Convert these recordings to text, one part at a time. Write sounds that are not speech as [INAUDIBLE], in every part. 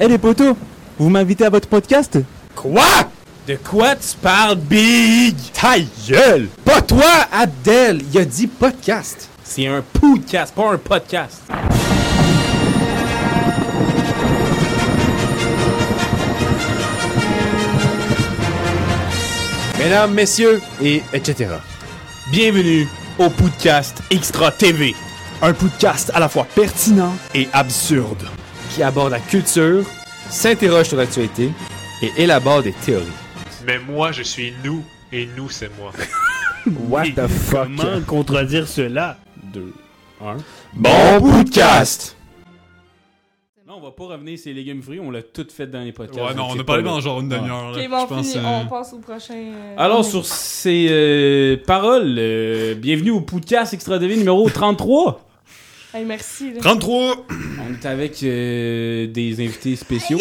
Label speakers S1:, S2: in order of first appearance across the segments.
S1: Eh les potos, vous m'invitez à votre podcast
S2: Quoi De quoi tu parles, Big Ta gueule
S3: Pas toi, Abdel Il a dit podcast
S2: C'est un podcast, pas un podcast.
S3: Mesdames, messieurs, et etc.
S2: Bienvenue au podcast Extra TV.
S3: Un podcast à la fois pertinent et absurde, qui aborde la culture, s'interroge sur l'actualité et élabore des théories.
S4: Mais moi, je suis nous, et nous, c'est [LAUGHS] moi.
S3: What
S5: Et Comment contredire cela? Deux.
S3: Bon podcast
S2: Non, on va pas revenir ces légumes fruits, on l'a tout fait dans les podcasts.
S4: Ouais, non,
S2: Donc,
S4: on
S2: c'est
S4: a parlé
S2: pas-
S4: pendant genre une demi-heure. là.
S6: Ok,
S4: Je
S6: bon,
S4: pense.
S6: fini,
S4: euh,
S6: on passe au prochain. euh,
S2: Alors,
S6: sujet.
S2: sur ces euh, paroles, euh, bienvenue au podcast Extra TV numéro 33.
S6: Hey, merci. là.
S4: 33
S2: On est avec euh, des invités spéciaux.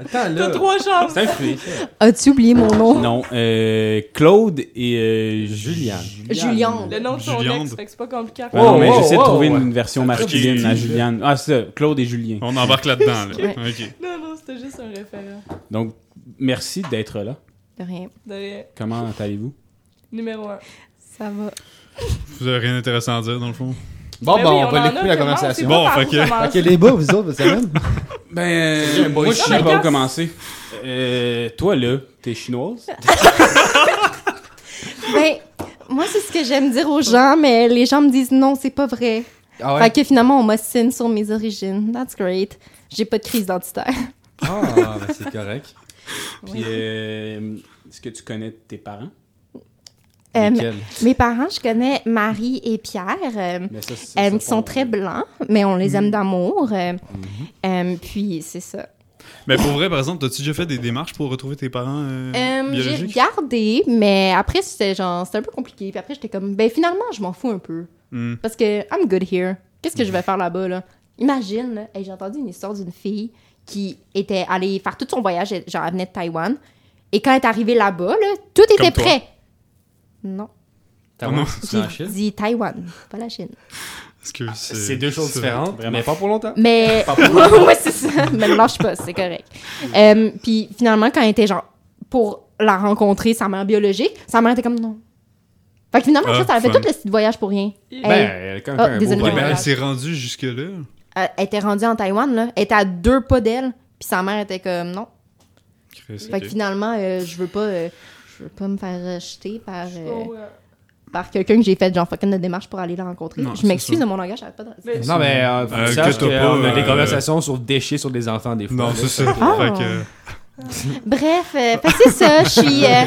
S3: Attends,
S6: T'as trois chances.
S2: [LAUGHS] C'est un fruit.
S7: As-tu oublié mon nom?
S2: Non, euh, Claude et euh, Julien. Oh,
S7: Julian.
S6: Le nom de son
S4: Juliande.
S6: ex, fait que c'est pas compliqué. à
S2: Ouais, non, mais
S3: wow,
S2: j'essaie de
S3: wow,
S2: trouver
S3: ouais.
S2: une version masculine
S4: Ok.
S2: à Julien. Ah, c'est ça, Claude et Julien.
S4: On embarque là-dedans, là.
S7: [LAUGHS] Ouais.
S4: Ok.
S6: Non, non, c'était juste un référent.
S2: Donc, merci d'être là.
S7: De rien.
S6: De rien.
S2: Comment allez-vous?
S6: Numéro 1.
S7: Ça va.
S4: Vous avez rien d'intéressant à dire, dans le fond.
S3: Ah, Bon,
S6: Ben
S3: bon, on va l'écouter la conversation.
S4: Bon, fait que-
S6: que.
S3: les bas, vous autres, ça même?
S2: Ben, moi, je
S6: chinois.
S2: sais pas où commencer. Euh, toi, là, t'es chinoise?
S7: Ah, Ben, moi, c'est ce que j'aime dire aux gens, mais les gens me disent non, c'est pas vrai.
S3: Ah
S7: Fait que finalement, on m'ostine sur mes origines. That's great. J'ai pas de crise identitaire.
S3: Ah, ben c'est correct.
S2: Puis, euh, est-ce que tu connais tes parents?
S7: [LAUGHS] Euh,
S3: Nickel.
S7: mes parents, je connais Marie et Pierre, euh,
S2: Mais ça, c'est- ça
S7: euh, qui sont
S2: part- Mm.
S7: très blancs, mais on les aime d'amour. euh,
S2: Mm-hmm.
S7: euh, puis, c'est ça.
S4: Mais pour vrai, par exemple, t'as-tu déjà fait des démarches pour retrouver tes parents euh,
S7: Euh, J'ai
S4: biologiques
S7: regardé, mais après, c'était genre, c'était un peu compliqué. Puis après, j'étais comme, ben finalement, je m'en fous un peu.
S4: Hmm.
S7: Parce que I'm good here. Qu'est-ce que je vais faire là-bas, là? Imagine, là, hey, j'ai entendu une histoire d'une fille qui était allée faire tout son voyage, elle- genre elle venait de Taïwan, et quand elle est arrivée là-bas, là, tout était
S4: toi.
S7: prêt. Non,
S3: T'as
S4: non.
S3: c'est
S7: j'ai
S3: la Chine?
S7: dit Taïwan, pas la Chine.
S4: Est-ce que c'est.
S3: C'est deux choses
S4: ça-
S3: différentes,
S2: Vraiment.
S3: mais pas pour longtemps.
S7: Mais, [LAUGHS] ouais, c'est ça, mais ne lâche pas, c'est correct. Euh, Puis finalement, quand elle était genre, pour la rencontrer, sa mère biologique, sa mère était comme non. Fait que finalement, en
S4: Ah,
S7: fait, elle a fait
S4: fun.
S7: tout le petit voyage pour rien.
S6: Ben,
S7: Elle-
S2: Euh,
S3: elle a quand
S7: Ah, désolé,
S4: Ouais, mais
S7: Ouais.
S4: elle s'est rendue jusque-là.
S7: elle, elle était rendue en Taïwan, là. Elle était à deux pas d'elle, puis sa mère était comme non.
S4: Chris,
S7: Fait que
S4: ok.
S7: finalement, euh, je veux pas. euh, je veux pas me faire rejeter par, euh,
S6: Oh, euh,
S7: par quelqu'un que j'ai fait genre fucking de démarche pour aller la rencontrer.
S4: Non,
S7: je
S4: c'est
S7: m'excuse
S4: ça.
S7: de mon langage, j'arrête pas de...
S6: mais-
S3: Non, mais euh, faut que tu saches
S4: que t'as
S3: qu'on
S4: pas,
S3: a des
S4: euh,
S3: conversations sur déchets sur des enfants des fois.
S4: Non,
S3: là,
S4: c'est ça.
S7: Ah.
S4: Fait que.
S7: Bref, euh, fait que c'est ça, je suis. euh,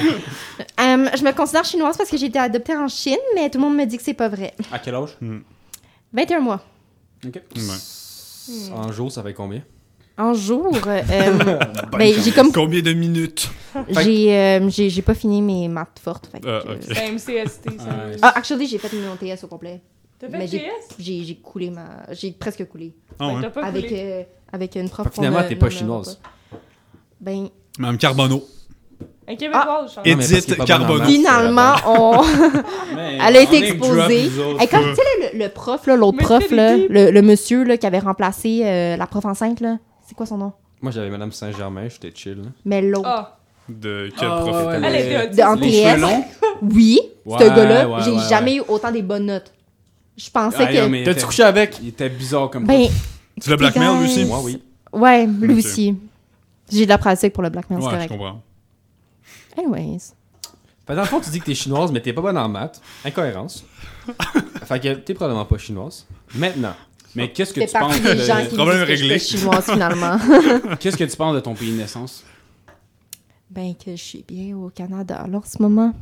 S7: euh, je me considère chinoise parce que j'ai été adoptée en Chine, mais tout le monde me dit que c'est pas vrai.
S2: À quel âge?
S7: 21 mois.
S2: Ok.
S4: Ouais.
S7: Hmm.
S3: En jour, ça fait combien?
S7: En jour, [LAUGHS] euh, euh, ben, j'ai comme.
S4: Ah, Combien de minutes
S7: J'ai euh, j'ai j'ai pas fini mes maths fortes. fait que,
S4: Ah,
S7: euh,
S4: ok.
S6: C'est un CST, ça.
S2: Ouais.
S7: Ah, actually, j'ai fait mon TS au complet.
S6: T'as
S7: Ah, Mais
S6: fait
S7: j'ai-
S6: PS?
S7: J'ai j'ai coulé ma. J'ai presque coulé.
S4: Ah ouais.
S6: T'as pas
S7: avec,
S6: voulu.
S7: euh, avec une prof.
S3: Fait que finalement,
S7: qu'on ne
S3: t'es pas
S7: nommera
S3: chinoise.
S7: Ben,
S4: Madame Carbonneau.
S6: Un Québécois, je pense.
S4: Ah,
S3: Ah,
S4: Et-
S3: Non, mais parce
S4: Edith
S3: qu'il est pas
S4: Carbonneau.
S3: bon en maths,
S7: finalement,
S3: euh,
S7: on...
S2: Mais
S7: elle a été
S2: on est
S7: exposée.
S2: drop, nous autres.
S7: Et quand, tu sais, là, le, le prof, là, l'autre
S6: Mais
S7: prof,
S6: fais
S7: là,
S6: des
S7: le, le monsieur là, qui avait remplacé euh, la prof enceinte, là, c'est quoi son nom?
S3: Moi, j'avais Madame Saint-Germain, j'étais chill. hein. là.
S7: Mais l'autre.
S6: Ah,
S4: De quel
S7: Oh,
S2: Ah,
S4: prof
S2: ouais,
S6: Elle
S2: ouais.
S6: était autiste.
S7: de- en
S2: Les
S7: TS.
S2: cheveux longs?
S7: Oui,
S2: Ouais,
S7: ce gars-là,
S2: ouais,
S7: j'ai
S2: ouais,
S7: jamais eu autant des bonnes notes. Je pensais
S2: Ah, non,
S7: que...
S2: mais il était-
S3: avec?
S2: Il était bizarre comme
S7: Ben,
S4: Tu l'as blackmail, lui aussi
S3: Moi, oui.
S7: ouais, lui
S4: Ok.
S7: aussi. J'ai de la pratique pour le blackmail, c'est
S4: Ouais, je
S7: correct.
S4: comprends.
S7: Anyways.
S3: Fait que dans le fond, tu dis que t'es chinoise, mais t'es pas bonne en maths. Incohérence. fait que t'es probablement pas chinoise. Maintenant.
S2: Mais qu'est-ce que
S7: C'est
S2: tu penses
S7: parti des gens qui
S2: de...
S7: disent
S4: Problème
S7: que je
S4: réglé.
S7: suis chinoise, finalement.
S2: Qu'est-ce que tu penses de ton pays de naissance?
S7: [LAUGHS] ben, que je suis bien au Canada, là, en ce moment.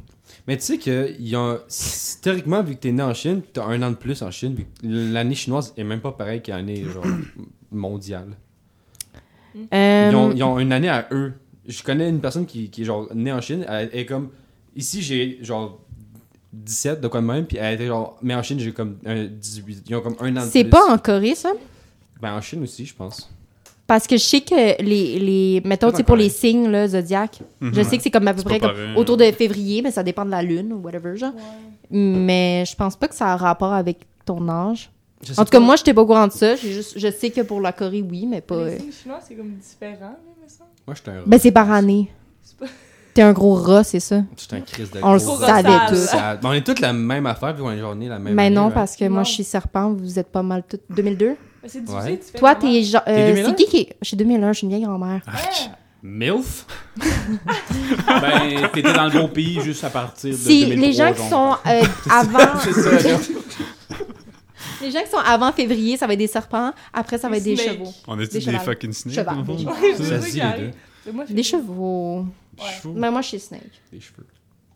S3: Mais tu sais que, il y a, historiquement, vu que t'es né en Chine, t'as un an de plus en Chine. vu que L'année chinoise est même pas pareille qu'à l'année genre, [CLEARS THROAT] mondiale. Ils ont,
S7: Euh,
S3: ils ont une année à eux. Je connais une personne qui, qui est genre née en Chine. Elle est comme. Ici, j'ai genre 17, de quoi de même. Puis elle était genre. Mais en Chine, j'ai comme un 18. Ils ont comme un an de
S7: C'est
S3: plus.
S7: pas en Corée, ça?
S3: Ben en Chine aussi, je pense.
S7: Parce que je sais que les, les mettons, tu sais, pour les signes, là, zodiac,
S3: Mhm,
S7: je sais que c'est comme à peu
S4: C'est
S7: près
S4: pas
S7: comme
S4: pareil.
S7: autour de février, mais ça dépend de la lune ou whatever, genre. Mais je pense pas que ça a rapport avec ton âge.
S3: Je sais
S7: En tout cas,
S3: pas.
S7: moi, j'étais pas au courant de ça. J'ai juste- je sais que pour la Corée, oui, mais pas.
S6: Les
S7: euh,
S6: signes chinois, c'est comme différent, là, me semble.
S3: Moi, j'étais un.
S7: Ben, c'est par année.
S6: C'est pas-
S7: T'es un gros rat, c'est ça?
S3: J'étais un Chris de.
S7: On le
S3: gros-
S6: savait
S3: Gros
S6: tous.
S3: sale. On est toutes la même affaire, puis on est journée la même.
S7: Mais
S3: année,
S7: non,
S3: right?
S7: parce que moi,
S6: Non.
S7: je suis serpent, vous êtes pas mal toutes. 2002?
S6: Mais C'est difficile,
S3: Ouais.
S6: tu fais
S7: Toi,
S6: vraiment-
S7: t'es. genre-
S3: T'es
S7: euh,
S3: 2001?
S7: c'est qui qui est. Je suis 2001, je suis une vieille grand-mère.
S3: MILF
S2: Ben, t'étais dans le bon pays juste à partir de.
S7: Si
S2: 2003,
S7: les gens qui
S2: genre.
S7: sont
S2: [LAUGHS]
S7: euh, avant.
S2: C'est ça, là.
S7: [LAUGHS] Les gens qui sont avant février, ça va être des serpents. Après, ça va être
S6: Des
S7: des
S6: snakes.
S7: chevaux.
S4: On est
S7: Des
S4: des
S7: chevals.
S4: fucking snakes,
S7: Cheval,
S4: en fond?
S6: [LAUGHS]
S7: des
S6: Ouais, c'est
S3: Ça
S6: ça
S3: se
S6: qui
S3: dit, les
S6: arrive.
S3: deux.
S6: Mais moi, je
S7: Des
S6: fais-
S7: chevaux. Euh,
S6: Ouais.
S4: Chevaux.
S7: Mais moi, je suis snake.
S3: Les cheveux.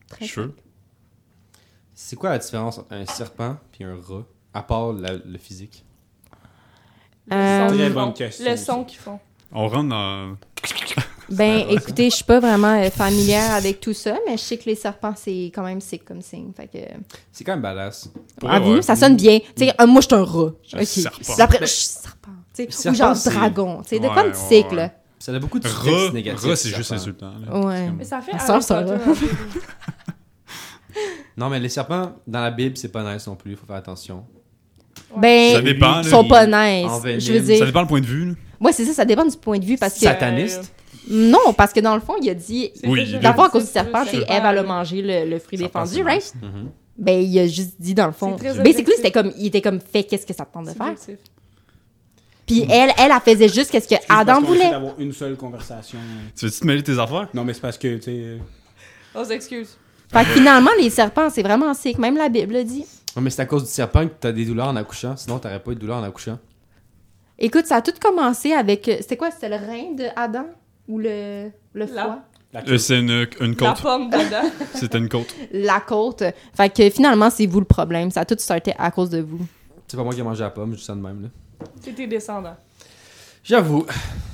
S7: Très
S4: Cheveux.
S3: C'est quoi la différence entre un serpent puis un rat, à part la- le physique
S7: Euh,
S2: Très
S6: Ils font
S2: bonne question.
S6: Le
S2: ça.
S6: son qu'ils font.
S4: On rentre dans.
S7: Ben,
S3: Ouais, ouais,
S7: écoutez, je suis pas vraiment euh, familière avec tout ça, mais je sais que les serpents, c'est quand même sick comme signe. Fait que,
S3: C'est quand même badass.
S4: Pour
S6: Ah,
S7: à
S4: vrai, ouais.
S7: vous, ça sonne bien. Tu sais, euh, moi, je suis un rat.
S4: Un
S7: Ok.
S4: serpent.
S7: Puis Après, je suis serpent. tu sais,
S3: Ben, serpent,
S7: Ou genre
S3: c'est-
S7: dragon. Tu sais, de
S4: Ouais,
S7: quoi de
S4: ouais,
S7: sick,
S4: ouais.
S7: là.
S3: Ça a beaucoup de
S4: Ra,
S3: textes négatifs.
S4: Ra,
S3: les
S4: c'est juste
S3: serpents.
S4: insultant. là.
S7: Ouais.
S6: Mais ça fait
S7: Ça
S6: Harry
S7: sort, ça,
S6: Potter,
S7: là.
S6: un peu.
S3: Non, mais les serpents, dans la Bible, c'est pas nice non plus, faut faire attention.
S4: Ça
S7: Ben,
S4: dépend. là.
S7: ils sont pas nice.
S3: enveniment.
S7: Je veux
S4: Ça
S7: dire.
S4: dépend le point de vue. là.
S7: Moi, c'est ça, ça dépend du point de vue parce que.
S6: Ça-
S3: Sataniste.
S7: Non, parce que dans le fond, il a dit.
S6: C'est
S4: Oui,
S6: juste
S4: il a-
S7: D'abord, à cause du
S6: c'est ça,
S7: serpent, c'est Ève,
S6: serpent,
S7: elle a
S6: là.
S7: mangé le, le fruit
S4: Serpent,
S7: défendu,
S4: c'est
S7: right?
S4: Mm-hmm.
S3: Mhm.
S7: Ben, il a juste dit, dans le fond. ben,
S6: C'est très
S7: Basically,
S6: objectif.
S7: c'était comme, il était comme, fait qu'est-ce que ça te tente de
S6: C'est Mm.
S7: faire.
S6: objectif.
S7: Puis elle, elle, elle faisait juste qu'est-ce que
S2: Juste parce
S7: Adam
S2: qu'on essaie
S7: voulait.
S2: d'avoir une seule conversation.
S4: Tu veux-tu te mêler de tes affaires?
S2: Non, mais c'est parce que, tu sais.
S6: On s'excuse.
S7: Fait que finalement, les serpents, c'est vraiment sick. Même la Bible le dit.
S3: Non, mais c'est à cause du serpent que t'as des douleurs en accouchant, sinon t'aurais pas eu de douleurs en accouchant.
S7: Écoute, ça a tout commencé avec. euh, C'était quoi C'était le rein de Adam Ou le, le
S6: La-
S7: foie
S2: la
S4: Euh, c'est une, une
S6: La
S4: côte.
S6: pomme dedans.
S4: C'était une côte.
S7: La côte. Fait que finalement, c'est vous le problème. Ça a tout starté à cause de vous.
S3: C'est pas moi qui ai mangé la pomme, je dis ça de même. là.
S6: [LAUGHS] C'est tes descendants.
S3: J'avoue.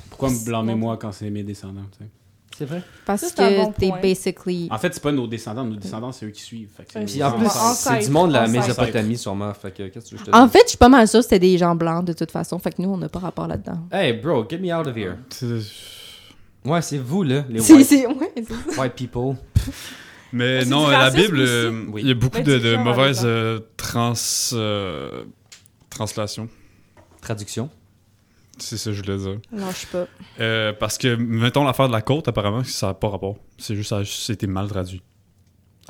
S2: Pourquoi me blâmer moi quand c'est mes descendants, tu sais?
S3: C'est vrai.
S7: Parce
S6: Ça, c'est
S7: que
S6: un bon
S7: t'es
S6: point.
S7: basically.
S2: En fait, c'est pas nos descendants. Nos descendants, c'est eux qui suivent. Fait que c'est
S6: Puis
S2: nos
S3: Puis en
S2: descendants.
S3: plus,
S6: Ancêtre,
S3: c'est du monde de la
S6: ancêtre.
S3: Mésopotamie, sûrement. Fait que, qu'est-ce que je te dis?
S6: Ah.
S7: En fait, je suis pas mal sûre que c'était des gens blancs de toute façon. Fait que nous, on n'a pas rapport là-dedans.
S3: Hey, bro, get me out of here. Ouais, c'est vous, là, les
S7: C'est-
S3: white,
S7: c'est- ouais, c'est ça.
S3: white people.
S4: Mais
S6: c'est
S4: non,
S6: du
S4: la
S6: racisme
S4: Bible,
S6: aussi.
S4: euh,
S3: Oui.
S4: il y a beaucoup
S6: Mais
S4: de,
S6: tu
S4: de
S6: fais en
S4: mauvaises
S6: même temps.
S4: euh, trans, euh, translations.
S3: Traduction.
S4: C'est ça que je voulais dire.
S7: Lâche pas.
S4: Euh, parce que, mettons l'affaire de la côte, apparemment, ça n'a pas rapport. C'est juste, ça a juste été mal traduit.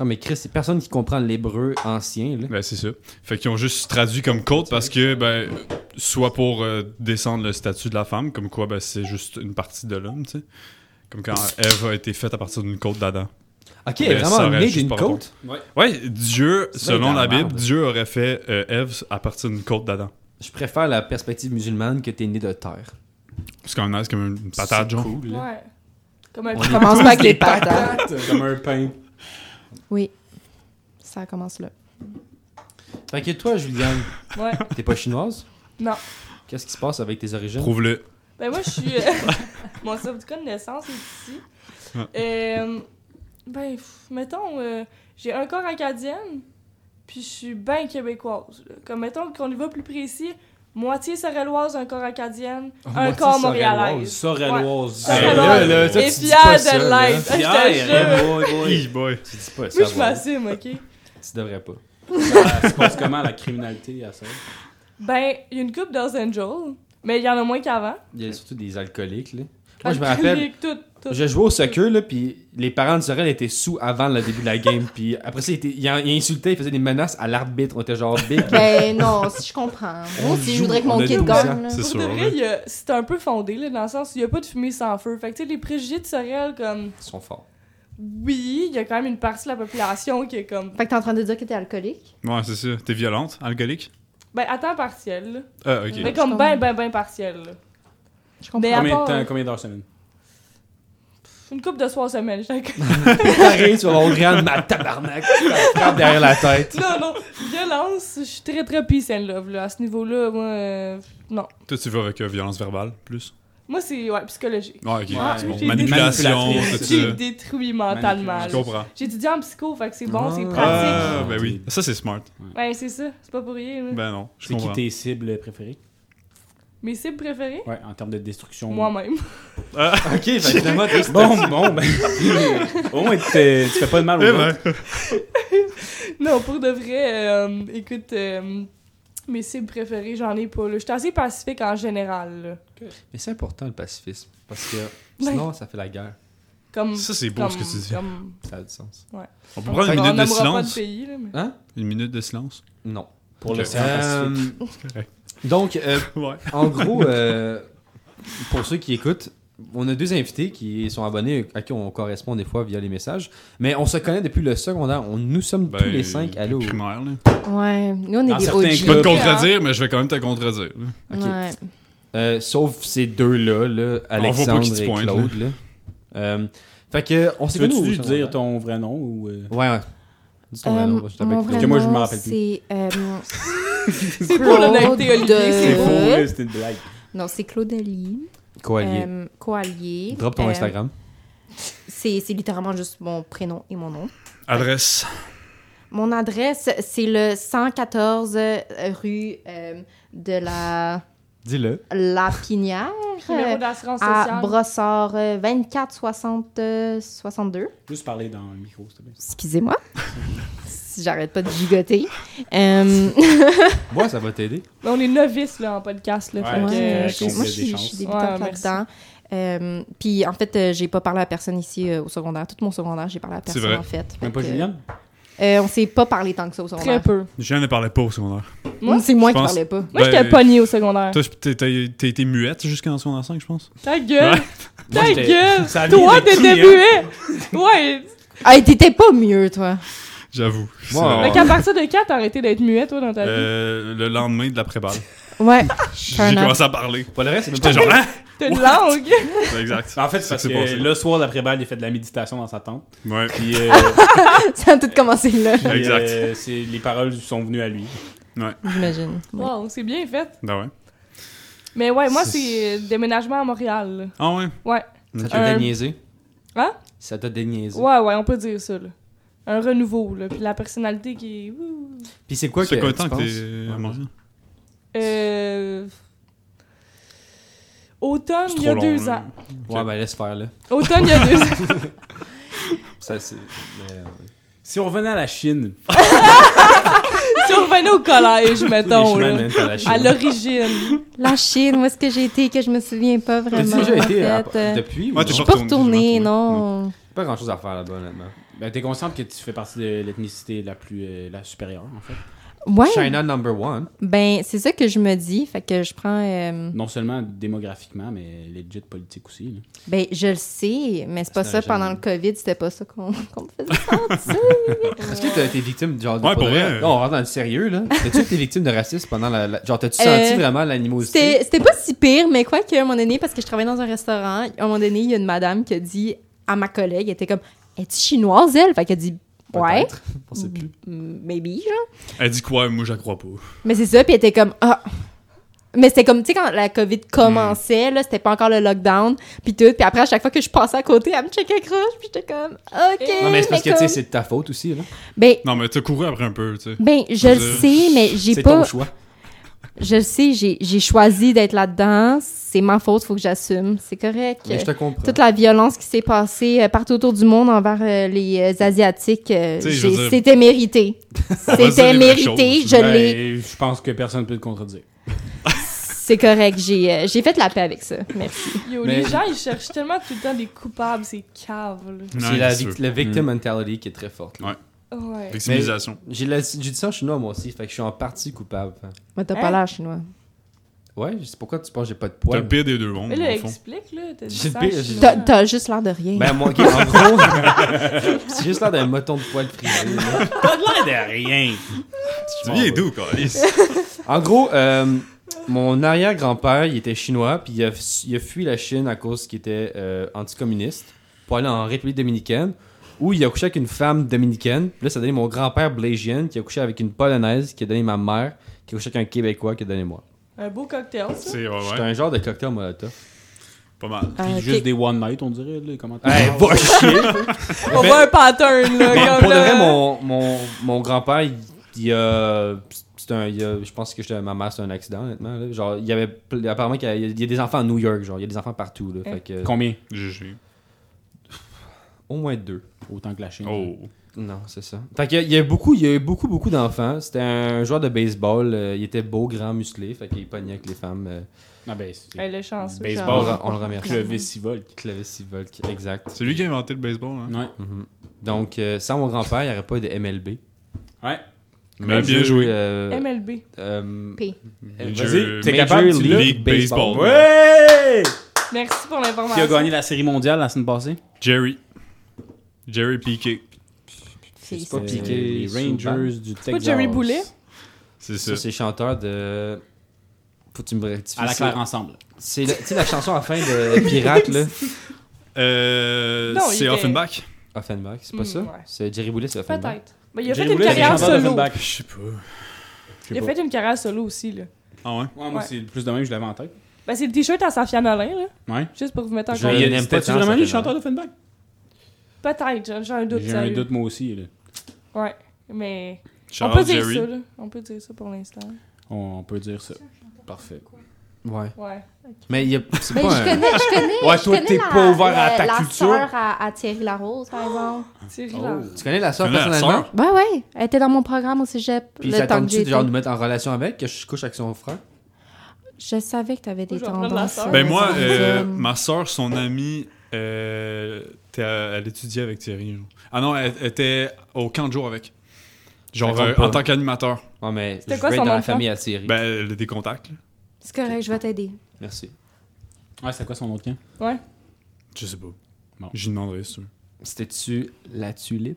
S3: Non, mais Chris, c'est personne qui comprend l'hébreu ancien, là.
S4: Ben, c'est ça. Fait qu'ils ont juste traduit comme côte parce que, ben, soit pour euh, descendre le statut de la femme, comme quoi, ben, c'est juste une partie de l'homme, tu sais. Comme quand Ève a été faite à partir d'une côte d'Adam.
S3: Ok,
S4: Mais ça
S3: vraiment,
S4: aurait
S3: né
S4: juste
S3: d'une
S4: pas rapport.
S3: côte.
S4: Ouais, Dieu,
S3: C'est
S4: selon
S3: bien
S4: la
S3: de la
S4: Bible,
S3: merde.
S4: Dieu aurait fait euh, Ève à partir d'une côte d'Adam.
S3: Je préfère la perspective musulmane que t'es né de terre.
S4: C'est quand même nice, comme une patate,
S3: C'est
S4: genre.
S3: cool, là.
S6: Ouais. Comme un
S3: On
S7: Ça
S3: est
S7: [LAUGHS] commence
S3: tous
S7: pas avec
S3: des
S7: les patates.
S2: Comme un pain.
S7: Oui. Ça commence là.
S3: Fait que toi, [LAUGHS] Juliane,
S6: Ouais.
S3: t'es pas chinoise?
S6: Non.
S3: Qu'est-ce qui se passe avec tes origines?
S4: Prouve-le.
S6: Ben moi, je suis... euh,
S3: [LAUGHS]
S6: Mon certificat de naissance est ici. Euh, ben, pff, mettons, euh, j'ai un corps acadienne, puis je suis ben québécoise. là. Comme, mettons, qu'on y va plus précis, moitié sorelloise, un corps acadienne, un
S3: Oh, moitié
S6: corps
S3: sorelloise.
S2: Oh,
S6: montréalais.
S2: Sorelloise.
S6: Ouais.
S3: Hey, là, là, toi,
S6: Et
S3: tu dis
S6: fière
S3: pas ça,
S6: d'Adelaide.
S3: là.
S6: Ah, Je te
S2: Pierre,
S6: jure.
S2: boy, boy.
S4: Hey boy.
S3: Tu dis pas ça.
S6: Moi, je
S3: voilà.
S6: m'assume, OK?
S3: Tu devrais pas.
S2: Ça se passe comment la criminalité à ça?
S6: Ben, il y a une coupe Hells Angels, mais il y en a moins qu'avant.
S3: Il y a surtout des alcooliques, là. Moi, je me rappelle,
S6: Tout, tout.
S3: je jouais au soccer, là, puis les parents de Sorel étaient sous avant le début de la game, puis après ça, ils, étaient- ils en- ils insultaient, ils faisaient des menaces à l'arbitre. On était genre big.
S7: Ben non, si je comprends.
S3: On
S7: Moi aussi, je
S3: joue,
S7: voudrais que mon
S3: on a
S7: kid
S3: 12 ans.
S7: gagne. là.
S4: C'est
S6: Pour
S4: sûr.
S6: de
S4: là.
S6: vrai, il y a- c'est un peu fondé, là, dans le sens, il n'y a pas de fumée sans feu. Fait que, tu sais, les préjugés de Sorel, comme,
S3: Ils sont forts.
S6: oui, il y a quand même une partie de la population qui est comme,
S7: Fait que t'es en train de dire que t'es alcoolique?
S4: Ouais, c'est ça. T'es violente, alcoolique?
S6: ben, à temps partiel, là.
S4: Ah, ok.
S6: Mais comme,
S7: Je
S6: ben, ben, ben partiel, là.
S7: Je
S6: Mais à
S2: Combien de
S6: part,
S2: temps,
S6: euh,
S2: combien d'heures semaine?
S6: une couple de soirs semaines, je t'accorde.
S3: Pareil, tu vas voir Adrien, ma tabarnak, tu vas te prendre derrière la tête.
S6: Non, non, violence, je suis très, très peace and love, là. À ce niveau-là, moi, euh, non.
S4: Toi, tu vas avec euh, violence verbale, plus?
S6: Moi, c'est, ouais, psychologique.
S4: Ah, ok.
S2: Ouais,
S4: C'est bon.
S6: j'ai-
S4: Manipulation,
S2: Manipulatrice.
S4: tout
S3: euh,
S6: J'ai
S4: ça.
S6: détruit mentalement.
S4: Je
S6: là.
S4: comprends.
S6: J'ai étudié en psycho, fait que c'est bon, c'est
S3: Ah.
S4: Ah,
S6: pratique.
S4: ben oui. Ça, c'est smart.
S6: Ouais, Ben, c'est ça, c'est pas pour rien, là.
S4: Ben non, je
S2: C'est qui
S4: comprends.
S2: tes cibles préférées?
S6: Mes cibles préférées?
S2: Ouais, en termes de destruction.
S6: Moi-même. [LAUGHS]
S3: Ok, fait
S2: [LAUGHS]
S3: que finalement, t'es-
S2: Bon, bon, ben. [LAUGHS] Au moins, t'es- tu fais pas de mal
S4: Eh
S2: aux autres.
S4: ben,
S6: non, pour de vrai, euh, écoute, euh, mes cibles préférées, j'en ai pas. là. Je suis assez pacifique en général. là.
S3: Mais c'est important le pacifisme. Parce que
S6: Ouais.
S3: sinon, ça fait la guerre.
S6: Comme,
S4: Ça, c'est beau
S6: comme,
S4: ce que tu dis.
S6: Comme...
S3: Ça a du sens.
S4: On peut prendre une
S6: on
S4: minute de
S6: nommera pas de
S4: silence.
S6: pays, là, mais...
S3: Hein?
S4: Une minute de silence.
S3: Non.
S2: Pour
S4: Ok.
S2: l'océan Pacifique.
S4: correct.
S3: donc, euh,
S4: Ouais.
S3: en gros, euh, pour ceux qui écoutent, on a deux invités qui sont abonnés, à qui on correspond des fois via les messages. Mais on se connaît depuis le secondaire. On, nous sommes tous les cinq allés au...
S4: Ben, Primaire, là.
S7: Ouais, nous on est
S2: Dans
S7: des
S2: certains
S4: Je vais
S7: OG.
S4: te contredire, mais je vais quand même te contredire. là.
S3: Ok.
S7: Ouais.
S3: Euh, sauf ces deux-là, là,
S4: voit pas qui
S3: Alexandre
S4: se
S3: et
S4: pointe,
S3: Claude. Là. Euh, fait que, on s'est connus. au
S2: Peux-tu
S3: secondaire.
S2: dire ton vrai nom ou. euh,
S3: Ouais, ouais. Dis ton vrai
S7: Euh,
S3: nom, je t'appelle
S7: mon
S3: Claude.
S7: vrai
S2: que moi, je
S7: nom,
S2: m'en rappelle plus.
S7: C'est euh,
S6: C'est pour l'honnêteté,
S7: Claude
S6: Olivier.
S2: C'est faux,
S7: Euh,
S2: là, c'était une blague.
S7: non, c'est Claudelie.
S3: Coallier.
S7: Euh, Coallier.
S3: Drop ton
S7: Euh,
S3: Instagram.
S7: C'est c'est littéralement juste mon prénom et mon nom.
S4: Adresse.
S7: Mon adresse, c'est le 114 rue euh, de la
S3: Dis-le.
S7: Lapinière
S6: Numéro
S7: euh,
S6: d'assurance
S7: à
S6: sociale.
S7: Brossard euh, 24 60 euh, 62.
S2: Juste parler dans le micro, s'il te plaît.
S7: Excusez-moi. [LAUGHS] Si J'arrête pas de gigoter. Euh,
S3: Moi, ça va t'aider.
S6: Mais Ben, on est novices, là, en podcast, là.
S2: Ouais,
S6: fait que-
S7: ouais,
S2: euh,
S7: je-
S2: qu'on
S7: moi,
S2: ait des
S7: je suis je
S2: chances.
S7: suis débutante
S6: Ouais, merci.
S7: là-dedans. Euh, puis en fait, euh, j'ai pas parlé à personne ici euh, au secondaire. Tout mon secondaire, j'ai parlé à personne
S4: vrai.
S7: en fait.
S2: Même
S7: Fait
S2: pas
S7: que,
S2: Juliane
S7: euh, on s'est pas parlé tant que ça au
S6: Très
S7: secondaire.
S6: peu.
S4: Je ne parlais pas au secondaire.
S6: Moi,
S7: C'est moi
S4: je
S7: qui
S4: pense-
S7: parlais pas.
S6: Moi,
S4: Ben,
S6: j'étais pognée au secondaire.
S4: Toi, t'as- t'as t'as été muette jusqu'en secondaire 5, je pense.
S6: Ta gueule!
S3: Moi,
S6: Ta
S3: j'étais-
S6: gueule!
S2: Ça vient
S6: Toi,
S2: de qui,
S6: t'étais
S2: hein?
S6: muet! Ouais!
S7: Ah, t'étais pas mieux, toi.
S4: J'avoue. C'est-
S3: Wow.
S6: Fait qu'à partir de quand t'as arrêté d'être muet, toi, dans ta vie?
S4: Euh, le lendemain de l'après-balle.
S7: Ouais.
S4: J'ai
S7: Fair enough.
S4: commencé à parler.
S3: Pour le reste, c'est même
S4: J'étais genre, hein?
S6: T'as une langue!
S4: C'est Exact.
S3: Ah.
S2: Ben, En fait,
S4: C'est
S2: c'est parce
S4: que
S2: que
S4: c'est passé.
S2: le soir d'après-balle, il a fait de la méditation dans sa tente.
S4: Ouais.
S2: Puis,
S4: [LAUGHS]
S2: euh,
S7: Ça a tout commencé là,
S2: puis,
S4: Exact.
S2: euh, c'est- les paroles sont venues à lui.
S7: j'imagine. Ouais.
S6: Wow, c'est bien fait.
S4: Ben ouais.
S6: Mais ouais, moi,
S4: C'est-
S6: c'est euh, déménagement à Montréal. là.
S4: Ah ouais.
S6: Ouais.
S3: Ça
S6: Euh,
S3: t'a déniaisé.
S7: ah?
S6: Hein?
S3: Ça t'a déniaisé.
S6: Ouais, ouais, on peut dire ça, là. Un renouveau, là. Puis la personnalité qui est... ouh.
S3: Puis c'est quoi
S4: C'est
S3: que
S4: combien de
S3: tu
S4: temps que
S3: penses?
S4: t'es à
S3: Ouais.
S4: Montréal?
S6: Euh... Automne,
S4: C'est
S6: il y a
S4: trop long,
S6: deux
S4: là.
S6: ans.
S3: Ouais, ben laisse faire, là.
S6: Automne, il y a
S3: [LAUGHS]
S6: deux ans.
S3: Ça, c'est... mais, euh,
S2: Si on revenait à la Chine,
S6: Si on revenait au collège, mettons,
S3: les hein. chemins
S6: là.
S3: mènent
S7: Ah,
S3: à la Chine.
S6: À l'origine.
S7: La Chine, où est-ce que j'ai été que je me souviens pas
S3: T'as
S7: vraiment.
S3: déjà
S7: en
S3: été à-
S7: fait, euh,
S3: depuis ou
S4: Ouais,
S3: non?
S4: t'es
S7: Je suis
S4: genre-
S7: pas
S4: Retourne-
S7: retournée,
S4: retourne.
S7: non.
S3: Pas grand-chose à faire là-bas, honnêtement.
S2: ben, t'es consciente que tu fais partie de l'ethnicité la plus euh, la supérieure, en fait.
S7: Ouais,
S3: Mmh. China number one.
S7: ben c'est ça que je me dis. Fait que je prends. euh,
S2: Non seulement démographiquement, mais legit politique aussi. là.
S7: ben je le sais, mais c'est pas
S3: C'est
S7: ça.
S3: un
S7: Pendant le
S3: jeune.
S7: COVID, c'était pas ça qu'on [LAUGHS] qu'on me faisait.
S3: Est-ce que t'as été victime genre de
S4: Ouais, pour
S3: de-
S4: vrai.
S3: Non, on rentre dans le sérieux là. T'as-tu été victime de racisme pendant la, la- genre t'as-tu senti
S7: Euh,
S3: vraiment l'animosité
S7: C'était c'était pas si pire, mais quoi qu'à un moment donné, parce que je travaillais dans un restaurant, à un moment donné, il y a une madame qui a dit à ma collègue, elle était comme, es-tu chinoise elle Fait qu'elle dit, ouais,
S3: Peut-être. On sait plus.
S7: mm, maybe, genre.
S4: Elle dit quoi? Moi, je la crois pas.
S7: Mais c'est ça, puis elle était comme ah. Mais c'était comme tu sais quand la Covid commençait
S3: Hmm.
S7: là, c'était pas encore le lockdown, puis tout, puis après à chaque fois que je passais à côté, elle me checkait croche, puis j'étais comme OK.
S6: Non,
S3: Non mais c'est parce que tu
S7: comme-
S3: sais c'est de ta faute aussi là.
S7: ben
S4: Non, mais t'as couru après un peu, tu sais.
S7: ben je le sais, mais j'ai
S3: C'est ton
S7: pas
S3: choix.
S7: je le sais, j'ai j'ai choisi d'être là-dedans, c'est ma faute, faut que j'assume, c'est correct.
S3: Mais je te comprends.
S7: Toute la violence qui s'est passée euh, partout autour du monde envers euh, les euh, asiatiques, euh,
S4: Tu sais, je veux
S7: j'ai-
S4: dire-
S3: [LAUGHS]
S7: c'était mérité.
S4: va se dire
S7: C'était
S4: les vraies
S7: mérité,
S4: choses.
S7: je
S2: Ben,
S7: l'ai.
S2: je pense que personne peut te contredire.
S7: C'est correct, j'ai euh, j'ai fait la paix avec ça. Merci.
S6: Yo,
S3: Mais-
S6: les gens, ils cherchent tellement tout le temps des coupables, c'est cave, là.
S4: Non,
S3: C'est la,
S4: sûr.
S3: vic- la victim mentality qui est très forte. là.
S4: Ouais.
S6: Ouais.
S4: Victimisation.
S3: J'ai de la- j'ai du sang chinois moi aussi, fait que je suis en partie coupable.
S7: Mais t'as
S6: Hein?
S7: pas l'air chinois.
S3: Ouais, je sais pourquoi tu penses que j'ai pas de
S4: T'as le
S3: poils.
S4: pire des deux mondes,
S6: Mais là,
S4: au fond.
S6: explique, là. T'as dit
S3: J'ai le
S6: ça,
S3: pire,
S6: je
S3: j'ai-
S6: suis
S7: T'as-
S6: là.
S7: T'as juste l'air de rien.
S3: Ben moi, ok, en gros, [LAUGHS] c'est juste là d'un moton de poil frisé. là.
S2: Pas de l'air de rien.
S4: Tu viens
S3: [LAUGHS]
S4: d'où, Calice?
S3: En gros, euh, mon arrière-grand-père, il était chinois, puis il a, il a fui la Chine à cause qu'il était euh, anticommuniste pour aller en République dominicaine, où il a couché avec une femme dominicaine. Puis là, ça a donné mon grand-père blégien qui a couché avec une polonaise, qui a donné ma mère, qui a couché avec un Québécois, qui a donné moi.
S6: Un beau cocktail, ça.
S4: C'est ouais,
S3: J'étais
S4: ouais.
S3: un genre de cocktail molotov.
S4: Pas mal.
S7: Ah,
S2: Puis
S7: ok.
S2: juste des one night, on dirait. Là, Ah, comment
S3: Hey, [LAUGHS] va chier!
S6: On
S3: Ben-
S6: voit un pattern, là.
S3: Mais
S6: comme
S3: pour de
S6: là.
S3: vrai, mon, mon, mon grand-père, il, il a. c'est un- il a- je pense que j'étais- ma mère, c'est un accident, honnêtement. là. Genre, il y avait. ple- Apparemment, qu'il y a, il y a des enfants à New York, genre, il y a des enfants partout. Là,
S6: Hein.
S3: fait que-
S2: Combien
S4: GG. Eh.
S3: au moins deux.
S2: Autant que la Chine.
S4: Oh.
S3: Non, c'est ça. Fait qu'il y a- il y a beaucoup, il y a eu beaucoup, beaucoup d'enfants. C'était un joueur de baseball. euh, il était beau, grand, musclé. Fait qu'il pognait avec les femmes. euh,
S2: Ah ben, c'est.
S6: Elle le chanceux.
S2: Baseball.
S3: on,
S6: genre.
S3: le re- on le remercie.
S2: Clavicivolte.
S3: Clavicivolk, exact.
S4: C'est lui qui a inventé le baseball, hein?
S2: Ouais.
S3: Mhm. Donc, euh, sans mon grand-père, il n'y aurait pas eu de MLB.
S2: Ouais.
S4: Mais bien joué.
S3: euh,
S6: MLB.
S3: euh,
S7: P.
S4: Major-
S2: Vas-y, t'es
S3: Major
S2: capable, tu l'as?
S4: League Baseball.
S2: Ouais!
S6: Merci pour
S2: Qui
S6: l'information.
S2: a gagné la série mondiale la semaine passée?
S4: Jerry. Jerry Piquet.
S3: C'est
S7: Félicitations.
S3: pas piqué.
S2: les Rangers du Texas.
S6: pas Jerry Boulet?
S4: C'est ça.
S3: Ça, c'est chanteur de. Faut que tu me rectifies.
S2: À la
S3: ça.
S2: claire ensemble.
S3: C'est la- tu sais, la chanson à la fin de Pirate,
S4: [LAUGHS]
S3: là.
S4: Euh,
S6: Non, il
S4: c'est
S6: était-
S4: Offenbach.
S3: Offenbach, c'est
S6: Mm,
S3: pas ça?
S6: ouais.
S3: C'est Jerry Boulet, c'est Offenbach.
S2: hein?
S6: Peut-être. Ben, il a
S2: Jerry
S6: fait une
S2: Boulet, c'est le
S6: carrière
S2: chanteur
S6: solo.
S2: d'Offenbach.
S4: Je sais pas.
S2: Je
S6: Il
S2: sais
S6: a
S2: pas.
S6: fait une carrière solo aussi, là.
S4: Ah ouais?
S2: Ouais, moi,
S6: Ouais.
S2: c'est plus de même, je l'avais en tête.
S6: Ben, c'est le t-shirt à Safia Nolin, là.
S2: Ouais.
S6: Juste pour vous mettre en
S3: Je-
S6: compte.
S2: Mais
S3: n'aime
S2: c'était-tu
S3: pas tant,
S2: vraiment
S3: ça
S2: lui, le
S3: fait
S2: chanteur d'Offenbach?
S6: Peut-être, j'ai- j'ai un doute.
S2: J'ai un
S6: sérieux.
S2: doute, moi aussi. là.
S6: Ouais. Mais.
S4: Shout
S6: on peut
S4: out
S6: dire
S4: Jerry.
S6: ça, là. On peut dire ça pour l'instant.
S2: On peut dire ça. Parfait.
S3: Ouais.
S6: Ouais.
S3: Mais il y a. C'est
S6: Ben,
S7: Mais Ben, je
S3: pas un.
S7: connais, je connais.
S2: Ouais,
S7: je
S2: toi,
S7: connais
S2: t'es
S7: la-
S2: pas ouvert à
S7: la-
S2: ta
S7: la
S2: culture.
S7: sœur à, à Thierry Larose, par exemple.
S6: Thierry
S2: Oh.
S6: Lard.
S3: Tu connais la soeur
S4: Connais la
S3: personnellement?
S4: sœur?
S7: Ouais, ouais. Elle était dans mon programme au cégep.
S3: Puis
S7: le temps que
S3: t'attends-tu
S7: j'ai
S3: de genre
S7: été.
S3: nous mettre en relation avec, que je couche avec son frère?
S7: Je savais que t'avais des
S6: Moi, je vais prendre la
S7: tendances.
S6: sœur.
S7: euh,
S4: Ben moi, euh,
S7: lesbiennes.
S4: ma soeur, son amie, euh, était à- elle étudiait avec Thierry. genre. Ah non, elle, elle était au camp de jour avec. Genre
S3: Ça compte
S4: euh,
S3: pas.
S4: en tant qu'animateur.
S3: Ouais, mais.
S6: C'était
S3: je
S6: quoi
S3: vais
S6: son
S3: être dans
S6: nom
S3: la
S6: de
S3: famille à Thierry.
S4: Ben, elle a des contacts. là.
S7: C'est correct, je vais t'aider.
S3: Merci.
S2: Ouais, c'est quoi son autre camp?
S6: Ouais.
S4: Je sais pas.
S2: Bon.
S4: J'y demanderai si tu veux.
S3: C'était-tu la tulipe?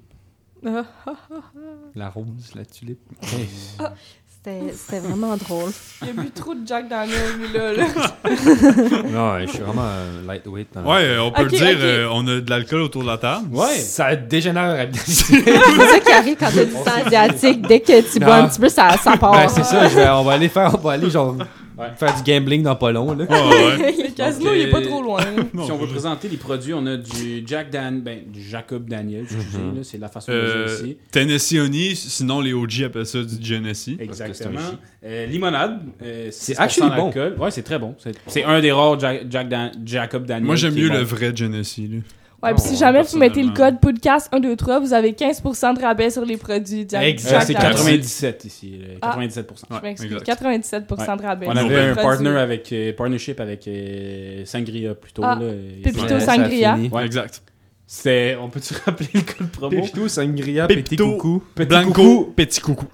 S6: Ah.
S3: La rose, la tulipe?
S7: C'était c'était vraiment drôle.
S6: Il a bu trop de Jack Daniel, lui, là. là.
S2: [LAUGHS]
S3: non, je suis vraiment euh, lightweight. dans-
S4: Ouais, euh, on peut
S6: Ok,
S4: le dire,
S6: ok.
S4: euh, on a de l'alcool autour de la table.
S2: Ouais.
S3: Ça dégénère
S4: [LAUGHS]
S3: rapidement.
S7: [LAUGHS] C'est ça qui arrive quand t'as du sang asiatique. Dès que tu
S3: Non.
S7: bois un petit peu, ça, ça part.
S6: Oh.
S3: Ben, c'est ça, je vais- on va aller faire, on va aller genre
S2: Ouais.
S3: faire du gambling dans pas long, là.
S4: Ah ouais.
S6: [LAUGHS] Le casino, il est pas trop loin. là.
S4: Non,
S2: si on veut
S4: je-
S2: présenter les produits, on a du Jack Dan, ben, du Jacob Daniel, excusez, là, c'est la façon de le dire
S4: Euh,
S2: ici.
S4: Tennessee Honey, sinon les OG appellent ça du Genesee.
S2: Exactement.
S3: parce que
S2: Euh, limonade, euh,
S3: C'est actually
S2: 6% d'alcool. Ouais, c'est très bon. C'est- C'est un des rares Jack, Jack Dan- Jacob Daniel.
S4: Moi, j'aime
S2: qui Euh, est
S4: mieux
S2: bon.
S4: le vrai Genesee. Lui.
S6: Ouais,
S3: Non,
S6: puis si
S4: ouais,
S6: jamais vous mettez le
S4: personnellement.
S6: code podcast 1, 2, 3, vous avez 15% de rabais sur les produits Jack
S2: Euh,
S3: Exact,
S6: Jack
S2: c'est
S6: Daniel.
S2: 97 ici, euh,
S6: Ah.
S2: 97%.
S6: Je m'excuse,
S4: exact.
S6: 97% de rabais.
S2: On
S6: sur
S2: avait
S6: les
S2: un
S6: produits.
S2: partner avec, euh, partnership avec euh, Sangria plutôt.
S6: Ah,
S2: là, et-
S6: Pépito
S3: Ben,
S2: Ouais.
S6: Sangria.
S2: Ouais.
S4: Exact.
S2: C'était- on peut-tu [LAUGHS] rappeler le code promo?
S3: Pépito, sangria,
S4: Pépito.
S3: petit coucou.
S2: Petit
S4: Blanco,
S2: coucou,
S4: petit coucou.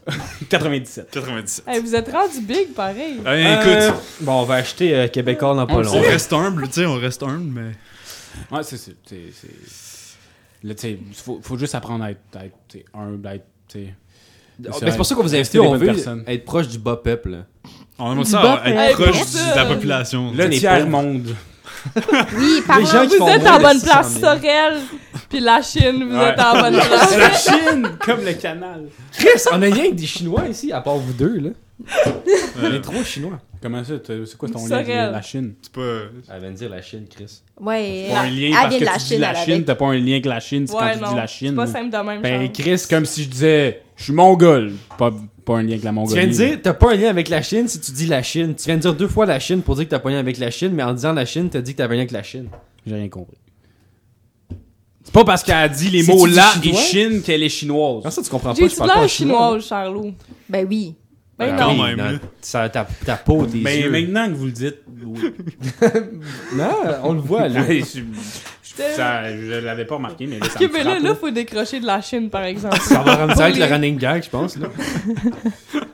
S2: 97.
S4: 97.
S6: Hey, vous êtes rendu big, pareil.
S4: Hey,
S3: Euh,
S4: écoute,
S3: Bon, on va acheter euh, Québécois dans pas long.
S4: on reste humble, tu sais, on reste humble, mais.
S2: Ouais, c'est c'est- c'est- c'est- Là, tu sais, faut, faut juste apprendre à être, à être tu sais, humble, à être. tu sais.
S3: Ben,
S2: C'est
S3: c'est pour ça qu'on vous a invité,
S2: Restez des
S3: on
S2: bonnes
S3: veut
S2: personnes.
S3: être proche du bas peuple.
S4: On aimerait
S7: Bah,
S4: ça
S6: hey,
S4: être proche
S6: pour
S4: du-
S6: ça.
S4: de la population.
S2: Le
S3: on est
S2: tiers
S3: pauvre.
S6: [LAUGHS]
S2: monde.
S7: Oui, parlant
S3: gens qui
S6: Vous
S3: font
S6: êtes
S3: moins
S6: en
S3: de
S6: bonne
S3: 600
S6: place,
S3: 000.
S6: Sorel. Puis la Chine, vous
S2: Ouais.
S6: êtes en bonne
S2: [LAUGHS]
S6: place.
S2: La Chine, comme le canal.
S3: Chris, on a rien que des Chinois ici, à part vous deux, là. Euh. On est trop Chinois.
S2: Comment ça? t'as- C'est quoi ton
S6: C'est
S2: lien avec
S6: réel.
S2: la Chine?
S4: C'est pas.
S3: Elle vient de dire la Chine, Chris.
S7: Ouais,
S2: Pas un
S7: elle-
S2: lien
S7: elle
S2: parce
S7: vient
S2: que
S7: de la
S2: tu dis
S7: Chine,
S2: la
S7: elle
S2: Chine,
S7: avait-
S2: t'as pas un lien avec la Chine, c'est
S6: Ouais,
S2: quand tu dis
S6: non.
S2: la
S6: C'est
S2: Chine.
S6: pas simple de même.
S2: Ben,
S6: genre.
S2: Chris, comme si je disais, je suis mongol. Pas, pas un lien avec la
S3: Tu
S2: Mongolie.
S3: viens de dire, t'as pas un lien avec la Chine si tu dis la Chine. Tu viens de dire deux fois la Chine pour dire que t'as pas un lien avec la Chine, mais en disant la Chine, t'as dit que t'avais un lien avec la Chine.
S2: J'ai rien compris. C'est pas parce qu'elle a dit les
S3: C'est-tu
S2: mots
S3: du
S2: là et
S3: chinois?
S2: Chine qu'elle est chinoise.
S3: Comment ça, tu comprends pas?
S6: J'ai
S3: je
S6: du
S3: parle pas en
S6: l'air chinois, Charlot.
S7: Ben oui.
S6: Ben
S4: Ah
S6: non.
S4: oui. Quand même,
S3: non,
S4: là.
S3: hein. ça- ta, ta peau, tes
S2: Mais
S3: yeux.
S2: maintenant que vous le dites, [LAUGHS] oui.
S3: Non, on le voit, là.
S2: Ouais, je- ça, je l'avais pas remarqué, mais là, ça
S6: Ok,
S2: me
S6: mais là,
S2: frappe,
S6: là, faut décrocher de la Chine, par exemple.
S3: Ça va rendre direct
S6: les-
S3: le running gag, je pense. Là.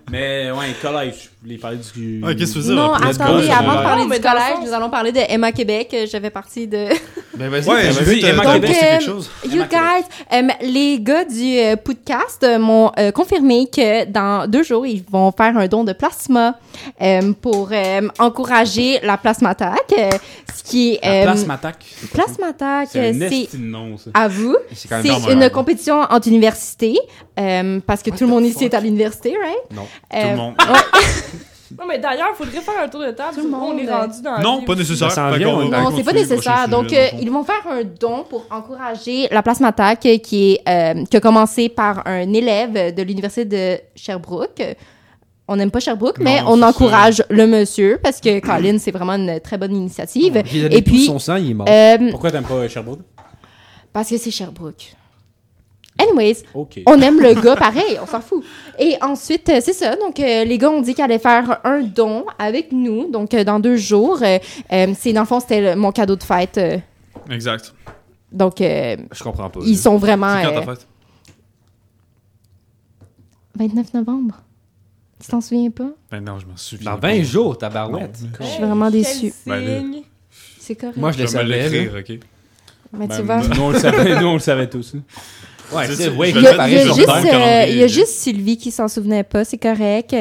S2: Mais ouais, collège, je voulais parler du.
S4: Ah, qu'est-ce que tu veux dire?
S7: Non,
S4: après, let's go,
S7: attendez,
S4: ça
S7: avant de
S4: va.
S7: parler
S6: Non, mais
S7: du
S6: dans le
S7: collège,
S6: sens-
S7: nous allons parler de Emma Québec. Euh, Je fais partie de...
S3: Ben vas-y.
S4: Ouais, j'ai
S2: vas-y,
S4: vu, t'as
S2: Emma
S4: t'as
S2: Québec.
S4: posté quelque
S7: euh,
S4: chose.
S7: You
S2: Emma Québec.
S7: guys, euh, les gars du euh, podcast euh, m'ont euh, confirmé que dans deux jours, ils vont faire un don de plasma euh, pour euh, encourager la plasmataque, euh, ce qui est...
S2: La
S7: euh,
S2: place m'attaque.
S7: plasmataque,
S2: C'est un
S7: euh,
S2: esti Ah.
S7: c'est
S2: de nom, ça.
S7: à vous.
S3: C'est quand même
S7: C'est
S4: normal.
S7: une compétition entre universités, euh, parce que tout le monde ici est à l'université, right?
S3: Non.
S4: Tout
S7: Euh,
S4: le monde.
S6: [LAUGHS] Non, mais d'ailleurs, faudrait faire un tour de table.
S7: Tout
S6: Tout
S7: le
S6: On
S7: monde,
S6: est
S7: euh,
S6: rendu dans.
S4: Non, pas nécessaire.
S3: Ça s'en
S4: Fait
S3: vient,
S4: qu'on-
S3: on-
S4: on
S7: Non, c'est
S4: continue
S7: pas
S4: le prochain
S7: nécessaire.
S4: sujet,
S7: Donc,
S4: dans le
S7: euh,
S4: fond.
S7: ils vont faire un don pour encourager la plasmataque euh, qui, est, euh, qui a commencé par un élève de l'université de Sherbrooke. Euh, On n'aime pas Sherbrooke,
S4: Non,
S7: mais
S4: non,
S7: on
S4: c'est
S7: encourage le monsieur parce que Colin, c'est vraiment une très bonne initiative.
S3: Il a donné
S7: Et
S3: tout
S7: puis,
S3: son sang, il est mort.
S7: euh,
S2: Pourquoi t'aimes pas euh, Sherbrooke?
S7: parce que c'est Sherbrooke. Anyways,
S2: OK.
S7: on aime le gars pareil, on s'en fout. Et ensuite, euh, c'est ça. Donc, euh, les gars ont dit qu'ils allaient faire un don avec nous, donc euh, dans deux jours. Euh, euh, c'est dans le fond, c'était le- mon cadeau de fête. euh,
S4: Exact.
S7: donc, euh,
S3: Je comprends pas.
S7: ils sont vraiment.
S4: C'est quand ta
S7: euh,
S4: fête?
S7: 29 novembre. Tu t'en souviens pas?
S4: Ben non, je m'en souviens.
S3: Dans
S4: pas.
S3: 20 jours, tabarouette.
S7: Je suis vraiment déçue.
S4: Ben là.
S6: Signe.
S7: C'est correct.
S3: Moi, je
S4: Je
S3: le
S4: vais me
S3: savais. là.
S4: l'écrire, ok?
S7: Mais tu
S2: Ben,
S7: vois.
S2: nous, on le savait, nous, on le savait tous. hein.
S3: Ouais,
S4: C'est-
S3: c'est
S4: c'est-
S3: wake
S4: je vais
S7: Il y,
S4: le
S7: a,
S3: up,
S4: mettre
S7: il y a
S4: sur
S3: arrête
S4: le
S7: juste,
S4: calendrier.
S7: euh, il y a juste Sylvie qui s'en souvenait pas, c'est correct.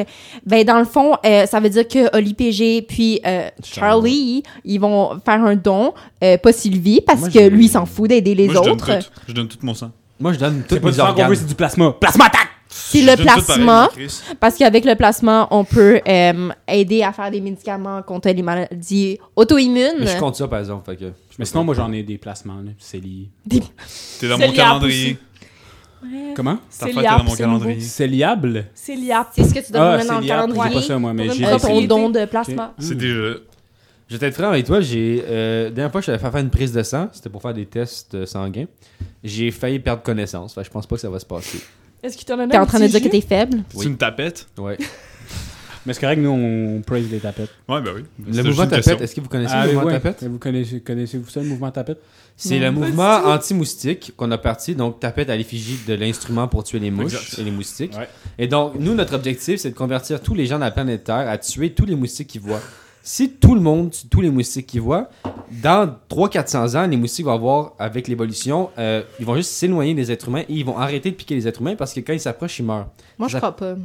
S7: Ben, dans le fond, euh, ça veut dire que Oli PG puis euh, Charlie, ils vont faire un don, euh, pas Sylvie, parce
S3: Moi,
S7: que
S3: j'ai-
S7: lui, il s'en fout d'aider les
S4: Moi, je donne
S7: autres.
S4: tout. Je donne tout mon sang.
S3: Moi, je donne
S2: C'est
S3: tous
S2: pas du
S3: mes
S2: sang qu'on
S3: organes.
S2: veut, c'est du plasma. Plasma attaque!
S7: C'est
S4: Je
S7: le
S4: donne tout
S7: plasma.
S4: pareil, Chris.
S7: Parce qu'avec le plasma, on peut euh, aider à faire des médicaments contre les maladies auto-immunes.
S3: Mais je compte ça, par exemple. Fait que
S2: Mais sinon, moi, j'en ai des placements. là, C'est lié.
S4: T'es dans
S6: C'est
S4: mon
S6: lié à
S4: calendrier.
S2: Comment?
S4: Ta
S6: C'est
S4: fête est dans
S6: liable,
S4: mon
S6: c'est nouveau.
S4: calendrier.
S2: C'est liable?
S6: C'est liable.
S7: C'est ce que tu donnes
S2: Ah,
S7: dans
S2: c'est
S7: le
S2: liable. J'ai pas
S7: calendrier.
S2: ça, moi, mais
S6: Pour une
S2: j'ai...
S7: euh,
S6: propre-
S7: ton
S2: essayé.
S7: don de plasma.
S4: C'est déjà.
S3: Je vais être franc avec toi, j'ai. Euh, dernière fois, je t'avais fait faire une prise de sang, c'était pour faire des tests euh, sanguins. J'ai failli perdre connaissance, fait que je pense pas que ça va se passer.
S6: Est-ce qu'il t'en a
S7: T'es en train de dire que t'es faible?
S3: Oui.
S4: C'est une tapette?
S3: Ouais.
S2: Mais c'est correct, nous, on praise les tapettes.
S4: Ouais, ben oui. C'était
S3: Le
S4: juste
S3: mouvement
S4: une
S3: tapette,
S4: question.
S3: est-ce que vous connaissez
S2: Ah,
S3: le
S2: mais
S3: mouvement
S2: ouais.
S3: tapette
S2: Vous connaissez, connaissez-vous ça, le mouvement tapette?
S3: C'est le mouvement anti-moustique qu'on a parti, donc tapette à l'effigie de l'instrument pour tuer les mouches
S4: Exact.
S3: et les moustiques.
S2: Ouais.
S3: Et donc, nous, notre objectif, c'est de convertir tous les gens de la planète Terre à tuer tous les moustiques qu'ils voient. Si tout le monde tue tous les moustiques qu'ils voient, dans 300-400 ans, les moustiques vont avoir, avec l'évolution, euh, ils vont juste s'éloigner des êtres humains et ils vont arrêter de piquer les êtres humains parce que quand ils s'approchent, ils meurent.
S7: Moi, je
S3: Ça-
S7: crois pas.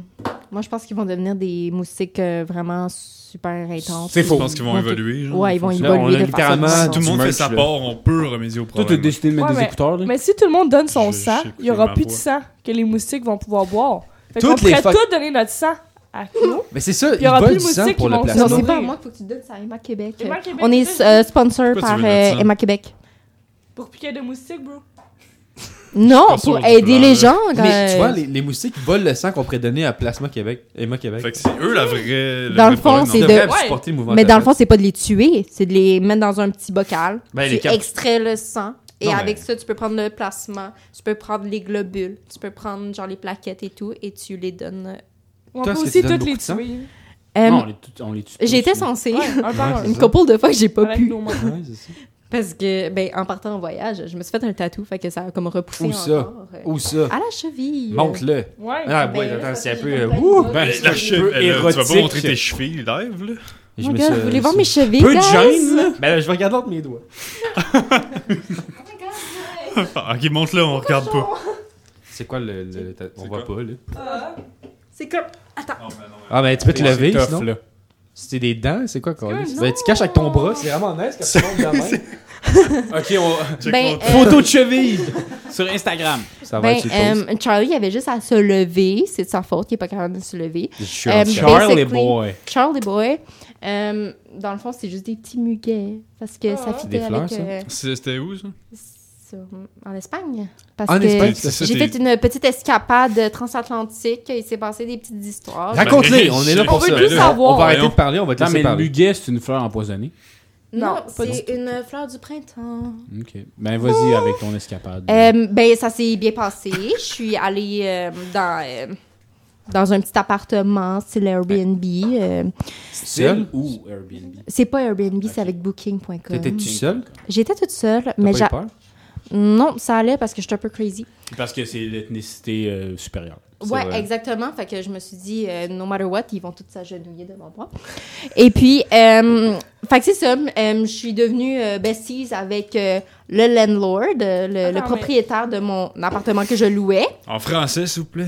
S7: Moi, je pense qu'ils vont devenir des moustiques euh, vraiment super intenses.
S2: C'est
S4: Je
S2: faux.
S4: pense qu'ils vont
S7: Ouais,
S4: évoluer. genre. euh,
S7: Ouais, ils vont
S3: Là, on
S7: évoluer
S3: a
S7: de façon
S3: littéralement
S4: Si tout le
S3: du
S4: monde fait
S3: merch,
S4: sa
S3: là.
S4: part, on peut remédier au
S2: Toi,
S4: problème.
S2: t'as décidé de mettre
S6: Ouais,
S2: des
S6: mais-
S2: écouteurs, là?
S6: Mais si tout le monde donne son
S4: Je- je
S6: sang,
S4: sais
S6: il y aura
S4: pas
S6: plus de
S4: quoi.
S6: sang que les moustiques vont pouvoir boire. Fait
S3: Toutes
S6: qu'on
S3: les fuck-
S6: pourrait tous donner notre sang à Clou.
S3: Mais c'est ça,
S6: il
S3: ils
S6: y aura
S3: volent
S6: plus
S3: du
S6: de
S3: sang
S6: moustiques
S3: pour
S6: qui
S3: le
S6: vont-
S7: Non,
S3: placement.
S6: Non,
S7: c'est
S6: mais-
S7: pas à moi qu'il faut que tu donnes, c'est à Emma Québec.
S6: Emma Québec,
S7: On est
S6: c'est ça.
S7: euh, sponsor
S4: Pourquoi tu
S7: par
S4: veux mettre
S7: euh,
S4: ça?
S7: Emma Québec.
S6: Pour piquer des moustiques, bro.
S7: Non,
S4: Sponsor
S7: pour
S4: du
S7: aider
S4: plan,
S7: les
S4: là.
S7: gens. quand,
S3: Mais tu
S7: euh,
S3: vois, les, les moustiques volent le sang qu'on pourrait donner à Plasma Québec, Emma Québec.
S4: Fait que c'est eux la vraie.
S7: Dans le
S4: problème,
S7: fond, c'est
S3: On
S4: non?
S7: de-
S3: devrait
S6: Ouais.
S3: supporter le mouvement
S7: Mais dans le
S3: tapette.
S7: fond, c'est pas de les tuer, c'est de les mettre dans un petit bocal.
S3: Ben, les
S7: tu
S3: cap-
S7: extrais le sang. Et
S3: Non, mais-
S7: avec ça, tu peux prendre le plasma, tu peux prendre les globules, tu peux prendre genre les plaquettes et tout, et tu les donnes.
S6: On
S3: Toi,
S6: peut
S3: est-ce que
S6: aussi
S3: tu donnes
S6: toutes les
S3: beaucoup de sang?
S6: tuer.
S7: Euh,
S2: Non, on les tue- on les tue tous,
S7: J'étais
S2: là.
S7: censée,
S6: Ouais, un par
S3: Ouais,
S6: un.
S7: [LAUGHS] une couple de fois que j'ai pas
S6: Avec
S7: pu.
S6: nos mains.
S3: Ouais, c'est ça.
S7: Parce que, ben, en partant en voyage, je me suis fait un tatou, fait que ça a comme repoussé
S3: Où ça?
S7: encore. euh,
S3: Ou ça.
S7: À la cheville.
S3: Montre-le.
S6: Ouais.
S3: Ah,
S7: Ben,
S3: ouais,
S7: là,
S3: attends,
S7: ça
S3: c'est un
S7: fait
S3: peu.
S7: des
S3: euh,
S7: montagnes
S3: Ouh!
S7: russes.
S4: Ben, [LAUGHS] la cheville,
S3: peu
S4: là, tu vas
S3: érotique.
S4: pas montrer tes chevilles live, là? [LAUGHS]
S7: Oh my god, vous voulez voir mes
S3: cheveux.
S7: chevilles,
S2: Peu de
S7: guys?
S2: gêne, là.
S3: Ben là, je vais regarder entre mes doigts.
S4: Ah, ok, monte-le, on regarde pas.
S3: C'est quoi le. le- le- on
S4: C'est
S3: voit pas, là.
S7: C'est comme...
S3: Ah, ben tu peux te
S2: Ouais,
S3: lever,
S2: c'est tough,
S3: sinon.
S2: là.
S7: Euh,
S3: C'était des dents, c'est quoi, quoi?
S6: comme
S3: Tu tu caches avec ton bras, c'est vraiment nice quand tu tombes de même.
S2: OK, on...
S4: Check
S7: Ben,
S4: mon-
S7: euh,
S2: Photo de cheville sur Instagram.
S3: Ça va
S7: ben,
S3: être sur le
S7: euh, Charlie avait juste à se lever. C'est de sa faute qu'il n'est pas capable de se lever.
S3: Je
S7: euh,
S3: suis
S7: basically-
S2: Charlie Boy.
S7: Charlie Boy, euh, dans le fond, c'est juste des petits muguets. Parce que ça
S6: Ah.
S7: fitait
S3: Des fleurs,
S7: avec...
S3: ça?
S7: euh,
S4: [LAUGHS] C'est- C'était où, ça?
S7: sur- en Espagne. Parce
S3: En
S7: que
S3: Espagne,
S4: c'est ça,
S7: j'ai
S4: t'es-
S7: fait une petite escapade transatlantique. Il s'est passé des petites histoires.
S3: Raconte-les, on est là
S4: On
S3: pour
S6: veut
S3: ça.
S6: tout savoir.
S3: On va arrêter
S4: Voyons.
S3: de parler, on va te
S2: Non, mais
S3: laisser
S2: le
S3: parler.
S2: muguet, c'est une fleur empoisonnée.
S7: Non,
S6: Non, pas
S7: c'est une fleur du printemps.
S2: OK. Ben, vas-y avec ton escapade.
S7: Euh, ben, ça s'est bien passé. Je suis allée euh, dans, euh, dans un petit appartement, c'est l'Airbnb. euh,
S3: Seul?
S2: ou Airbnb? Hmm.
S7: c'est pas Airbnb,
S2: Ok.
S7: c'est avec booking.com.
S3: T'étais-tu seul?
S7: J'étais toute seule,
S3: T'as
S7: mais
S3: pas eu
S7: j'a-
S3: peur?
S7: non, ça allait parce que j'étais un peu crazy.
S2: Parce que c'est l'ethnicité euh, supérieure.
S3: C'est
S7: Ouais,
S3: vrai.
S7: exactement. Fait que je me suis dit, euh, no matter what, ils vont tous s'agenouiller devant moi. Et puis, euh, fait que c'est ça. euh, je suis devenue euh, besties avec euh, le landlord,
S3: Ah
S7: euh, le, le
S6: Attends, mais-
S7: propriétaire de mon appartement que je louais.
S4: En français, s'il vous plaît.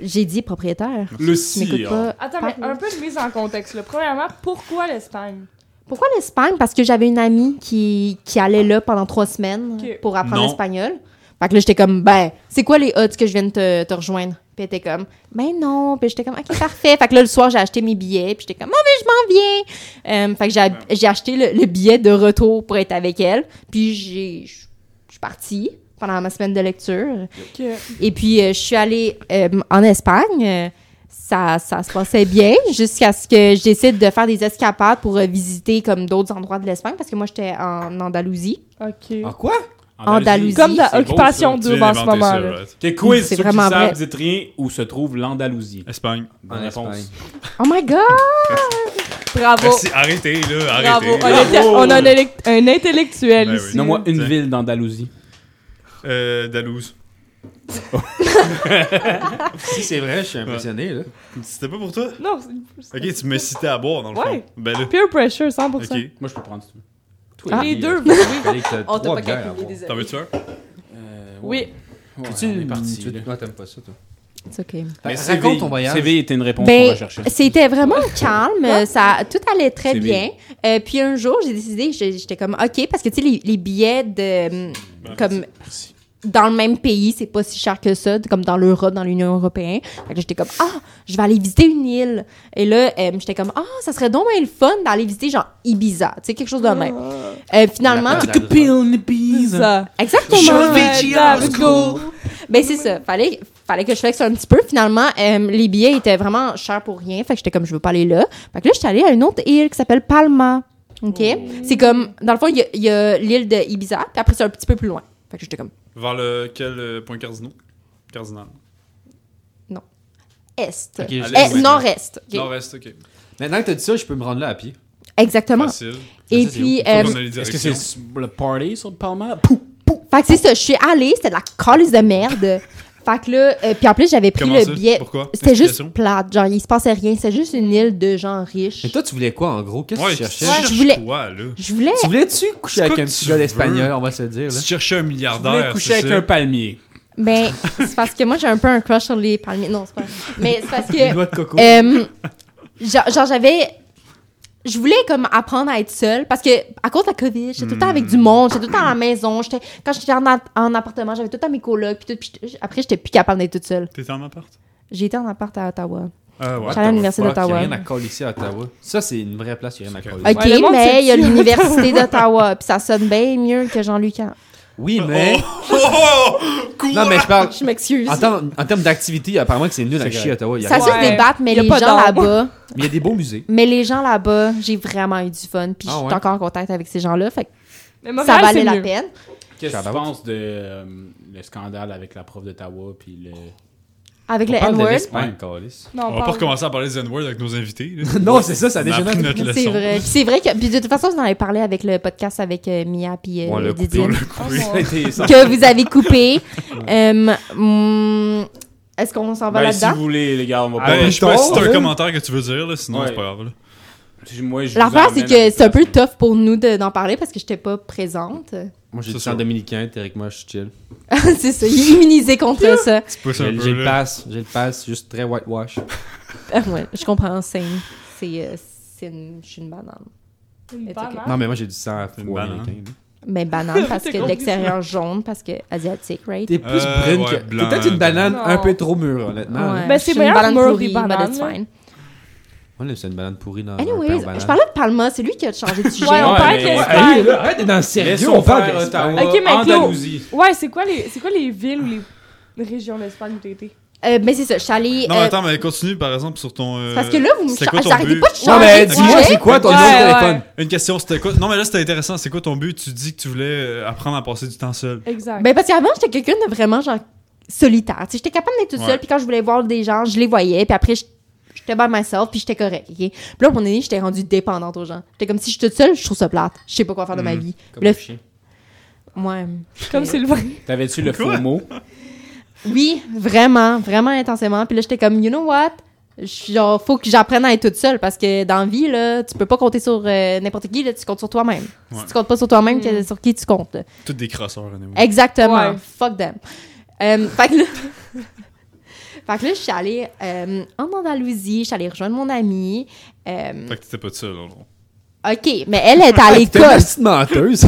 S7: J'ai dit propriétaire.
S2: Le
S7: Tu m'écoutes
S2: sire.
S3: hein.
S7: pas.
S6: Attends,
S7: Parle.
S6: mais un peu de mise en contexte. Là. Premièrement, pourquoi l'Espagne?
S7: Pourquoi l'Espagne? Parce que j'avais une amie qui, qui allait là pendant trois semaines
S6: Ok.
S7: pour apprendre
S4: Non.
S7: l'espagnol. Fait que là, j'étais comme, ben, c'est quoi les odds que je viens de te, te rejoindre? Puis elle était comme, ben non. Puis j'étais comme, ok, parfait. Fait que là, le soir, j'ai acheté mes billets. Puis j'étais comme, ah, mais je m'en viens. Euh, fait que j'ai- j'ai acheté le, le billet de retour pour être avec elle. Puis j'ai, je je suis partie pendant ma semaine de lecture.
S6: Que...
S7: Et puis, euh, je suis allée euh, en Espagne. Euh, Ça, ça se passait bien jusqu'à ce que je décide de faire des escapades pour euh, visiter comme d'autres endroits de l'Espagne parce que moi, j'étais en Andalousie.
S6: Ok.
S3: En quoi?
S7: Andalousie.
S6: Comme dans
S2: c'est beau,
S6: Occupation
S2: ça.
S4: Tu
S6: 2
S4: viens
S6: en ce
S4: d'inventer
S6: moment.
S4: ça,
S6: là.
S4: right?
S2: Ok, quiz, ceux
S7: C'est
S2: qui
S7: vraiment
S2: savent,
S7: vrai.
S2: dites rien, où se trouve l'Andalousie?
S4: Espagne.
S2: Bonne
S3: En
S2: réponse.
S3: Espagne.
S7: Oh my god!
S6: Bravo.
S4: Merci, arrêtez, là,
S6: Bravo.
S4: arrêtez.
S6: On, était- on a un, élect- un intellectuel
S4: Ben oui.
S7: Euh,
S6: ici.
S2: Non, moi, une
S4: Tiens.
S2: ville d'Andalousie.
S4: Euh, Dalouse.
S3: Si c'est vrai, je suis impressionné, là.
S4: C'était pas pour toi?
S6: Non, c'est-
S4: Ok, tu me citais à boire, dans le
S6: Ouais.
S4: fond. Ben là,
S6: peer pressure, 100%.
S4: ok.
S2: Moi, je peux prendre si tu veux.
S3: Toi,
S6: Les
S3: Ellie,
S6: deux,
S3: là,
S6: oui.
S3: fallait que t'as
S7: On t'a
S3: trois
S7: pas
S3: bières à
S7: calculé,
S3: boire.
S7: désolé.
S4: T'en veux-tu un?
S2: Euh,
S6: Oui.
S2: Ouais,
S3: Tu-
S2: on est parti.
S3: tu-
S2: là.
S3: Toi, t'aimes pas ça, toi.
S7: C'est ok.
S2: Mais
S3: Raconte
S2: CV,
S3: ton voyage.
S2: CV était une réponse qu'on
S7: Ben,
S2: va chercher.
S7: c'était vraiment calme, euh, ça tout allait très
S2: C'est
S7: bien. Euh, puis un jour, j'ai décidé, j'ai- j'étais comme OK parce que tu sais les, les billets
S2: Ben,
S7: de hum, comme dans le même pays, c'est pas si cher que ça, comme dans l'Europe, dans l'Union européenne. Fait que j'étais comme ah, je vais aller visiter une île. Et là, euh, j'étais comme ah, ça serait donc bien le fun d'aller visiter genre Ibiza, tu sais quelque chose de même. Euh, finalement,
S3: La- la-
S2: Took a pill in Ibiza.
S6: Ça.
S7: exactement.
S6: Ouais, let's go.
S7: Ben c'est ça, fallait fallait que je flexe un petit peu. Finalement, euh, les billets étaient vraiment chers pour rien, fait que j'étais comme je veux pas aller là. Fait que là, j'étais allée à une autre île qui s'appelle Palma. OK C'est comme dans le fond, il y a- il y a l'île de Ibiza, puis après c'est un petit peu plus loin. Fait que j'étais comme
S4: Vers lequel euh, point cardinal? Cardinal.
S7: est.
S3: Ok, je-
S7: Eh,
S4: Allez,
S7: nord-est. OK.
S4: Nord-est, ok.
S3: Maintenant que t'as dit ça, je peux me rendre là à pied.
S7: Exactement.
S4: Facile.
S7: Et
S3: ça, Ah, c'est
S7: puis
S3: où?
S7: euh,
S4: Faut qu'on ait les
S2: Est-ce que c'est
S4: directions.
S2: s- le party sur le Palma? Pouf!
S7: fait que c'est ça, je suis allée, c'était de la calice de
S3: [LAUGHS]
S7: merde. fait que là euh, puis en plus, j'avais pris
S4: Comment
S7: le
S4: ça?
S7: billet.
S4: Pourquoi?
S7: C'était juste
S4: Explication?
S7: plate, genre il se passait rien, c'était juste une île de gens riches.
S3: Mais toi, tu voulais quoi, en gros? Qu'est-ce que
S4: Ouais,
S3: tu cherchais?
S7: Ouais, je
S4: je
S7: voulais-
S4: voulais. Quoi, là?
S7: Je voulais
S3: Tu voulais-tu coucher
S4: C'est
S3: avec
S4: quoi
S3: un
S4: que
S3: petit
S4: tu
S3: gars
S4: veux?
S3: d'espagnol, on va se le dire, là?
S4: Si tu cherchais un
S2: Je voulais
S4: milliardaire,
S2: coucher
S4: c'est
S2: avec
S4: ça.
S2: un palmier.
S3: [LAUGHS]
S7: Ben, c'est parce que moi, j'ai un peu un crush sur les palmiers. Non, c'est pas vrai. Mais c'est parce
S3: Une
S7: que,
S3: noix de coco.
S7: euh, genre, genre, j'avais... Je voulais comme apprendre à être seule parce que à cause de la COVID, j'étais tout le temps
S3: Hmm.
S7: avec du monde, j'étais tout le temps à la maison, j'étais quand j'étais en, a- en appartement, j'avais tout le temps mes colocs puis tout puis j'étais- après j'étais plus capable d'être toute seule.
S4: T'étais en appart?
S7: J'ai été en appart à Ottawa.
S4: Ah [LAUGHS] ouais.
S7: J'allais à l'université
S3: Ouais, qu'il y a
S7: d'Ottawa.
S3: rien à coller ici à Ottawa. Ça, c'est une vraie place, il n'y a rien à
S4: Ok.
S3: coller.
S7: OK,
S6: Ouais, le monde
S7: mais il y a
S6: sait-tu à [LAUGHS]
S7: l'université d'Ottawa puis ça sonne bien mieux que Jean-Lucas.
S3: Oui, mais.
S4: Oh! Quoi?
S3: Non, mais je
S6: Ah,
S7: [LAUGHS]
S3: parle.
S7: Je m'excuse.
S3: En, termes- en termes d'activité, apparemment que c'est nul à
S2: C'est
S3: chier
S2: correct.
S3: à Ottawa. Il y, a
S7: Ça
S3: rien.
S7: se
S6: Ouais.
S7: débattre mais
S6: Il y a
S7: les
S6: pas
S7: gens
S6: d'ombre.
S7: là-bas
S3: Mais il y a des beaux musées.
S7: Mais les gens là-bas, j'ai vraiment eu du fun. Puis
S3: Ah
S7: je suis
S3: ouais?
S7: encore en contact avec ces gens-là. Fait que
S6: Mais Montréal,
S7: ça valait
S6: c'est
S7: la
S6: mieux.
S7: peine.
S2: Qu'est-ce que tu
S3: Shout-out.
S2: penses de euh, le scandale avec la prof d'Ottawa puis le...
S7: Avec
S3: On
S7: le
S3: parle de
S7: N-word.
S3: l'Espagne, câlisse.
S6: Non,
S4: On va pas
S6: parle-
S4: recommencer à parler des N-word avec nos invités. là.
S3: [LAUGHS]
S4: [LAUGHS]
S3: Non, c'est ça, ça
S4: On a
S3: dégénère.
S4: appris notre
S7: C'est
S4: leçon.
S7: vrai. Puis c'est vrai que. Puis de toute façon, vous en avez parlé avec le podcast avec euh, Mia puis euh,
S3: On l'a coupé,
S7: Didine,
S4: On l'a
S6: Oh,
S4: coupé.
S6: mon-
S2: T'es- ça-
S7: que vous avez coupé. Euh, mm, Est-ce qu'on s'en va
S2: Ben, si
S7: là-dedans?
S2: vous voulez, les gars, on va pas...
S4: Ben, je sais pas si t'as
S3: là.
S4: un commentaire que tu veux dire, là, sinon
S2: Ouais.
S4: c'est pas grave. là.
S2: Moi, je vous
S7: L'affaire,
S2: emmène à
S7: c'est que
S2: des
S7: c'est un peu
S2: places.
S7: tough pour nous de- d'en parler parce que j'étais pas présente.
S3: Moi, j'ai
S4: C'est
S3: du sang
S4: sûr.
S3: dominicain, théoriquement, je suis chill.
S7: [LAUGHS] c'est ça, il est immunisé contre ça.
S4: Tu pousses un
S3: J'ai j'ai
S4: peu
S3: le
S4: là.
S3: pass, j'ai le pass, juste très whitewash.
S7: Ah ouais, je comprends, c'est une- c'est, euh, c'est une, je suis une banane.
S6: Une hein.
S7: ok.
S6: banane.
S3: Non, mais moi, j'ai du sang
S4: Une
S3: froid
S4: banane.
S3: américain. là.
S7: Mais [LAUGHS] banane parce
S6: T'as
S7: que
S6: compris
S7: l'extérieur jaune parce que asiatique, right?
S3: T'es plus
S4: Euh,
S3: brune
S4: ouais,
S3: que.
S4: blanc,
S3: T'es peut-être une banane
S6: blanc.
S3: un peu trop mûre, honnêtement.
S7: Ouais,
S6: Ben,
S7: je
S6: c'est
S7: suis une
S6: meilleur
S7: banane
S6: mûr
S7: pourrie,
S6: des bananes,
S7: but it's
S6: là.
S7: fine.
S3: On aime ça, une banane pourrie
S4: Ah,
S3: dans un
S7: Anyways,
S3: pain aux
S7: je
S3: bananes.
S7: parlais de Palma, c'est lui qui a changé [LAUGHS] de sujet.
S6: Ouais, on
S2: Ouais,
S6: parle
S2: mais-
S6: de
S3: Hey,
S6: l'Espagne.
S3: là, arrête d'être dans le sérieux,
S2: Laissons
S3: on parle
S2: faire
S3: d'Espagne.
S2: Ottawa,
S6: Ok, mais Claude-
S2: Andalousie.
S6: Ouais, c'est quoi, les... c'est quoi les villes ou les régions d'Espagne où t'as été?
S7: Euh, mais c'est ça, je suis allée.
S4: Non,
S7: euh,
S4: mais attends, mais continue par exemple sur ton. euh,
S7: parce que là, vous me
S4: c'était
S7: cha-
S4: quoi ton
S7: j'arrêtais
S4: but?
S7: pas de changer.
S3: Non, mais
S7: de
S3: dis-moi,
S7: sujet.
S3: c'est quoi ton numéro de
S6: Ouais, ouais.
S3: téléphone?
S4: Une question, c'était quoi Non, mais là, c'était intéressant. C'est quoi ton but Tu dis que tu voulais euh, apprendre à passer du temps seul.
S6: Exact.
S7: Ben, parce qu'avant, j'étais quelqu'un de vraiment genre solitaire. Tu sais, j'étais capable d'être toute
S4: Ouais.
S7: seule, puis quand je voulais voir des gens, je les voyais, puis après, je- j'étais by myself, puis j'étais correcte. ok? Puis là, à un moment donné, j'étais rendue dépendante aux gens. J'étais comme si je suis toute seule, je trouve ça plate. Je sais pas quoi faire de ma
S4: Mm.
S7: vie.
S3: Comme un
S7: Bref.
S3: chien.
S7: Ouais.
S6: Comme Sylvain.
S2: T'avais-tu le faux mot?
S7: Oui, vraiment, vraiment intensément. Puis là, j'étais comme, you know what? Je suis Genre, faut que j'apprenne à être toute seule parce que dans la vie, là, tu peux pas compter sur euh, n'importe qui, là, tu comptes sur toi-même.
S4: Ouais.
S7: Si tu comptes pas sur toi-même,
S6: Mm.
S7: que- sur qui tu comptes?
S4: Toutes des crosseurs, anyway.
S7: Exactement.
S6: Ouais.
S7: Fuck them. Euh, fait que là, [LAUGHS] fait que là, je suis allée euh, en Andalousie, je suis allée rejoindre mon amie. Euh,
S4: Fait que t'étais pas tout seul, dans le fond.
S7: ok, mais elle
S3: [LAUGHS]
S7: est à
S3: T'es une
S7: l'école.
S3: petite [LAUGHS] menteuse.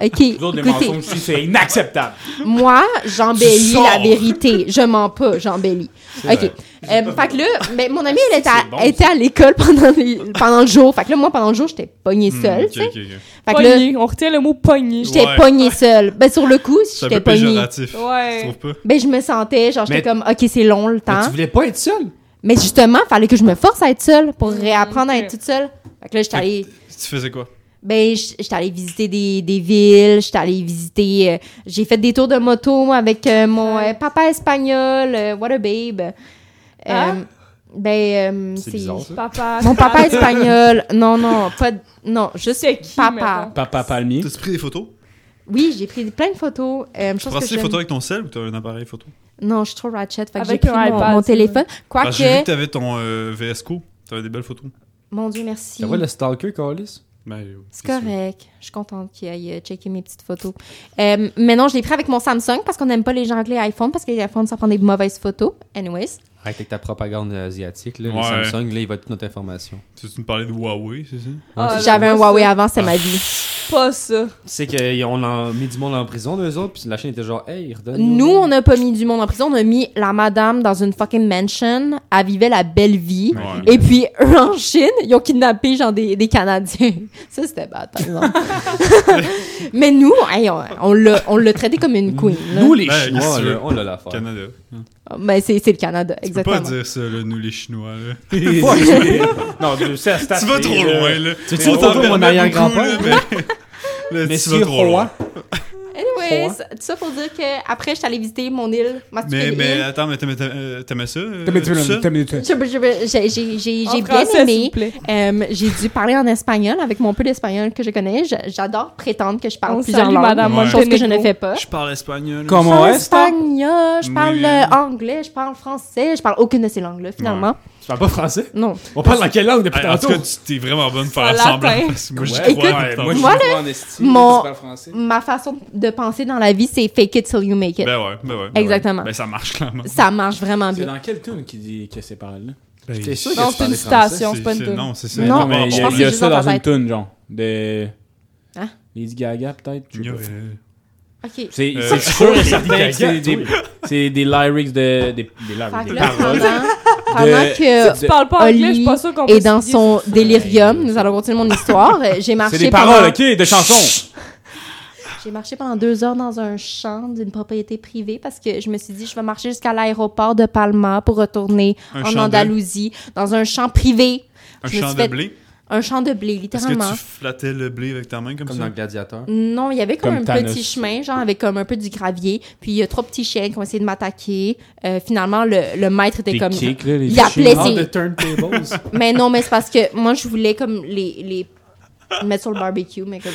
S7: Ok,
S2: Vous autres, les
S7: écoutez,
S2: mensonges ici, c'est inacceptable.
S7: moi, j'embellis
S4: sors.
S7: la vérité. Je mens pas, j'embellis. OK.
S3: vrai.
S7: Euh, fait que là, mais mon amie, elle était à,
S2: c'est bon,
S7: était à l'école pendant, les- pendant le jour. Fait que là, moi, pendant le jour, j'étais pognée
S4: Hmm,
S7: seule,
S4: ok,
S7: tu sais.
S4: ok, ok.
S7: Fait que là,
S6: Pogné. On retient le mot pogné.
S7: j'étais
S4: Ouais.
S7: pognée seule. Ben, sur le coup,
S4: C'est un
S7: j'étais
S4: peu
S7: pognée.
S4: péjoratif.
S6: Ouais.
S4: Tu trouves pas
S7: Ben, je me sentais, genre, j'étais
S3: Mais-
S7: comme, OK, c'est long le
S3: Mais
S7: temps.
S3: tu voulais pas être seule.
S7: Mais justement, fallait que je me force à être seule pour réapprendre à
S6: Mm, ok.
S7: être toute seule. Fait que là, j'étais allée...
S4: Tu faisais quoi
S7: Ben, j- j'étais allée visiter des, des villes, j'étais allée visiter... euh, j'ai fait des tours de moto, moi, avec euh, mon euh, papa espagnol, euh, what a babe. Euh,
S6: Ah?
S7: ben, euh,
S3: C'est bizarre, ça.
S6: Papa. [LAUGHS]
S7: Mon papa espagnol. Non, non, pas... d- Non, juste
S6: C'est qui,
S7: papa.
S2: [LAUGHS] Papa Palmier.
S4: T'as-tu pris des photos?
S7: Oui, j'ai pris plein de photos. Euh,
S4: Tu
S7: chose
S4: prends
S7: que
S4: des
S7: j'aime-
S4: photos avec ton sel ou t'as un appareil photo?
S7: Non, je suis trop ratchet, fait que j'ai
S6: Avec
S7: pris
S6: un
S7: mon,
S6: iPad,
S7: mon
S6: c'est
S7: téléphone.
S4: Parce que Bah, j'ai vu que
S7: Quoique...
S4: t'avais ton euh, VSCO. T'avais des belles photos.
S7: Mon Dieu, merci.
S3: T'as
S4: Ah
S3: vrai le stalker, Carlis?
S4: Ben, euh, qu'est-ce
S7: C'est
S4: que tu veux?
S7: correct. Je suis contente qu'il aille euh, checker mes petites photos. Euh, mais non, je l'ai pris avec mon Samsung parce qu'on n'aime pas les gens anglais iPhone parce que les iPhones, ça prend des mauvaises photos. Anyways.
S3: Arrête avec ta propagande asiatique, là.
S4: Ouais.
S3: Le Samsung, là, il va toute notre information.
S4: Tu veux me parlais de Huawei, c'est ça?
S6: Ah, là,
S7: J'avais un
S6: moi,
S7: Huawei avant, c'est ma vie.
S6: c'est Pas ça.
S3: C'est qu'on a mis du monde en prison, eux autres, puis la chaîne était genre, hey, redonne.
S7: Nous, on n'a pas mis du monde en prison. On a mis la madame dans une fucking mansion. Elle vivait la belle vie.
S4: Ouais.
S7: Et puis, eux, en Chine, ils ont kidnappé, genre, des, des Canadiens. [LAUGHS] Ça, c'était bad, par exemple. mais nous, hey, on, on l'a- on l'a traité comme une queen. là.
S3: Nous, les
S4: Ben, qu'est-ce
S3: Chinois,
S4: que tu
S3: là,
S4: veux?
S3: on l'a l'affaire.
S4: Canada.
S7: Mais c'est c'est le Canada,
S4: Tu peux pas
S7: exactement.
S4: dire ça, là, nous les Chinois. Là.
S2: [LAUGHS] non, tu sais, à
S4: Tu vas trop loin, là.
S3: Tu veux-tu
S4: On
S3: une
S4: t'en
S3: photo de mon
S4: permet
S3: arrière-grand-père?
S4: beaucoup, là, mais- [LAUGHS] là, tu vas
S3: Monsieur
S4: trop loin.
S3: Roy.
S7: Anyways, tout ça pour dire que après, je suis allée visiter mon île, ma stupide
S4: Mais, mais
S2: euh,
S7: île.
S4: attends, mais t'aimais- t'aimais t'aimais ça? euh, tout ça?
S2: T'as
S7: Je- je- J'ai j'ai- j'ai-
S6: En
S7: j'ai bien
S6: français, s'il
S7: aimé.
S6: vous plaît.
S7: Euh, j'ai dû parler en espagnol avec mon peu d'espagnol que je connais. Je- J'adore prétendre que je parle
S6: On
S7: plusieurs
S6: salue
S7: langues.
S6: Madame
S4: Ouais.
S7: Chose que je ne
S6: Montenegro.
S7: fais pas.
S4: Je parle espagnol.
S2: Comment?
S7: Je parle
S2: Ouais, c'est pas-
S7: espagnol, je parle
S4: Oui.
S7: euh, anglais, je parle français, je parle aucune de ces langues-là, finalement.
S2: Tu parles pas français?
S7: Non.
S2: On parle dans quelle langue depuis
S4: Hey, en tout
S2: tantôt?
S4: cas, tu t'es vraiment bonne pour faire
S6: En
S4: semblant.
S6: latin.
S4: parce que Moi, je
S3: Ouais.
S4: crois.
S7: Écoute,
S2: Euh,
S4: en même temps.
S3: moi, je
S7: moi,
S3: suis pas en esti,
S7: mon-
S3: tu parles français.
S7: Ma façon de penser dans la vie, c'est fake it till you make it.
S4: Ben ouais, ben ouais.
S7: Exactement.
S4: Ben ça marche clairement.
S7: Ça marche vraiment
S2: C'est
S7: bien.
S2: dans quelle tune qui dit que c'est par là?
S3: J'étais sûr
S6: Non,
S3: que tu
S6: c'est une
S3: parlais français.
S6: citation, c'est pas une tune.
S4: Non, c'est ça.
S7: Non,
S4: par
S2: mais il y a,
S7: pense
S4: rapport
S2: il
S4: à-
S2: y a
S7: que c'est
S2: ça
S7: juste dans
S2: dans
S7: ta
S2: une
S7: tête.
S2: tune, genre. De.
S7: Hein?
S2: Lady Gaga, peut-être? Je sais pas.
S4: Euh,
S7: OK.
S2: C'est
S4: Euh,
S2: c'est sûr et certain que c'est des, c'est des lyrics de. Des, des lyrics,
S7: Fait que
S2: des
S7: là,
S2: paroles.
S7: pendant, pendant
S2: De-
S7: que...
S6: Tu parles pas anglais, je suis
S7: Oli
S6: pas sûre qu'on
S7: Et
S6: peut
S7: dans
S6: se
S7: son délirium, nous allons continuer mon histoire. euh, J'ai marché,
S2: C'est des
S7: pendant-
S2: paroles, ok, de chansons.
S7: j'ai marché pendant deux heures dans un champ d'une propriété privée parce que je me suis dit, je vais marcher jusqu'à l'aéroport de Palma pour retourner
S4: Un
S7: en
S4: champ de-
S7: Andalousie, dans un champ privé.
S4: Un
S7: Je me
S4: champ
S7: suis
S4: de
S7: fait-
S4: blé.
S7: Un champ de blé,
S4: Est-ce que
S7: littéralement.
S4: tu flattais le blé avec ta main comme,
S3: Comme dans
S4: ça?
S3: Gladiateur.
S7: Non, il y avait comme,
S2: Comme
S7: un
S2: Thanos.
S7: petit chemin, genre avec comme un peu du gravier. Puis il y a trois petits chiens qui ont essayé de m'attaquer. Euh, finalement, le, le maître était
S2: Des
S7: comme.
S2: kicks, là, les
S7: Il appelait
S2: chiens. Ah,
S7: ses-
S3: de turntables.
S7: Mais non, mais c'est parce que moi, je voulais comme les, les mettre sur le barbecue, mais comme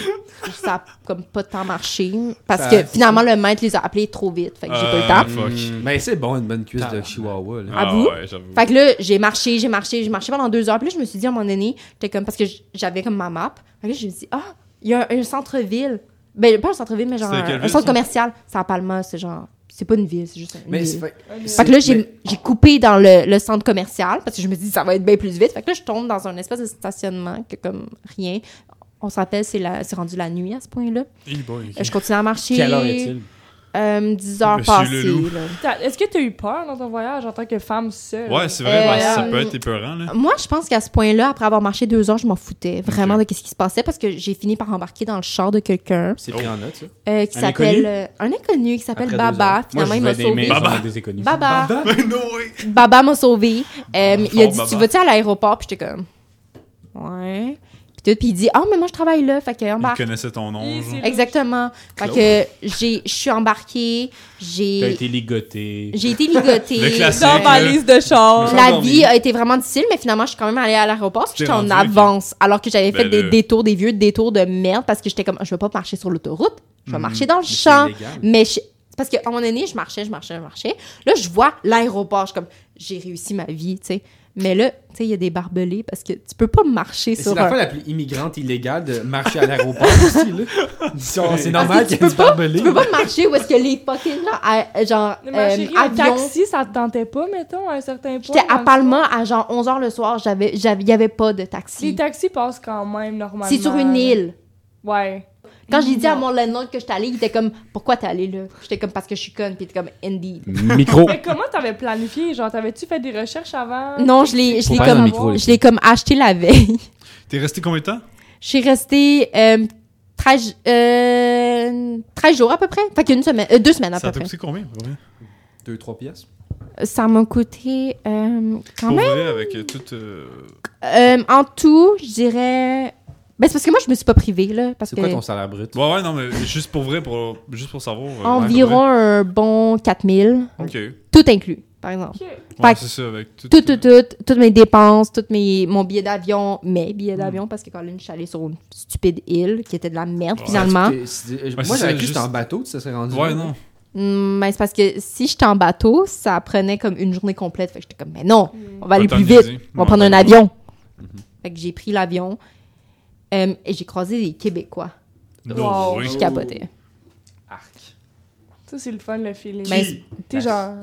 S7: ça a comme pas tant marché. Parce
S3: Ça-
S7: que finalement, le maître les a appelés trop vite. Fait que j'ai pas eu le
S4: Ah,
S7: temps.
S4: fuck.
S3: Mais Ben, c'est bon, une bonne cuisse de chihuahua, là.
S7: À
S4: Ah
S7: vous?
S4: ouais, j'avoue.
S7: Fait que là, j'ai marché, j'ai marché, j'ai marché pendant deux heures. Puis là, je me suis dit, à un moment donné, j'étais comme, parce que j- j'avais comme ma map. Fait que là, je me suis dit, ah, il y a un, un centre-ville. Ben, pas un centre-ville, mais genre
S4: C'est
S7: un,
S4: à quelle
S7: un
S4: ville,
S7: centre
S4: ça?
S7: commercial. C'est à Palma, c'est genre, c'est pas une ville, c'est juste une
S3: Mais c'est
S7: ville. Fait...
S3: fait.
S7: que là, j'ai j'ai coupé dans le, le centre commercial parce que je me suis dit, ça va être bien plus vite. Fait que là, je tombe dans un espèce de stationnement que comme rien. On se rappelle, c'est la- c'est rendu la nuit à ce point-là. Euh,
S4: Hey boy, ok.
S7: Je continue à marcher.
S2: Quelle heure est-il?
S7: Euh, 10 heures
S4: Monsieur
S7: passées.
S4: Leloup.
S7: là.
S6: T'as- Est-ce que t'as eu peur dans ton voyage en tant que femme seule?
S4: Ouais, c'est vrai, ben,
S7: Euh,
S4: ça peut être épeurant,
S7: [LAUGHS]
S4: là.
S7: Moi, je pense qu'à ce point-là, après avoir marché deux heures, je m'en foutais vraiment
S4: Ok.
S7: de ce qui se passait parce que j'ai fini par embarquer dans le char de quelqu'un
S3: C'est
S4: Oh.
S3: pris en note, ça.
S7: euh, qui
S2: Un
S7: s'appelle
S2: inconnu?
S7: euh, un inconnu qui s'appelle
S3: Après deux
S7: Baba.
S3: heures.
S7: Finalement, il m'a sauvé.
S4: maisons. Baba.
S2: des inconnus.
S7: Baba,
S4: no way!
S7: Baba m'a sauvé. Euh, il a
S4: Ah, Fort
S7: dit
S4: Baba.
S7: Tu vas-tu à l'aéroport Puis j'étais comme Ouais. Puis tout. Puis il dit Ah, mais moi, je travaille là. Fait que
S4: Il
S7: embarque.
S4: connaissait ton nom.
S6: Et
S4: genre.
S6: c'est-
S7: Exactement. Fait que j'ai- je suis embarquée.
S2: T'as
S7: J'ai
S2: été ligoté.
S7: j'ai été ligotée.
S4: [LAUGHS] Le classique.
S6: Dans
S4: Cinq,
S6: valise de char.
S4: Euh,
S7: La
S3: Endormi.
S7: vie a été vraiment difficile, mais finalement, je suis quand même allée à l'aéroport. puis
S4: Tu t'es
S7: J'étais en
S4: rendue, ok.
S7: avance, alors que j'avais fait
S4: Ben
S7: des
S4: là.
S7: détours, des vieux détours de merde, parce que j'étais comme, je veux pas marcher sur l'autoroute, je
S4: Hmm.
S7: vais marcher dans le champ. Mais je- parce qu'à un moment donné, je marchais, je marchais, je marchais. Là, je vois l'aéroport. Je suis comme, j'ai réussi ma vie, tu sais. Mais là, tu sais, il y a des barbelés parce que tu peux pas marcher
S3: C'est
S7: sur
S3: la fois
S7: un...
S3: la plus immigrante illégale de marcher à l'aéroport [LAUGHS] aussi, là. Disons, C'est normal qu'il y ait du barbelé.
S7: Tu peux pas marcher où est-ce que les fucking genre, à- genre
S6: Mais ma
S7: euh,
S6: chérie, un
S7: avions-
S6: taxi, ça te tentait pas, mettons, à un certain point?
S7: J'étais à
S6: dans le
S7: Palma à genre 11h le soir, j'avais j'avais il y avait pas de
S6: soir? Les
S7: taxi.
S6: taxis passent quand même, normalement.
S7: C'est sur une
S6: là.
S7: île.
S6: Ouais.
S7: Quand j'ai dit à mon landlord que j'étais allée, il était comme Pourquoi t'es allée là J'étais comme Parce que je suis conne, puis il était comme Indeed.
S2: Micro.
S6: Mais comment t'avais planifié? Genre, t'avais-tu fait des recherches avant?
S7: Non, je l'ai je
S3: Mm. Faut
S7: l'ai
S3: parler dans
S7: comme,
S3: le micro, les
S7: je l'ai comme acheté la veille.
S4: T'es resté combien de temps?
S7: Je suis restée euh, 13, euh, 13 jours à peu près. Fait qu'une semaine, euh, deux semaines à
S4: Ça
S7: peu
S4: t'a
S7: près.
S4: coûté combien? pour vrai?
S3: Deux, trois pièces.
S7: Ça m'a coûté euh, quand
S4: Pour
S7: même.
S4: vrai, avec euh, tout... euh,
S7: euh, en tout, je dirais Ben, c'est parce que moi, je me suis pas privée, là. Parce
S3: C'est
S7: que
S3: quoi ton salaire brut?
S4: Ouais, ouais, non, mais juste pour vrai, pour, juste pour savoir. euh,
S7: environ un bon 4000,
S4: ouais, Ok. Ouais,
S7: tout inclus, par exemple.
S6: Ok.
S7: Fait que-
S4: c'est ça, avec tout. euh,
S7: Tout, tout, tout, toutes mes dépenses, toutes mes, mon billet d'avion, mes billets d'avion, parce que quand je suis allée sur une stupide île qui était de la merde,
S4: Mm. Ouais,
S7: finalement.
S3: T'es- c'est-
S4: Ouais,
S3: moi, j'avais
S4: c'est ça,
S3: cru que c'était
S4: juste-
S3: en bateau, tu te serais rendu.
S4: Ouais,
S3: là.
S4: non.
S7: Hmm, ben, c'est parce que si j'étais en bateau, ça prenait comme une journée complète. Fait que j'étais comme, mais non, on va aller
S4: Pas
S7: plus
S4: t'en
S7: vite.
S4: niaiser.
S7: On va
S4: Ouais.
S7: prendre un avion.
S2: Mm-hmm.
S7: Fait que j'ai pris l'avion euh, et j'ai croisé des Québécois.
S6: Wow.
S4: Oui.
S7: Je capotais.
S3: Arc.
S6: Ça, c'est le fun, le feeling.
S7: Ben,
S6: T'es genre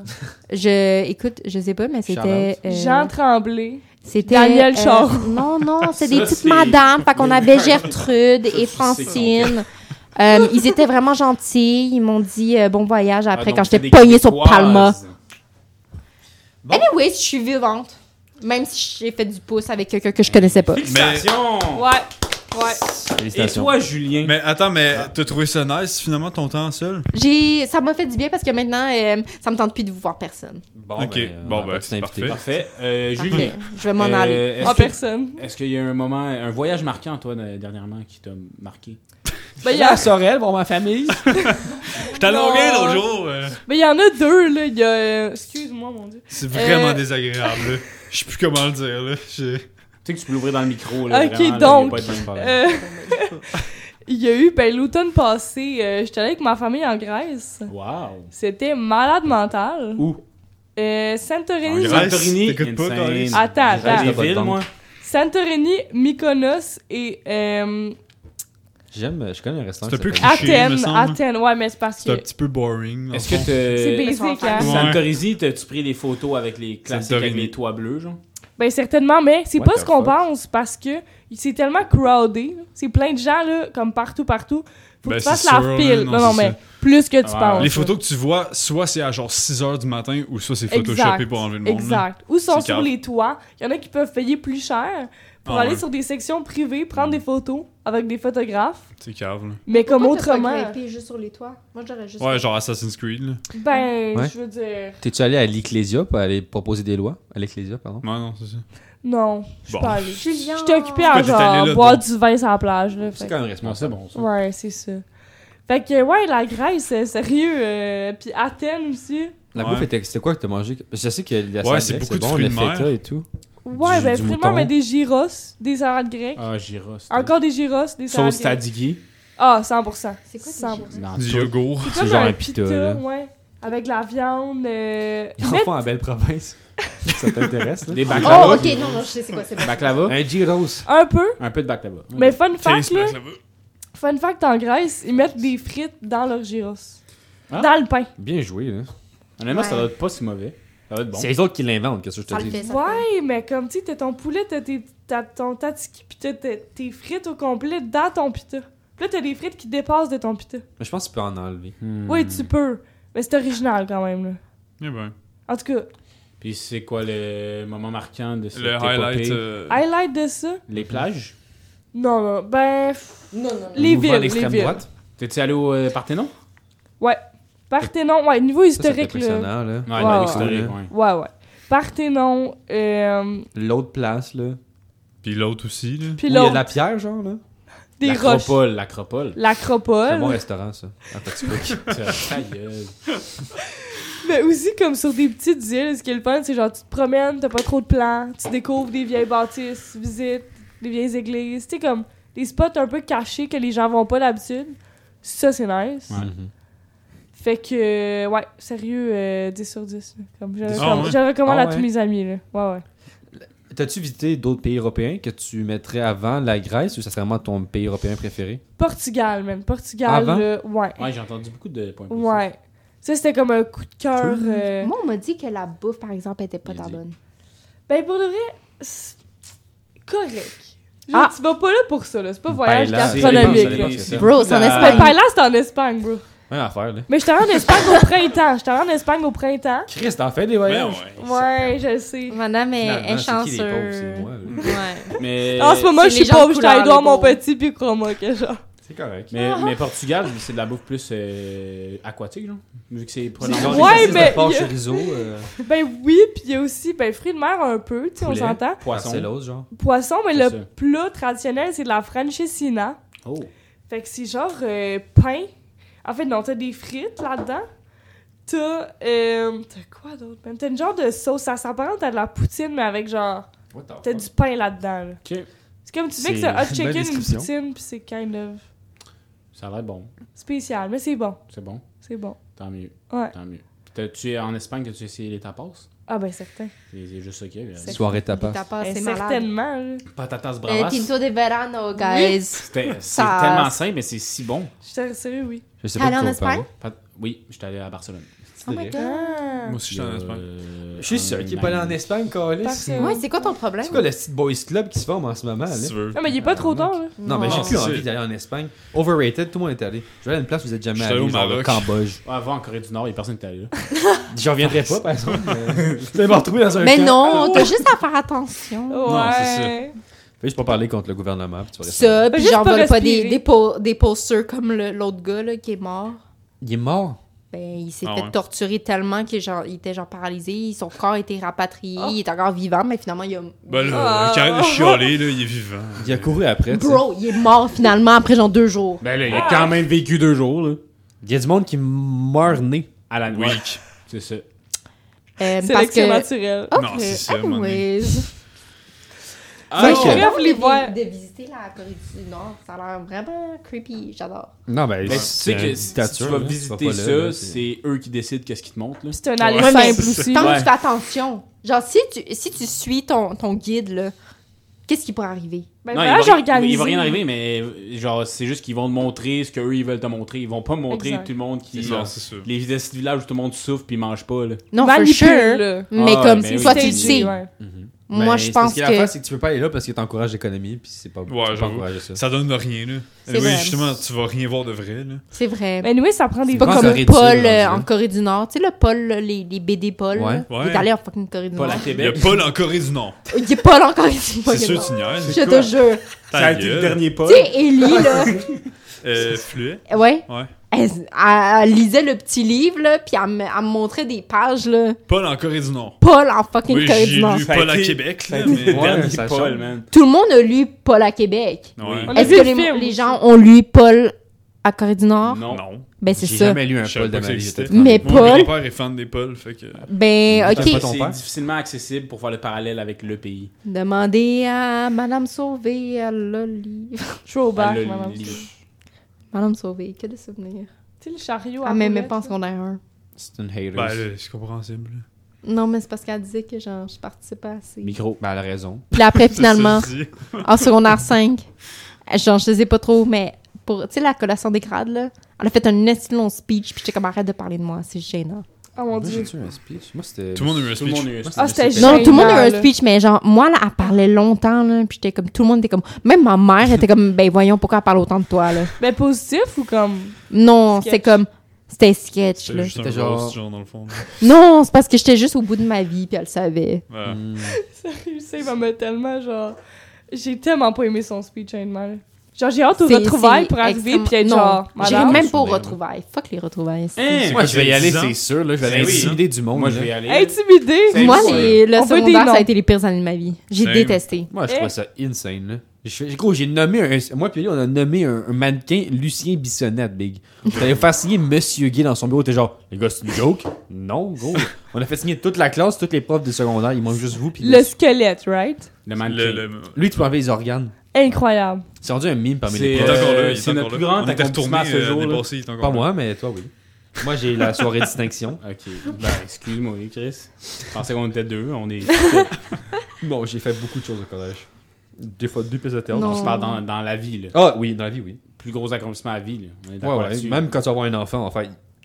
S7: je, écoute, je sais pas, mais c'était. euh,
S6: Jean Tremblay.
S7: c'était, euh,
S6: Daniel Chard.
S7: [LAUGHS] Non, non, c'est des
S2: Ça,
S7: petites
S2: c'est-
S7: madames. Fait qu'on avait Gertrude
S2: Ça,
S7: et
S2: c'est
S7: Francine. Euh, ils étaient vraiment gentils. Ils m'ont dit euh, bon voyage
S2: Ah,
S7: après quand
S2: donc,
S7: j'étais
S2: t'es des
S7: pognée sur Palma.
S2: Québécoises.
S7: oui Anyway, je suis vivante. Même si j'ai fait du pouce avec quelqu'un que je
S3: [LAUGHS]
S7: connaissais pas.
S4: Mais,
S2: Félicitations!
S6: Ouais. Ouais.
S2: Et toi, Julien?
S4: mais attends, mais t'as trouvé ça nice finalement ton temps seul?
S7: J'ai, ça m'a fait du bien parce que maintenant, euh, ça me tente plus de vous voir personne.
S3: Bon,
S4: Ok,
S3: ben,
S4: bon,
S3: on va
S4: ben,
S3: pas
S4: c'est
S3: t'inviter.
S4: parfait.
S2: Parfait. Euh,
S7: Parfait.
S2: Julien,
S7: Je vais m'en
S2: euh,
S7: aller.
S2: est-ce
S6: En
S2: que-
S6: personne.
S2: est-ce qu'il y a un moment, un voyage marquant, toi, de- dernièrement, qui t'a marqué?
S6: Ben, il y, a-
S2: Sorel voir ma [LAUGHS] famille.
S4: J'étais à Longueuil l'autre jour. euh,
S6: ben, il y en a deux, là. Il y a. euh, Excuse-moi, mon dieu.
S4: C'est vraiment
S6: Euh. [LAUGHS]
S4: désagréable. là. Je sais plus comment le dire. Là. J'ai-
S2: tu sais que tu peux l'ouvrir dans le micro. Là,
S6: Ok,
S2: vraiment, là,
S6: donc,
S2: il y a pas de même problème.
S6: Euh, [LAUGHS] Il y a eu, ben, l'automne passé, euh, j'étais allée avec ma famille en Grèce.
S2: Wow.
S6: C'était malade mental.
S2: Où?
S6: Euh, Santorini.
S4: En Grèce,
S2: Santorini,
S4: t'écoutes pas,
S2: insane.
S4: Carlis?
S6: Attends,
S2: J'ai des
S6: attends.
S3: Grèce,
S2: villes,
S3: Attends.
S2: moi.
S6: Santorini, Mykonos et euh,
S3: J'aime, je connais un restaurant.
S4: C'est un
S3: qui
S4: peu
S3: s'appelle-
S4: Cliché, me
S6: Athènes.
S4: semble.
S6: Athènes, ouais, mais c'est parce
S4: C'est un
S6: que.
S4: petit peu boring. dans
S2: Est-ce
S4: le fond.
S6: C'est
S2: que
S6: basique, hein.
S2: t'as...
S4: Ouais.
S2: Santorini, t'as-tu pris des photos avec les classiques avec
S4: Santorini.
S2: les toits bleus, genre?
S6: Ben certainement, mais c'est
S3: What
S6: pas
S3: the
S6: ce qu'on
S3: fuck?
S6: pense parce que c'est tellement crowded, c'est plein de gens là, comme partout, partout. Faut
S4: Ben,
S6: que tu fasses
S4: c'est sûr,
S6: la file.
S4: là,
S6: Non,
S4: non,
S6: non,
S4: c'est
S6: mais
S4: ça.
S6: plus que tu
S2: Ah,
S6: penses.
S4: Les
S6: là.
S4: photos que tu vois, soit c'est à genre 6h du matin ou soit c'est photoshopé
S6: Exact.
S4: pour enlever le monde. là.
S6: Exact. Ou sont
S4: C'est
S6: sur
S4: cave.
S6: les toits. Il y en a qui peuvent payer plus cher pour
S4: Ah,
S6: aller
S4: ouais. Mm.
S6: sur des sections privées, prendre des photos avec des photographes.
S4: C'est cave. là.
S6: Mais comme autrement,
S7: juste sur les toits. Moi, j'aurais juste.
S4: Ouais, genre Assassin's Creed. Là.
S6: ben,
S3: Ouais.
S6: je veux dire,
S3: T'es-tu allé à l'Ecclésia pour aller proposer des lois? À l'Ecclésia, pardon.
S4: Non, non, c'est ça.
S6: non, je suis
S4: Bon.
S6: pas allée.
S7: Julien.
S6: J'étais occupée
S4: Pourquoi
S6: à
S4: t'es allée
S6: genre
S4: là,
S6: boire
S4: toi?
S6: du vin sur la plage. Là, fait
S3: C'est
S6: que-
S3: quand même
S2: Non, c'est
S3: responsable.
S2: bon, ça.
S6: Ouais, Ah, c'est ça. Fait que, ouais, la Grèce, euh, sérieux. euh, puis Athènes aussi.
S3: La
S4: Ouais.
S3: bouffe était. C'était quoi que t'as mangé? Je sais que la salade
S4: Ouais, c'est
S3: grecque,
S4: beaucoup de
S3: bon,
S4: fruits
S3: le
S4: de mer.
S3: feta et tout.
S6: Ouais,
S3: Du-
S6: ben,
S3: du
S6: vraiment,
S3: mouton.
S6: mais des gyros, des salades grecques.
S2: Ah, Gira. c'était-
S6: Encore des gyros, des salades
S2: Sauce
S6: grecques.
S2: Tadigui.
S6: Ah, 100%.
S7: C'est quoi tes
S6: 100%.
S2: Non,
S4: Du
S2: tout.
S4: yogourt.
S6: C'est
S3: C'est
S6: comme
S3: genre
S6: un
S3: un
S6: pita,
S3: pita, là.
S6: ouais. Avec la viande. euh,
S3: Ils en
S6: mais-
S3: font à belle province. ça t'intéresse, là?
S2: Des
S7: Oh,
S2: baklava.
S7: ok, non, non, je sais c'est quoi, c'est
S3: [LAUGHS]
S7: bon.
S2: Baklava.
S3: Un gyros.
S6: Un peu.
S2: Un peu de baklava.
S6: Mais fun fact,
S4: Taste
S6: là,
S4: back là-bas.
S6: fun fact, en Grèce, ils mettent des frites dans leur gyros.
S2: Ah.
S6: Dans le pain.
S3: Bien joué, là.
S2: Honnêtement, ça
S7: Ouais.
S2: doit être pas si mauvais. Ça doit être bon.
S3: C'est les autres qui l'inventent, qu'est-ce que je
S7: Ça
S3: te
S7: le fait,
S3: dis?
S7: ça le fait.
S6: Ouais, mais comme, tu sais, t'as ton poulet, t'as tes- t'as ton tatiki, pis t'as tes tes frites au complet dans ton pita. Pis là, t'as des frites qui dépassent de ton pita.
S3: Mais je pense que tu peux en enlever.
S2: Hmm.
S6: Oui, tu peux. Mais c'est original quand même, là.
S4: Eh ben,
S6: En tout cas,
S2: Puis c'est quoi le moment marquant de cette
S4: le
S2: épopée?
S4: highlight. euh,
S6: highlight de ça?
S2: Les plages.
S6: Non, non, ben... pff,
S7: Non, non, non.
S6: Les
S3: Mouvement
S6: villes, les
S3: d'extrême
S6: villes.
S3: droite.
S2: T'es-tu allé au euh, Parthénon?
S6: Ouais. Parthénon, ouais, niveau
S3: Ça, c'est
S6: historique, là.
S3: impressionnant, là.
S2: Ouais,
S6: Ouais,
S2: ouais,
S6: ouais.
S2: historique, ouais.
S6: Ouais, ouais. Parthénon, euh,
S3: L'autre place, là.
S4: Puis l'autre aussi. Là.
S3: Où
S6: puis
S3: il y a de
S6: l'autre,
S3: la pierre, genre, là.
S6: des roches.
S2: L'acropole, l'acropole. [LAUGHS]
S3: C'est un bon
S6: L'acropole.
S3: restaurant, ça. En fait, tu peux- [LAUGHS]
S2: Ta gueule.
S6: Mais aussi, comme sur des petites îles, ce qui est le fun, c'est genre, tu te promènes, t'as pas trop de plans, tu découvres des vieilles bâtisses, visites, des vieilles églises. Tu sais, comme des spots un peu cachés que les gens vont pas d'habitude. Ça, c'est nice.
S2: Ouais.
S3: Mhm.
S6: Fait que, euh, ouais, sérieux, euh, 10 sur 10. là. Comme je,
S4: Ah
S6: comme-
S4: ouais?
S6: je recommande
S3: Ah
S6: à tous
S3: ouais?
S6: mes amis. Là. Ouais, ouais.
S3: T'as-tu visité d'autres pays européens que tu mettrais avant la Grèce ou ça serait vraiment ton pays européen préféré?
S6: Portugal, man. Portugal,
S3: Avant?
S6: là, ouais.
S2: Ouais, j'ai entendu beaucoup de points positifs.
S6: Ouais. Ça, c'était comme un coup de cœur.
S3: Cool.
S6: euh,
S7: Moi, on m'a dit que la bouffe, par exemple, était pas
S3: Il
S7: tant
S3: dit.
S7: bonne.
S6: Ben, pour de vrai, c'est correct. Je-
S7: Ah.
S6: Tu vas pas là pour ça, là. C'est pas voyage
S3: Paella,
S2: Ben, Ah, C'est-
S3: Astronomique,
S6: gastronomique,
S2: c'est-
S6: là.
S3: là.
S2: c'est- Ah,
S7: Bro, c'est en
S2: La-
S6: Ben,
S7: Espagne.
S6: Paella, c'est en Espagne, bro.
S3: Rien à faire, là.
S6: Mais j'étais en Espagne au printemps. J'étais en Espagne au printemps.
S3: Chris, t'en fais des
S4: Ben
S3: voyages?
S4: ouais.
S6: Ouais, je le sais.
S7: Madame est,
S3: Finalement,
S6: eh,
S7: est
S3: c'est qui les pauvres,
S7: chanceuse.
S3: c'est moi, là.
S7: Ouais.
S3: [LAUGHS]
S2: Mais.
S6: En ce moment,
S7: c'est
S6: je suis
S7: les gens de
S6: pauvre, j'étais à
S7: couleur,
S6: Édouard
S7: les pauvres.
S6: Mon Petit puis Chroma, que genre.
S3: C'est correct.
S2: Mais, mais Portugal, c'est de la bouffe plus euh, aquatique, genre. Vu que c'est
S6: [LAUGHS] Ouais,
S2: probablement
S6: Ouais, mais-
S3: Porc
S6: il y a-
S3: chorizo, euh,
S6: [LAUGHS] Ben oui, puis il y a aussi, ben, fruits de mer un peu, tu sais, on
S3: poulet,
S6: s'entend.
S2: poisson.
S3: Barcelos, genre.
S6: Poisson, mais
S2: C'est
S6: le
S2: ça.
S6: plat traditionnel, c'est de la franchissina.
S2: Oh.
S6: Fait que c'est genre euh, pain. En fait, non, t'as des frites là-dedans. T'as. Euh, t'as quoi d'autre, man? T'as une genre de sauce à sapin, t'as de la poutine, mais avec genre.
S3: What the
S6: T'as
S3: fuck?
S6: du pain là-dedans, là.
S2: Ok.
S6: C'est comme tu mixes
S1: C'est
S6: un hot
S1: une belle
S6: chicken, une
S1: description.
S6: poutine, pis c'est kind of
S2: Ça a l'air bon.
S6: spécial. Mais c'est bon,
S2: C'est bon.
S6: c'est bon.
S2: Tant mieux.
S6: Ouais.
S2: Tant mieux. T'as-tu, en Espagne, t'as-tu essayé les tapas?
S6: Ah, ben certain.
S2: C'est c'est juste ça qu'il y a. là.
S7: C'est-
S3: Soirée
S7: T'as
S3: tapas.
S7: pas,
S6: Ben,
S7: Ah, c'est malade.
S6: certainement, là.
S2: Patatas
S6: Eh,
S7: Euh,
S2: bravas.
S7: Tinto de verano, guys.
S2: C'était- C'est
S7: Ça-
S2: tellement simple, mais c'est si bon.
S6: Je suis sérieux, oui.
S3: Je sais
S7: T'es allé
S3: de
S7: en
S3: quoi on parle.
S7: Espagne?
S2: Pat- Oui, j'étais allé à Barcelone. Euh,
S7: Oh my god.
S6: Ah!
S4: Moi aussi, j'étais en
S1: Euh,
S4: Espagne.
S3: Je suis sûr qu'il est pas allé en Espagne, Carlis.
S6: Parce-
S7: Ouais, c'est quoi ton problème?
S3: C'est quoi le petit boys club qui se forme en ce moment? là?
S4: Si tu veux.
S6: Non, mais il est pas trop tard, là.
S3: Non, mais j'ai
S4: Non,
S3: plus
S4: c'est-
S3: envie d'aller en Espagne. Overrated, tout le monde est allé. Je vais aller à une place où vous êtes jamais
S4: Je suis
S3: allé,
S4: allé au
S3: genre le
S4: Maroc.
S3: Cambodge.
S2: Ah, va en Corée du Nord, il y a personne qui est allé là.
S3: J'en reviendrai pas, par exemple.
S2: [LAUGHS]
S3: mais- Je vais me retrouver dans un
S7: Mais
S3: camp.
S7: non, t'as juste à
S3: [LAUGHS]
S7: faire attention.
S4: Non, c'est ça.
S6: Ouais.
S3: Fais juste pas parler contre le gouvernement, puis tu vas rester-
S7: Ça,
S6: Ben,
S7: puis
S6: juste
S7: j'en
S6: pas
S7: vole pas
S6: respirer.
S7: des, des, po- des posters comme le- l'autre gars là, qui est mort.
S3: Il est mort.
S7: Ben, il s'est
S4: Ah
S7: fait
S4: ouais.
S7: torturer tellement qu'il est genre- il était genre paralysé, son corps était rapatrié,
S6: Oh.
S7: il est encore vivant, mais finalement, il a...
S4: Ben là,
S6: Ah.
S4: quand même chialé, là, il est vivant.
S3: Il a couru après. tu sais.
S7: Bro, il est mort finalement après genre deux jours.
S2: Ben là, il a quand même vécu deux jours, là.
S3: Il y a du monde qui meurt né.
S2: À la nuit. C'est ça.
S7: Euh, parce
S6: Sélection
S7: que... Ah!
S6: naturelle.
S7: Ok,
S4: Non, c'est ça, mon
S7: anyways.
S2: Ah,
S7: Ouais,
S6: non.
S7: je suis
S6: Bref,
S7: d'accord
S6: les
S7: de-
S6: voix.
S7: De visiter la Corée du Nord, ça a l'air vraiment creepy, j'adore.
S3: Non, ben,
S2: Mais tu sais que si tu vas visiter ça, c'est eux qui décident qu'est-ce qui te montre, là.
S6: C'est un aller
S7: Ouais, mais
S6: simple aussi.
S7: Tant que
S2: Ouais.
S7: tu fais attention, genre si tu, si tu suis ton, ton guide, là, qu'est-ce qui pourrait arriver?
S6: Ben,
S2: Non,
S6: voilà,
S2: il, va,
S6: j'organise.
S2: il va rien arriver, mais euh, genre, c'est juste qu'ils vont te montrer ce qu'eux ils veulent te montrer. Ils vont pas montrer
S6: Exact.
S2: tout le monde qui.
S4: C'est ça, c'est sûr.
S2: les villages du village où tout le monde souffre puis ils mangent pas, là.
S7: Non, for
S6: Manipule,
S7: sure.
S6: là.
S7: Mais
S2: Ah,
S7: comme
S2: mais
S7: toi, tu
S6: Stagé,
S7: le sais.
S6: ouais.
S7: Moi, je pense
S3: Ce qui est
S7: que.
S3: la c'est que tu peux pas aller là parce que t'encourages l'économie, puis c'est pas. tu peux
S4: Ouais,
S3: pas
S4: j'avoue.
S3: encourager ça.
S4: Ça donne rien, là.
S7: C'est
S4: oui,
S7: vrai.
S4: justement, tu vas rien voir de vrai, là.
S7: C'est vrai.
S6: Mais anyway, ça prend des
S7: C'est pas
S3: pense
S7: comme
S3: à Red
S7: Paul
S3: Seal,
S7: euh,
S3: on
S7: en
S3: dirait.
S7: Corée du Nord. Tu sais, le Paul, là, les, les BD Paul.
S3: Ouais.
S7: là,
S4: Ouais.
S7: Il est allé en fucking Corée du
S2: Pas
S7: Nord.
S2: la
S4: Il y a
S2: Québec.
S4: Paul en Corée du Nord.
S7: Il est pas en Corée du Nord.
S4: C'est sûr, tu niaises.
S7: Je te jure.
S1: Ça a été le
S4: gueule.
S1: dernier pas.
S7: Tu sais, Ellie, là.
S4: Euh, fluet.
S7: ouais.
S4: Ouais.
S7: Elle, elle- elle lisait le petit livre, là, puis elle me, elle me montrait des pages, là.
S4: Paul en Corée du Nord.
S7: Paul en fucking
S4: Oui,
S7: Corée
S4: j'ai
S7: du Nord.
S4: lu
S1: Ça a
S4: Paul à
S1: été-
S4: Québec,
S1: ça a
S4: là,
S1: été
S4: mais...
S1: le dernier
S3: ça
S1: Paul,
S3: change.
S1: man.
S7: Tout le monde a lu Paul à Québec.
S4: Ouais.
S2: Oui.
S6: a
S7: Est-ce
S6: vu
S7: que
S6: le
S7: les,
S6: film
S7: les
S6: aussi.
S7: gens ont lu Paul à Corée du Nord?
S2: Non.
S4: Non.
S7: Ben, c'est
S3: J'ai
S7: ça.
S3: jamais lu un
S4: Je savais
S3: Paul de
S4: pas que
S3: ma
S4: ça
S3: vie.
S4: existait.
S3: j'étais
S7: Mais
S3: fan.
S4: Moi,
S7: Paul,
S4: Mon père est fan des Paul, fait que...
S7: ben,
S3: T'as pas
S7: ok.
S3: ton
S2: C'est
S3: père?
S2: difficilement accessible pour faire le parallèle avec le pays.
S7: Demandez à Madame Sauvé, elle l'a lu.
S6: Throwback,
S2: Elle le
S6: maman.
S2: lit.
S6: Tu
S7: [LAUGHS] Madame Sauvé, que de souvenirs.
S6: sais, le chariot.
S7: Ah,
S6: à
S7: mais
S6: roulette,
S7: même pas en
S6: là.
S7: secondaire 1.
S3: C'est une hater.
S4: Ben, là, c'est compréhensible. là.
S7: Non, mais c'est parce qu'elle disait que genre, je participais pas assez.
S3: Micro. Ben, elle a raison.
S7: Puis après,
S4: [LAUGHS] C'est ça,
S7: finalement,
S4: je dis.
S7: en secondaire 5, genre, je sais pas trop, mais pour, tu sais, la collation des grades, là, elle a fait un assez long speech, puis j'étais comme, arrête de parler de moi, c'est gênant.
S6: Ah, mon
S3: Moi,
S6: dieu.
S3: j'ai-tu un speech. Moi, c'était.
S4: Tout le monde a eu un
S2: Tout le
S4: speech.
S2: monde a eu un
S6: Ah, c'était
S2: speech.
S6: Gênant,
S7: Non, tout le monde a eu un
S6: là.
S7: speech, mais genre, moi, là, elle parlait longtemps, là, puis j'étais comme, tout le monde était comme, même ma mère était comme, ben voyons, pourquoi elle parle autant de toi, là.
S6: Mais positif ou comme.
S7: Non,
S6: Sketch.
S7: c'est comme, c'était sketch,
S4: C'est
S7: là.
S4: juste un
S3: C'était
S4: genre...
S3: genre-
S4: genre, dans le fond. là.
S7: Non, c'est parce que j'étais juste au bout de ma vie, puis elle le savait.
S4: Voilà.
S6: [LAUGHS] Sérieux, ça, il va me tellement genre. J'ai tellement pas aimé son speech, honnêtement. là. Genre, j'ai hâte aux
S7: C'est-
S6: retrouvailles
S7: c'est
S6: pour arriver
S7: extrêmement-
S6: puis être
S7: Non,
S6: genre.
S7: J'irai
S6: Madame.
S7: même pas aux
S3: Souvenir, là.
S7: retrouvailles. Fuck les retrouvailles. c'est-
S2: Hein?
S3: Moi, je vais y
S4: C'est
S3: aller,
S4: quoi, c'est
S3: c'est sûr. Là, je vais
S2: Ben
S3: aller
S2: oui.
S3: intimider du monde.
S2: Moi, je
S3: là.
S2: vais y aller. euh,
S6: Intimidée.
S2: C'est-
S7: Moi,
S2: Ouais.
S7: les, le
S6: On veut des
S7: secondaire, ça
S6: noms.
S7: a été les pires années de ma vie. J'ai
S4: Same.
S7: détesté.
S3: Moi, je
S6: Eh.
S3: trouve ça insane, là. J'ai- Gros, j'ai nommé un. Moi, puis lui, on a nommé un, un mannequin Lucien Bissonnette, Big. On allait faire signer Monsieur Gay dans son bureau. T'es genre, les gars, c'est une joke? Non, gros. On a fait signer toute la classe, toutes les profs du secondaire. Il manque juste vous. Puis
S6: Le squelette, right?
S2: Le
S4: Le-
S2: mannequin.
S4: le-
S3: Lui, tu peux enlever les organes.
S6: Incroyable.
S3: C'est rendu un mime parmi les
S2: C'est-
S4: Il est
S3: profs.
S4: encore là, il est
S2: c'est
S4: encore
S2: notre
S4: là.
S2: plus grand
S4: On était
S2: accomplissement
S4: retourné
S2: à ce
S4: euh,
S2: jour,
S4: l'année
S2: là.
S4: passée, il est encore
S3: Pas
S4: là.
S3: moi, mais toi, oui. Moi, j'ai la soirée distinction.
S2: Ok. Ben, excuse-moi, Chris. Je pensais qu'on était deux. On est.
S3: Bon, j'ai fait beaucoup de choses au collège. Des fois, deux pièces de théâtre.
S2: On
S7: Non.
S2: se parle dans, dans la vie, là.
S3: Ah, oui, dans la vie, oui.
S2: Plus gros accomplissement à vie, là. On est
S3: Ouais,
S2: d'accord
S3: ouais.
S2: là-dessus.
S3: Même quand tu vas avoir un enfant, enfin,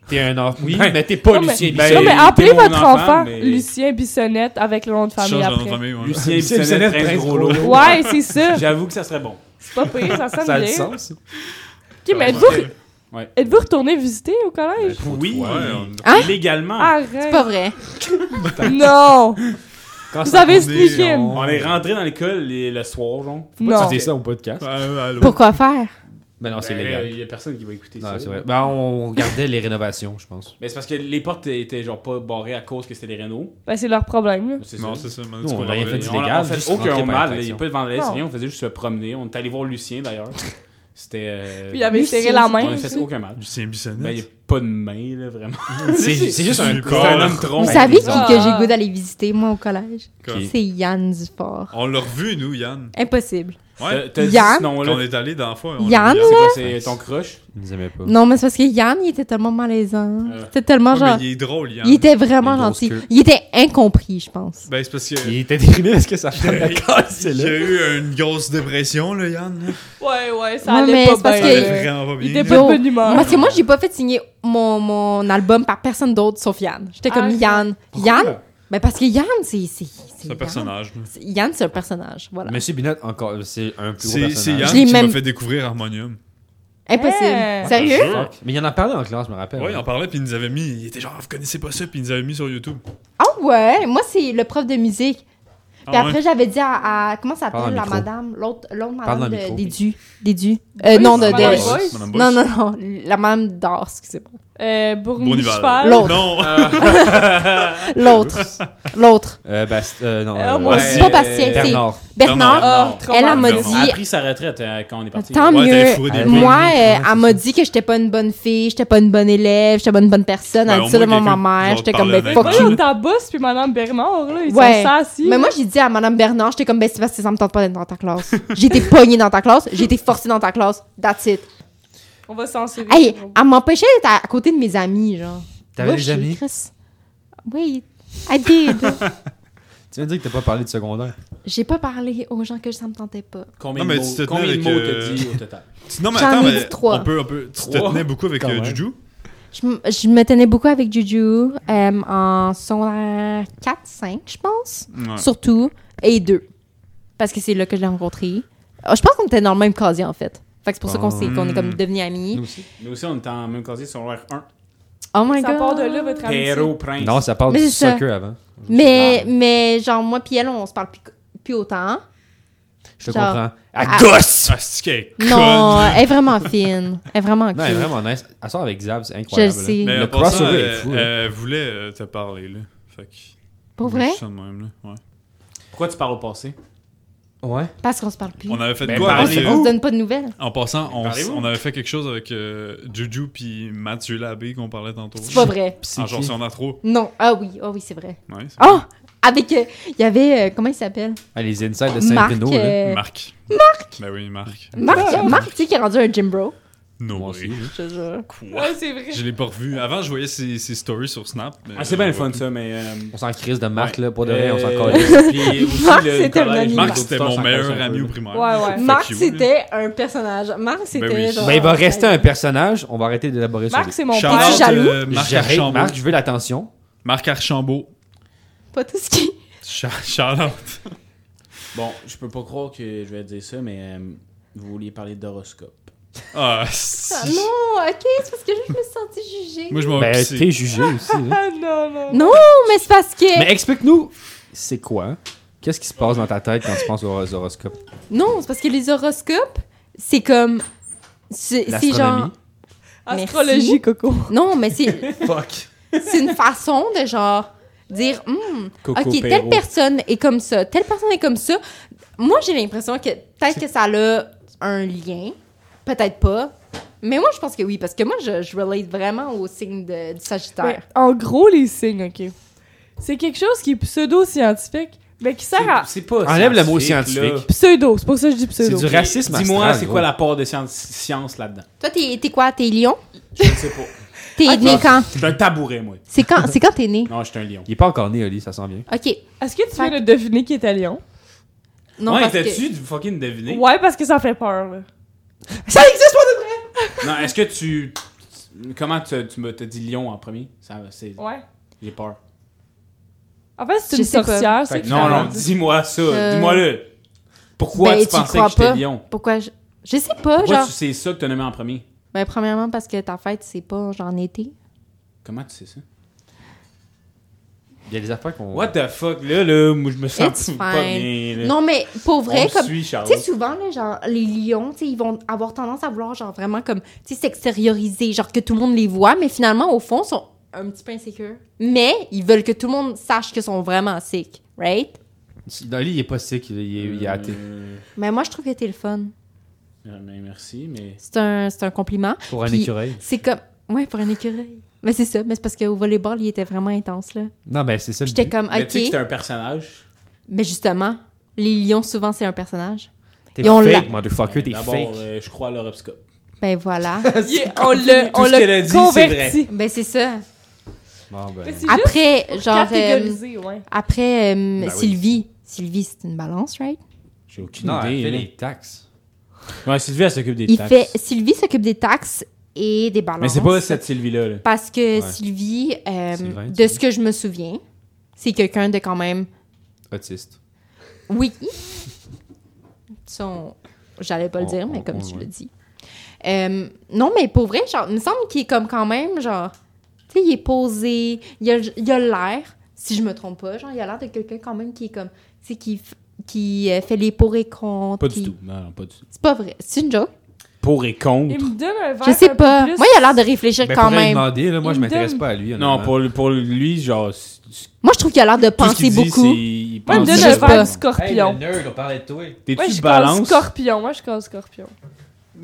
S3: t'es un enfant. Oui,
S2: Ben,
S3: mais t'es pas
S6: non, mais-
S3: Lucien
S2: Ben,
S6: non, mais
S2: t'es
S6: appelez
S2: mon
S6: votre
S2: enfant,
S6: enfant,
S2: mais-
S6: Lucien Bissonnette avec le nom de
S4: Tu
S6: famille
S4: changes dans
S6: après.
S4: notre famille, ouais.
S2: Lucien
S3: Lucien
S2: Bissonnette,
S3: Bissonnette,
S2: Prince
S3: Prince
S2: Groslo.
S6: Ouais, c'est
S2: [LAUGHS]
S6: ça.
S2: J'avoue que ça serait bon.
S6: C'est pas pire, ça sonne
S3: Ça a du
S6: bien.
S3: sens.
S6: Ok, mais êtes-vous êtes retourné visiter au collège?
S2: Oui,
S4: Ouais, on-
S7: Hein?
S2: légalement.
S7: C'est
S6: Arrête.
S7: pas vrai.
S6: Non!
S3: Quand
S6: Vous
S3: ça
S6: avez
S4: on est-
S6: expliqué.
S3: on-
S2: On est rentré dans l'école les- le soir, genre.
S3: Faut pas
S6: Non.
S3: que tu dises ça au podcast.
S4: Ouais, ouais, allô.
S7: Pourquoi faire?
S3: Ben non, c'est
S2: Ben,
S3: légal.
S2: Il y a personne qui va écouter
S3: Non,
S2: ça.
S3: c'est vrai. Ben, on regardait les rénovations, je pense.
S2: Mais c'est parce que les portes étaient genre pas barrées à cause que c'était des rénaux.
S6: Ben, c'est leur problème, là.
S2: C'est
S4: Non,
S2: ça.
S4: c'est ça.
S3: Nous, on a rien fait
S2: Et
S3: C'est
S2: on,
S3: légal,
S2: on fait
S3: juste
S2: aucun
S3: rentrer par
S2: mal, il n'y
S3: infraction.
S2: a pas de vandalisme,
S6: Non.
S2: rien, on faisait juste se promener. On est allé voir Lucien d'ailleurs. [LAUGHS] C'était. euh,
S6: Puis il avait
S7: Lui,
S6: serré
S7: c'est-
S6: la
S2: on
S6: main.
S2: a fait
S6: aussi.
S2: aucun mal.
S4: Lucien Bissonnette.
S2: Ben, il n'y a pas de main, là, vraiment.
S3: C'est c'est
S2: [LAUGHS]
S3: juste un
S4: Super.
S2: C'est un homme tronc.
S7: Vous savez qui
S6: disons.
S7: que j'ai goût d'aller visiter, moi, au collège?
S4: Qui?
S7: C'est Yann Dufort.
S4: On l'a revu, nous, Yann.
S7: Impossible.
S4: Ouais.
S2: T'as dit
S7: Yann?
S2: ce nom-là.
S4: Quand on est allé dans la fois. on l'a
S7: Yann,
S4: vu,
S2: C'est quoi, c'est ton crush?
S3: Ils nous aimaient pas.
S7: Non, mais c'est parce que Yann, il était tellement malaisant.
S2: Euh,
S7: C'était tellement
S4: Ouais,
S7: genre...
S4: mais il est drôle, Yann.
S7: Il était vraiment
S3: Les grosses
S7: gentil.
S3: queues.
S7: Il était incompris, je pense.
S4: Ben, c'est parce que.
S3: Il était déprimé parce [LAUGHS] que sa femme la cassait,
S4: Il y
S3: là.
S4: a eu une grosse dépression, là, Yann.
S6: Ouais, ouais, ça
S7: Ouais, mais
S6: allait
S7: c'est
S6: pas
S7: parce
S4: Ça
S6: bien.
S7: que-
S6: là.
S4: allait vraiment pas
S6: Il
S4: bien.
S6: était
S4: là.
S6: pas de
S7: Yo,
S6: bonne humeur.
S7: Parce que moi, j'ai pas fait signer mon, mon album par personne d'autre sauf Yann. J'étais comme
S6: Ah, ok.
S7: Yann. Yann? Ben parce que Yann, c'est. C'est c'est
S4: C'est un
S7: Yann.
S4: personnage. là.
S7: C'est- Yann, c'est un personnage. Voilà.
S3: Monsieur Binette, encore, c'est un plus gros
S4: C'est
S3: personnage.
S4: c'est Yann
S7: Je l'ai
S4: qui m'a
S7: même-
S4: fait découvrir Harmonium.
S7: Impossible.
S6: Hey.
S7: Sérieux?
S3: Fuck. Mais il en a parlé en classe, je me rappelle.
S4: Ouais, il en parlait, puis il nous avait mis. Il était genre, vous connaissez pas ça, puis il nous avait mis sur YouTube.
S7: Ah ouais? Moi, c'est le prof de musique.
S4: Ah,
S7: Puis après, j'avais dit à, à- Comment ça
S3: Parle dans le
S7: s'appelle la
S3: micro.
S7: madame? L'autre l'autre
S3: Parle dans
S7: madame
S3: le
S7: de-
S3: micro.
S7: des dus. Des dus.
S6: Boys,
S7: Euh, non, de. de-
S6: Madame
S4: Boys.
S6: Boys?
S4: Ah, Madame Boys.
S7: Non, non, non. La madame d'or, excusez-moi.
S6: Euh,
S4: Bournival.
S6: Bournival.
S7: L'autre.
S4: Non! Ah,
S7: L'autre. L'autre.
S3: Euh, ben, c'est- euh, non.
S6: Euh,
S3: euh,
S6: moi
S3: ouais,
S7: C'est pas Bastien, c'est
S3: Bernard.
S7: Bernard.
S6: Ah, trop
S7: Elle, elle
S6: mal.
S7: m'a
S4: Bernard.
S2: Elle ben, a
S7: dit.
S2: pris sa retraite euh, quand on est parti.
S7: Tant
S4: Ouais, t'avais
S7: mieux.
S4: fourré des
S7: Euh,
S4: boules.
S7: Moi, euh, elle m'a dit que j'étais pas une bonne fille, j'étais pas une bonne élève, j'étais pas une bonne personne.
S4: Ben,
S7: Elle a
S4: au
S7: dit ça
S4: moins,
S7: devant ma
S4: quelqu'un qui va
S7: mère. J'étais
S4: te
S7: comme,
S4: parler
S7: ben
S4: honnêtement.
S7: fuck you.
S6: Voyons, ta boss puis Madame Bernard, là, ils
S7: Ouais.
S6: sont ça assis.
S7: Mais moi, j'ai dit à Madame Bernard, j'étais comme, ben Sébastien, ça me tente pas d'être dans ta classe. J'ai été pognée dans ta classe, j'ai été forcée dans ta classe. That's it.
S6: On va censurer.
S7: Hey, oh elle m'empêchait d'être à, à côté de mes amis, genre.
S3: T'avais
S7: Va
S3: des
S7: chier,
S3: amis?
S7: Chris. Oui, I did. [LAUGHS]
S3: Tu viens de dire que t'as pas parlé de secondaire.
S7: j'ai pas parlé aux gens que ça me tentait pas.
S2: Combien
S4: Non, mais
S2: de
S4: tu te
S2: mots, combien
S4: tenais
S2: de
S4: avec,
S2: mots t'as
S4: euh,
S2: dit au total?
S4: Non, mais
S7: J'en
S4: attends,
S7: ai
S4: mais
S7: dit trois.
S4: on peut, on peut. Tu te
S2: Trois.
S4: tenais beaucoup avec
S3: Quand
S4: euh,
S3: même.
S4: Juju?
S7: Je, m- je me tenais beaucoup avec Juju euh, en secondaire 4, 5, je pense.
S4: Ouais.
S7: Surtout, et 2. Parce que c'est là que je l'ai rencontré. Ah, Je pense qu'on était dans le même casier, en fait. Fait que c'est pour
S3: Oh.
S7: ça qu'on s'est- qu'on est
S3: Hmm.
S7: comme devenus amis.
S3: Nous aussi.
S2: Nous aussi, on était en même casier sur R1.
S7: Oh my
S6: Ça
S7: god.
S6: part de là, votre amitié.
S2: Péro Prince.
S3: Non, ça parle
S7: Mais
S3: du
S7: c'est ça.
S3: soccer avant.
S7: Mais, mais genre, moi puis elle, on se parle plus, plus autant.
S3: Je te
S7: Genre-
S3: comprends.
S7: Ah.
S3: À gosse!
S4: Ah, c'est qu'elle est
S7: Non,
S4: conne.
S7: elle est vraiment fine. Elle est vraiment
S3: Non, elle est
S7: cute.
S3: vraiment nice. Elle sort avec Zab, c'est
S7: Je le
S3: incroyable. là.
S7: sais.
S4: Mais
S3: Le
S4: en passant,
S3: crossover est
S4: elle-
S3: fou, hein.
S4: Elle voulait euh, te parler, là. Fait que.
S7: Pour vrai?
S4: Ça de même, là. Ouais.
S2: Pourquoi tu parles au passé?
S3: Ouais.
S7: Parce qu'on se parle plus.
S4: On avait fait
S3: Ben,
S2: Mais
S4: quoi
S7: On
S4: avec,
S7: se,
S2: parlez-vous.
S4: euh,
S7: on se donne pas de nouvelles.
S4: En passant, on, s-
S2: Parlez-vous.
S4: on avait fait quelque chose avec euh, Juju puis Mathieu Labbé qu'on parlait tantôt.
S7: C'est pas vrai.
S3: Pis c'est
S4: Ah, genre,
S3: qui?
S4: si on a trop.
S7: Non. Ah oui, ah oui, c'est vrai.
S4: Ouais, c'est
S7: Oh! Avec. euh, Il y avait. euh, comment il s'appelle?
S3: Ah, les insides de
S7: Marc.
S3: Saint-Bruno, là.
S7: euh,
S4: Marc. Marc! Ben oui, Marc.
S7: Marc, Marc, tu sais, qui est rendu un gym bro.
S4: No
S3: Moi
S4: way.
S3: aussi.
S7: Je te jure.
S6: Ouais, c'est vrai.
S4: Je l'ai pas revu. Avant, je voyais ses, ses stories sur Snap. mais
S2: Ah, c'est bien
S4: je
S2: le
S4: vois
S2: fun,
S4: plus.
S2: ça, mais... euh,
S3: On s'en crise de Marc,
S2: ouais.
S3: là, pour de vrai, on s'en
S2: Euh,
S3: calisse.
S2: [LAUGHS] puis aussi
S7: Marc,
S2: le
S7: c'était
S2: collège,
S7: un ami.
S4: Marc,
S2: les
S4: c'était
S2: auditeurs
S4: mon
S2: s'en
S4: meilleur
S2: calissent un
S4: ami
S2: peu,
S4: au
S2: là.
S4: primaire.
S6: Ouais, ouais.
S4: Fuck
S7: Marc,
S4: you,
S7: c'était un personnage. Marc, c'était
S4: oui.
S7: genre.
S3: Mais Ben, il va rester un personnage, on va arrêter d'élaborer sur
S6: Marc,
S3: lui.
S6: c'est mon
S4: Shout
S7: T'es-tu
S4: out,
S6: père.
S7: jaloux?
S4: euh, Marc
S3: J'arrête,
S4: Archambault.
S3: Marc, je veux l'attention.
S4: Marc Archambault.
S7: Pas tout ce qui.
S4: Shout shout out.
S2: Bon, je peux pas croire que je vais dire ça, mais euh, vous vouliez parler d'horoscope.
S4: Ah, si.
S7: Non, ok, c'est parce que je me suis sentie jugée.
S4: Moi, je m'en
S3: Ben,
S4: vais
S3: t'es
S4: pisser.
S7: [LAUGHS]
S3: jugé aussi, là.
S6: Ah non, non.
S7: Non, mais c'est parce que.
S3: Mais explique-nous, c'est quoi? Qu'est-ce qui se passe dans ta tête quand tu penses aux horoscopes?
S7: Non, c'est parce que les horoscopes, c'est comme. C'est c'est genre.
S3: L'astronomie?
S6: Astrologie,
S7: Merci.
S6: Coco.
S7: Non, mais c'est
S2: Fuck!
S7: c'est une façon de genre dire Hmm,
S2: Coco
S7: OK, telle
S2: Perrault.
S7: personne est comme ça, telle personne est comme ça. Moi, j'ai l'impression que peut-être que ça a un lien, peut-être pas. Mais moi, je pense que oui, parce que moi, je, je relate vraiment au signe de- du
S6: Ben,
S7: Sagittaire.
S6: en gros, les signes, OK. C'est quelque chose qui est pseudo-scientifique, mais qui
S7: Ah.
S6: sert à...
S2: C'est pas
S3: Enlève le mot
S2: là.
S3: scientifique.
S6: Pseudo, c'est pour ça que je dis pseudo.
S3: C'est du racisme
S2: Dis-moi,
S3: astral,
S2: c'est
S3: gros.
S2: quoi la part de science, science là-dedans?
S7: Toi, t'es t'es quoi? T'es lion?
S2: Je sais pas.
S7: T'es né quand?
S2: Je suis un tabouret, moi.
S7: C'est quand, c'est quand t'es né?
S2: Non, je suis un lion.
S3: Il est pas encore né, Oli, ça sent bien.
S7: OK.
S6: Est-ce que tu
S7: Fait-
S6: viens de deviner qui est à Lyon?
S7: Non,
S2: ouais,
S7: parce que-
S2: t'as-tu fucking deviné?
S6: Ouais, parce que ça fait peur, là.
S7: Ça existe pas de vrai!
S2: Non, est-ce que tu. Comment tu, tu me t'as dit lion en premier? Ça, c'est-
S6: Ouais.
S2: J'ai peur.
S6: En fait, c'est
S7: Je
S6: une
S7: sais pas.
S6: sorcière, c'est
S2: Non, non, dis-moi ça.
S7: Euh,
S2: Dis-moi-le. Pourquoi
S7: ben,
S2: tu
S7: tu
S2: pensais
S7: crois
S2: que j'étais
S7: pas?
S2: lion?
S7: Pourquoi? Je, je sais pas,
S2: Pourquoi
S7: genre.
S2: tu sais ça que t'as nommé en premier?
S7: Ben, premièrement, parce que ta fête, c'est pas genre en été.
S2: Comment tu sais ça?
S3: Il y a des affaires qu'on.
S2: What the fuck, là, là, moi, je me sens
S7: It's
S2: pas
S7: fine.
S2: bien. là.
S7: Non, mais pour vrai,
S2: On
S7: comme.
S2: suit Charles.
S7: Tu sais, souvent, là, genre, les lions, tu sais, ils vont avoir tendance à vouloir, genre, vraiment, comme, tu sais, s'extérioriser, genre, que tout le monde les voit, mais finalement, au fond, sont un petit peu insécures. Mais ils veulent que tout le monde sache qu'ils sont vraiment sick, right?
S3: Dans lui, il est pas sick, il est, il est athée.
S2: Euh,
S7: Mais moi, je trouve que t'es le fun.
S2: euh, mais merci, mais.
S7: C'est un, c'est un compliment.
S3: Pour un
S7: Puis-
S3: écureuil.
S7: C'est comme. Ouais, pour un écureuil. Mais c'est ça, mais c'est parce qu'au volleyball, il était vraiment intense, là.
S3: Non, mais c'est ça. le
S7: Puis J'étais
S3: but.
S7: comme,
S2: Mais tu sais que
S7: OK.
S2: c'est un personnage.
S7: Mais justement, les lions, souvent, c'est un personnage.
S3: T'es
S7: Et on
S3: fake,
S7: l'a-
S3: motherfucker, t'es
S2: D'abord,
S3: fake.
S2: euh, je crois à l'horoscope.
S7: Ben
S2: [LAUGHS]
S7: voilà.
S6: Yeah, on l'a
S2: Tout
S6: on
S2: ce
S6: l'a
S2: qu'elle a dit, c'est
S6: converti.
S7: ben c'est ça.
S3: Bon, ben,
S6: Mais c'est juste
S7: Après, genre. euh,
S6: catégorisé, ouais.
S7: Après, euh,
S2: Ben
S3: oui.
S7: Sylvie. Sylvie, c'est une balance, right?
S2: J'ai aucune
S3: non, elle
S2: idée.
S3: fait
S2: là.
S3: les taxes.
S2: Ouais, Sylvie, elle s'occupe des
S7: Il
S2: taxes.
S7: fait, Sylvie s'occupe des taxes et des balances.
S2: Mais c'est pas cette Sylvie-là. là.
S7: Parce que
S3: Ouais.
S7: Sylvie, euh,
S3: Sylvain,
S7: de
S3: Sylvie.
S7: ce que je me souviens, c'est quelqu'un de quand même...
S3: Autiste.
S7: Oui. Son... J'allais pas le
S3: On-
S7: dire, mais
S3: on-
S7: comme
S3: on-
S7: tu
S3: ouais.
S7: le dis. Euh, non, mais pour vrai, genre, il me semble qu'il est comme quand même, genre... Tu sais, il est posé, il a il a l'air, si je me trompe pas, genre, il a l'air de quelqu'un quand même qui est comme... Tu sais, qui, f- qui euh, fait les pour et contre.
S2: Pas du
S7: qui-
S2: tout. Non, non, pas du tout.
S7: C'est pas vrai. C'est une joke.
S2: Pour et contre.
S6: Il me donne un verre
S7: Je sais
S6: un peu
S7: pas.
S6: plus-
S7: Moi, il a l'air de réfléchir
S3: Ben,
S7: quand
S3: faudrait lui
S7: même.
S3: demander, là, moi,
S6: Il
S3: je
S6: me
S3: m'intéresse
S6: donne-
S3: pas à lui.
S2: Non,
S3: honnêtement.
S2: pour, pour lui, genre, c- c-
S7: Moi, je trouve qu'il a l'air de
S2: tout ce
S7: penser
S2: qu'il dit, c'est.
S7: beaucoup.
S2: il
S6: Moi, il me
S2: pense
S6: donne
S7: Je
S6: un
S7: sais
S2: juste-
S7: pas.
S6: verre du scorpion.
S3: nerd, on parlait de toi.
S6: Moi,
S2: T'es-tu
S6: je cause
S2: balance?
S6: scorpion. Moi, je cause scorpion.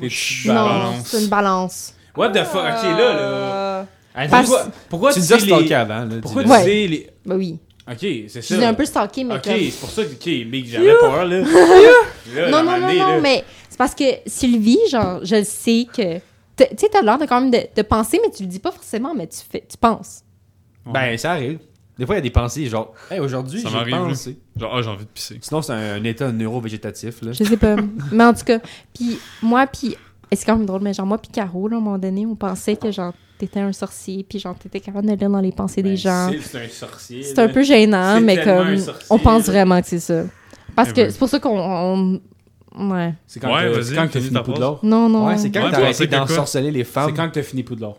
S2: T'es-tu
S7: Non,
S2: balance?
S7: c'est une balance.
S2: What the Ah, fuck? Ok, là, là.
S6: Euh,
S2: Hey,
S7: Parce-
S2: Pourquoi, pourquoi
S3: Tu
S2: tu
S3: dis ça,
S2: dis
S3: c'est ton
S2: les...
S3: cas avant. hein, là,
S2: Pourquoi
S3: dis-le.
S7: Ouais.
S2: tu dis les...
S7: Ben oui.
S2: Ok, c'est
S7: Je
S2: ça.
S7: suis un peu stalkée, mais
S2: Ok,
S7: comme...
S2: c'est pour ça que ok, mais que j'avais peur,
S7: [LAUGHS]
S2: là. [LAUGHS] Là,
S7: Non,
S2: à
S7: non,
S2: un moment
S7: non,
S2: donné, là.
S7: non, mais c'est parce que Sylvie, genre, je le sais que... t'as- Tu sais, t'as l'air de quand même de, de penser, mais tu le dis pas forcément, mais tu, fais, tu penses.
S3: Ben, ça arrive. Des fois, il y a des pensées, genre, hey, aujourd'hui,
S4: Ça
S3: j'ai
S4: m'arrive, là.
S3: pensé.
S4: Genre, ah, j'ai envie de pisser.
S3: Sinon, c'est un, un état neurovégétatif, là.
S7: Je
S2: [LAUGHS]
S7: sais pas. mais en tout cas, puis moi, puis... et C'est quand même drôle, mais genre, moi puis Caro, là, à un moment donné, on pensait que, genre, t'étais un sorcier, puis genre, t'étais capable de lire dans les pensées des
S2: Ben,
S7: gens.
S2: Sylve, C'est un sorcier.
S7: C'est un
S2: là.
S7: peu gênant,
S2: C'est
S7: mais
S2: tellement
S7: comme
S2: un sorcier,
S7: on pense
S2: là.
S7: vraiment que c'est ça. Parce
S4: Eh
S7: que
S4: ben.
S7: c'est pour ça qu'on on- ouais.
S2: C'est quand
S4: Ouais,
S2: que-
S4: vas-y,
S2: c'est quand que t'as
S4: finis
S2: fini
S4: ta phrase.
S2: Poudlard.
S7: Non non.
S3: Ouais, c'est quand t'as
S4: Ouais, tu
S3: arrêté
S4: pensais que quoi?
S3: d'ensorceler les femmes.
S2: C'est quand que t'as fini Poudlard.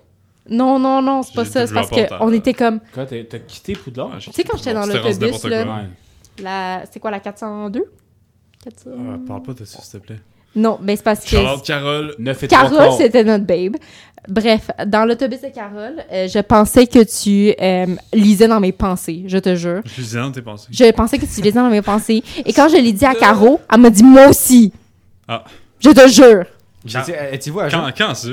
S7: Non non non, c'est pas
S4: J'ai
S7: ça,
S4: dit je
S7: c'est parce
S4: vais apporter,
S7: que on
S4: euh,
S7: était comme
S2: Quand t'as t'as quitté Poudlard?
S4: Ah,
S7: tu
S4: j'ai-
S7: sais quand j'étais dans
S4: C'était rendu
S7: l'autobus
S4: n'importe
S7: là,
S4: quoi.
S2: Ouais.
S7: la c'est quoi la 402 400...
S4: Ah, parle pas de ça, s'il te plaît.
S7: Non, mais c'est parce que
S4: Charlotte Carole.
S2: 9 et 3
S7: Carole, c'était notre babe. Bref, dans l'autobus de Carole, euh, je pensais que tu euh, lisais dans mes pensées, je te jure.
S4: Je lui disais dans tes pensées.
S7: Je pensais que tu lisais dans mes pensées. Et quand je l'ai dit à Caro, elle m'a dit moi aussi.
S4: Ah.
S7: Je te jure.
S3: J'ai dit, Êtes-vous à jeun?
S4: Quand, quand ça?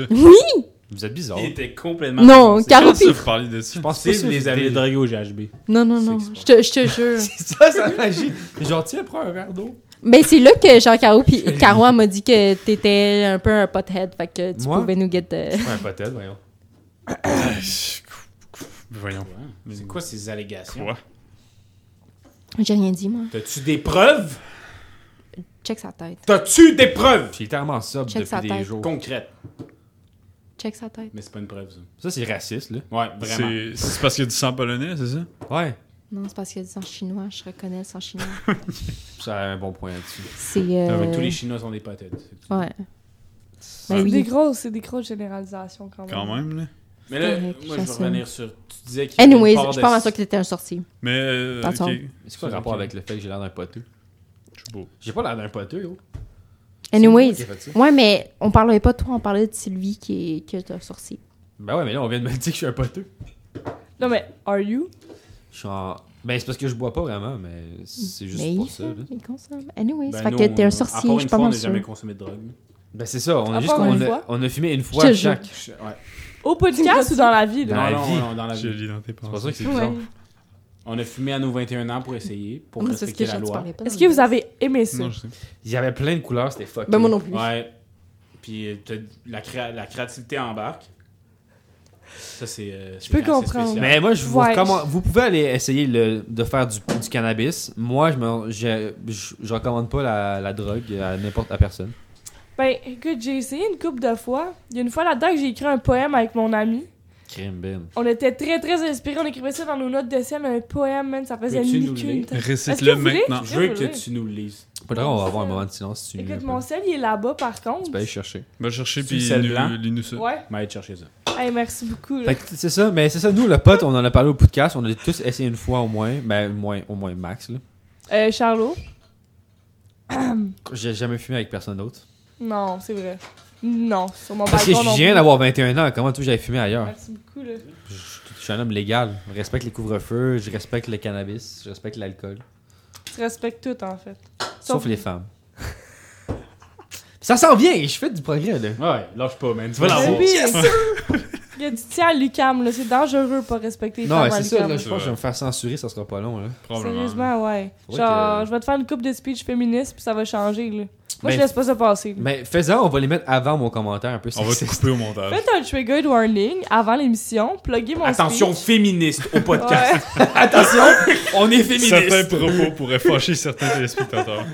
S3: Vous êtes bizarre.
S2: Il était complètement.
S7: Non, Caro
S4: Quand ça,
S7: puis
S4: vous parlez de ça?
S3: Je pense pas
S2: Sylve
S3: que
S2: les avait dragués au GHB.
S7: Non, non, non, je te, je te jure.
S3: C'est [LAUGHS] ça, ça magie. Genre, tiens, prends un verre d'eau.
S7: Mais c'est là que Jean-Caro puis Caro elle m'a dit que t'étais un peu un pothead, fait que tu
S3: Moi?
S7: pouvais nous guetter.
S3: Ouais, peut-être, voyons.
S4: [LAUGHS] Voyons.
S2: C'est quoi ces allégations?
S4: Quoi?
S7: [LAUGHS] J'ai rien dit, moi.
S2: T'as-tu des preuves?
S7: Check sa tête.
S2: T'as-tu des preuves?
S3: J'ai tellement sobre
S7: Check sa
S3: depuis des
S7: tête.
S3: jours.
S2: Concrètes.
S7: Check sa tête.
S2: Mais c'est pas une preuve, ça.
S3: Ça, c'est raciste, là.
S2: Ouais, vraiment.
S4: C'est c'est parce qu'il y a du sang polonais, c'est ça?
S3: Ouais.
S7: Non, c'est parce qu'il a dit en chinois, je reconnais le sang chinois.
S3: Ça a un bon point là-dessus.
S7: C'est. euh,
S2: Ah ouais, Tous les Chinois sont des patates.
S7: Ouais.
S6: C'est
S7: Ben
S6: des
S7: oui.
S6: grosses, c'est des grosses généralisations quand même.
S4: Quand même, là.
S2: Mais là,
S7: Correct,
S2: moi, je veux
S7: j'assume.
S2: revenir sur. Tu disais qu'il y avait une
S7: Anyways,
S2: part
S7: je
S2: de-
S7: suis pas mal sûre que t'étais un sorcier.
S4: Mais, euh,
S7: Attends.
S4: ok.
S3: Mais C'est quoi le rapport avec le fait que j'ai l'air d'un poteux?
S4: Je suis beau.
S3: J'ai pas l'air d'un poteux, gros. C'est
S7: Anyways.
S3: moi qui ai fait ça.
S7: Ouais, mais on parlait pas de toi, on parlait de Sylvie qui est, qui est un sorcier.
S3: Ben ouais, mais là, on vient de me [LAUGHS] dire que je suis un poteux.
S6: Non, mais are you?
S3: Je suis en. Ben, c'est parce que je bois pas vraiment, mais c'est juste
S7: mais
S3: pour
S7: il,
S3: ça.
S7: fait-
S3: là.
S7: il consomme. Anyways,
S2: Ben,
S7: fait
S2: nous,
S7: que t'es
S2: on-
S7: un
S2: à part
S7: sorcier,
S2: une
S7: je hein. suis pas
S2: fois,
S7: mal
S2: On n'a
S7: sûre.
S2: jamais consommé de drogue.
S3: Ben, c'est ça. On
S6: À
S3: a juste
S6: part
S3: qu'on
S6: une
S3: a,
S6: fois.
S3: on a fumé une
S7: Je
S3: fois
S7: te
S3: chaque. C'est
S2: Ouais.
S6: Au podcast ou dans la vie,
S3: Dans
S6: là?
S3: la
S2: Non, non,
S3: vie.
S2: non, dans la
S4: Je
S2: vie.
S4: lis dans tes pensées.
S3: pour ça que c'est
S7: Ouais.
S3: bizarre.
S2: On a fumé à nos 21 ans pour essayer, pour
S7: Ouais, c'est parce que
S2: respecter la
S7: genre, tu
S2: loi.
S7: parlais pas.
S6: Est-ce que vous avez aimé ça?
S4: Non, je sais.
S3: Il y avait plein de couleurs, c'était fuck.
S7: Ben moi non plus.
S2: Ouais. Puis euh, t'as- la, créa- la créativité embarque. Ça, c'est. euh, c'est
S6: peux
S2: quand c'est
S6: comprendre.
S2: spécial.
S3: Mais moi, je vous
S6: Ouais.
S3: recommande. Vous pouvez aller essayer le- de faire du, du cannabis. Moi, je, me, je, je, je recommande pas la, la drogue à n'importe à personne.
S6: Ben, écoute, j'ai essayé une couple de fois. Il y a une fois là-dedans que j'ai écrit un poème avec mon ami.
S3: Crime, ben.
S6: On était très, très inspirés. On écrivait ça dans nos notes de scène, un poème, man. Ça faisait
S2: Peux-tu
S6: une
S2: nous le lire?
S6: cul. Est-ce que
S4: Récite-le
S6: vous voulez?
S4: maintenant.
S2: Je veux
S6: Je voulais.
S2: que tu nous le lises.
S3: Pas grave, on va avoir un moment de silence. Si tu veux un
S6: Écoute,
S3: peu.
S6: mon sel, il est là-bas, par contre.
S3: Tu peux aller chercher.
S4: Va le chercher
S2: C'est
S4: puis
S2: le sel blanc?
S4: nous- lis-nous ça.
S6: Ouais.
S2: Mais allez chercher ça.
S6: Hey, Hey, merci beaucoup. là.
S3: Fait que c'est ça, mais c'est ça, nous, le pote, on en a parlé au podcast, on a tous essayé une fois au moins, ben, au moins, au moins max, là.
S6: Euh, Charlot?
S3: J'ai jamais fumé avec personne d'autre.
S6: Non, c'est vrai. Non, sur mon
S3: Parce que
S6: balcon non
S3: je viens
S6: plus.
S3: d'avoir 21 ans, comment tu veux que j'aille fumer ailleurs?
S6: Merci beaucoup, là.
S3: Je, je suis un homme légal, je respecte les couvre-feux, je respecte le cannabis, je respecte l'alcool,
S6: Tu respectes tout, en fait.
S3: sauf les femmes. ça s'en vient, je fais du progrès, là.
S2: Ouais, lâche pas, man. Tu vas
S6: Ben
S2: l'avoir.
S6: oui. Il y a du tien à l'UCAM, là. C'est dangereux pas respecter les
S3: Non,
S6: femmes
S3: ouais,
S6: à
S3: c'est ça,
S6: l'UQAM.
S3: là, je pense que je
S4: Ouais.
S3: vais me faire censurer, ça sera pas long, là.
S4: Probablement.
S6: Sérieusement, ouais.
S3: Faudrait
S6: Genre,
S3: que-
S6: je vais te faire une coupe de speech féministe, puis ça va changer, là. Moi,
S3: euh, Ben,
S6: je laisse pas ça passer. là.
S3: Mais faisant, on va les mettre avant mon commentaire un peu
S4: On va te
S3: sexiste.
S4: couper au montage.
S6: Faites un trigger warning avant l'émission, pluguez mon
S2: Attention
S6: speech.
S2: féministe au podcast.
S6: Ouais.
S3: Attention, on est
S4: Certains
S3: féministes.
S4: propos pourraient fâcher certains téléspectateurs.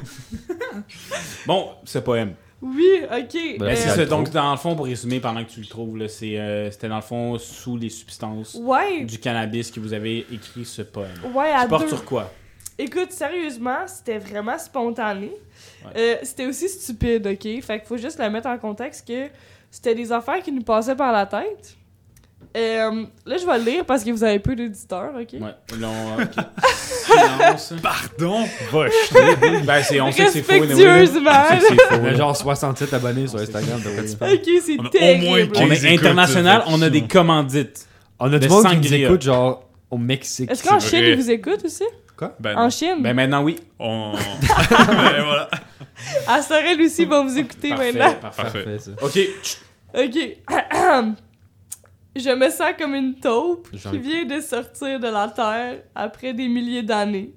S2: Bon, ce poème.
S6: Oui, ok.
S3: Ben,
S6: euh,
S2: Ben, c'est
S3: euh,
S2: ça.
S3: trop.
S2: Donc, dans le fond, pour résumer, pendant que tu le trouves, là, c'est, euh, c'était dans le fond sous les substances
S6: ouais,
S2: du cannabis que vous avez écrit ce poème.
S6: ouais, à
S2: Tu portes
S6: deux.
S2: sur quoi
S6: Écoute, sérieusement, c'était vraiment spontané.
S2: Ouais.
S6: Euh, c'était aussi stupide, ok? Fait qu'il faut juste la mettre en contexte que c'était des affaires qui nous passaient par la tête. Euh, là, je vais le lire parce que vous avez peu d'éditeurs, ok?
S2: [LAUGHS] Ouais. L'on. ok. Silence.
S4: Pardon!
S5: Va
S2: ben, c'est, on sait que c'est faux. anyway, là.
S6: Respectueusement.
S2: On sait que c'est faux,
S3: On a [LAUGHS]
S2: là.
S3: genre 67 abonnés
S6: Ah,
S3: sur Instagram, de quoi tu parles.
S6: ok, c'est
S4: On a au moins
S6: terrible.
S2: On
S4: 15
S2: est
S4: écoutes,
S2: international,
S4: euh,
S2: on a des
S4: effectivement.
S2: commandites.
S3: On a du
S2: Le
S3: monde qui nous
S2: sangria.
S3: écoute, genre, au Mexique.
S6: Est-ce qu'en
S4: C'est
S6: Chine,
S4: vrai.
S6: ils vous écoutent aussi?
S4: Ben non.
S6: En Chine?
S2: Ben maintenant, oui.
S4: On... ben voilà.
S6: À Sorel aussi, ils vont vous écouter maintenant.
S2: Parfait, parfait.
S4: Parfait.
S3: Parfait, ça.
S2: Ok, chut,
S6: Ok. [CLEARS THROAT] Je me sens comme une taupe
S3: J'en
S6: qui
S3: ai-
S6: vient de sortir de la terre après des milliers d'années.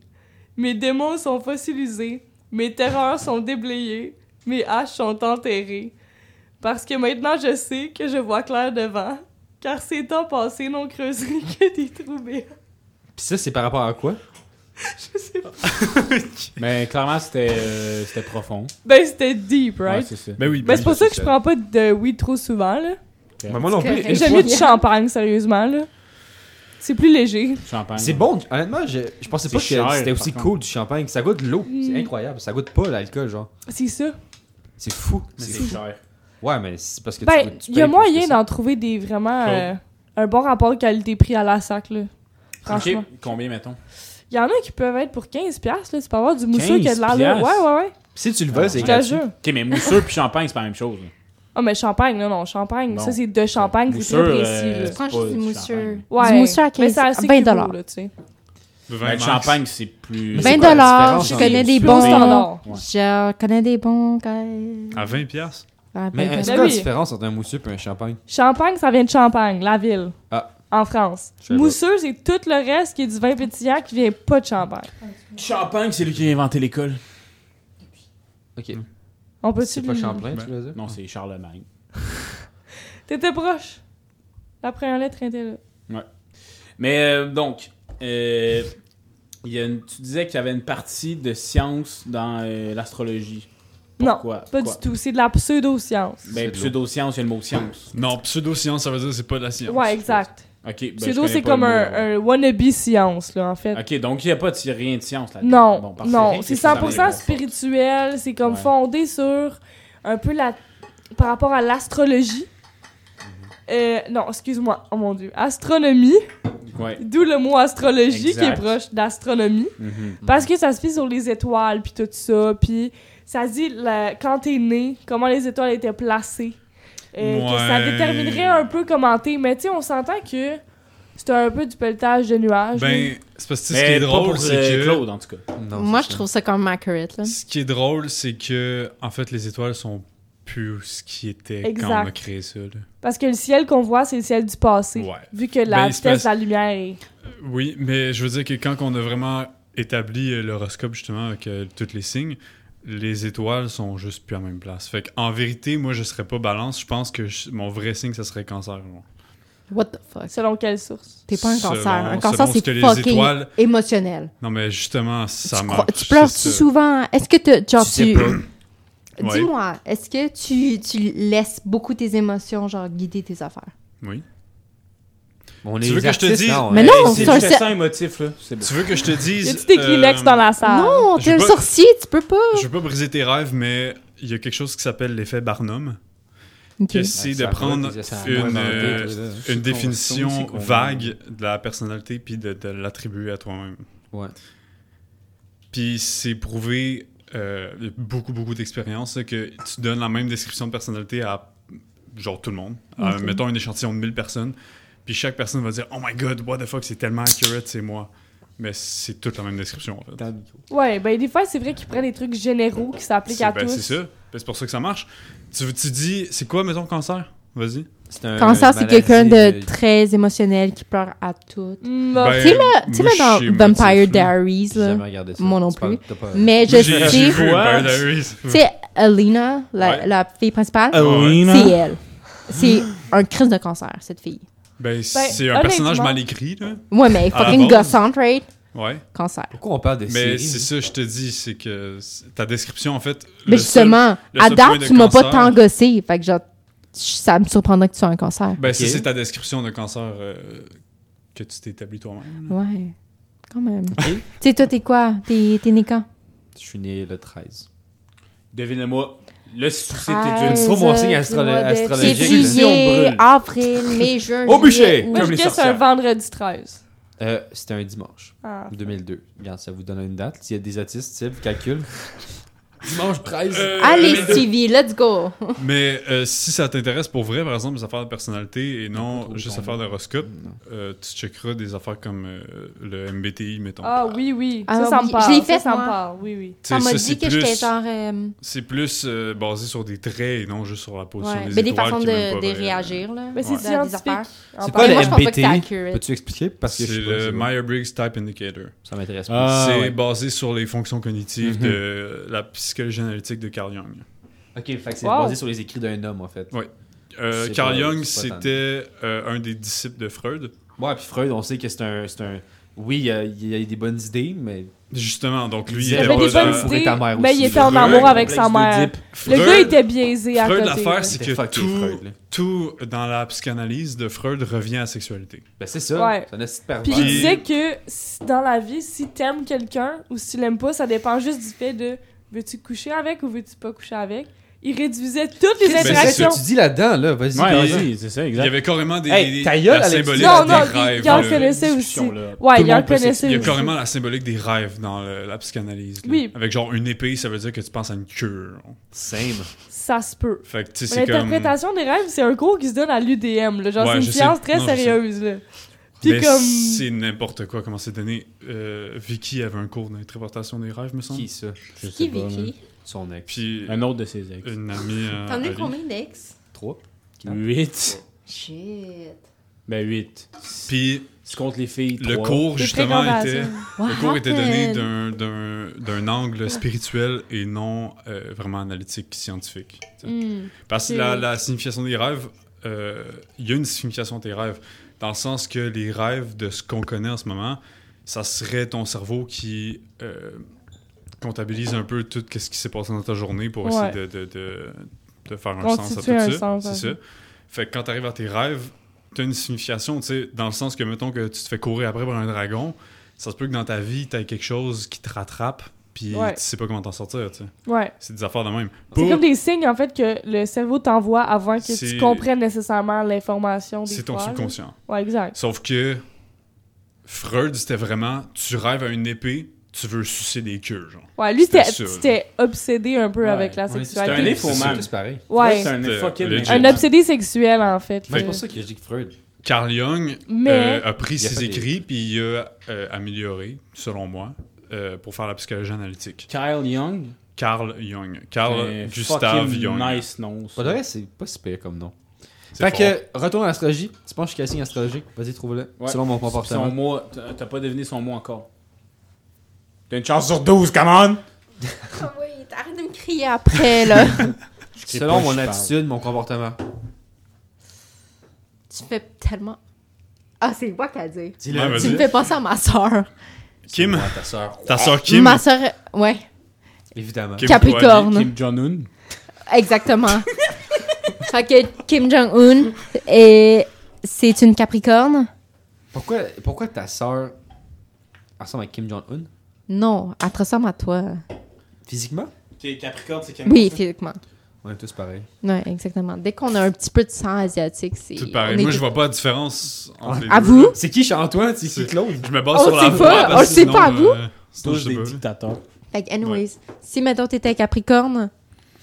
S6: Mes démons sont fossilisés, mes terreurs sont déblayées, mes haches sont enterrées. Parce que maintenant je sais que je vois clair devant, car c'est temps passé non creusé [LAUGHS] que des trous béants.
S3: Pis ça, c'est par rapport à quoi?
S6: Je sais pas.
S2: mais Ben, clairement, c'était, euh, c'était profond.
S6: Ben c'était deep, right?
S2: Ouais, c'est ça.
S4: Ben oui,
S6: ben c'est pour ça que je prends pas de weed trop souvent, là.
S2: Ouais.
S3: Mais moi non plus.
S7: Correct.
S3: une
S6: J'aime
S3: fois-
S6: mieux du champagne, sérieusement, là. C'est plus léger.
S2: Champagne.
S3: C'est bon, honnêtement, je, je pensais
S2: C'est
S3: pas que
S2: cher,
S3: c'était aussi
S2: par
S3: cool du champagne. Ça goûte l'eau,
S6: Mm.
S3: c'est incroyable. Ça goûte pas l'alcool, genre.
S6: C'est ça.
S3: C'est fou.
S2: Mais
S3: C'est
S2: c'est
S3: fou.
S2: cher.
S3: Ouais, mais c'est parce que tu
S6: Ben,
S3: goûtes- tu
S6: il y a
S3: payes pour
S6: moyen
S3: ce que
S6: d'en trouver des vraiment
S4: Cool.
S6: euh, un bon rapport qualité-prix à la sac là. Franchement.
S2: Ok, combien, mettons
S6: Il y en a qui peuvent être pour 15 pièces là, tu peux avoir du mousseux
S2: 15
S6: qui a de l'allure. Ouais
S2: piastres?
S6: ouais ouais.
S3: c'est. Si tu le veux, c'est
S6: Je te
S3: gratuit.
S6: jure.
S2: Ok, mais mousseux puis champagne, c'est pas la même chose.
S6: Ah mais champagne là, non, champagne,
S2: Bon.
S6: ça c'est de champagne, c'est très
S2: Mousseux,
S6: précis.
S2: euh,
S6: là.
S2: c'est
S7: Prends
S2: pas
S7: juste du mousseux.
S2: champagne.
S6: Ouais.
S7: Du mousseux à
S6: Mais
S7: 15,
S6: c'est assez
S7: 20
S6: cubes,
S7: dollars.
S6: là, tu sais.
S2: Ben, le champagne, c'est plus.
S3: Mais
S7: 20
S3: c'est quoi la
S7: dollars,
S3: différence
S7: je
S3: entre
S7: connais
S2: les
S7: des
S2: deux?
S7: bons.
S6: Standard.
S2: Ouais.
S7: Je connais des bons. guys.
S4: À 20 piastres?
S7: Ah,
S3: Mais euh,
S7: ben,
S3: est-ce
S7: ben,
S3: que la
S6: oui.
S3: différence entre un mousseux et un champagne?
S6: Champagne, ça vient de Champagne, la ville.
S3: Ah.
S6: En France.
S3: Je savais pas.
S6: Mousseux, c'est tout le reste qui est du vin pétillant qui vient pas de Champagne.
S2: Champagne, c'est lui qui a inventé l'école.
S3: Ok.
S6: On peut
S3: C'est pas Champlain, tu
S4: Ben,
S3: veux dire?
S2: Non, c'est Charlemagne.
S6: T'étais proche. La première lettre était là.
S2: Mais euh, donc, euh, il y a une- tu disais qu'il y avait une partie de science dans euh, l'astrologie.
S6: Non,
S2: Pourquoi?
S6: Pas
S2: Quoi?
S6: du tout, c'est de la pseudo-science.
S2: Ben, pseudo-science, il y a le mot science.
S4: Non, pseudo-science, ça veut dire que c'est pas de la science.
S6: Ouais, exact.
S2: Ok, ben, je
S6: pseudo,
S2: connais
S6: c'est
S2: pas le
S6: comme
S2: mot,
S6: un,
S2: là.
S6: un wannabe science, là, en fait.
S2: Ok, donc il n'y a pas de, rien de science là-dedans. Bon,
S6: Non,
S2: parfait.
S6: non, c'est
S2: Ça me
S6: 100%
S2: réconforte.
S6: spirituel, c'est comme
S2: Ouais.
S6: fondé sur un peu la... par rapport à l'astrologie.
S2: Mhm.
S6: Euh, non, excuse-moi, oh mon dieu. Astronomie,
S2: Ouais.
S6: d'où le mot astrologie qui est
S2: Exact.
S6: proche d'astronomie.
S2: Mhm.
S6: Parce que ça se fait sur les étoiles, puis tout ça, puis ça dit la- quand t'es né, comment les étoiles étaient placées. Euh, que ça
S4: Ouais.
S6: déterminerait un peu comment t'es. Mais tu sais, on s'entend que c'est un peu du pelletage de nuages. là.
S4: Ben, c'est parce que ce qui
S2: Mais
S4: est
S2: pas
S4: drôle,
S2: pour
S4: c'est
S2: euh,
S4: que...
S2: Claude, en tout cas.
S3: Non,
S7: Moi,
S3: c'est
S7: je
S3: ça.
S7: trouve ça comme accurate. Là.
S4: Ce qui est drôle, c'est que, en fait, les étoiles sont plus ce qui était quand on a
S6: Exact.
S4: créé ça. là.
S6: Parce que le ciel qu'on voit, c'est le ciel du passé.
S4: Ouais.
S6: Vu que la
S4: Ben, il se
S6: vitesse
S4: passe-
S6: de la lumière est.
S4: Oui, mais je veux dire que quand on a vraiment établi euh, l'horoscope, justement, avec euh, tous les signes, les étoiles sont juste plus à la même place. Fait qu'en vérité, moi, je serais pas balance. Je pense que je- mon vrai signe, ça serait cancer. genre.
S7: What the fuck?
S6: Selon quelle source
S7: T'es pas un
S4: Selon-
S7: cancer. un cancer,
S4: selon ce que
S7: c'est
S4: les
S7: fucking
S4: étoiles-
S7: émotionnel.
S4: Non, mais justement, ça
S7: tu, crois-
S4: marche.
S7: tu pleures-tu
S4: c'est ça.
S7: souvent? Est-ce que t'as- genre,
S3: Tu sais
S7: tu...
S3: pas.
S4: Ouais.
S7: Dis-moi, est-ce que tu, tu laisses beaucoup tes émotions genre guider tes affaires?
S4: [COUGHS] Oui.
S3: On est
S4: Tu veux
S3: des
S4: que je te
S3: artistes,
S4: dise-
S3: non,
S7: Mais
S3: on-
S7: non,
S2: Hey,
S7: c'est
S2: c'est
S7: un
S2: du
S7: cer-
S2: dessin émotif, là. C'est beau.
S4: Tu veux que je te dise.
S6: Y a-tu des Kleenex
S4: euh,
S6: dans la salle
S7: non,
S4: je
S7: t'es un
S4: vois-
S7: sorcier, tu peux pas.
S4: Je veux pas briser tes rêves, mais il y a quelque chose qui s'appelle l'effet Barnum.
S7: Ok.
S4: que c'est de
S3: Ça
S4: prendre
S3: doit être- ça doit être
S4: une, euh,
S3: inventé,
S4: une définition vague de la personnalité puis de, de l'attribuer à toi-même.
S3: Ouais.
S4: Puis c'est prouvé euh, il y a beaucoup, beaucoup d'expériences là, que tu donnes la même description de personnalité à genre tout le monde. À,
S7: Ok.
S4: mettons un échantillon de 1000 personnes. Puis chaque personne va dire Oh my god, what the fuck, c'est tellement accurate, c'est moi. Mais c'est toute la même description en fait.
S6: Ouais, ben des fois, c'est vrai qu'ils prennent des trucs généraux qui s'appliquent à
S4: C'est ben,
S6: tous.
S4: c'est ça. Ben, c'est pour ça que ça marche. Tu, tu dis, c'est quoi, mettons, cancer Vas-y.
S3: C'est un-
S7: Cancer,
S3: une
S7: c'est
S3: Euh, maladie,
S7: quelqu'un de
S3: euh,
S7: très émotionnel qui pleure à tout.
S4: Ben,
S6: Mm, bah,
S7: tu sais, là, tu sais,
S4: moi,
S7: là, dans
S4: je suis
S7: Vampire
S4: émotif, là.
S7: Diaries,
S3: J'ai
S7: là.
S3: jamais regardé ça.
S7: Moi non
S3: C'est pas-
S7: plus.
S3: t'as pas-
S7: Mais je
S4: J'ai- j'ai
S7: sais,
S4: vu
S2: What?
S4: Vampire
S7: tu
S4: Diaries.
S7: sais, Alina, la,
S4: Ouais.
S7: la fille principale,
S1: Alina.
S7: c'est elle. C'est un crise de cancer, cette fille.
S4: Ben, c'est un personnage mal écrit, là.
S7: Ouais, mais fucking
S4: Ah, bon?
S7: gossante, right?
S4: Ouais.
S3: Ben,
S7: Cancer.
S3: Pourquoi on parle de
S4: Mais
S3: séries?
S4: c'est ça, je te dis, c'est que c'est- ta description, en fait.
S7: Mais
S4: le seul-
S7: justement,
S4: le
S7: à
S4: seul point
S7: date,
S4: de
S7: tu m'as pas
S4: cancer-
S7: tant gossé. Fait que genre, ça me surprendrait que tu sois un cancer.
S4: ben, ça,
S3: Ok.
S4: c'est ta description de cancer euh, que tu t'établis toi-même.
S7: Ouais, quand même. tu sais, toi, t'es quoi? T'es t'es né quand?
S3: Je suis né le 13.
S2: Devinez-moi. Le souci
S7: Ah.
S2: était
S3: Je
S2: une.
S3: me trouve mon signe
S7: du
S3: astrolo-
S7: mois de
S3: astrologique. là.
S7: Février, avril, mai, juin.
S3: Au
S7: juillet,
S3: bûcher!
S7: août.
S6: Moi,
S2: Comme
S6: je
S2: les
S6: dis que c'est un
S2: sorcières.
S6: vendredi 13.
S3: Euh, C'était un dimanche,
S6: Ah.
S3: 2002. Regarde, ça vous donne une date. S'il y a des autistes, type, calcul. Dimanche 13.
S7: Euh, Allez,
S4: euh,
S7: Stevie, let's go!
S4: Mais euh, si ça t'intéresse pour vrai, par exemple, les affaires de personnalité et
S3: Pas
S4: non
S3: trop
S4: juste
S3: ton Mm.
S4: affaires
S3: nom.
S4: d'horoscope,
S3: Non.
S4: euh, tu checkeras des affaires comme euh, le MBTI, mettons.
S6: Ah oui, oui.
S7: Ah,
S6: ça, ça me
S7: oui.
S6: parle.
S7: Je
S6: Ça,
S7: l'ai fait,
S6: ça me
S7: moi.
S6: parle. Oui, oui.
S4: Tu sais,
S7: Ça m'a
S4: c'est
S7: dit que
S4: plus-
S7: j'étais genre. euh,
S4: C'est plus euh, basé sur des traits et non juste sur la position
S7: ouais.
S4: des
S7: Mais des
S4: étoiles
S7: façons
S4: qui est même pas
S7: de, de
S4: vraie. euh,
S7: réagir, là.
S6: Mais c'est
S7: dans des
S6: scientifique.
S7: affaires.
S6: en
S3: C'est
S6: parlant.
S3: quoi
S7: Mais
S3: le
S7: moi, je pense pas que c'est
S3: MBTI?
S7: accurate.
S3: Peux-tu expliquer? Parce que
S4: C'est
S3: je sais pas,
S4: le
S3: c'est-
S4: Myers-Briggs Type Indicator.
S3: Ça m'intéresse pas.
S1: Ah,
S4: c'est
S1: ouais.
S4: basé sur les fonctions cognitives de
S3: Mm-hmm.
S4: la psychologie analytique de Carl Jung.
S3: Ok, fait que c'est
S6: Wow.
S3: basé sur les écrits d'un homme, en fait.
S4: Ouais. Euh,
S3: C'est
S4: Carl
S3: pas-
S4: Jung,
S3: c'est pas tant.
S4: c'était euh, un des disciples de Freud.
S3: Ouais, puis Freud, on sait que c'est un, c'est un. Oui, il y a, il y a des bonnes idées, mais.
S4: Justement, donc lui,
S3: Il
S4: il
S3: avait
S4: était pas
S6: J'avais des
S3: Heureusement,
S4: dans-
S3: faut
S6: bonnes
S3: que
S6: idées,
S3: ta mère
S6: mais
S3: aussi.
S6: ben, il était en
S4: Le
S6: amour
S4: vrai
S6: avec sa mère. Le
S4: Freud-
S6: gars était biaisé à
S4: Freud,
S6: côté. là.
S4: l'affaire, c'est
S3: C'était
S4: que
S3: fucké,
S4: tout,
S3: Freud, là.
S4: tout dans la psychanalyse de Freud revient à la sexualité.
S3: Ben, c'est ça.
S6: Ouais.
S3: C'est un acide pervers.
S6: Puis il
S4: Ouais.
S6: disait que si- dans la vie, si t'aimes quelqu'un ou si tu l'aimes pas, ça dépend juste du fait de veux-tu coucher avec ou veux-tu pas coucher avec. Il réduisait toutes les
S4: Ben, c'est
S3: C'est ce
S6: interactions.
S3: que tu dis là-dedans, là. Vas-y,
S2: Ouais,
S3: vas-y.
S2: vas-y, c'est ça,
S4: Il y
S2: exact.
S4: avait carrément des,
S3: Hey,
S4: des-
S3: ta gueule,
S4: la
S3: Alexis.
S4: symbolique
S6: Non, non,
S4: des
S6: il
S4: rêves.
S6: il en
S4: là.
S6: connaissait aussi.
S2: là.
S6: Ouais,
S4: Tout
S6: il
S4: le
S6: en
S4: monde peut
S6: connaissait
S4: s'ex- Il y a
S6: aussi.
S4: carrément la symbolique des rêves dans le- la psychanalyse. là.
S6: Oui.
S4: Avec genre une épée, ça veut dire que tu penses à une cure.
S3: Same.
S6: Ça se peut.
S4: Fait que tu sais, c'est comme.
S6: L'interprétation des rêves, c'est un cours qui se donne à l'UDM. Genre,
S4: Ouais,
S6: c'est
S4: je
S6: une science
S4: sais.
S6: très
S4: Non, je sais.
S6: sérieuse. Là. Puis
S4: Mais
S6: comme.
S4: c'est n'importe quoi, comment c'est donné. Euh, Vicky avait un cours d'interprétation des rêves, me semble.
S3: Qui, ça
S2: Je sais
S7: Qui
S2: pas,
S7: Vicky?
S3: Son ex.
S4: Puis
S2: là. Un autre de ses ex.
S4: une amie. euh,
S7: T'en as eu
S4: Ali.
S7: combien d'ex?
S3: 3.
S2: 8.
S7: Shit.
S2: Ben 8.
S4: Puis
S2: Tu comptes les filles.
S4: le
S2: trois.
S4: cours,
S6: Des
S4: justement, était.
S6: précompensations.
S7: What
S4: Le cours était donné
S7: happened?
S4: d'un- d'un d'un angle spirituel et non euh, vraiment analytique, scientifique. tu
S2: Mm.
S4: sais.
S6: Hmm.
S4: Parce que
S6: c'est-
S4: la, la signification des rêves, euh, il y a une signification des rêves, dans le sens que les rêves de ce qu'on connaît en ce moment, ça serait ton cerveau qui euh, comptabilise un peu tout ce qui s'est passé dans ta journée pour
S6: Ouais.
S4: essayer de, de- de- de faire un sens à
S6: Constituer
S4: tout
S6: un
S4: ça.
S6: sens,
S4: c'est
S6: ouais.
S4: ça. Fait que quand tu arrives à tes rêves, tu as une signification, tu sais, dans le sens que, mettons, que tu te fais courir après par un dragon, ça se peut que dans ta vie, tu quelque chose qui te rattrape, puis
S6: Ouais.
S4: tu sais pas comment t'en sortir, tu sais.
S6: Ouais.
S4: C'est des affaires de même.
S6: C'est
S4: Pour-
S6: comme des signes, en fait, que le cerveau t'envoie avant que
S4: C'est-
S6: tu comprennes nécessairement l'information. des
S4: C'est ton
S6: fois, là.
S4: subconscient.
S6: Ouais, exact.
S4: Sauf que Freud, c'était vraiment tu rêves à une épée, tu veux sucer des queues, genre.
S6: Ouais, lui,
S4: C'était
S6: c'était
S4: sûr.
S6: c'était obsédé un peu
S2: Ouais.
S6: avec la
S3: Ouais,
S2: C'est un
S6: sexualité.
S2: info,
S3: C'est
S2: man.
S3: tous pareil.
S6: Ouais.
S2: C'est un
S4: C'était
S2: fucking
S4: legit.
S6: Un obsédé sexuel, en fait.
S3: C'est
S6: là.
S3: pour ça que j'ai dit que Freud.
S4: Carl Jung
S6: Mais-
S4: euh, a pris
S3: Il a
S4: ses
S3: fait des-
S4: écrits puis il a euh, amélioré, selon moi, euh, pour faire la psychologie analytique.
S2: Kyle Young.
S4: Carl Jung. Carl
S2: Un
S4: Gustav
S2: fucking
S4: Jung.
S2: Nice nom. ça.
S3: Pas de vrai, c'est pas si pire comme nom.
S4: C'est
S3: Fait que,
S4: fort.
S3: retourne à l'astrologie. Tu penses que je suis casting astrologique? Vas-y, trouve-le.
S2: Ouais.
S3: Selon mon
S2: Son
S3: comportement.
S2: mot, t'as t'as pas deviné son mot encore. T'as une chance sur 12, come on!
S7: Ah oui, arrête de me crier après, [LAUGHS] là.
S2: sais
S3: Selon
S2: pas,
S3: mon
S2: je parle.
S3: attitude, mon comportement.
S7: tu fais tellement. Ah, c'est moi qu'à dire.
S4: Ouais,
S7: Tu me
S4: vas-y.
S7: fais penser à ma soeur.
S4: Kim,
S3: Ouais, ta sœur.
S4: ta soeur Kim.
S7: Ah, Ma soeur, ouais,
S3: Évidemment.
S4: Kim
S7: Capricorne.
S2: Kim Jong-un.
S4: [LAUGHS]
S7: Exactement. fait que Kim Jong-un, est- c'est une Capricorne?
S3: Pourquoi, pourquoi ta sœur ressemble à Kim Jong-un?
S7: Non, elle te ressemble à toi.
S3: Physiquement?
S2: Capricorne, c'est Capricorne.
S7: Oui, physiquement.
S3: On est tous pareils.
S7: Ouais, exactement. Dès qu'on a un petit peu de sang asiatique, c'est.
S4: Tout
S7: on
S4: pareil.
S7: est
S4: Moi,
S7: tout-
S4: je vois pas la différence
S3: Ah,
S4: entre les
S7: À
S4: deux.
S7: vous?
S3: C'est qui, Charles-Antoine? C'est
S4: qui,
S3: qui, Claude?
S4: Je me base
S7: On
S4: sur la
S7: sait
S4: voix,
S7: pas,
S4: parce
S7: on
S4: que
S7: sait
S4: sinon,
S7: pas à vous.
S4: euh, sinon,
S2: Tous
S4: je sais
S2: des
S4: pas.
S2: dictateurs.
S7: Fait que anyways, si mettons t'étais à Capricorne,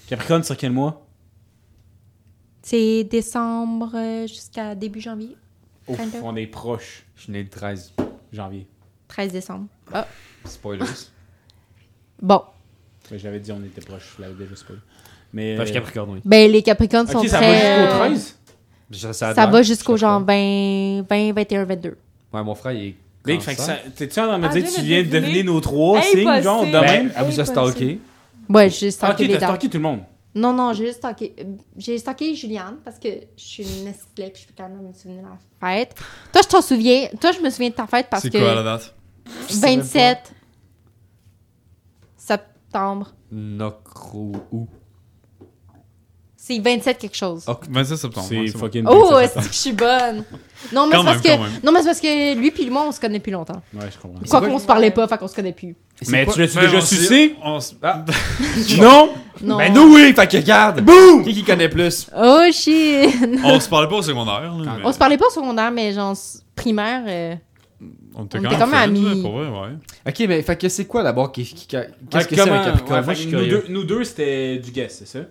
S2: Capricorne, sur quel mois
S7: c'est décembre euh, jusqu'à début janvier.
S2: Ouf,
S7: Printemps.
S2: on est proche,
S3: Je suis né le 13.
S2: janvier.
S7: 13 décembre.
S2: [LAUGHS]
S3: Spoilers.
S7: Bon.
S2: Mais j'avais dit on était proche, je l'avais déjà spoilé. Mais. euh,
S3: Enfin, je suis Capricorne, oui.
S7: Ben, les Capricornes
S2: Ok,
S7: sont
S2: ça
S7: très... euh,
S2: va jusqu'au 13
S3: Ça,
S7: Ça va jusqu'au genre 20, 20, 21, 22.
S3: Ouais, mon frère, il est.
S2: Big, fait que ça.
S3: cancer.
S2: T'es-tu en train de me
S6: Ah,
S2: dire
S6: je
S2: que tu viens
S6: viens de
S2: de deviner
S6: deviner.
S2: nos trois signes,
S6: Impossible.
S2: genre, de
S6: Ben,
S2: même
S3: Elle vous a
S6: Impossible.
S3: stalké.
S7: Ouais, j'ai
S2: Ah,
S7: stocké
S2: ok,
S7: les
S2: t'as
S7: dates.
S2: stalké tout le monde.
S7: Non, non, j'ai stocké... euh, J'ai stocké Juliane parce que je suis une esclave puis je peux quand même me souvenir de la fête. Toi, je t'en souviens. Toi, je me souviens de ta fête parce
S4: C'est
S7: que...
S4: quoi la date?
S3: savais pas.
S7: 27 septembre.
S3: Nocrou ou.
S7: C'est 27 quelque chose.
S4: 27 septembre. ouais,
S2: C'est
S4: bon.
S2: fucking.
S7: Oh,
S2: ouais,
S7: est-ce que je suis bonne? Non, mais
S4: Quand
S7: c'est parce
S4: même, quand
S7: que,
S4: même.
S7: non, mais c'est parce que lui puis moi, on se connaît plus longtemps.
S2: Ouais, je comprends.
S7: Quoi
S3: quoi
S7: qu'on se parlait pas, fait qu'on se connaît plus.
S2: Mais tu l'as-tu
S4: Ben, on
S2: déjà
S4: s'est-
S2: sucé
S4: on s-
S2: Non Ah,
S7: Non.
S3: Mais Ben, nous, oui! Fait que regarde! Boum! Qui qui connaît plus?
S7: Oh
S4: [LAUGHS]
S7: shit!
S4: on se parlait pas au secondaire. là, mais
S7: Ah, on se parlait pas au secondaire, mais genre s- primaire. euh,
S4: on était
S7: on
S4: quand
S7: était
S4: même
S7: comme
S4: friends, là,
S7: amis.
S4: Pour vrai, ouais.
S3: Ok, mais fait que c'est quoi d'abord? qui- qui- Qu'est-ce que
S2: Ouais,
S3: c'est un
S2: comment-
S3: Capricorne?
S2: ouais,
S3: Moi,
S2: fait
S3: je suis
S2: que nous
S3: curieux.
S2: deux- Nous deux, c'était du guess, c'est ça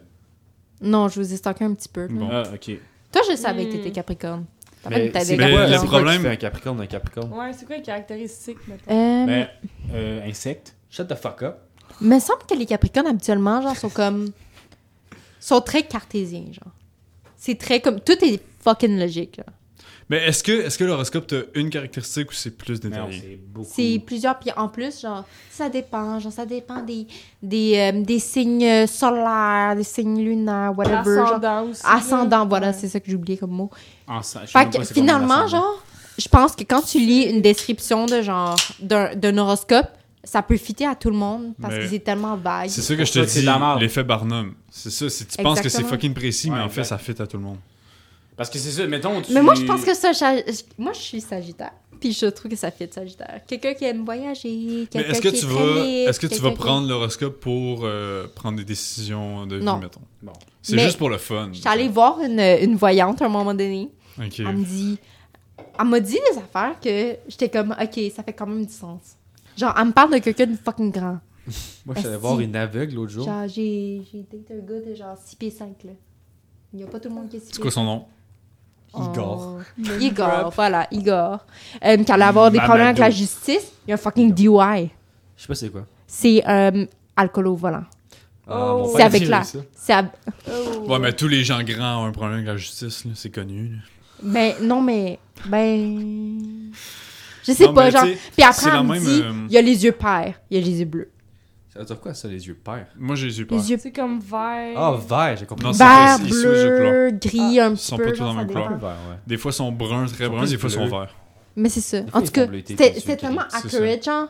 S7: Non, je vous ai stocké un petit peu. là.
S4: Bon.
S2: Ah, ok.
S7: Toi, je savais que
S6: Hmm.
S7: t'étais Capricorne. Ah, T'as pas
S3: Mais
S7: une tête de
S3: c'est quoi-
S4: Mais le
S3: c'est quoi
S7: Capricorne.
S3: qui
S4: problème-
S3: fait un Capricorne, un Capricorne.
S6: Euh, Ouais, c'est quoi les caractéristiques, maintenant?
S7: Euh,
S2: Ben, euh, insecte.
S3: Shut the fuck up.
S7: Me semble que les Capricornes, habituellement, genre, sont comme. sont très cartésiens, genre. C'est très comme. Tout est fucking logique, là.
S4: Mais est-ce que, est que l'horoscope, t'as une caractéristique ou c'est plus
S2: Non,
S4: détaillé?
S2: c'est beaucoup.
S7: C'est plusieurs, puis en plus, genre, ça dépend, genre, ça dépend des, des, euh, des signes solaires, des signes lunaires, whatever. genre.
S6: Ascendant aussi. là.
S7: Ascendant, voilà,
S6: Ouais.
S7: c'est ça que j'ai oublié comme mot.
S2: En sa- je sais
S7: Fait
S2: même pas
S7: que
S2: c'est combien
S7: finalement,
S2: d'ascendants.
S7: genre, je pense que quand tu lis une description de genre, d'un d'un horoscope, ça peut fitter à tout le monde parce
S4: Mais
S7: que c'est tellement vague.
S4: C'est ça que
S2: pour
S4: je
S2: ça
S4: te
S2: que c'est de la merde.
S4: dis, l'effet Barnum. C'est ça, si tu penses que c'est
S7: Exactement.
S4: fucking précis, mais
S2: Ouais,
S4: en fait,
S2: exact.
S4: ça fit à tout le monde.
S2: Parce que c'est ça, mettons. Tu...
S7: Mais moi, je pense que ça. ça- Moi, je suis Sagittaire. Puis je trouve que ça fit Sagittaire. Quelqu'un qui aime voyager,
S4: Mais
S7: quelqu'un
S4: est-ce que
S7: qui
S4: tu
S7: est très
S4: vas,
S7: libre,
S4: est-ce que tu
S7: quelqu'un
S4: vas
S7: qui-
S4: prendre l'horoscope pour euh, prendre des décisions de vie,
S7: Non.
S4: mettons?
S2: Bon.
S4: C'est
S7: Mais-
S4: juste pour le fun.
S7: J'étais allée voir une, une voyante à un moment donné.
S4: Ok.
S7: Elle me dit. Elle m'a dit des affaires que j'étais comme, OK, ça fait quand même du sens. Genre, elle me parle de quelqu'un de fucking grand.
S3: Moi, je suis allé
S7: Esti.
S3: voir une aveugle l'autre jour.
S7: Genre, j'ai j'ai date un gars de genre 6 pieds 5, là. Il n'y a pas tout le monde qui est 6
S4: C'est quoi son nom? [LAUGHS]
S3: Igor.
S7: Oh. Igor, voilà, Igor. Euh, qui allait avoir des
S4: Mamadou.
S7: problèmes avec la justice, il y a un fucking DUI.
S3: Je sais pas c'est quoi.
S7: C'est euh, alcool au volant.
S3: Ah, mon père,
S6: Oh.
S7: C'est
S3: il
S7: avec
S3: dit
S7: la.
S3: ça.
S7: c'est ab-
S6: Oh.
S4: Ouais, mais tous les gens grands ont un problème avec la justice, là, c'est connu. là.
S7: Ben, non, mais. Ben. Je sais
S4: Non,
S7: pas,
S4: mais
S7: genre.
S4: tu sais,
S7: Puis après,
S4: c'est la
S7: elle me
S4: même,
S7: dit,
S4: euh,
S7: il y a les yeux pairs, il y a les yeux bleus.
S3: Ça veut dire quoi ça, les yeux pères?
S4: Moi, j'ai les yeux
S7: Les
S4: pâles.
S7: yeux
S6: C'est comme vert.
S3: Ah, vert, j'ai compris.
S4: Non, c'est
S7: verts,
S4: pas- ils sont les yeux
S7: bleus, gris, un petit peu.
S4: Ah, sont pas tous
S7: genre,
S4: dans la
S7: ça
S4: même couleur.
S7: dépend.
S3: vert, ouais.
S4: Des fois, ils sont bruns, très
S3: Ils sont
S4: bruns,
S3: plus
S4: des fois, ils sont
S3: bleus.
S4: verts.
S7: Mais c'est ça.
S3: fois,
S7: En
S3: ils
S7: tout
S3: sont
S7: cas,
S3: bleutés
S7: c'était
S3: comme
S7: c'était
S3: sur le
S7: tellement
S4: c'est ça.
S7: accurate, genre.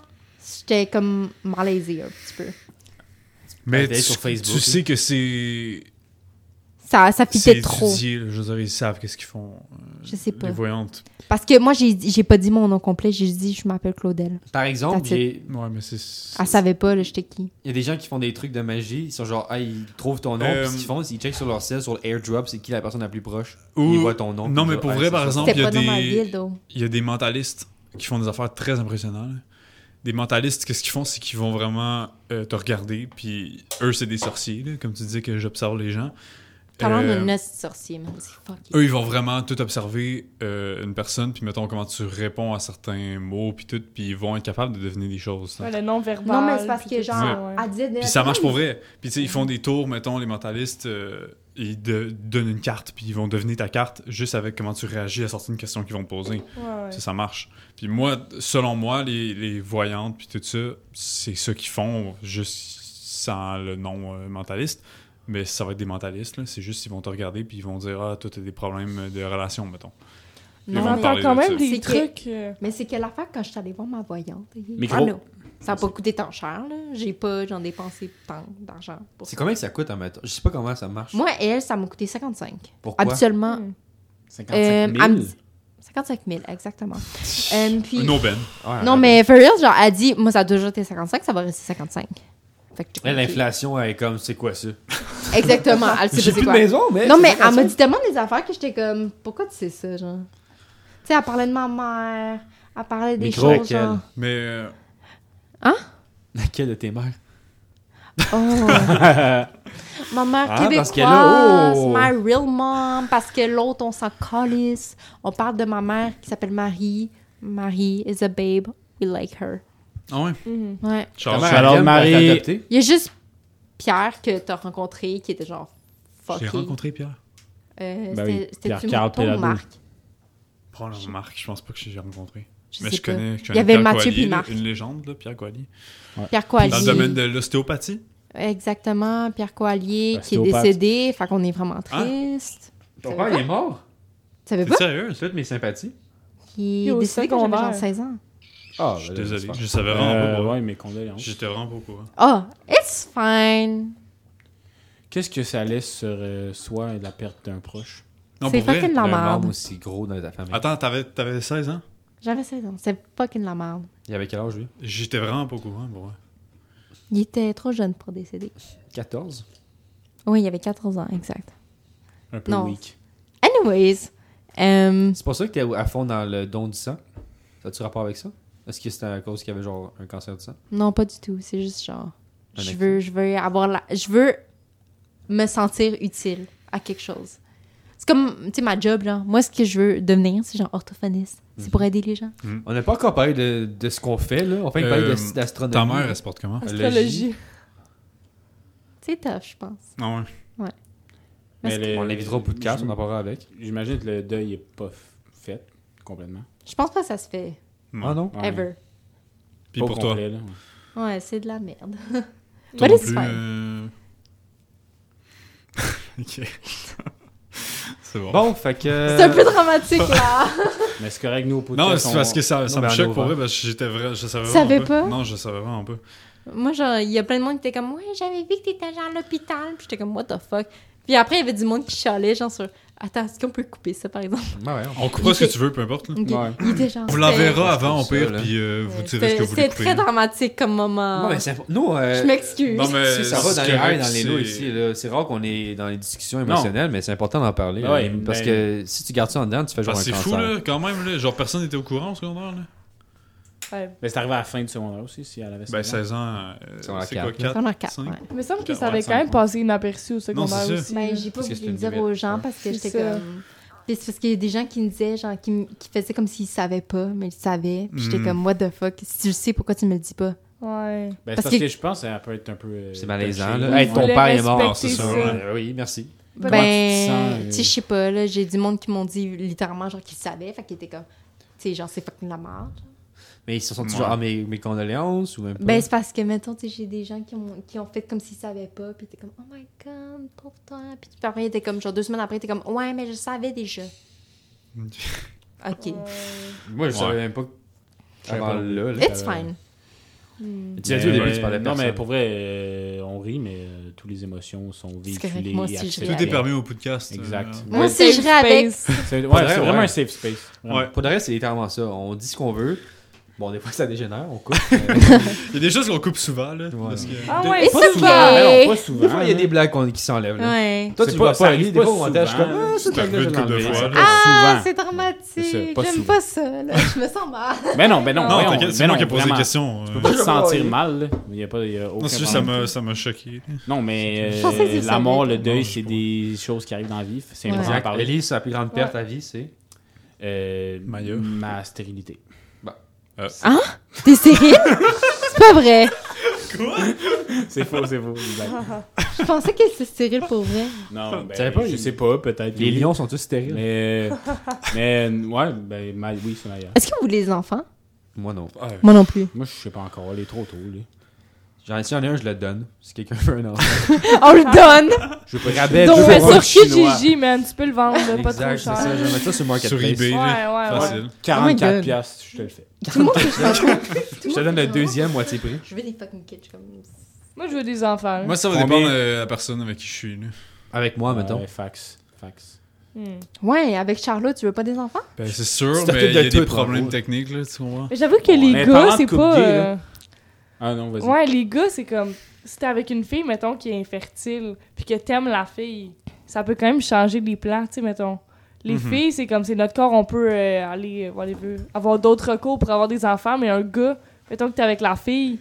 S7: J'étais comme malaisée un petit peu.
S4: Mais
S3: Elle est
S4: tu,
S3: sur Facebook,
S4: tu
S3: là.
S4: sais que c'est.
S7: Ça, ça
S4: C'est
S7: fitait trop.
S4: étudié, là. je veux dire, ils savent qu'est-ce qu'ils font. euh,
S7: Je sais pas.
S4: Les voyantes.
S7: Parce que moi, j'ai j'ai pas dit mon nom complet, j'ai dit je m'appelle Claudel.
S3: Par exemple,
S7: That's it.
S3: j'ai-
S4: Ouais, mais c'est.
S7: Elle savait pas, là, j'étais qui.
S3: il y a des gens qui font des trucs de magie, ils sont genre, ah, ils trouvent ton nom,
S4: Euh,
S3: puis ce qu'ils font, c'est qu'ils checkent sur leur cell, sur l'airdrop, c'est qui la personne la plus proche.
S4: Ou-
S3: Ils voient ton nom.
S4: Non,
S3: puis
S4: mais
S3: ils
S4: pour
S3: disent,
S4: vrai,
S3: ah,
S4: par
S3: c'est ça.
S4: exemple, il
S7: C'était
S4: y, a
S7: pas dans ma
S4: des,
S7: ville, donc.
S4: il y a des mentalistes qui font des affaires très impressionnantes. Des mentalistes, qu'est-ce qu'ils font, c'est qu'ils vont vraiment euh, te regarder, puis eux, c'est des sorciers, là, comme tu disais que j'observe les gens.
S7: Parlant
S4: Euh,
S7: d'un os sorcier, man, c'est fucking.
S4: Eux, ils vont vraiment tout observer euh, une personne, puis mettons comment tu réponds à certains mots, puis tout, puis ils vont être capables de deviner des choses.
S6: Ouais, le nom verbal.
S7: Non, mais c'est parce
S6: puis
S7: que,
S6: tout
S7: genre,
S6: ça, ouais.
S7: elle disait.
S4: Puis ça marche pour vrai. Puis tu sais, ils font des tours, mettons, les mentalistes, euh, ils de- donnent une carte, puis ils vont deviner ta carte juste avec comment tu réagis à certaines questions qu'ils vont te poser.
S6: Ouais, ouais.
S4: Ça, ça marche. Puis moi, selon moi, les, les voyantes, puis tout ça, c'est ceux qui font, juste sans le nom euh, mentaliste. Mais ça va être des mentalistes, là. C'est juste qu'ils vont te regarder, puis ils vont dire Ah, toi, t'as des problèmes de relation, mettons. Ils
S7: Non,
S4: vont
S7: mais-
S4: te
S6: T'entends
S4: parler
S6: quand
S4: de ça.
S6: même
S7: C'est
S6: des
S7: que-
S6: trucs. euh,
S7: Mais c'est que l'affaire, quand je suis allée voir ma voyante,
S2: Micro.
S7: allô, ça a pas coûté tant cher, là. J'ai pas, j'en dépensé tant d'argent pour
S3: C'est
S7: ça.
S3: combien que ça coûte en mettant Je sais pas comment ça marche.
S7: Moi, elle, ça m'a coûté 55.
S3: Pourquoi
S7: Habituellement.
S6: hmm.
S2: 55 000.
S7: euh,
S2: [LAUGHS]
S7: elle me dit- 55 000, exactement. Euh, puis,
S4: Une
S7: non,
S4: aubaine.
S3: Ouais,
S7: mais for real, genre, elle dit, moi, ça a toujours été 55, ça va rester 55. Fait que j'ai
S3: Ouais,
S7: compris.
S3: L'inflation elle est comme, c'est quoi ça?
S7: exactement. Elle sait
S3: J'ai
S7: pas
S3: plus
S7: c'est
S3: de
S7: quoi.
S3: maison, mais.
S7: Non,
S3: c'est
S7: mais
S3: pas
S7: elle m'a
S3: grave.
S7: dit tellement des affaires que j'étais comme, pourquoi tu sais ça, genre? Tu sais, elle parlait de ma mère, elle parlait des
S3: Micro.
S7: choses, genre.
S4: Mais euh,
S3: Laquelle de tes mères [LAUGHS]
S7: Oh. ma mère
S3: Ah, parce
S7: québécoise,
S3: qu'elle a- oh.
S7: my real mom, parce que l'autre, on s'en calisse. On parle de ma mère qui s'appelle Marie. Marie is a babe. We like her. Mm-hmm.
S4: ah ouais.
S6: Mhm.
S7: Ouais.
S4: Charles,
S2: mère, alors,
S3: elle vient de
S2: Marie-
S3: t'être adoptée?
S7: Il y a juste Pierre que t'as rencontré qui était genre
S4: j'ai
S7: fucké.
S4: rencontré Pierre.
S7: Euh,
S2: Ben oui,
S7: c'était-
S2: Pierre
S7: C'était-tu
S2: Carl
S7: Mouton ou
S2: Pelado.
S7: Marc?
S4: Prends la remarque, je pense pas que j'ai rencontré.
S7: Je
S4: Mais
S7: sais
S4: je
S7: pas.
S4: connais, je connais
S7: Il y avait
S4: Pierre
S7: Mathieu
S4: Coallier,
S7: puis Marc.
S4: Une légende, là, Pierre Coallier.
S7: Pierre
S4: Dans le
S7: Coallier.
S4: domaine de l'ostéopathie.
S7: Exactement, Pierre Coallier
S2: Ben,
S7: qui est
S2: ostéopathe.
S7: décédé. Fait qu'on est vraiment
S4: Hein?
S7: triste.
S3: Ton
S7: Ça
S3: père,
S7: va
S3: il est mort.
S7: Tu savais
S4: T'es
S7: pas?
S4: sérieux?
S3: Toutes mes sympathies.
S7: Il
S6: Il est
S7: est
S6: au
S7: décédé quand j'avais genre
S6: secondaire.
S7: 16 ans.
S3: Ah,
S4: Je suis
S3: ben,
S4: désolé,
S3: j'espère.
S4: je savais vraiment pas.
S2: Euh,
S4: moi.
S2: ouais, mes condoléances.
S4: J'étais vraiment pas au courant.
S7: Oh, it's fine.
S2: Qu'est-ce que ça laisse sur euh, soi et la perte d'un proche?
S4: Non,
S7: C'est
S4: pour vrai.
S7: fucking la
S3: Un membre
S7: merde.
S3: aussi gros dans ta famille.
S4: Attends, t'avais, t'avais 16 ans?
S7: J'avais 16 ans. C'est fucking la merde.
S3: Il avait quel âge, lui
S4: J'étais vraiment pas au courant, pour vrai.
S7: Il était trop jeune pour décéder.
S3: 14.
S7: Oui, il avait 14 ans, exact.
S2: Un peu
S7: Non.
S2: weak.
S7: Anyways, euh,
S3: C'est pour ça que t'es à fond dans le don du sang Ça a-tu rapport avec ça Est-ce que c'était à cause qu'il y avait genre un cancer du sang
S7: non, pas du tout. C'est juste genre,
S3: Un
S7: je
S3: accident.
S7: veux, je veux avoir la, je veux me sentir utile à quelque chose. C'est comme, tu sais, ma job, genre. Moi, ce que je veux devenir, c'est genre orthophoniste. C'est
S2: Mhm.
S7: pour aider les gens.
S3: On n'a pas encore parlé de, de ce qu'on fait, là. On fait
S4: Euh,
S3: parler de- d'astronomie.
S4: Ta mère, elle se porte comment?
S3: Astrologie.
S7: C'est tough, je pense.
S4: Non, ouais.
S7: Parce
S2: le-
S3: On l'invitera au bout de casse, on en parlera avec.
S2: J'imagine que le deuil est pas f- fait complètement.
S7: Je pense pas que ça se fait.
S4: Non.
S3: Ah non
S2: Ouais.
S7: Ever.
S4: Puis
S2: Pas
S4: pour toi?
S2: complet, là.
S7: Ouais, c'est de la merde.
S4: Toi
S7: But
S4: non
S7: it's
S4: plus,
S7: fine.
S4: euh, [LAUGHS] ok. c'est bon.
S3: Bon, fait que.
S2: Euh.
S7: C'est un peu dramatique,
S2: [LAUGHS]
S7: là.
S2: Mais c'est correct, nous, au podcast,
S4: Non, c'est
S2: on-
S4: parce que ça, ça
S3: Non,
S4: me
S3: mais
S4: choque
S3: en
S4: pour
S3: novembre.
S4: vrai, parce que j'étais vrai, je savais
S7: Tu
S4: vraiment
S7: savais pas?
S4: Non, je savais vraiment pas.
S7: Moi, genre, il y a plein de monde qui était comme, ouais, j'avais vu que t'étais genre à l'hôpital. Puis j'étais comme, what the fuck. Puis après, il y avait du monde qui chialait, genre sur, attends, est-ce qu'on peut couper ça, par exemple?
S3: Ouais, ouais.
S4: On coupera ce
S7: Ok.
S4: que tu veux, peu importe. là.
S7: Ok.
S2: Ouais.
S7: Il était genre.
S4: On vous
S7: c'était-
S4: l'enverra avant, au
S3: C'était-
S4: pire, puis euh, vous direz ce que
S7: C'était
S4: vous voulez
S7: c'était
S4: couper.
S7: très dramatique comme moment.
S3: Non, mais c'est imp- Nous, euh,
S7: Je m'excuse.
S4: Non, mais
S3: tu sais, ça va
S4: c'est
S3: dans les haies,
S4: correct,
S3: dans les
S4: c'est-
S3: lots ici. là. C'est rare qu'on est dans les discussions émotionnelles, mais c'est important d'en parler.
S2: Ah ouais,
S3: euh, parce
S2: mais-
S3: que si tu gardes ça en dedans, tu fais genre
S4: ben Parce que
S3: un
S4: c'est fou,
S3: cancer.
S4: là, quand même, là. Genre, personne n'était au courant au secondaire, là.
S6: Ouais.
S2: Mais c'est arrivé à la fin du secondaire aussi, si elle avait ça.
S4: Ben, 16 ans, euh,
S3: Ils sont à
S4: c'est
S3: quatre,
S4: quoi,
S3: là.
S4: 4?
S7: Pendant quatre,
S4: cinq.
S7: ouais.
S6: Il me semble que
S4: Quatre,
S6: ça avait
S4: ouais,
S6: quand même
S4: cinq,
S6: passé inaperçu au
S4: Non,
S6: secondaire
S4: c'est ça.
S6: aussi.
S7: Ben, j'ai pas
S3: Parce que
S7: voulu
S3: c'est
S7: le
S3: une
S7: dire
S3: limite,
S7: aux gens
S3: ouais.
S7: parce que
S6: C'est
S7: j'étais
S6: ça.
S7: comme. Puis c'est parce qu'il y a des gens qui me disaient, genre, qui, m- qui faisaient comme s'ils savaient pas, mais ils savaient. Puis j'étais
S4: Mm.
S7: comme, what the fuck, si tu le sais, pourquoi tu me le dis pas?
S6: Ouais.
S2: Ben, c'est
S7: Parce
S2: parce que...
S7: que-
S2: je pense que ça peut être un peu. euh,
S3: C'est malaisant,
S4: Ben,
S2: touché,
S3: là.
S2: ouais.
S3: Hey, ton
S6: voulait
S3: père est mort, c'est
S6: respecter
S3: ça.
S4: ça.
S3: Ouais, Oui, merci.
S6: Comment
S7: Ben,
S2: tu te sens, euh?
S7: tu sais, je sais pas, là, j'ai du monde qui m'ont dit littéralement, genre, qu'ils savaient, fait qu'ils étaient comme, tu sais, genre, c'est fucking la merde.
S3: Mais ils se sont
S4: Ouais.
S3: toujours, ah, mes, mes condoléances ou même pas.
S7: Ben, c'est parce que, mettons, tu sais, j'ai des gens qui ont, qui ont fait comme s'ils savaient pas, puis t'es comme, oh my god, pauvre toi. Puis tu- puis après, t'es comme, genre, deux semaines après, t'es comme, ouais, mais je savais déjà. OK.
S3: Moi, je
S4: Ouais.
S3: savais même pas. Avant là, là.
S7: It's fine.
S6: Hmm.
S3: Tu as dit au début,
S2: Mais-
S3: tu parlais
S2: Non,
S3: personne.
S2: mais pour vrai, euh, on rit, mais euh, toutes les émotions sont
S7: C'est correct,
S2: véhiculées.
S7: moi aussi, je
S2: acceptées.
S7: ris
S4: Tout est permis au podcast.
S2: Exact.
S4: euh,
S7: Moi,
S2: Ouais.
S7: si je
S6: Safe
S7: ris avec.
S6: space.
S2: C'est ouais,
S3: Faudrait,
S2: c'est
S3: ouais.
S2: vraiment un safe space. Vraiment.
S4: Ouais.
S3: Pour le reste, c'est littéralement ça. On dit ce qu'on veut. Bon, des fois, ça dégénère, on coupe.
S4: Il y a des choses qu'on coupe souvent, là. parce que-
S6: Ah
S2: De-
S6: ouais,
S7: It's
S2: pas
S7: okay.
S2: souvent, mais Ben non, pas souvent.
S3: Des fois, il y a
S2: là.
S3: des blagues qu'on- qui s'enlèvent. là.
S7: Ouais.
S3: Toi,
S2: C'est
S3: tu le
S2: pas-
S3: vois
S2: ça
S3: pas
S2: arrive
S3: arriver, des
S2: pas
S3: fois, au montage, je suis
S2: souvent.
S3: comme, ah,
S4: C'est
S3: cette blague-là,
S4: arrivé
S3: je
S4: une couple de
S3: l'enlève.
S4: fois, là.
S7: Ah,
S2: souvent.
S7: c'est
S2: C'est ça,
S7: dramatique.
S2: pas
S7: J'aime
S2: souvent.
S7: pas
S8: [LAUGHS]
S7: ça, là. Je me sens mal.
S2: Mais non, mais non.
S4: Non,
S2: voyons,
S4: t'inquiète, c'est
S2: mais
S4: moi qui ai
S2: non,
S4: posé
S2: vraiment.
S4: la question. euh.
S2: Tu peux pas te
S3: Ouais.
S2: sentir mal, là. Il y a pas il y a aucun
S4: Non, c'est juste ça
S2: problème.
S4: m'a, ça m'a choqué.
S2: Non, mais
S7: Je pensais que
S2: euh,
S7: tu
S2: la mort,
S7: savais.
S2: le deuil,
S4: Non, je
S2: c'est
S4: sais pas.
S2: des choses qui arrivent dans la vie. C'est
S7: Ouais.
S2: important d'en
S3: Exact.
S2: parler.
S3: Elise, sa plus grande perte à vie, c'est.
S2: Euh,
S4: Maya.
S2: ma stérilité.
S7: T'es sérieux? c'est pas vrai.
S2: [LAUGHS] C'est faux, c'est faux.
S7: Je pensais qu'elle se stérile pour vrai.
S2: Non,
S3: Tu savais
S2: ben,
S3: pas,
S2: je
S3: il-
S2: sais pas, peut-être.
S3: Les
S2: oui.
S3: lions sont tous stériles.
S2: Mais, euh, [LAUGHS] mais ouais, ben, ma- oui, c'est Maya.
S7: Est-ce que vous voulez des enfants?
S3: Moi, non.
S7: Moi non plus.
S2: Moi, je sais pas encore, elle est trop tôt, là.
S7: Oh
S3: J'en ai, si j'en ai un, je le donne. Si quelqu'un veut un enfant.
S6: [LAUGHS]
S7: On le donne!
S2: Je
S3: pas- Rabais,
S6: Donc,
S3: deux
S6: mais
S3: pour
S6: sur
S2: un Chinois.
S6: Kijiji, man, tu peux le vendre, là, pas trop
S3: Exact, c'est
S6: cher.
S3: ça. Je vais mettre ça sur
S4: Sur
S3: Marketplace.
S4: eBay,
S6: Ouais,
S4: là,
S6: Ah ouais, ouais.
S4: facile.
S7: Oh my
S2: 44
S7: God.
S2: piastres, je te le fais.
S7: Tout le monde que je parle.
S3: Je te donne le deuxième moitié prix.
S7: Je veux des fucking kids, je suis comme.
S6: Moi, je veux des enfants. là.
S4: Moi, ça va
S2: Combien?
S4: dépendre euh, de la personne avec qui je suis. Là.
S3: Avec moi, Ah, mettons.
S2: Ouais, fax. Fax.
S6: Hmm.
S7: Ouais, avec Charlotte, tu veux pas des enfants?
S4: Ben, c'est sûr,
S3: Tu t'occupes
S4: mais il y
S3: de
S4: a des
S3: tout,
S4: problèmes
S3: bravo.
S4: techniques, là, tu comprends?
S6: Mais j'avoue que les
S2: Mais parlant
S6: gars,
S2: de
S6: c'est
S2: couple
S6: pas.
S2: gay,
S6: euh,
S2: Ah non, vas-y.
S6: Ouais, les gars, c'est comme si t'es avec une fille, mettons, qui est infertile, puis que t'aimes la fille, ça peut quand même changer les plans, tu sais, mettons. Les
S4: Mhm.
S6: filles, c'est comme c'est notre corps, on peut euh, aller, euh, whatever, avoir d'autres recours pour avoir des enfants, mais un gars, mettons que t'es avec la fille,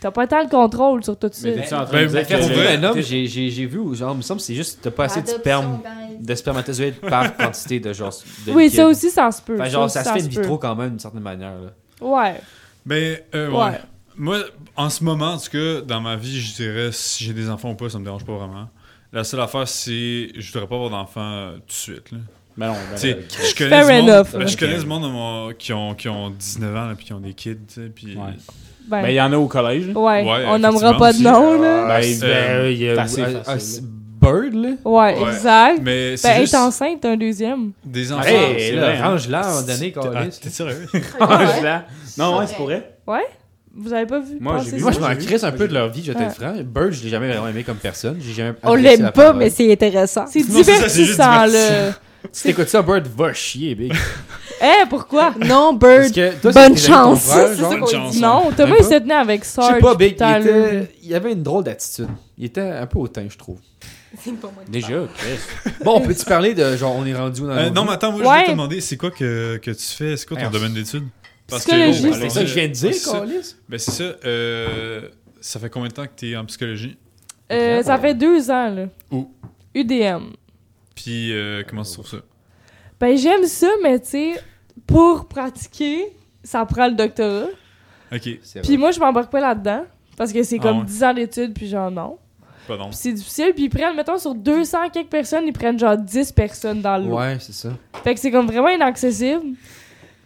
S6: t'as pas tant le contrôle sur tout ça.
S2: Mais t'es-tu en train
S4: Ben,
S2: de dire
S4: pour
S2: que
S3: Pour
S2: le-
S3: vrai, un homme,
S2: t'es-
S3: j'ai j'ai- j'ai vu, où, genre, il me semble que c'est juste t'as pas assez de sperme,
S8: ben,
S3: de spermatozoïdes
S6: [LAUGHS]
S3: par quantité de genre. de
S6: oui,
S3: liquide.
S6: ça aussi, ça se peut.
S3: Fait genre, ça, se fait in
S6: se
S3: vitro quand même d'une certaine manière. Là.
S6: peut. Ouais.
S4: Ben, euh, ouais.
S6: Ouais.
S4: Moi, en ce moment, en tout cas, dans ma vie, je dirais si j'ai des enfants ou pas, ça me dérange pas vraiment. La seule affaire, c'est je voudrais pas avoir d'enfants euh, tout de suite. Là.
S2: Ben non, ben
S4: Tu sais,
S2: non.
S4: je connais
S6: Fair
S4: du monde,
S6: enough.
S4: ben, je connais du monde de mon- qui, ont, qui ont 19 ans et qui ont des kids. tu sais, Puis,
S2: Ouais.
S6: Ben,
S2: Ben, il y en a au collège. là.
S6: ouais.
S4: Ouais,
S6: on nommera pas de
S4: effectivement,
S6: nom, là.
S2: Ben,
S4: c'est-
S2: ben,
S6: euh,
S3: il y a
S2: assez
S3: un-
S2: facile,
S3: un- Bird, là.
S6: Ouais,
S4: Ouais.
S6: exact.
S4: Mais c'est
S6: Ben,
S4: juste
S6: être enceinte, t'as un deuxième.
S4: des enfants.
S2: Hey,
S4: c'est
S2: là,
S4: vrai, hein.
S3: range là à un moment donné,
S4: T'es- ah,
S3: câlisse.
S4: T'es
S3: [LAUGHS]
S4: sérieux?
S6: Ah
S2: [LAUGHS] Je l'ai. Non, ouais,
S7: Ouais.
S2: c'est pour vrai.
S6: Vous avez pas vu
S7: Ah,
S2: Moi, j'ai
S6: passer
S2: vu.
S3: Moi,
S6: ça?
S3: je m'en
S2: j'ai vu,
S3: crisse un peu de leur vie, j'étais
S6: Ouais.
S3: franc. Bird, je l'ai jamais vraiment aimé comme personne. J'ai jamais
S7: On
S3: apprécié
S7: l'aime
S3: la
S7: pas,
S3: parole.
S7: mais c'est intéressant.
S6: C'est
S4: Non, c'est ça, c'est juste
S6: divertissant, là.
S3: Si t'écoutes ça, Bird va chier, big.
S6: Eh, pourquoi?
S7: Non,
S3: Parce
S7: Bird.
S3: que toi,
S7: bonne
S3: c'est tes amis, ton
S7: chance.
S3: frère,
S7: C'est
S3: genre,
S7: ça
S4: Bonne
S7: qu'on
S4: chance.
S7: dit.
S6: Non, Thomas,
S3: Même
S6: il
S3: pas.
S6: se tenait avec Sarge.
S3: Je sais pas, Big,
S6: tout
S3: il,
S6: à l'heure.
S3: était- il avait une drôle d'attitude. Il était un peu hautain, je trouve.
S7: C'est pas moi.
S3: Déjà,
S2: Ah.
S3: Bon, on peut-tu parler de genre, on est rendu où dans
S4: Euh,
S3: la
S4: non, mais
S3: mais.
S4: attends, moi, je voulais te
S6: Ouais.
S4: demander, c'est quoi que, que tu fais? C'est quoi ton
S3: Hey, on-
S4: domaine d'études?
S6: Psychologie,
S4: oh,
S3: C'est ça que je viens de dire,
S4: ouais, c'est ça.
S3: câlisse.
S4: Ben, c'est ça. euh, ça fait combien de temps que t'es en psychologie?
S6: Euh, ça fait deux ans, là.
S4: Où?
S6: UDM.
S4: Puis, euh, comment tu trouves ça?
S6: Ben, j'aime ça, mais tu sais, pour pratiquer, ça prend le doctorat.
S4: Ok,
S3: C'est
S6: Puis
S3: vrai.
S6: moi, je m'embarque pas là-dedans. Parce que c'est
S4: Ah
S6: comme
S4: ouais.
S6: 10 ans d'études, puis genre non.
S4: pas non.
S6: Puis c'est difficile, puis ils prennent, mettons, sur 200 quelques personnes, ils prennent genre 10 personnes dans l'eau.
S3: Ouais, c'est ça.
S7: Euh,
S6: Fait que c'est comme vraiment inaccessible.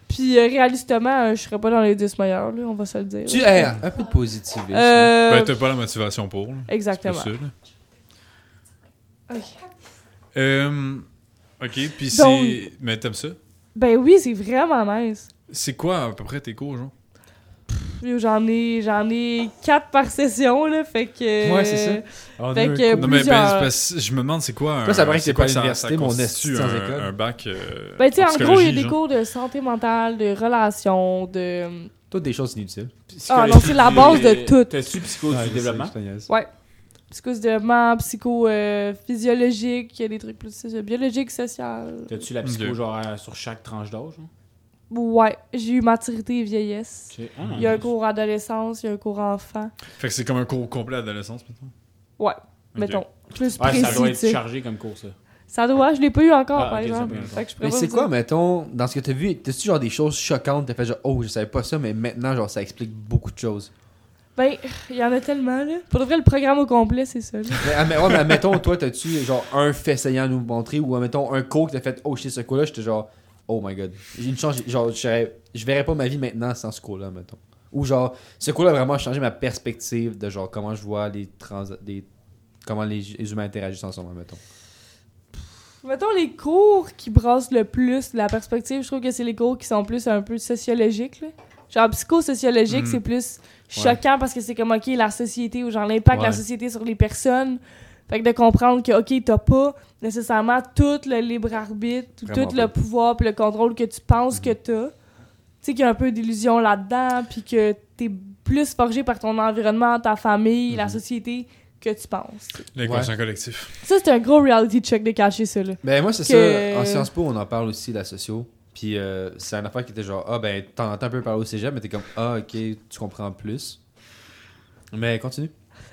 S6: Puis euh, réalistement, euh, je serais pas dans les 10 meilleurs, là, on va se le dire.
S3: Tu hey, un peu hein. de positivisme.
S6: Euh,
S4: Ben, t'as pas la motivation pour. là. C'est
S6: exactement.
S4: pas ça, là.
S6: Ok.
S4: Euh, ok, puis
S6: Donc-
S4: c'est. Mais t'aimes ça?
S6: Ben oui, c'est vraiment nice.
S4: C'est quoi à peu près tes cours, genre?
S6: Puis J'en ai, j'en ai 4 par [LAUGHS] session, là, fait que...
S3: Ouais, c'est ça.
S6: Fait que
S4: Non, mais ben,
S6: plusieurs-
S4: c'est parce que je me demande, c'est quoi un.
S3: Toi, Ah, ça paraît que
S4: c'est
S3: t'es pas à
S4: ça-
S3: l'université,
S4: ça
S3: mon
S4: constitue
S3: esti sans
S4: un-
S3: école.
S4: Un bac. euh,
S6: Ben, tu sais, en gros, il y
S4: psychologie,
S6: a des
S4: genre.
S6: cours de santé mentale, de relations, de.
S3: Toutes des choses inutiles.
S6: Ah, non, c'est la base de tout.
S2: T'as-tu psycho du développement?
S6: Psychodéveloppement, psycho-physiologique, euh, il y a des trucs plus euh, biologiques, sociales.
S2: T'as-tu la psycho,
S4: Ok.
S2: genre, euh, sur chaque tranche d'âge? hein?
S6: Ouais, j'ai eu maturité et vieillesse.
S2: Tu sais, ah,
S6: Il y a un
S4: Mmh.
S6: cours adolescence, il y a un cours enfant.
S4: Fait que c'est comme un cours complet à l'adolescence, mettons.
S6: Ouais,
S4: Ok.
S6: mettons. Plus
S2: Ouais,
S6: précis,
S2: ça doit
S6: tu
S2: être
S6: sais.
S2: chargé comme cours, ça.
S6: Ça doit, je l'ai pas eu encore,
S2: Ah, ok,
S6: par
S2: ça
S6: exemple.
S2: peut être
S6: Fait que je pourrais
S3: Mais
S6: pas
S3: c'est
S6: vous
S3: quoi,
S6: dire.
S3: mettons, dans ce que t'as vu, t'as-tu genre des choses choquantes, t'as fait genre, oh, je savais pas ça, mais maintenant, genre, ça explique beaucoup de choses.
S6: Ben, [LAUGHS] il y en a tellement, là. Pour de vrai, le programme au complet, c'est ça, là.
S3: Mais, ah, mais- ouais, mais mettons, toi, t'as-tu genre un fait saillant à nous montrer ou mettons un cours que t'as fait, oh, chez ce cours-là, j'étais genre, oh my god. J'ai une chance, genre, je serais- je verrais pas ma vie maintenant sans ce cours-là, mettons. Ou genre, ce cours-là a vraiment changé ma perspective de genre comment je vois les trans. Les, comment les, les humains interagissent ensemble, mettons.
S6: Mettons les cours qui brassent le plus de la perspective, je trouve que c'est les cours qui sont plus un peu sociologiques. Là. Genre psychosociologique,
S4: Mhm.
S3: Hmm.
S6: c'est plus choquant parce que c'est comme OK, la société ou genre l'impact de la
S3: Ouais.
S6: société sur les personnes. Fait que de comprendre que OK, t'as pas nécessairement tout le libre arbitre, ou
S3: Vraiment
S6: tout
S3: pas. Hmm.
S6: le pouvoir puis le contrôle que tu penses que t'as. Tu sais qu'il y a un peu d'illusion là-dedans puis que t'es plus forgé par ton environnement, ta famille,
S3: Hmm.
S6: la société que tu penses.
S4: L'inconscient collectif.
S6: Ça c'est un gros reality check de cacher ça là.
S3: Ben moi c'est
S6: Que-
S3: ça, en Sciences Po on en parle aussi la socio. Puis euh, c'est un affaire qui était genre ah ben t'en entends un peu parler au cégep mais t'es comme ah OK, tu comprends plus. Mais continue.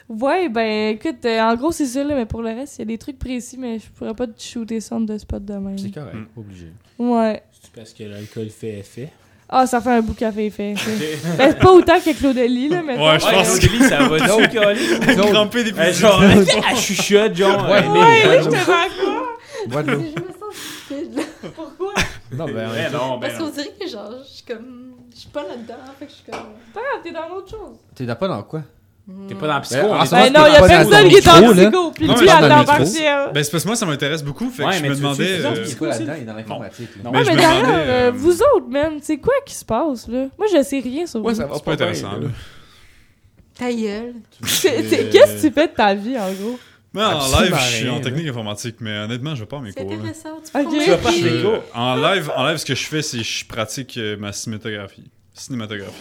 S6: Ouais, ben écoute, euh, en gros, c'est ça, là, mais pour le reste, il y a des trucs précis, mais je pourrais pas te shooter ça en deux spots de même.
S3: C'est correct,
S4: Mm.
S3: pas obligé.
S6: Ouais.
S2: C'est parce que l'alcool fait effet.
S6: Ah, ça fait un bout café effet.
S4: [LAUGHS]
S6: ben, c'est pas autant que Claudelie, là, mais.
S4: Ouais, je
S2: Ouais,
S4: pense
S2: Aurélie, ça [LAUGHS] va donc, Oli.
S3: Claude,
S4: Cramper des
S2: Euh, [LAUGHS]
S4: petits
S2: Genre, elle chuchote, genre.
S3: Ouais.
S2: euh,
S6: Ouais,
S2: mais-
S6: là,
S4: [LAUGHS]
S6: je te raconte.
S3: bois de
S8: Je
S7: [LAUGHS]
S3: l'eau.
S8: me sens stupide.
S6: Pourquoi?
S3: Non ben
S2: Ben non, ben
S8: Parce qu'on
S2: non.
S8: dirait que genre, je suis comme. Je suis pas là-dedans, fait que je suis comme.
S6: Ah, t'es dans autre chose.
S3: t'es dans- pas dans quoi
S2: T'es pas dans la psycho.
S3: Ben,
S2: on
S3: en
S2: est
S3: ce
S2: dans-
S3: moment,
S6: Ben
S3: c'est
S6: non,
S3: pas
S6: il y a
S3: dans le
S6: personne qui est
S3: métro,
S6: en
S3: là.
S6: psycho, puis
S4: Non, mais
S6: lui,
S4: je
S6: elle est
S4: parle dans
S6: en
S4: le métro.
S6: partiel.
S4: Ben, c'est parce que moi, ça m'intéresse beaucoup. Fait que
S2: Ouais,
S4: je
S2: mais
S4: me
S2: tu veux-tu
S4: demandais.
S2: faire ça?
S4: euh,
S2: Parce
S3: C'est quoi là-dedans, il est dans l'informatique. là.
S2: Non.
S4: mais
S6: Ouais,
S4: je
S6: mais
S4: me
S6: d'ailleurs,
S4: demandais,
S6: euh,
S4: euh,
S6: vous autres, man, c'est quoi qui se passe, là? Moi, je sais rien sur
S3: Ouais,
S6: [LAUGHS] vous.
S3: ça va
S4: C'est pas intéressant, là.
S8: Ta gueule.
S6: C'est- c'est- Qu'est-ce
S4: euh,
S6: que tu fais de ta vie, en gros?
S4: Mais en
S3: Absolument
S4: live, je suis
S3: rien,
S4: en
S3: là.
S4: technique informatique, mais honnêtement, je vais pas à mes
S8: C'est
S4: cours. là.
S8: intéressant. Tu
S6: Ok.
S8: peux
S6: Tu vas
S2: pas
S8: m'aider.
S2: chez-
S4: Je- en, live, en live, ce que je fais, c'est je pratique euh, ma cinématographie. Cinématographie.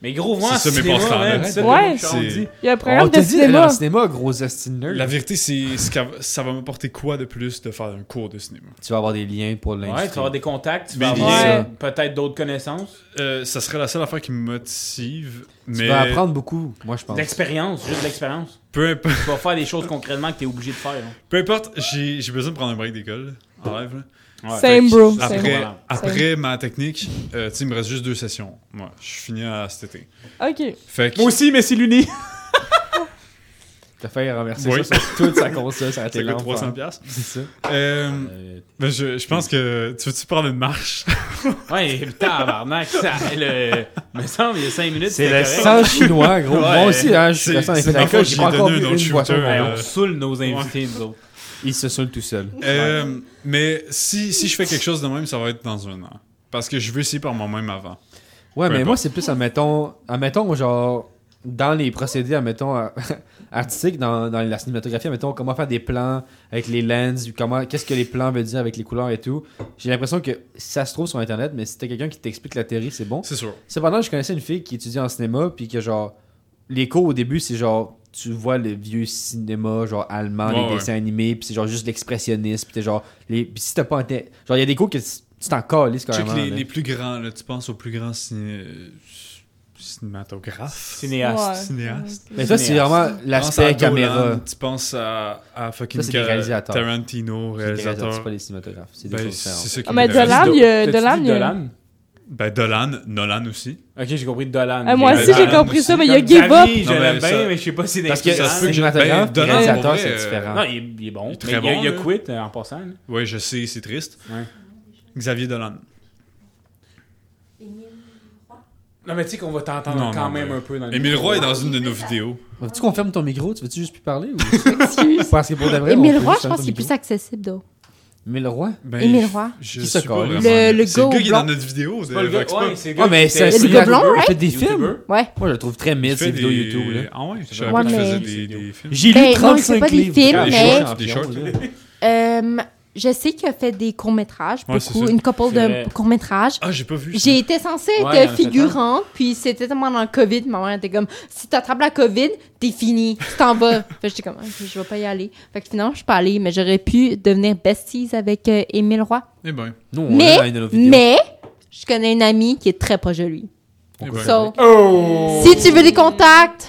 S2: Mais gros, moi,
S4: C'est ça, mes
S2: cinéma,
S4: passe-temps,
S2: man,
S4: là.
S2: c'est ça,
S6: Ouais.
S2: le genre de
S4: C'est-
S2: dit.
S6: Il y a un
S3: On
S6: programme
S3: t'a
S6: de
S3: dit euh, d'aller
S6: cinéma.
S3: au cinéma, gros asti de nerd.
S4: La vérité, c'est ce qu'a- ça va m'apporter quoi de plus de faire un cours de cinéma?
S3: Tu vas avoir des liens pour l'industrie.
S2: Ouais, tu vas avoir des contacts, tu
S4: Mais
S2: vas avoir
S6: ouais.
S2: euh, peut-être d'autres connaissances,
S4: Euh, ça serait la seule affaire qui me motive,
S3: Tu
S4: mais
S3: vas apprendre beaucoup, moi, je pense.
S2: l'expérience, juste de l'expérience.
S4: peu, importe-
S2: Tu vas faire des choses concrètement que t'es obligé de faire. hein.
S4: [LAUGHS] peu importe, j'ai j'ai besoin de prendre un break d'école en live. là.
S2: Ouais.
S6: Same, bro.
S2: Fait que-
S6: Same.
S4: Après,
S2: Voilà.
S4: après ma technique, euh, tu sais, il me reste juste deux sessions. Moi, je finis à cet été.
S6: Ok.
S4: Fait que,
S2: Moi aussi, mais c'est l'uni.
S3: T'as fait remercier
S4: Oui.
S3: ça sur toute sa console, ça a été
S4: ça coûte
S3: long.
S4: 300
S3: hein.
S4: piastres.
S3: C'est ça.
S4: Euh,
S2: Euh,
S4: ben, je, je pense que... Tu veux-tu prendre une marche?
S2: ouais, tabarnak, ça. Le... Me semble, il y a 5 minutes,
S3: C'est
S2: c'était
S3: le sang
S2: correct.
S3: chinois, gros. Moi aussi, hein, je suis
S4: C'est-
S3: resté en
S4: c'est
S3: effet
S4: ma
S3: d'alcool,
S4: faute,
S3: j'ai
S4: j'ai
S3: pas encore
S4: donné
S3: bu
S4: un autre
S3: une boisson.
S4: shooter,
S2: Ouais,
S3: Ouais,
S4: euh,
S2: on saoule nos invités, nous autres.
S3: Il se saoule tout seul.
S4: Euh, mais si, si je fais quelque chose de même, ça va être dans un an. Parce que je veux essayer par moi-même avant.
S3: Ouais,
S4: Peu
S3: mais
S4: importe.
S3: moi, c'est plus, admettons, admettons, genre, dans les procédés, admettons, euh, [LAUGHS] artistiques, dans, dans la cinématographie, admettons, comment faire des plans avec les lenses, ou comment, qu'est-ce que les plans veulent dire avec les couleurs et tout. J'ai l'impression que ça se trouve sur Internet, mais si t'as quelqu'un qui t'explique la théorie, c'est bon.
S4: C'est sûr.
S3: Cependant, je connaissais une fille qui étudiait en cinéma, puis que genre, les cours au début, c'est genre, tu vois le vieux cinéma, genre allemand,
S4: Ouais,
S3: les
S4: ouais.
S3: dessins animés, puis c'est genre juste l'expressionnisme, puis t'es genre, les... puis si t'as pas inté- Genre, il y a des cours que tu tu t'en calisses
S4: Check
S3: carrément.
S4: les,
S3: là.
S4: les plus grands, là, tu penses aux plus grands ciné- cinématographes.
S2: Cinéaste.
S4: Cinéastes.
S3: Mais ça, c'est vraiment l'aspect
S4: Pense à Dolan,
S3: caméra.
S4: tu penses à, à fucking
S3: Ça, c'est des
S4: Ca-
S3: réalisateurs.
S4: Tarantino,
S3: C'est des réalisateurs, c'est
S4: réalisateur.
S3: pas les cinématographes. C'est des
S4: Ben,
S3: choses
S4: c'est
S3: différentes.
S4: ça qui
S6: Ah, mais
S4: m'intéresse.
S6: Dolan, il y a-
S2: T'as-tu dit
S6: Dolan, il y a-
S2: Dolan?
S4: Ben, Dolan, Nolan aussi.
S2: Ok, j'ai compris Dolan.
S6: Ah, moi
S4: Mais
S6: aussi, j'ai
S4: Dolan
S6: compris
S4: aussi,
S6: ça, mais il y a
S2: Comme
S6: Give Up.
S2: David, Je
S4: Non,
S2: l'aime
S4: mais
S2: bien,
S4: ça-
S2: mais je sais pas si c'est
S3: Parce que
S4: ça se peut que-
S3: cinématographe
S4: ben,
S3: et
S4: Dolan,
S3: réalisateur,
S4: en vrai,
S3: c'est
S4: euh,
S3: différent.
S2: Non, il est, il est bon.
S4: Il est
S2: mais
S4: très
S2: il, a,
S4: bon,
S2: il a
S4: là.
S2: quit euh, en passant. là.
S4: Ouais, je sais, c'est triste.
S2: Ouais.
S4: Xavier Dolan.
S2: Non, mais tu sais qu'on va t'entendre
S4: Non,
S2: quand
S4: non,
S2: même
S4: mais-
S2: un peu dans le.
S4: Émile Roy est dans une de nos vidéos.
S3: Veux-tu qu'on ferme ton micro? Tu veux-tu juste plus parler? Ou...
S7: Excuse.
S3: Parce que pour de vrai,
S7: Émile
S3: on peut
S7: Roy,
S3: juste fermer
S7: je pense
S3: ton
S7: qu'il est plus
S3: micro.
S7: accessible, though.
S3: Émile Roy?
S4: Ben,
S7: Émile Roy.
S4: Je
S3: Qui
S4: sais
S3: se
S4: pas
S3: colle?
S4: vraiment.
S7: Le- le
S4: C'est le
S7: gars
S4: gars qui est
S7: blanc.
S4: dans notre vidéo de
S2: C'est pas le gars.
S4: Vox Pop.
S2: Ouais, c'est le
S3: Ah,
S2: gars
S3: mais
S2: qui
S3: c'est un
S2: était-
S7: Le
S3: cinéaste
S7: blanc,
S3: bleu, Il
S6: hein?
S7: right?
S3: fait des
S2: YouTuber.
S3: films.
S7: Ouais.
S3: Moi, je le trouve très
S4: Il
S3: mid,
S4: fait
S3: ses vidéos
S4: des-
S3: YouTube. là.
S4: Ah ouais, je
S3: Ouais,
S4: savais pas qu'il
S7: mais-
S4: faisait des, des films.
S3: J'ai
S7: Ben,
S3: lu
S7: non,
S3: 35
S7: c'est pas des
S3: livres.
S7: films,
S3: Ah,
S7: mais-
S4: Des
S3: champions,
S4: shorts,
S3: là.
S7: Euh, je sais qu'il a fait des courts-métrages,
S4: Ouais, c'est
S7: beaucoup,
S4: ça.
S7: une couple
S2: C'est
S7: de
S2: vrai.
S7: courts-métrages.
S4: Ah, j'ai pas vu. ça.
S7: J'ai été censée être
S2: Ouais, il en a fait
S7: figurante, puis c'était tellement dans le COVID, ma mère était comme « Si t'attrapes la COVID, t'es fini, tu
S2: [LAUGHS]
S7: t'en vas. » Fait que j'étais comme « Ok, Je vais pas y aller. » Fait que finalement, je suis pas allée, mais j'aurais pu devenir besties avec euh, Émile Roy.
S4: Eh ben,
S3: Nous, on est
S7: Mais,
S3: dans une de nos vidéos.
S7: mais, je connais une amie qui est très proche de lui.
S4: eh ben,
S7: So,
S2: Oh!
S7: si tu veux des contacts,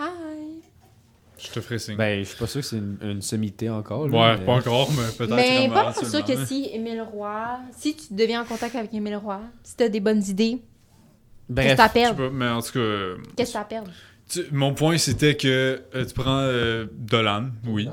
S7: hi.
S4: je te ferai signe.
S3: Ben, je suis pas sûr que c'est une, une sommité encore. là,
S4: ouais,
S3: mais-
S4: pas encore, mais peut-être.
S7: Mais
S4: vraiment,
S7: pas mal sûr que
S4: absolument.
S7: si Émile Roy, si tu deviens en contact avec Émile Roy, si t'as des bonnes idées, qu'est-ce
S3: Bref,
S7: que t'as à
S4: Je sais
S7: perdre?
S4: pas, mais en tout cas, euh,
S7: Qu'est-ce que t'as à perdre?
S4: tu- mon point c'était que euh, tu prends euh, Dolan, oui.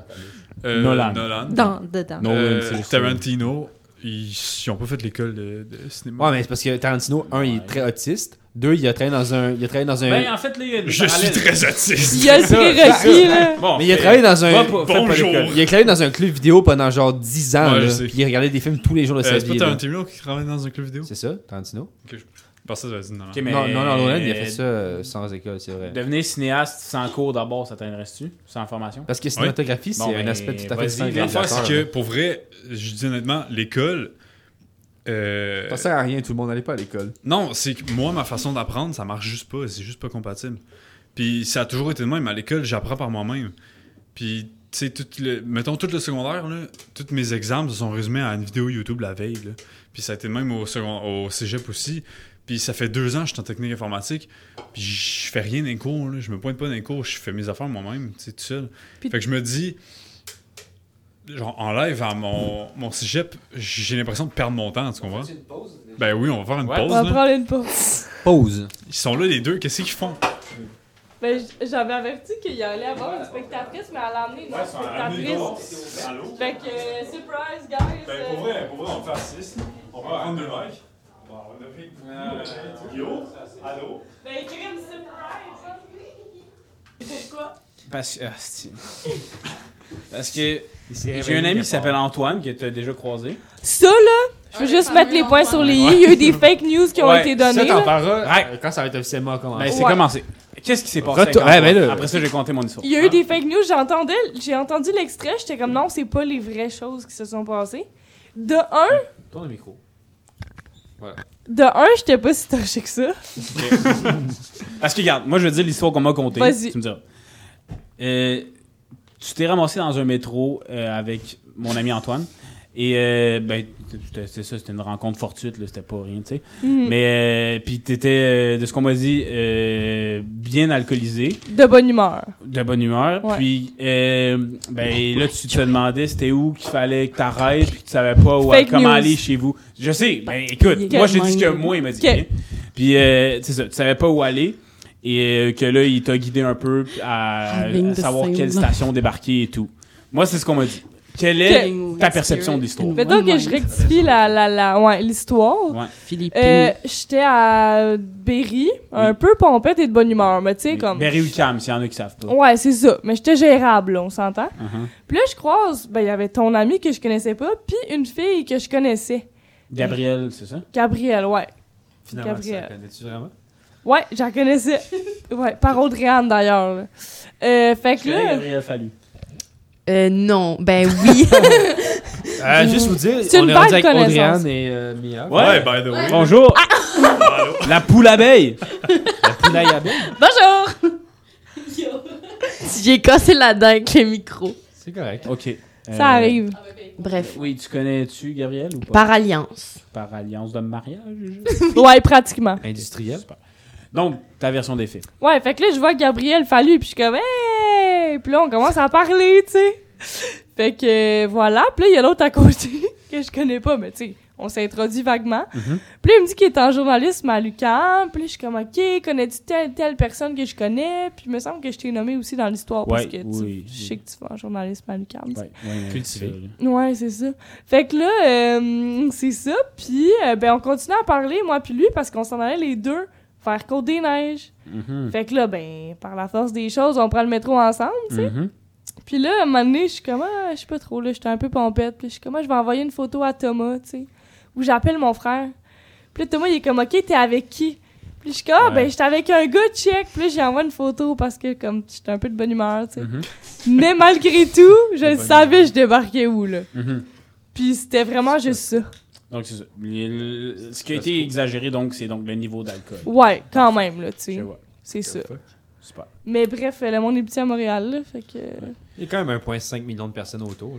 S4: Euh,
S2: Nolan.
S7: Dans, dedans.
S3: Non.
S4: Euh,
S3: Nolan, c'est le
S4: Tarantino, ils, ils ont pas fait l'école de, de cinéma.
S3: Ouais, mais c'est parce que Tarantino, un, il est très autiste. Deux, il a travaillé dans un. Il a travaillé dans un.
S2: Ben, en fait, là, il y a une
S4: Je suis
S2: parallèle.
S4: très autiste.
S6: Il y a le
S2: Ça,
S6: prérequis, là.
S3: Oh,
S2: Bon,
S3: Mais il a
S2: fait-
S3: travaillé dans un.
S2: Va pas- fais pas
S4: Bonjour.
S2: l'école.
S3: Il a travaillé dans un club vidéo pendant genre 10 ans.
S4: Ouais, je
S3: là,
S4: sais.
S3: puis il regardait des films tous les jours de
S4: Euh,
S3: sa
S4: c'est pas
S3: vie. là.
S4: Tarantino qui travaille dans un club vidéo
S3: C'est ça, Tarantino?
S4: Parce que ça, ça va
S2: Ok,
S4: dire
S2: mais-
S3: Non, non, non, Nolan, il a fait ça euh, sans école, c'est vrai.
S2: Devenir cinéaste sans cours d'abord, ça t'intéresserait-tu? Sans formation?
S3: Parce que cinématographie, c'est
S2: Bon,
S3: un
S2: ben,
S3: aspect tout à fait différent.
S2: vas-y, les
S4: non.
S2: fois,
S3: c'est
S4: L'affaire, c'est que pour vrai, je dis honnêtement, l'école. euh,
S3: Ça sert à rien, tout le monde n'allait pas à l'école.
S4: Non, c'est que moi, ma façon d'apprendre, ça marche juste pas. C'est juste pas compatible. Puis ça a toujours été le même. À l'école, j'apprends par moi-même. Puis, tu sais, tout le, mettons, tout le secondaire, là, tous mes examens se sont résumés à une vidéo YouTube la veille. là. Puis ça a été le même au, second, au cégep aussi. Puis ça fait deux ans que je suis en technique informatique. Puis je fais rien d'un cours. là. Je me pointe pas d'un cours. Je fais mes affaires moi-même, tu sais, tout seul.
S6: Puis-
S4: Fait que je me dis, genre, en live, à mon, mon cégep, j'ai l'impression de perdre mon temps, tu comprends? Ben oui, on va faire une
S2: Ouais.
S4: pause.
S6: On va
S4: là.
S6: prendre une pause.
S3: Pause.
S4: Ils sont là, les deux. Qu'est-ce qu'ils font?
S6: Ben, j- j'avais averti qu'il y allait avoir une spectatrice, mais elle a amené une autre spectatrice.
S4: Allô?
S6: Fait que, euh, surprise, guys! euh,
S4: vrai, Ben, pour vrai, on fait 6. On va prendre deux likes. Yo, Euh, allô?
S6: Ben, crime, surprise! Pourquoi?
S2: Parce que. ah, c'est- Parce que. J'ai un ami qui s'appelle Antoine, que t'as déjà croisé.
S6: Ça, là, je veux juste mettre les points sur les i. Il y a eu des fake news qui ont
S2: Ouais,
S6: été
S3: Ça,
S6: données.
S3: t'en
S6: là.
S3: parleras
S2: Ouais.
S3: euh, quand ça va être officiellement commencé.
S2: Ben, c'est
S6: Ouais.
S2: commencé. Qu'est-ce qui s'est passé? avec
S3: Retour-
S2: Antoine?
S3: Ouais, ben là-
S2: Après ça, j'ai compté mon histoire.
S6: Il y a eu des fake news, j'entendais, j'ai entendu l'extrait, j'étais comme non, c'est pas les vraies choses qui se sont passées. De un,
S2: Tourne le micro.
S6: De un, j'étais pas si torché que ça.
S2: Parce que, regarde, moi, je veux dire l'histoire qu'on m'a contée.
S6: Vas-y.
S2: Tu me diras. Euh, tu t'es ramassé dans un métro euh, avec mon ami Antoine. Et, euh, ben, c'était- c'est ça, c'était une rencontre fortuite, là, c'était pas rien, tu sais.
S6: Mhm.
S2: Mais, euh, puis t'étais, euh, de ce qu'on m'a dit, euh, bien alcoolisé,
S6: De bonne humeur.
S2: de bonne humeur.
S6: Ouais.
S2: Puis, euh, ben, là, tu te demandais c'était où qu'il fallait que t'arrêtes, puis que tu savais pas où,
S6: Fake
S2: comment
S6: news.
S2: aller chez vous. Je sais, ben, écoute,
S7: est
S2: moi, j'ai
S7: tellement
S2: dit ce que
S7: nul.
S2: moi, il m'a dit.
S6: Ok.
S2: rien. Puis, euh, c'est ça, tu savais pas où aller. Et euh, que là, il t'a guidé un peu à,
S7: Ah, ligne
S2: à
S7: de
S2: savoir quelle
S7: Seine.
S2: station débarquer et tout. Moi, c'est ce qu'on m'a dit. Quelle est
S8: Quelle-
S2: ta perception de l'histoire?
S6: Mais donc, je rectifie la, la, la, ouais, l'histoire.
S2: Ouais.
S9: Philippine.
S6: Euh, j'étais à Berry, un
S2: Oui.
S6: peu pompette et de bonne humeur, mais tu sais,
S2: Mais-
S6: comme.
S2: Ben, Berry ou Cam, s'il y en a qui savent pas.
S6: Ouais, c'est ça. Mais j'étais gérable, là, on s'entend.
S2: Mhm.
S6: Puis là, je croise, ben, il y avait ton ami que je connaissais pas, puis une fille que je connaissais.
S2: Gabriel, c'est ça?
S6: Gabrielle, ouais.
S3: Finalement,
S6: Gabriel.
S3: ça connais-tu vraiment?
S6: Ouais, je
S2: [LAUGHS]
S6: la connaissais. ouais, par Audrey-Anne, d'ailleurs. là. Euh, fait que là,
S2: Gabriel Fallu.
S9: Euh, non, ben
S7: [LAUGHS]
S9: oui.
S3: Euh, juste vous dire,
S6: C'est
S3: on
S6: une
S3: est rendu
S6: bonne
S3: avec
S6: connaissance.
S3: Audrey-Anne et euh, Mia.
S2: Ouais.
S4: Ouais, by the way.
S2: Bonjour! [LAUGHS] La poule abeille!
S3: La poulaille à belle.
S6: [LAUGHS]
S9: Bonjour! J'ai cassé la dent avec le micro.
S3: C'est correct.
S2: Ok. Euh,
S6: ça arrive.
S9: Bref,
S2: Oui, tu connais-tu Gabriel ou pas?
S9: par alliance.
S2: Par alliance de mariage?
S6: ouais, pratiquement.
S3: Industriel.
S2: Donc, ta version des faits.
S6: Ouais, fait que là, je vois Gabriel Fallu, puis je suis comme, hey! Puis là, on commence à parler, tu sais. Fait que euh, voilà, puis là, il y a l'autre à côté [LAUGHS] que je connais pas, mais tu sais, on s'est introduit vaguement.
S2: Mhm.
S6: Puis là, il me dit qu'il est en journalisme à l'UQAM, puis là, je suis comme, ok, connais-tu telle, telle personne que je connais? Puis il me semble que je t'ai nommé aussi dans l'histoire, parce
S2: Ouais,
S6: que tu-
S2: oui,
S6: je
S2: oui.
S6: sais que tu vas en journalisme à l'UQAM. tu sais.
S2: Ouais, ouais,
S3: Cultivé.
S2: c'est ça.
S6: Ouais, c'est ça. Fait que là, euh, c'est ça. Puis, euh, ben, on continue à parler, moi puis lui, parce qu'on s'en allait les deux vers Côte-des-Neiges.
S2: Mhm.
S6: Fait que là, ben, par la force des choses, on prend le métro ensemble.
S2: Mhm.
S6: Puis là, à un moment donné, je suis comme, ah, je sais pas trop, là, j'étais un peu pompette. Puis je suis comme, ah, je vais envoyer une photo à Thomas, tu sais, où j'appelle mon frère. Puis là, Thomas, il est comme, OK, t'es avec qui? Puis je suis comme, ah, ben, j'étais avec un gars, check. Puis là, j'y envoie une photo parce que, comme, j'étais un peu de bonne humeur, tu sais.
S2: Mhm.
S6: Mais
S2: [LAUGHS]
S6: malgré tout, je le savais, je débarquais où, là.
S2: Mhm.
S6: Puis c'était vraiment juste ça.
S2: Donc, c'est ça. Le- Ce qui a été exagéré, donc, c'est donc le niveau d'alcool.
S6: Ouais, quand même, là, tu
S2: Je
S6: sais.
S2: vois.
S6: C'est ça.
S2: Super.
S6: Mais bref, le monde est petit à Montréal, là, fait que...
S3: Il y a quand même 1,5 million de personnes autour.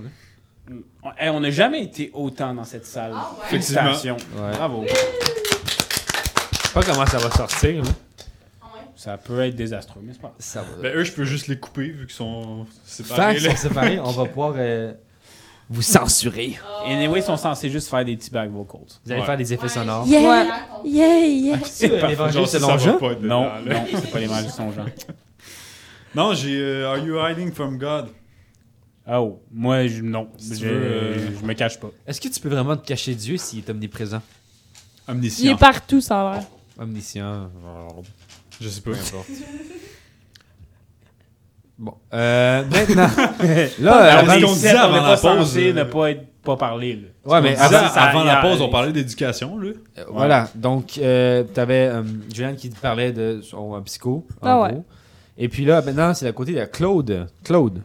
S3: Là.
S2: Hey, on n'a jamais été autant dans cette salle.
S4: Effectivement.
S2: Félicitations.
S3: Ouais.
S2: Bravo.
S3: Je sais pas comment ça va sortir. Là.
S2: Ça peut être désastreux, mais c'est pas.
S3: Ça va.
S4: Ben, eux, je peux juste les couper vu qu'ils sont séparés.
S3: Facts
S4: là.
S3: sont séparés, on va pouvoir euh, vous censurer.
S2: Anyway, ils sont censés juste faire des petits back vocals.
S3: Vous allez
S4: Ouais.
S3: faire des effets sonores.
S7: Yeah,
S6: Ouais.
S7: yeah, yeah.
S3: C'est un évangile
S4: Genre, ça,
S3: selon
S4: ça va
S3: Jean.
S4: pas être
S2: Non,
S4: dedans, là.
S2: non, c'est pas les mages de son genre.
S4: Non, j'ai euh, Are You Hiding From God?
S2: Oh, moi, je, non.
S4: Si
S2: je,
S4: tu veux, euh,
S2: je me cache pas.
S3: Est-ce que tu peux vraiment te cacher Dieu s'il est omniprésent?
S6: Il
S4: Omniscient.
S6: est partout, ça a l'air.
S3: Omniscient.
S4: Je sais pas.
S3: Peu importe. [LAUGHS] Bon. Euh, maintenant. [LAUGHS] là,
S4: avant-
S2: les
S4: qu'on
S2: sept,
S4: disait
S2: on
S4: avant
S2: est pas
S4: la pause,
S2: censé
S4: euh,
S2: ne pas être pas parlé. Là.
S3: Ouais, mais
S4: Mais avant,
S3: avant,
S2: ça,
S4: avant
S2: il y
S4: la
S2: a-
S4: pause, on parlait d'éducation, là.
S3: Euh, Voilà, donc euh, t'avais euh, Juliane qui te parlait de son euh, psycho, en
S6: Ah ouais.
S3: gros. Et puis là, maintenant, c'est à côté de Claude. Claude,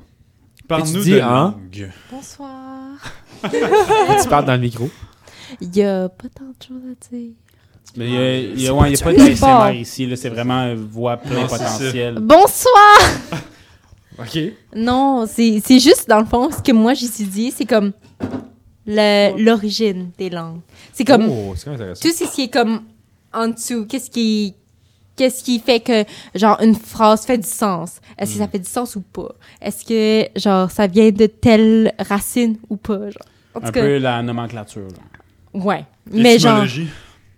S4: Parle-nous
S3: dis,
S4: de
S3: hein?
S4: langue.
S8: Bonsoir.
S3: tu parles dans le micro.
S8: Il y a pas tant de choses à dire.
S2: Mais euh, il n'y a, ouais, il y a pas
S6: du
S2: de
S6: sport.
S2: SMR ici. là, C'est vraiment euh, voix plein
S4: Non, c'est ça.
S2: potentiel.
S7: Bonsoir!
S3: OK.
S7: Non, c'est c'est juste, dans le fond, ce que moi j'étudie, c'est comme le- l'origine des langues. C'est comme
S3: Oh, c'est quand même intéressant.
S7: tout ce qui est comme en dessous, qu'est-ce qui qu'est-ce qui fait que genre une phrase fait du sens Est-ce
S9: Mm.
S7: que ça fait du sens ou pas Est-ce que genre ça vient de telle racine ou pas genre? En tout
S2: Un
S7: cas,
S2: peu la nomenclature. là.
S7: ouais. Mais genre
S4: Étymologie.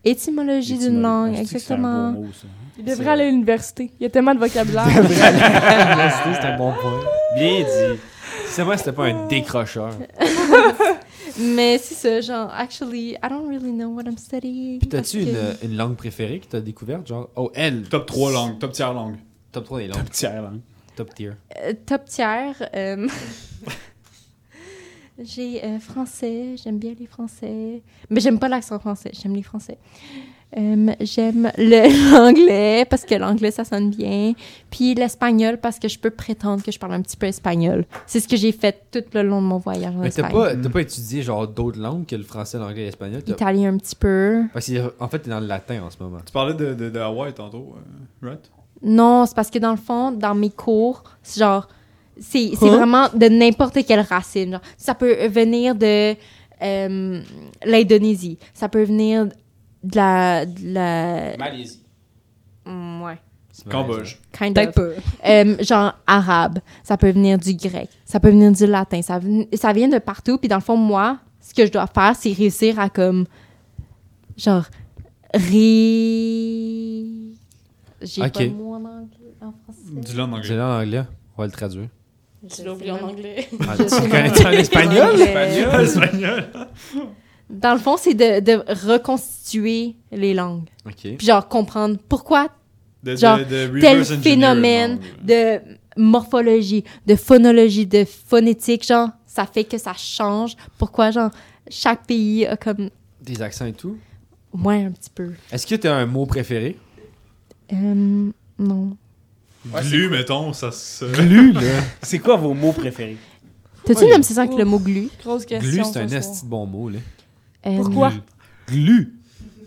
S7: étymologie d'une
S2: Étymologie.
S7: langue
S2: Je dis que c'est un beau
S7: exactement.
S2: mot, ça.
S6: Il devrait aller à l'université. Il y a tellement de vocabulaire.
S3: [LAUGHS] Merci, c'est un bon point.
S2: Bien dit.
S3: C'est vrai, c'était pas un décrocheur.
S7: Mais c'est ça genre actually I don't really know what I'm studying.
S3: Puis
S7: parce
S3: t'as-tu
S7: que-
S3: une, une langue préférée que t'as découverte? Genre, oh, elle,
S4: Top 3 langues, top tiers langues.
S3: top 3 des langues,
S2: Tiens, hein.
S3: top tier.
S7: Euh, top tiers. euh, [LAUGHS] j'ai euh, français, j'aime bien les français. Mais j'aime pas l'accent français, j'aime les français. Euh, J'aime le- [LAUGHS] l'anglais parce que l'anglais, ça sonne bien. Puis l'espagnol parce que je peux prétendre que je parle un petit peu espagnol. C'est ce que j'ai fait tout le long de mon voyage en
S3: Mais t'as
S7: Espagne.
S3: pas,
S4: Mm.
S3: t'as pas étudié genre d'autres langues que le français, l'anglais et l'espagnol? t'as-
S7: Italien un petit peu.
S3: Parce que, en fait, t'es dans le latin en ce moment.
S4: Tu parlais de, de, de Hawaï tantôt, euh, right?
S7: Non, c'est parce que dans le fond, dans mes cours, c'est genre, c'est c'est vraiment de n'importe quelle racine. genre. ça peut venir de euh, l'Indonésie, ça peut venir de la. De la
S4: [LAUGHS]
S2: Malaisie.
S7: Mm, ouais,
S3: C'est
S4: Cambodge.
S7: kind
S9: [LAUGHS] Peut-être
S7: of.
S9: pas.
S7: Euh, genre arabe, ça peut venir du grec, ça peut venir du latin, ça, ven- ça vient de partout. Puis dans le fond, moi, ce que je dois faire, c'est réussir à comme. Genre. Ré. J'ai
S3: Ok.
S7: pas le mot en anglais, en français.
S4: Dis-le en
S3: C'est
S4: anglais.
S3: là en anglais. On va le traduire.
S9: Tu l'as oublié en anglais.
S3: Ah, tu connais ça en espagnol?
S4: [LAUGHS]
S7: Espagnol. Dans le fond, c'est de, de reconstituer les langues.
S3: [LAUGHS] Ok.
S7: Puis genre comprendre pourquoi
S4: De,
S7: Genre,
S4: de, de reverse
S7: tel
S4: engineer
S7: phénomène
S4: le monde.
S7: de morphologie, de phonologie, de phonétique, genre, ça fait que ça change. Pourquoi, genre, chaque pays a comme
S3: Des accents et tout.
S7: moins un petit peu.
S3: Est-ce que t'as un mot préféré?
S7: Euh, non.
S4: Glu, mettons, ça se.
S1: Glu, là.
S2: C'est quoi vos mots préférés?
S7: T'as-tu
S3: Ouais.
S7: une obsession avec le mot glu?
S6: Grosse question.
S3: Glu, c'est un
S6: ce soir.
S3: esti de bon mot, là.
S7: Euh,
S6: Pourquoi?
S3: Glu!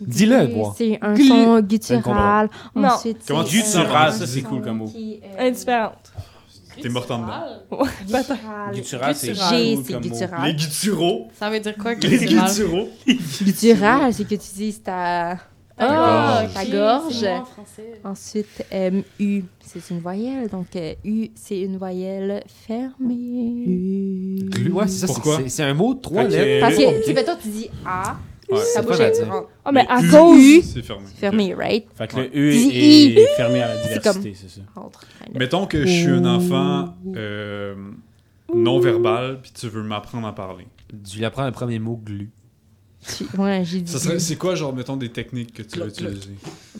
S3: Dis-le,
S7: glu,
S3: Edouard.
S7: C'est un
S3: Glu.
S7: son
S3: le comprends.
S7: guttural.
S6: Non.
S7: Ensuite,
S4: Comment
S7: c'est,
S4: tu dis guttural,
S7: un
S2: ça, c'est cool comme mot.
S7: qui, euh,
S6: Indifférente.
S4: [LAUGHS] T'es morte en dedans.
S7: Guttural.
S2: Guttural, c'est
S7: G,
S2: cool
S7: c'est
S2: comme mot.
S4: Les
S7: guttural.
S4: gutturaux.
S9: Ça veut dire quoi,
S4: Les
S9: guttural?
S4: gutturaux.
S7: Guttural, c'est que tu dis ta...
S3: Ah,
S7: ta
S8: ok,
S7: gorge.
S8: c'est moi en français.
S7: Ensuite, euh, U, c'est une voyelle. Donc, euh, U, c'est une voyelle fermée.
S3: Glu, ouais, c'est ça. c'est-
S4: Pourquoi?
S3: c'est- C'est un mot de trois
S4: Fait que-
S3: lettres.
S7: Parce que, tu
S3: Ok.
S7: sais, mettons, tu dis A,
S4: Ouais,
S7: ta
S3: c'est
S7: bouche
S3: pas
S7: est
S3: facile.
S7: grande.
S6: Ah, mais à
S4: U.
S6: cause.
S4: C'est fermé.
S7: fermée, right?
S2: Fait que le U
S7: Dis
S2: est, est fermé à la diversité, c'est ça.
S7: Entre.
S4: Mettons que je suis un enfant euh, non-verbal, puis tu veux m'apprendre à parler.
S3: Tu lui apprends le premier mot, glu.
S7: Tu- Ouais, j'ai dit.
S4: Ça serait- C'est quoi, genre, mettons, des techniques que tu vas utiliser?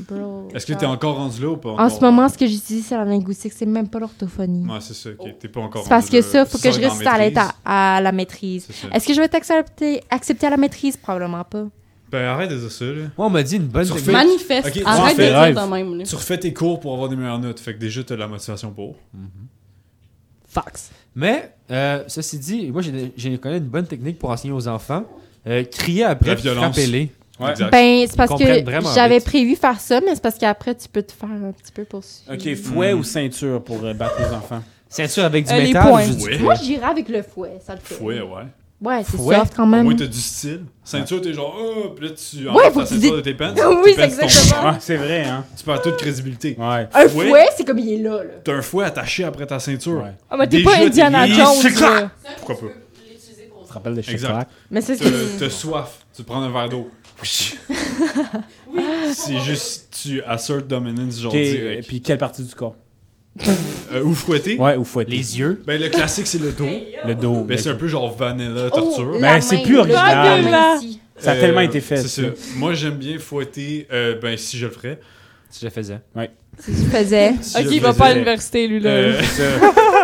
S7: Bro.
S4: Est-ce que t'es encore rendu là ou pas
S7: En
S4: encore?
S7: ce moment, ce que j'utilise, c'est la linguistique, c'est même pas l'orthophonie.
S4: Ouais, c'est ça. ok, T'es pas encore
S7: C'est parce
S4: rendu
S7: que
S4: là.
S7: ça, faut
S4: Tu
S7: que
S4: sors
S7: je
S4: dans
S7: reste à
S4: maîtrise.
S7: l'état, à la maîtrise.
S4: C'est ça.
S7: Est-ce que je vais t'accepter accepter à la maîtrise? Probablement pas.
S4: Ben, arrête de dire ça, là.
S3: Moi, on m'a dit une bonne
S4: Sur
S3: technique.
S4: Facebook.
S9: Manifeste.
S4: Ok, tu
S9: Arrête
S4: en
S9: de
S4: fais
S9: dire
S2: rêve.
S9: de même. là.
S4: Tu refais tes cours pour avoir des meilleures notes. Fait que déjà, t'as de la motivation pour.
S9: Fax.
S3: Mais, euh, ceci dit, moi, j'ai j'ai connu une bonne technique pour enseigner aux enfants. Euh, crier après,
S4: La
S3: puis
S4: violence.
S3: frapper-les.
S2: Ouais.
S4: Exact.
S7: Ben, c'est parce
S3: comprennent
S7: que
S3: vraiment
S7: j'avais
S3: vite.
S7: prévu faire ça, mais c'est parce qu'après, tu peux te faire un petit peu poursuivre.
S2: Ok, fouet ou ceinture pour euh, battre les enfants?
S3: Ceinture avec du
S6: Euh, les
S3: métal.
S6: poings.
S3: je dis-
S4: Ouais.
S7: Moi, j'irais avec le fouet, ça le fait.
S4: Fouet, ouais.
S7: Ouais, c'est
S3: Fouet.
S7: soft quand
S4: Au
S7: même.
S4: moins, t'as du style. Ceinture, t'es genre, oh, puis là, tu
S7: Ouais,
S4: enlèves
S7: faut
S4: ta
S7: que tu
S4: ceinture
S7: dis-
S4: de tes pants.
S7: [LAUGHS]
S4: tes
S7: Oui, c'est
S4: pants tombent.
S7: exactement.
S2: Ah, c'est vrai, hein?
S4: Tu perds toute crédibilité.
S2: Ouais.
S7: Un
S4: Fouet.
S7: fouet, c'est comme il est là, là.
S4: T'as un fouet attaché après ta ceinture.
S2: Ouais.
S6: Ah, mais t'es
S4: Déjà,
S6: pas
S4: t'es
S6: Indiana
S4: lié.
S6: Jones.
S4: C'est clair.
S6: là.
S4: Pourquoi
S7: [LAUGHS]
S4: pas?
S2: Tu te rappelles de
S4: Exact.
S2: Chirac?
S7: Mais c'est ce
S4: T'as
S7: que.
S4: t'as soif. Tu prends un verre
S7: [LAUGHS]
S4: d'eau. C'est juste, tu assert dominance, genre
S2: Ok, et
S4: direct.
S2: puis quelle partie du corps?
S4: Euh, ou fouetter.
S2: Ouais, ou fouet?
S3: Les yeux.
S4: Ben, le classique, c'est le dos.
S2: Le dos.
S4: Ben, c'est un peu genre
S7: Oh.
S4: vanilla torture.
S2: la Ben, c'est main, plus le- original.
S6: la main
S2: Ça a
S4: Euh,
S2: tellement été fait.
S4: C'est ça. Moi, j'aime bien fouetter. euh, ben, si je le ferais.
S3: Si je le faisais.
S7: Tu faisais.
S4: Si
S6: Ok,
S4: je
S6: il
S4: le
S6: va pas à
S4: faisais,
S6: l'université, lui, là.
S4: euh, [LAUGHS]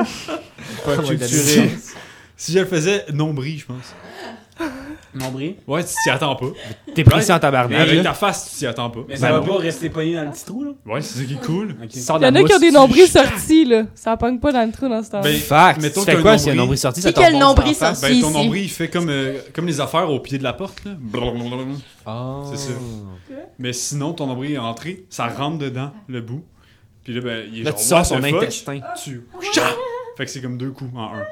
S3: Pas
S4: culturé. Si je le faisais, nombril, je pense.
S2: Nombril.
S4: Ouais, tu t'y attends pas.
S3: T'es pressé en tabarnak.
S4: Avec
S3: là.
S4: ta face, tu t'y attends pas. Ben
S2: Mais ça va pas rester pogné dans le petit trou, là?
S4: Ouais, c'est ça qui est cool.
S2: Ben Ok.
S3: Tu sors de
S6: Il y en
S3: la
S6: a qui ont
S3: mousse,
S6: des
S3: tu-
S6: nombrils sortis, là. Ça pogne pas dans le trou dans ce temps
S4: Ben,
S3: Fact.
S4: Mettons
S3: Tu
S4: que t'as
S3: fais
S4: un
S3: quoi si un
S4: nombril.
S3: nombril sorti?
S9: Puis
S3: Ça
S9: que le
S3: t'enfonce dans la
S9: nombril
S3: face.
S9: sorti
S4: Ben, ton
S9: ici.
S4: nombril, il fait comme, euh, comme les affaires au pied de la porte, là. Blablabla.
S3: Ah.
S4: C'est ça. Mais sinon, ton nombril est entré, ça rentre dedans, le bout. Puis là, ben, il est
S3: Là,
S4: genre,
S3: tu
S4: what
S3: sors son
S4: the fuck?
S3: intestin.
S4: Tu...
S2: Ah.
S4: Tcha! Fait que c'est comme deux coups en un.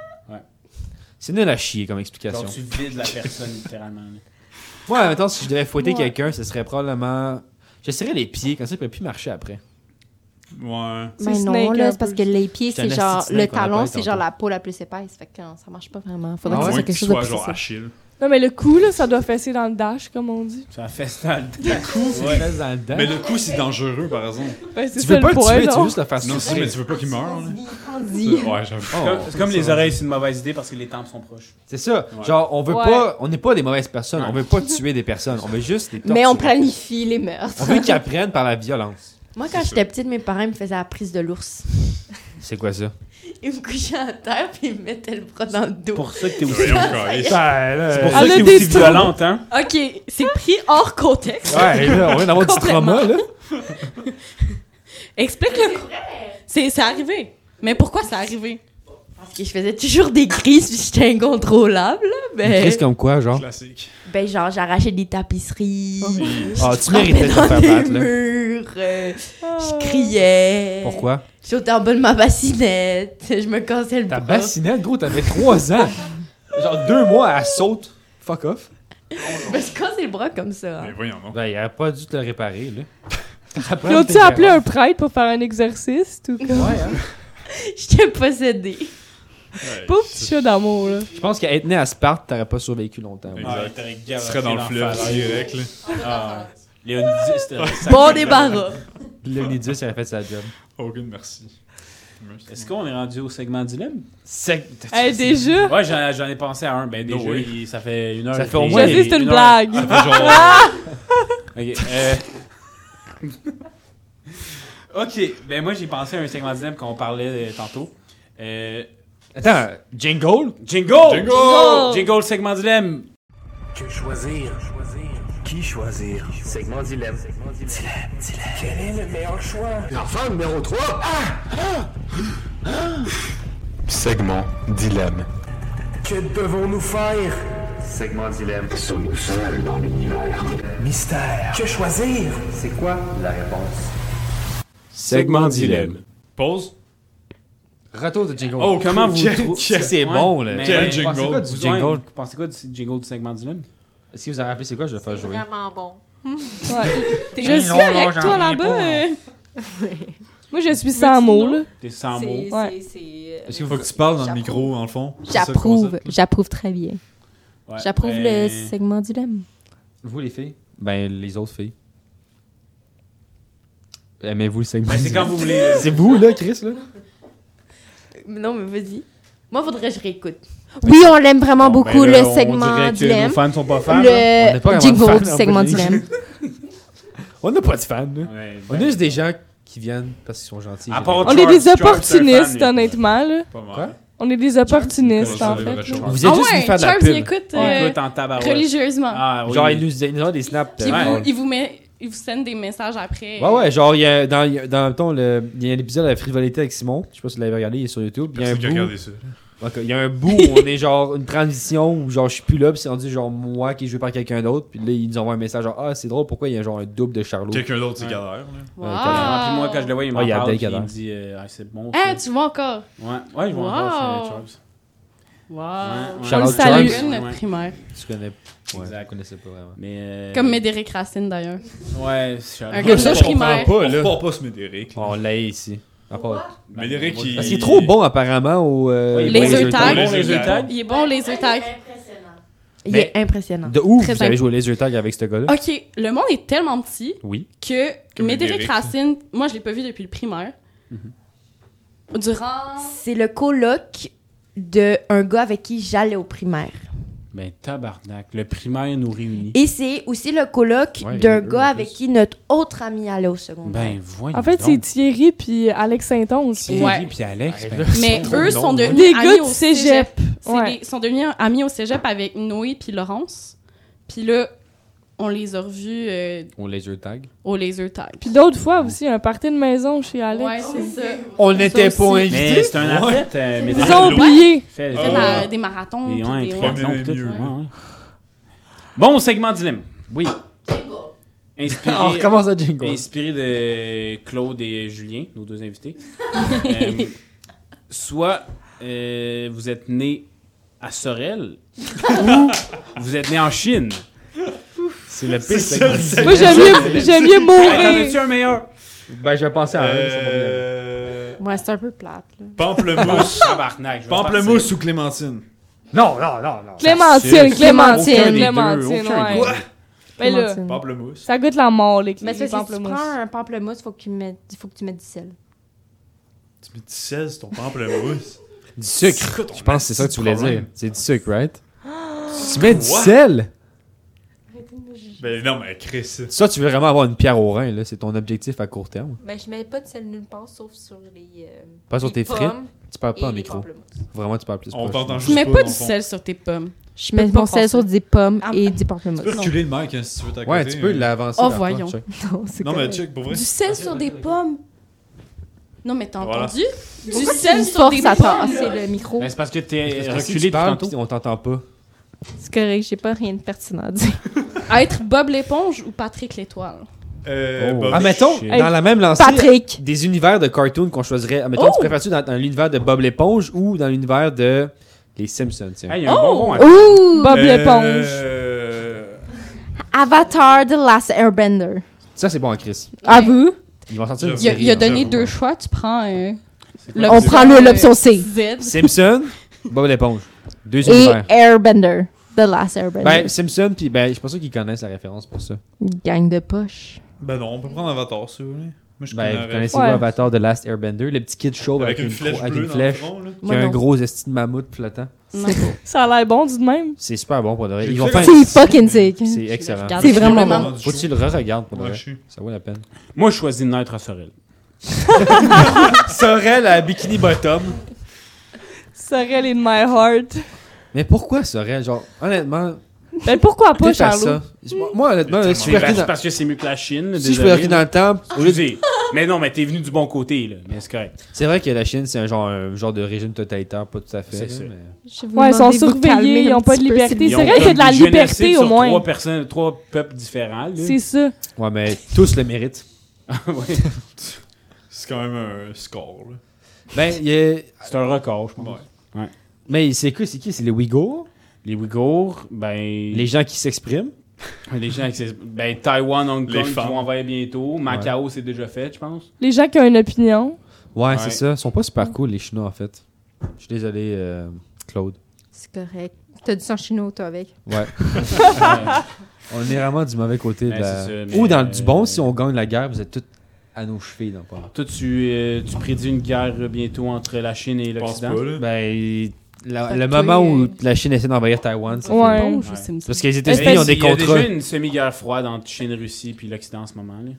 S3: C'est nul à chier comme
S2: Genre,
S3: explication.
S2: tu vides la personne, littéralement. là.
S3: Moi, mettons, si je devais fouetter
S6: Ouais.
S3: quelqu'un, ce serait probablement. J'essaierais les pieds, comme ça, il peut plus marcher après.
S4: Ouais.
S6: C'est
S7: Mais Ben non,
S6: snake, un
S7: là, c'est parce
S6: peu.
S7: que les pieds,
S3: C'est
S7: c'est
S3: un
S7: genre.
S3: asti de
S7: Le
S3: snake qu'on
S7: talon,
S3: appelle
S7: c'est genre la peau la plus épaisse. Fait que non, ça marche pas vraiment. Faudrait
S3: Ah
S4: À
S7: que ça
S4: moins
S7: soit
S4: que
S7: quelque
S4: tu
S7: chose de
S4: sois
S7: plus.
S4: genre
S7: social.
S4: Achille.
S6: Non, mais le coup, là, ça doit fesser dans le dash, comme on dit.
S2: Ça fait ça le
S3: Il reste dans le dent.
S4: Mais le coup, c'est dangereux, par exemple.
S6: Ben, c'est
S3: Tu
S6: ça
S3: veux
S6: le
S3: pas le
S6: point,
S3: tuer, tu veux
S6: non?
S3: juste le faire
S4: Non, si,
S3: souffrir.
S4: mais tu veux pas qu'il meure, là.
S7: Vas-y.
S4: Ouais, j'avoue.
S3: Oh,
S2: C'est comme les oreilles, c'est une mauvaise idée parce que les tempes sont proches.
S3: C'est ça.
S2: Ouais.
S3: Genre, on veut
S6: Ouais.
S3: pas. On n'est pas des mauvaises personnes.
S2: Ouais.
S3: On veut pas tuer des personnes. On veut juste les
S7: Mais on
S3: torturer.
S7: planifie les meurtres.
S3: On veut qu'ils apprennent par la violence.
S9: Moi, quand
S4: C'est
S9: j'étais petite, mes parents me faisaient la prise de l'ours.
S3: C'est quoi ça?
S8: Il me couchait à terre, puis il me mettait le bras dans le dos.
S2: pour ça que t'es aussi.
S4: Voyons, Carlis.
S2: C'est
S5: là,
S2: pour
S5: euh,
S2: ça
S8: Elle
S2: que
S8: a
S2: t'es
S8: des
S2: aussi
S8: trous.
S2: violente, hein?
S8: Ok, c'est pris hors contexte.
S3: Ouais, là, on vient d'avoir du
S8: Complètement.
S3: trauma, là.
S8: Explique-le. C'est c'est arrivé. Mais pourquoi c'est arrivé? Parce que je faisais toujours des crises, puis j'étais incontrôlable. là,
S3: Une
S8: Ben,
S3: crise comme quoi,
S4: Ah.
S3: genre?
S4: Classique.
S8: ben genre, j'arrachais des tapisseries.
S3: Ah,
S8: je
S3: tu méritais de te
S8: frappais
S3: faire
S8: dans
S3: battre,
S8: les
S3: là.
S8: murs, euh,
S6: Ah.
S8: je criais.
S3: Pourquoi?
S8: J'étais en bas de ma bassinette. Je me cassais le
S3: Ta
S8: bras.
S3: bassinette, gros, t'avais 3 ans. Genre 2 mois, elle saute. Fuck off.
S8: Je me suis cassé le bras comme ça. hein.
S4: Mais voyons donc.
S3: Ben, il aurait pas dû te le réparer, là.
S6: Ils ont-tu appelé un prêtre pour faire un exercice? Tout comme.
S3: Ouais, hein.
S8: J'étais possédée.
S4: Ouais,
S6: Pauvre petit chat d'amour, là.
S3: Je pense qu'à être né à Sparte, t'aurais pas survécu longtemps. ouais.
S4: Exact.
S2: Tu
S4: Tu serais dans le fleuve direct, là.
S2: Ah. Léonidis, t'aurais sacré
S8: Bon
S2: mal.
S8: débarras.
S3: Leonidas, il aurait fait sa job.
S4: Aucune merci. Merci.
S2: Est-ce qu'on est rendu au segment dilemme?
S3: Sec.
S6: Hey, déjà?
S2: Ouais, j'en j'en ai pensé à un. Ben, déjà,
S4: No way.
S2: il- ça fait une heure.
S3: Oh Ça fait au
S2: et-
S6: Je
S3: moins
S6: sais, c'est une
S2: heure.
S3: Ah,
S6: blague.
S4: Ça fait genre-
S2: Ok. euh, [LAUGHS] ok, ben moi j'ai pensé à un segment d'âme qu'on parlait euh, tantôt. Euh,
S3: Attends, Jingle?
S2: Jingle!
S4: Jingle!
S2: Jingle, segment dilemme!
S10: Que choisir Qui choisir Segment dilemme. Dilemme, dilemme. Quel est le meilleur choix Ah! L'enfant numéro 3
S11: Segment dilemme.
S10: Que devons-nous faire Segment dilemme. Sommes-nous seuls dans l'univers Mystère. Que choisir C'est quoi la réponse
S3: Segment dilemme.
S4: Pause.
S3: Retour de Jingle.
S2: Oh, comment vous
S3: Quel-
S2: trouvez
S3: quel- C'est bon, là.
S2: mais-
S4: Quel
S2: Vous
S4: jingle.
S3: Pensez quoi
S2: pensez
S3: du
S2: quoi-
S3: Jingle?
S2: Vous pensez quoi du jingle du segment dilemme?
S3: Si vous en rappelez, c'est quoi? Je vais faire jouer.
S9: Vraiment bon. [LAUGHS]
S6: Je suis avec toi là-bas. euh. Moi, je suis sans mots, là.
S2: T'es sans mots.
S8: C'est-
S6: Ouais.
S8: c'est- euh, c'est-
S4: Est-ce qu'il faut que tu parles dans le
S8: J'approuve.
S4: micro, dans le fond? C'est ça le
S7: J'approuve,
S4: concept?
S7: j'approuve très bien.
S2: Ouais.
S7: J'approuve
S2: Ben,
S7: le segment dilemme.
S3: Vous, les filles? Ben, les autres filles. Aimez-vous le segment
S2: ben, c'est quand
S3: dilemme?
S2: vous voulez.
S3: [LAUGHS] C'est vous, là, Chris, là?
S8: Non, mais vas-y. Moi, faudrait que je réécoute.
S7: Oui, on l'aime vraiment
S2: Bon, ben
S7: beaucoup,
S2: là,
S7: le
S2: on
S7: segment
S2: dirait que
S7: dilemme.
S2: Nos fans sont pas fans. hein. là.
S3: hein. On n'est pas
S7: Le
S3: vraiment
S7: jingle
S3: fan,
S7: du
S3: on
S7: segment
S3: peut dire.
S7: dilemme.
S12: [LAUGHS]
S3: On n'a pas de fans, là.
S2: Ouais,
S3: On
S2: ben,
S3: est juste des gens qui viennent parce qu'ils sont gentils.
S2: À part-
S6: On est des
S2: Charles, Charles,
S6: opportunistes,
S2: Stéphane,
S6: honnêtement, là.
S4: Pas mal.
S3: Quoi?
S6: On est des
S4: Comment
S6: opportunistes,
S4: ça,
S6: en
S4: les
S6: fait.
S4: vrais
S6: là.
S4: chars?
S3: Vous êtes juste venus faire de la
S8: Ah Charles, il
S3: pub.
S8: écoute
S2: On
S8: euh,
S2: écoute en tabarouette.
S8: religieusement.
S2: Ah, oui.
S3: Ah Genre, ils nous, ils nous ont des snaps.
S8: Puis
S3: euh,
S2: Ouais.
S8: vous, il vous met, il vous send des messages après.
S3: Ouais, ouais, genre, il y a, dans, il y a- dans le temps, le- il y a un épisode de la frivolité avec Simon. Je sais pas si vous l'avez regardé, il est sur YouTube. Il y a un
S4: Personne qui a
S3: bout,
S4: regardé ça.
S3: Ok, il y a un bout où on est genre une transition où genre je suis plus là, puis c'est rendu genre moi qui est joué par quelqu'un d'autre. Puis là, ils nous envoient un message genre Ah, c'est drôle, pourquoi il y a genre un double de Charlot Euh,
S4: Quelqu'un d'autre, c'est
S2: Ouais.
S4: galère. là.
S8: Wow.
S2: Ah, puis moi, quand je le vois, il m'en
S3: Ouais, il y a
S2: parle,
S3: des
S2: puis il
S3: cadavres.
S2: me dit euh, Ah, c'est bon.
S8: Ah,
S2: ça.
S8: tu vois encore.
S2: Ouais, ouais, je vois encore c'est Charles.
S8: Wow.
S2: Ouais, ouais.
S8: On le
S3: Shout-out
S8: salue.
S3: Charles.
S8: notre
S2: Ouais.
S8: primaire.
S3: Tu connais. Ouais,
S2: Exact.
S3: je connaissais pas vraiment.
S2: Mais, euh,
S9: Comme Médéric Racine, d'ailleurs.
S2: Ouais, Charles.
S9: Un gars de
S4: Ça, je Ah,
S9: primaire.
S4: comprends pas, là. On repart pas ce Médéric.
S3: On l'a ici. À part-
S2: Bah,
S4: Médéric, il.
S3: Parce qu'il est trop bon apparemment au. euh,
S2: Ouais,
S3: au
S2: il est
S9: Les
S3: laser
S9: œufs
S2: Bon,
S9: tags.
S4: Les
S2: les
S4: œufs tags.
S9: Il est bon, les œufs tags.
S8: Il
S3: Mais-
S8: est impressionnant.
S3: De ouf,
S9: Très
S3: vous avez
S9: bien.
S3: joué au laser tag avec ce gars-là
S9: OK, le monde est tellement petit
S3: Oui.
S9: que
S4: Comme
S9: Médéric
S4: Médéric.
S9: Racine, moi, je l'ai pas vu depuis le primaire.
S8: Mm-hmm.
S9: Durant...
S8: C'est le coloc de un gars avec qui j'allais au primaire.
S2: Ben, tabarnak. Le primaire nous réunit.
S8: Et c'est aussi le coloc
S3: Ouais, il y en a
S8: d'un
S3: deux,
S8: gars
S3: en
S8: avec
S3: plus.
S8: qui notre autre ami allait au secondaire.
S2: Ben, voyons.
S6: En fait, c'est
S2: donc.
S6: Thierry puis Alex Saint-Onge.
S9: Thierry. Ouais.
S2: Puis Alex, ben,
S9: Mais
S3: trop
S9: eux
S3: long,
S9: sont
S3: hein.
S9: devenus
S6: Les
S9: amis
S6: gars
S9: au
S6: du
S9: cégep.
S6: cégep.
S9: C'est
S6: Ouais.
S9: des- sont devenus amis au cégep avec Noé puis Laurence. Puis là, on les a revus euh,
S3: Au laser tag.
S9: au laser tag.
S6: Puis d'autres fois aussi, un party de maison chez
S9: ouais,
S8: oh,
S6: Alex.
S9: c'est ça.
S3: On n'était
S9: Ça
S3: pas
S9: aussi.
S2: mais
S3: invités.
S2: c'est un athlète. euh, Médéric.
S6: Ils ont oublié.
S2: Fait,
S9: On fait
S4: Oh.
S9: la- des marathons.
S2: Et ouais,
S9: puis des-
S2: Ah. un
S9: ouais.
S4: ouais.
S2: triathlon, tout,
S4: mieux,
S2: ouais,
S4: ouais.
S2: ouais. Bon, segment dilemme.
S3: Oui.
S2: Inspiré,
S3: [LAUGHS] On recommence à jingle.
S2: inspiré de Claude et Julien, nos
S3: [LAUGHS]
S2: deux invités. Euh, soit euh, vous êtes né à Sorel ou vous êtes né en Chine. C'est le pire segment.
S6: Moi, j'aime mieux, j'aime mieux
S2: T'en
S6: mourir.
S2: as-tu un meilleur?
S3: Ben, je vais penser à un. c'est
S4: Euh,
S3: Ben.
S8: Ouais, c'est un peu plate. Là.
S4: Pamplemousse.
S2: Tabarnak, je vais
S4: Pamplemousse ou Clémentine?
S3: mon gars. Non, non, non, non.
S6: Clémentine,
S2: Aucun
S6: Clémentine,
S2: des deux,
S6: Clémentine,
S2: aucun des
S6: ouais.
S2: deux.
S6: Ben là,
S4: Pamplemousse.
S6: ça goûte la mort, les
S7: Mais
S6: les
S7: c'est parce que si tu
S6: pamplemousses.
S7: prends un pamplemousse, faut que tu mettes, faut que tu mettes du sel.
S4: Tu me dis 16, ton [LAUGHS] pamplemousse.
S3: Du sucre.
S4: quoi ton
S3: Je pense que c'est ça que tu voulais
S4: problème?
S3: dire. C'est du sucre, right? tu mets du sel?
S4: Ben non, mais Chris.
S3: Ça, tu veux vraiment avoir une pierre au rein, là. C'est ton objectif à court terme.
S12: Mais Ben, je mets pas de sel nulle part sauf sur les. euh,
S3: Pas sur
S12: les
S3: tes frites.
S12: pommes
S3: Tu parles
S12: et
S3: pas en
S12: les
S3: micro.
S12: pamplemousses.
S3: Vraiment, tu parles plus.
S4: On
S3: proche.
S4: part dans
S8: Je mets pas du sel sur tes pommes.
S7: Je mets mon sel sur des pommes
S12: Ah.
S7: et des
S4: Tu peux
S7: pamplemousses.
S4: reculer le mic hein, si tu veux t'accorder. hein.
S3: Ouais, tu peux l'avancer.
S7: Oh,
S3: vers toi,
S7: voyons.
S3: check.
S7: Non, c'est
S4: Non, mais
S7: correct.
S4: check, pour vrai.
S8: Du sel sur des pommes. Non, mais t'as
S4: Voilà.
S8: entendu? Du
S7: Pourquoi tu
S8: sel
S7: me
S8: sur des
S7: forces à
S8: pommes.
S7: passer le micro?
S2: Ben, c'est parce que t'es
S3: Parce que si
S2: reculé
S3: tu parles,
S2: tantôt.
S3: puis on t'entend pas.
S7: C'est correct, j'ai pas rien de pertinent à dire.
S9: Être Bob l'éponge ou Patrick l'étoile?
S4: Euh,
S3: Oh.
S4: Bob-
S3: Ah, mettons,
S4: Shit.
S3: dans la même lancée,
S7: Patrick.
S3: des univers de cartoons qu'on choisirait. Ah, mettons,
S7: Oh.
S3: tu préfères-tu dans, dans l'univers de Bob l'éponge ou dans l'univers de Les Simpsons, tiens.
S2: Hey, il y a un bonbon hein. à-
S7: Ouh! Bob
S3: Euh,
S7: l'éponge.
S4: Euh,
S7: Avatar The Last Airbender.
S3: Ça, c'est bon, hein, Chris.
S7: À vous?
S3: Ils vont sortir une
S9: Il a,
S3: série,
S9: il a
S3: hein.
S9: donné deux choix, tu prends euh,
S7: On prend le- l'option C.
S9: Z.
S3: Simpson, Bob l'éponge. Deux
S7: Et
S3: univers.
S7: Airbender. The Last Airbender.
S6: euh,
S3: Ben, Simpson, puis ben, je suis pas sûr qu'ils connaissent la référence pour ça.
S7: Gang de poche.
S4: Ben non, on peut prendre Avatar si vous voulez. Moi, je
S3: Ben, vous
S4: connais
S3: connaissez-vous Avatar The Last Airbender, le petit kid show avec,
S4: Avec une
S3: gros-
S4: flèche
S3: avec
S4: bleue
S3: une
S4: dans le
S3: flèche,
S4: front, là.
S3: qui
S6: Moi
S3: a un
S6: non.
S3: gros esti de mammouth flottant.
S6: Ça a l'air bon, dis de même.
S3: C'est super bon pour de vrai.
S6: J'ai
S3: Ils vont
S6: fait
S3: faire
S6: le-
S3: une-
S6: C'est fucking sick.
S7: hein.
S3: C'est excellent.
S6: C'est vraiment bon.
S3: Faut que tu le re-regardes pour de
S2: Ouais,
S3: vrai.
S2: je suis.
S3: Ça vaut la peine.
S2: Moi, je choisis de naître à Sorel.
S3: [LAUGHS] Sorel à Bikini Bottom.
S6: Sorel in my heart.
S3: Mais pourquoi Sorel Genre, honnêtement.
S6: Ben pourquoi pas,
S3: peut-être à
S6: Charlot?
S3: ça. Moi, honnêtement, là, si je
S2: C'est
S3: peux
S2: parce,
S3: dans...
S2: parce que c'est mieux que la Chine.
S3: Si je
S2: désolé.
S3: peux rire dans le temps, au lieu de-
S2: Excusez. Mais non, mais t'es venu du bon côté, là. Mais c'est correct.
S3: C'est vrai que la Chine, c'est un genre, un genre de régime totalitaire, pas tout à fait.
S2: C'est
S3: là,
S2: ça.
S3: mais-
S6: Ouais, ils sont surveillés, ils ont pas de liberté. C'est vrai qu'il y a de la
S2: Ils ont comme du
S6: liberté
S2: génocide
S6: au
S2: sur
S6: moins.
S2: Trois, personnes, trois peuples différents, là.
S6: C'est ça.
S3: Ouais, mais tous le méritent.
S2: [LAUGHS] Ouais.
S4: C'est quand même un score, là.
S3: Ben, il est...
S2: C'est un record, je pense. Ouais.
S3: Mais c'est quoi, c'est qui C'est les Ouïghours
S2: Les Ouïghours, ben. Les
S3: gens qui s'expriment.
S2: Les gens qui s'expriment. Ben, Taïwan, Hong
S4: Les
S2: Kong, qui
S4: femmes.
S2: vont envahir bientôt. Macao, c'est déjà fait, je pense.
S6: Les gens qui ont une opinion.
S3: Ouais,
S2: Ouais.
S3: c'est ça. Ils sont pas super cool, les Chinois, en fait. Je suis désolé, euh, Claude.
S7: C'est correct. T'as du sang chino, toi, avec.
S3: Ouais. [LAUGHS] Ben, on est vraiment du mauvais côté de
S2: Ouais,
S3: la...
S2: c'est ça, mais,
S3: Ou dans le- du bon, si on gagne la guerre, vous êtes tous à nos chevilles dans pas.
S2: Toi, tu, euh, tu prédis une guerre euh, bientôt entre la Chine et l'Occident.
S4: pas, là.
S3: Ben, la-
S2: Fait
S3: le
S2: que toi,
S3: moment
S2: euh,
S3: où la Chine essaie d'envahir Taïwan, ça
S6: Ouais.
S3: fait...
S6: Bon,
S3: Ouais.
S6: je sais, me
S3: Parce
S6: semble.
S3: que les
S2: Mais
S3: États-Unis ont
S2: s'il
S3: des
S2: y a
S3: contrats.
S2: déjà une semi-guerre froide entre Chine, Russie puis l'Occident en ce moment. Là.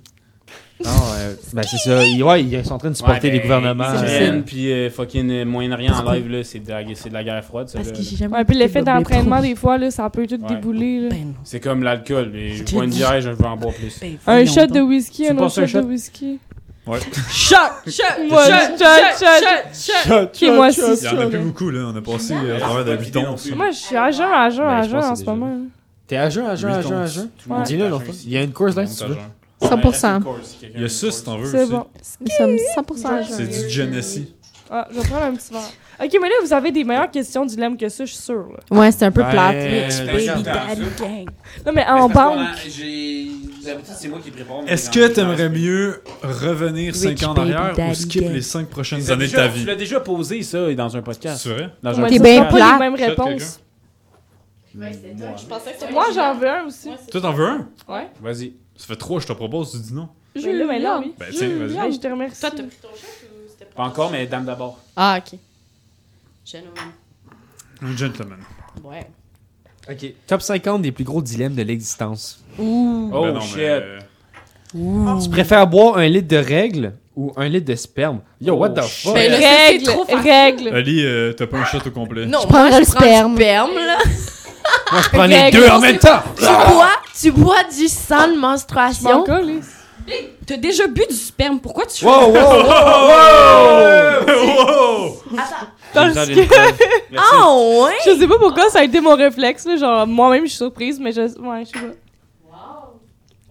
S3: Non, euh, ben c'est ça. Ils, ouais, ils sont en train de supporter
S2: Ouais,
S3: les
S2: ben,
S3: gouvernements. euh,
S2: Chine puis euh, fucking euh, Moyen-Orient en live, là, c'est de, la- c'est de la guerre froide. Ça, là.
S6: Ouais, puis l'effet d'entraînement, des fois, là, ça peut tout
S2: Ouais.
S6: débouler. là.
S9: Ben
S2: C'est comme l'alcool. mais Je
S6: te
S2: bois une
S6: dis.
S2: bière, je veux en boire plus.
S3: Ben,
S6: Un shot de whisky,
S2: Tu
S6: un autre
S2: passes un
S6: shot,
S2: shot?
S6: de whisky. [LAUGHS]
S4: Ouais.
S6: Shot! Shot! Shot! Shot! Shot! Ok, moi aussi.
S4: Il y en a plus beaucoup, là. On a passé euh, à travers de 8 ans.
S6: Moi, je suis à jeun, à jeun,
S3: Ben,
S6: à
S3: je
S6: jeun
S3: pense
S6: en
S3: que
S6: ce
S3: c'est
S6: moment. là.
S3: T'es à jeun, à jeun,
S4: Oui,
S3: Ah, à
S4: je
S3: jeun, à
S4: pense.
S3: jeun.
S4: Tout le monde
S3: Dis-le,
S4: est à
S3: l'enfant.
S4: jeun ici.
S3: Il y a une course là, si
S4: Tout
S3: tu
S4: le
S3: veux.
S4: monde est à jeun.
S7: 100%.
S4: Il y a ça si t'en veux
S6: C'est
S4: aussi.
S6: bon.
S7: Nous sommes 100% à jeun.
S4: C'est du Genesee.
S6: Ah, je vais prendre un petit verre. Ok, mais là, vous avez des meilleures questions dilemme que ça, je suis sûre. là.
S7: Ouais, c'est un peu
S3: Ben,
S7: plate.
S3: euh,
S7: Rich
S3: ben,
S7: baby
S3: j'entends
S7: daddy
S2: ça.
S7: gang.
S6: Non, mais
S2: Ah,
S6: en banque.
S2: J'ai. D'habitude, c'est moi qui prépare. mes
S4: Est-ce
S2: grands-
S4: que t'aimerais mieux revenir 5 ans en
S7: baby
S4: arrière ou
S7: daddy
S4: skip
S7: gang.
S4: les 5 prochaines
S2: T'as
S4: années de
S2: déjà-
S4: ta
S2: Tu
S4: vie?
S2: l'as déjà posé, ça, dans un podcast.
S4: C'est vrai?
S2: Dans
S6: Ouais,
S2: un
S6: ça,
S7: bien
S6: c'est pas
S7: plate.
S6: les mêmes
S4: Shot
S6: réponses. Moi, j'en veux un aussi.
S4: Toi, t'en veux un?
S6: Ouais.
S2: Vas-y.
S4: Ça fait 3 je te propose, tu dis non.
S6: Mais là, mais là, oui.
S4: Ben, tiens, vas-y.
S6: Hey, je te remercie.
S9: Toi, t'as pris
S6: ton
S2: Pas encore, mais dame d'abord.
S9: Ah, ok. Gentleman.
S4: Un gentleman.
S9: Ouais.
S3: Ok. Top 50 des plus gros dilemmes de l'existence.
S9: Ouh.
S2: Oh
S4: Ben non,
S2: shit.
S4: mais, euh,
S3: Tu préfères boire un litre de règles ou un litre de sperme? Yo, what
S2: Oh,
S3: the fuck?
S9: Ben, là, ça, c'est
S6: Règle,
S9: trop facile.
S6: règle.
S4: Ali, euh, t'as pas un shot au complet.
S9: Non,
S7: Je prendrais
S9: moi,
S7: le
S9: je prends du
S7: sperme.
S9: sperme, là.
S3: Moi,
S2: Ben,
S3: je prends les
S7: Règles,
S3: deux
S7: non,
S3: en même temps!
S8: Tu bois, tu bois du sang de menstruation.
S6: Mon gars, là.
S9: T'as déjà bu du sperme, pourquoi tu
S3: Wow, wow,
S2: [LAUGHS]
S3: wow, wow!
S4: Wow!
S6: Parce que-
S8: Ah ouais?
S6: Je sais pas pourquoi ça a été mon réflexe. Là. Genre, moi-même, je suis surprise, mais je. Ouais, je sais pas.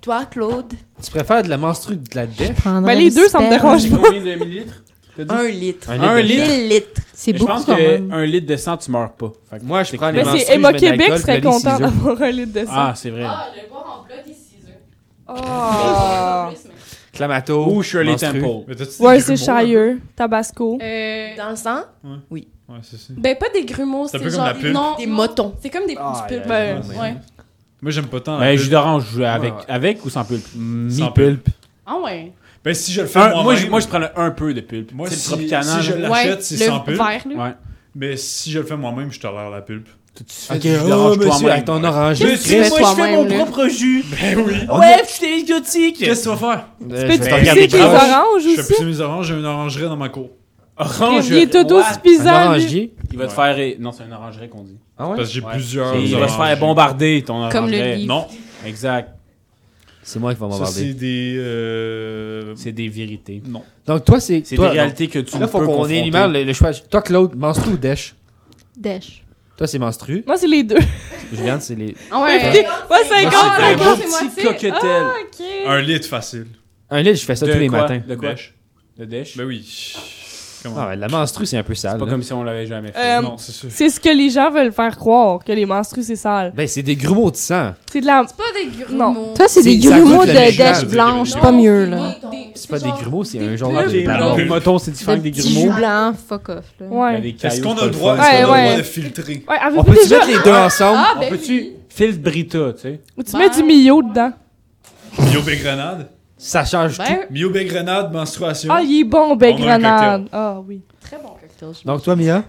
S8: Toi, Claude,
S3: Tu préfères de la menstru de la dèche?
S6: Ben, les deux, ça me dérange
S2: C'est
S6: pas.
S2: combien de millilitres T'as dit?
S9: Ah,
S8: un litre.
S3: Un
S2: Un litre.
S8: Mille litres.
S7: C'est
S2: Je
S7: beaucoup
S2: pense
S7: quand même.
S2: qu'un litre de sang, tu meurs pas. Fait que-
S3: Moi, je prends les
S6: Mais
S3: menstrues,
S6: c'est Emma
S3: je mets de
S6: Québec
S3: l'alcool,
S6: serait
S3: puis les
S6: content
S3: ciseaux.
S6: d'avoir un litre de sang.
S2: Ah, c'est vrai.
S9: le boire en plat des ciseaux. Ah.
S6: Oh.
S3: Clamato.
S2: Ou Shirley
S3: menstru.
S2: Temple.
S4: Mais t'as-tu des grumeaux,
S6: Worcestershire, Tabasco.
S9: Euh,
S8: Dans le sang?
S4: là? Ouais, c'est ça.
S9: ben, pas des grumeaux,
S4: C'est un
S9: c'est
S4: peu comme
S9: genre
S4: la
S9: des-
S4: pulpe.
S9: non,
S8: Des
S9: non.
S8: motons.
S9: C'est comme des
S3: Ah,
S9: petites pulpes.
S3: yeah,
S6: Ben,
S3: yeah,
S9: Ouais.
S3: yeah.
S4: Moi, j'aime pas tant la
S2: Ben,
S4: pulpe.
S2: jus d'orange avec,
S3: Ouais, ouais.
S2: avec ou sans pulpe
S3: Mi
S4: Sans
S3: pulpe.
S9: Ah ouais.
S4: Ben, si je le fais
S2: Un-
S4: moi-même,
S2: Ah, moi, je, moi, je prends le un peu de pulpe.
S4: Moi,
S2: C'est le
S4: si-
S2: Tropicana.
S4: si je
S2: là.
S4: l'achète, c'est
S9: le
S4: sans pulpe.
S9: vert, là.
S4: ben,
S2: Ouais.
S4: mais si je le fais moi-même, je tolère la pulpe.
S2: Tout de
S1: Ok, oh, monsieur, avec ton orange.
S2: Qu'est-ce que tu fais
S1: Chris,
S2: moi, je fais
S1: toi-même,
S2: mon
S1: là.
S2: propre jus.
S4: [LAUGHS] Ben oui.
S2: Ouais, putain, idiotique.
S4: Qu'est-ce que tu vas faire?
S2: Euh, peux-tu je vais regarder
S3: Ah
S2: pisser les
S4: oranges.
S2: oranges
S4: Je
S2: aussi?
S4: fais pousser mes oranges, j'ai une orangerie dans ma cour.
S2: Orange.
S4: Préviens Toto
S2: What?
S4: Spisal, Un orangier? lui.
S2: Il va te faire. é- Non, c'est un orangerie qu'on dit.
S4: Ah ouais? Parce que j'ai plusieurs
S2: Et Il va se
S4: orangeries.
S2: faire bombarder ton orangerie.
S4: Comme le livre.
S2: Non. Exact.
S3: C'est moi qui vais
S2: Ça, c'est
S3: m'embarder.
S2: des.
S4: euh,
S2: C'est des vérités. Non.
S3: Donc, toi, c'est.
S2: C'est
S3: toi,
S2: des réalités que tu
S3: Là,
S2: ne
S3: faut
S2: peux
S3: qu'on
S2: confronter.
S3: élimine le, le choix. Toi, Claude, menstru ou dèche
S7: Dèche.
S3: Toi, c'est menstru.
S6: Moi, c'est les deux.
S3: Juliane, c'est les.
S9: Ah ouais.
S6: Écoutez, Moi, c'est
S9: Moi,
S6: encore
S9: c'est
S6: la
S9: un
S6: grosse
S9: beau
S6: moitié.
S9: petit coquetel.
S6: Ah, ok.
S4: Un litre facile.
S3: Un litre, je fais ça
S2: De
S3: tous les
S2: quoi?
S3: matins.
S2: De quoi?
S4: Dèche.
S2: De dèche?
S4: Ben oui.
S3: Ah ouais, la menstru, c'est un peu sale.
S2: C'est pas
S3: là.
S2: comme si on l'avait jamais fait.
S6: Euh,
S2: Non,
S4: c'est sûr.
S6: c'est ce que les gens veulent faire croire, que les menstrues, c'est sale.
S3: Ben, c'est des grumeaux de sang.
S6: C'est de la...
S2: Mm.
S12: C'est pas des grumeaux.
S6: Non.
S7: Toi, c'est des
S3: ça
S7: grumeaux
S3: goûte
S7: de
S3: la légère,
S7: dèche
S3: des-
S7: blanche,
S3: des-
S7: pas mieux, là.
S3: C'est pas des grumeaux, c'est un genre de.
S7: pulls. Des
S3: ballon.
S7: pulls.
S1: Mettons, c'est différent que des
S7: Petit jus
S1: grumeaux.
S7: blanc, fuck off, là.
S6: Ouais.
S4: Est-ce qu'on a le droit,
S1: droit-
S4: est-ce qu'on a le
S6: Ouais,
S4: droit
S6: ouais.
S4: de filtrer?
S6: Ouais, avez-vous
S1: On peut-tu
S6: déjà-
S1: mettre les deux ensemble?
S6: Ah, ben
S1: On peut-tu... Phil Brita, tu sais.
S6: Ou tu mets du Mio dedans.
S4: Mio baie grenade?
S3: Ça change
S6: Ben-
S4: tout. Mio baie grenade, menstruation.
S6: Ah, il est bon, ben
S4: On a un
S6: grenade. Ah, oui.
S9: Très bon cocktail. je
S3: Donc, toi, Mia,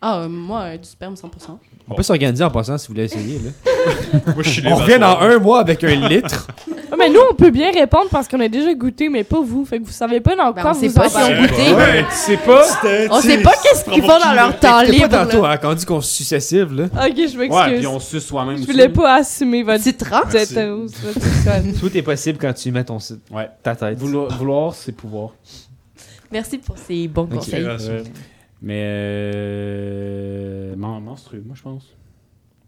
S9: Ah, euh, moi, euh, du sperme 100%.
S3: on peut s'organiser en passant si vous voulez essayer. Là.
S4: Moi, je suis
S3: on
S4: libre à
S3: revient dans
S4: toi.
S3: un mois avec un litre.
S6: Ah, mais nous, on peut bien répondre parce qu'on a déjà goûté, mais pas vous. Fait que vous savez pas dans
S7: Ben,
S6: quoi
S7: on sait
S6: vous
S7: pas
S6: en
S7: si on
S6: parlez.
S7: goûtait.
S4: Ouais, tu sais pas? C'était-
S7: On sait pas qu'est-ce qu'ils font dans leur temps
S3: T'es
S7: libre.
S3: pas tantôt,
S7: là.
S3: hein, quand on dit qu'on se successive, là.
S6: Ok, je m'excuse.
S2: Ouais, puis on suce soi-même.
S6: Je
S2: aussi.
S6: voulais pas assumer votre... euh,
S2: Merci.
S6: C'est
S3: Tout est possible quand tu mets ton site.
S2: Ouais.
S3: Ta tête.
S2: Vouloir, vouloir, c'est pouvoir.
S8: Merci pour ces bons
S2: Ok.
S8: conseils.
S2: Ouais. Mais euh, men- menstru, moi je pense.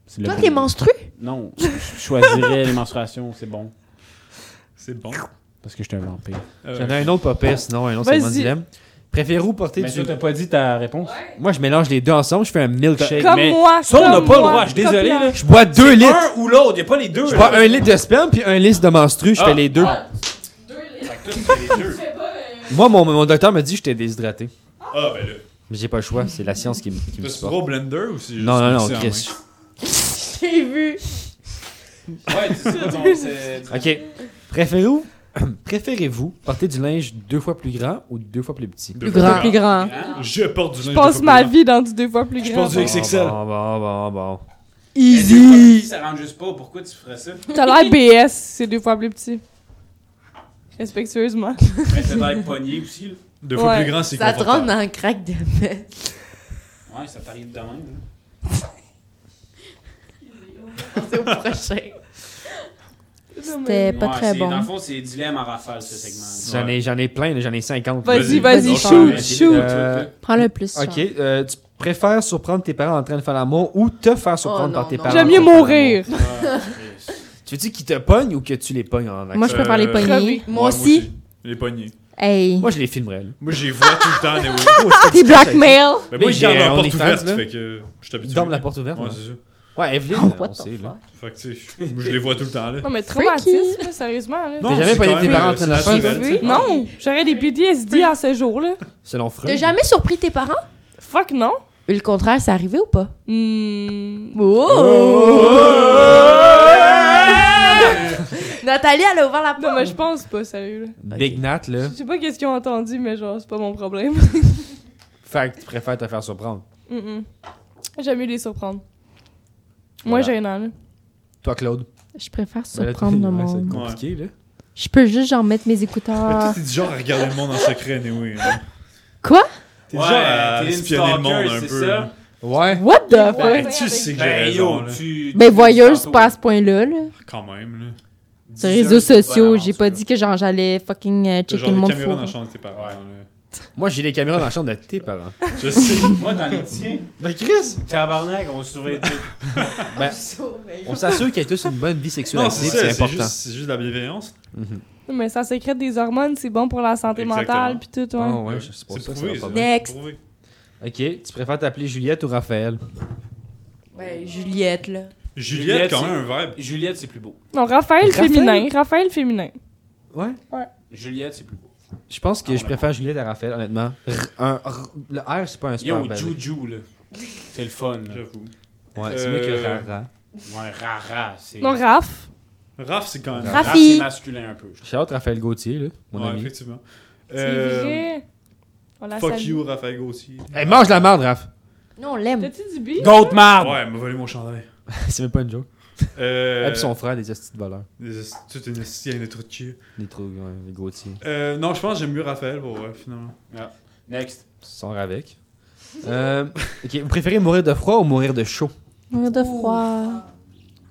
S2: C'est le
S8: Toi,
S2: bon.
S8: t'es menstru?
S2: Non, je je choisirais les menstruations, c'est bon.
S4: C'est bon. Euh,
S2: Parce que je suis un vampire.
S3: J'en ai un autre pas pire, sinon un autre, c'est
S2: Vas-y.
S3: mon dilemme. Préférez-vous porter
S2: Mais
S3: du.
S2: toi, t'as pas dit ta réponse.
S3: Moi, je mélange les deux ensemble, je fais un milkshake.
S2: Comme Mais moi, ça, on comme n'a pas le moi, droit, je suis comme désolé, Pierre. là.
S3: Je bois deux
S2: C'est
S3: litres.
S2: Un ou l'autre, y a pas euh, les deux.
S3: Je
S2: là.
S3: bois un litre de sperme puis un litre de menstru, je
S2: Ah,
S3: fais les deux.
S2: ah.
S3: Moi, mon, mon docteur me dit que j'étais déshydraté.
S4: Ah, ben là.
S3: Mais j'ai pas le choix, c'est la science qui, me- qui me
S4: T'as-tu
S3: supporte.
S4: droit au blender ou c'est juste
S3: Non, non, non,
S4: mixé en
S3: Chris.
S8: J'ai vu.
S2: Ouais, c'est [LAUGHS] ça, donc, c'est-
S3: Ok. Préférez-vous [CLEARS THROAT] préférez-vous porter du linge deux fois plus grand ou deux fois plus petit?
S6: Plus grand. Plus grand.
S4: Je porte du
S6: Je
S4: linge
S6: passe
S4: deux fois
S6: ma
S4: plus
S6: vie dans du deux fois plus grand.
S4: Je pense du XXL.
S3: Bon, bon, bon, bon.
S2: Easy. Ça rentre juste pas. Pourquoi tu ferais ça?
S6: T'as l'air BS, c'est deux fois plus petit. Respectueusement.
S2: Mais t'as l'air pogné aussi. là.
S4: Deux fois plus grand, c'est
S8: Ça te
S4: confortable.
S8: rentre dans un crack de messe.
S2: Ouais, ça t'arrive de même. là.
S8: C'est au prochain.
S7: C'était pas
S2: Ouais,
S7: très
S2: c'est-
S7: bon.
S2: Dans le fond, c'est dilemme en rafale, ce segment.
S3: J'en ai, j'en ai plein, là, j'en ai 50.
S6: Vas-y, vas-y,
S3: Donc,
S6: shoot,
S3: euh,
S6: shoot.
S3: euh,
S7: Prends le plus,
S3: Ok,
S7: Charles.
S3: euh, tu préfères surprendre tes parents en train de faire l'amour ou te faire surprendre par tes parents?
S6: J'aime mieux
S3: en train de faire
S6: mourir.
S3: l'amour?
S2: Euh,
S3: Tu veux-tu qu'ils te pognent ou que tu les pognes en action?
S7: Moi, je préfère les pogner.
S6: crever.
S8: euh,
S7: Moi
S4: Ouais,
S7: aussi.
S4: Les poignées.
S7: Hey.
S3: Moi, je les filmerais. là.
S4: Moi, j'ai vois tout le temps,
S6: [LAUGHS]
S4: mais oui.
S7: T'es blackmail.
S4: Mais moi,
S3: Mais
S4: je garde
S3: j'ai-
S4: la
S3: on est
S4: porte
S3: fans,
S4: ouverte,
S3: là.
S4: fait que je suis habitué.
S3: Dorme la porte ouverte,
S4: Ouais,
S3: ouais.
S4: c'est ça.
S3: Ouais, Evelyn,
S7: Oh, what
S3: on
S7: the
S3: sait, là.
S4: Fait que, tu sais, je je les vois tout le temps, là.
S6: Non, mais
S7: Freaky.
S6: traumatisme, sérieusement. Là.
S4: Non,
S3: T'as jamais
S4: c'est
S3: pogné
S4: quand
S3: tes
S4: même,
S3: parents en
S4: euh,
S3: train de la
S4: c'est
S3: faire?
S4: naturel, tu sais.
S6: Non, j'aurais des PTSD à ce jour-là.
S3: Selon Freud.
S8: T'as jamais surpris tes parents?
S6: Fuck non.
S8: Le contraire, c'est arrivé ou pas? Oh!
S6: Hmm.
S7: Oh!
S8: Nathalie, elle a ouvert la porte.
S6: Non, mais je pense pas, sérieux. là.
S3: Big Nat, là.
S6: Je sais pas qu'est-ce qu'ils ont entendu, mais genre, c'est pas mon problème.
S3: Fait que tu préfères te faire surprendre.
S6: Mm, mm. J'aime mieux les surprendre. Moi,
S3: Voilà.
S6: gênant, là.
S3: Toi, Claude.
S7: Je préfère
S3: Ben là, t'es-
S7: [LAUGHS] surprendre le
S3: ouais, ça va être
S7: monde.
S3: compliqué, là.
S7: Je peux juste, genre, mettre mes
S4: Mais toi,
S7: écouteurs.
S4: t'es du genre à regarder le monde en secret, anyway. hein.
S7: Quoi?
S4: T'es du genre à
S2: t'es une
S4: espionner le monde
S2: stalker,
S4: un
S2: c'est
S4: peu.
S2: ça?
S4: là.
S3: Ouais.
S7: What
S6: Ah,
S7: the fuck?
S4: Ben, tu sais que j'ai
S2: Ben,
S4: raison,
S2: yo,
S4: là.
S2: tu.
S7: Ben,
S2: tu-
S7: voyeuse,
S2: tantôt,
S7: pas à ce point-là, là.
S4: Quand même, là.
S7: Sur les réseaux
S2: c'est une bonne
S7: sociaux,
S2: avance,
S7: j'ai pas dit que, genre, j'allais fucking euh,
S4: T'as
S7: checker
S4: genre
S7: le
S4: des
S7: monde
S4: caméras
S6: hein.
S4: dans la
S7: fou.
S4: chambre de tes parents, là.
S3: Moi, j'ai les caméras dans la chambre de tes parents.
S4: Je sais.
S2: Moi, dans les tiens,
S3: Ben, Chris!
S2: tabarnak, on surveille tout.
S3: Ben, on s'assure qu'il y a tous une bonne vie sexuelle
S4: Non,
S3: active,
S4: c'est
S3: c'est
S4: ça, c'est
S3: important.
S4: juste, c'est juste de la bienveillance.
S6: Non, Mais ça sécrète des hormones, c'est bon pour la santé
S4: Exactement. Oh.
S6: mentale, pis tout, ouais.
S3: Ah ouais, je sais pas
S4: C'est
S3: ça, ça
S4: prouvé,
S3: va pas
S4: ça.
S3: bien.
S8: Next.
S4: Prouvé.
S3: Ok, tu préfères t'appeler Juliette ou Raphaël?
S8: Ben, Juliette, là.
S4: Juliette, quand
S2: c'est-
S4: même, un verbe.
S2: Juliette, c'est plus beau.
S6: Non, Raphaël,
S3: Raphaël?
S6: féminin. Raphaël féminin.
S3: Ouais.
S2: Juliette, c'est plus beau.
S3: Je pense que
S2: Ah,
S3: je
S2: ouais.
S3: préfère Juliette à Raphaël, honnêtement. R- un- r- le R, c'est pas un sport.
S2: Yo, Juju, là. C'est le fun. là.
S4: J'avoue.
S3: Ouais, c'est mieux que le
S4: Euh,
S3: rara.
S2: Ouais, rara, c'est.
S6: Non, Raph.
S4: Raph, c'est quand même.
S2: Raph,
S7: Rafi.
S2: c'est masculin un peu. je trouve.
S3: Shout out Raphaël Gauthier, là, mon
S4: Ouais,
S3: ami.
S4: effectivement.
S6: C'est
S4: Euh,
S6: vrai. On la
S4: Fuck
S6: salue.
S4: you, Raphaël Gauthier.
S3: Hey, mange la merde, Raph!
S7: Non, on l'aime.
S6: T'as-tu du bif?
S1: Goat marde!
S4: Ouais, elle m'a volé mon chandail.
S3: [LAUGHS] C'est même pas une joke.
S4: Euh,
S3: Elle pis son frère, des hosties de valeur.
S4: Des hosties- Toute une hostie avec des trucs de
S3: Des trucs, ouais, des gros tirs.
S4: Euh, non, je pense que j'aime mieux Raphaël pour vrai, finalement.
S2: Next.
S3: Sors
S9: [LAUGHS]
S3: avec. Euh, ok, vous préférez mourir de froid ou mourir de chaud
S7: Mourir de froid.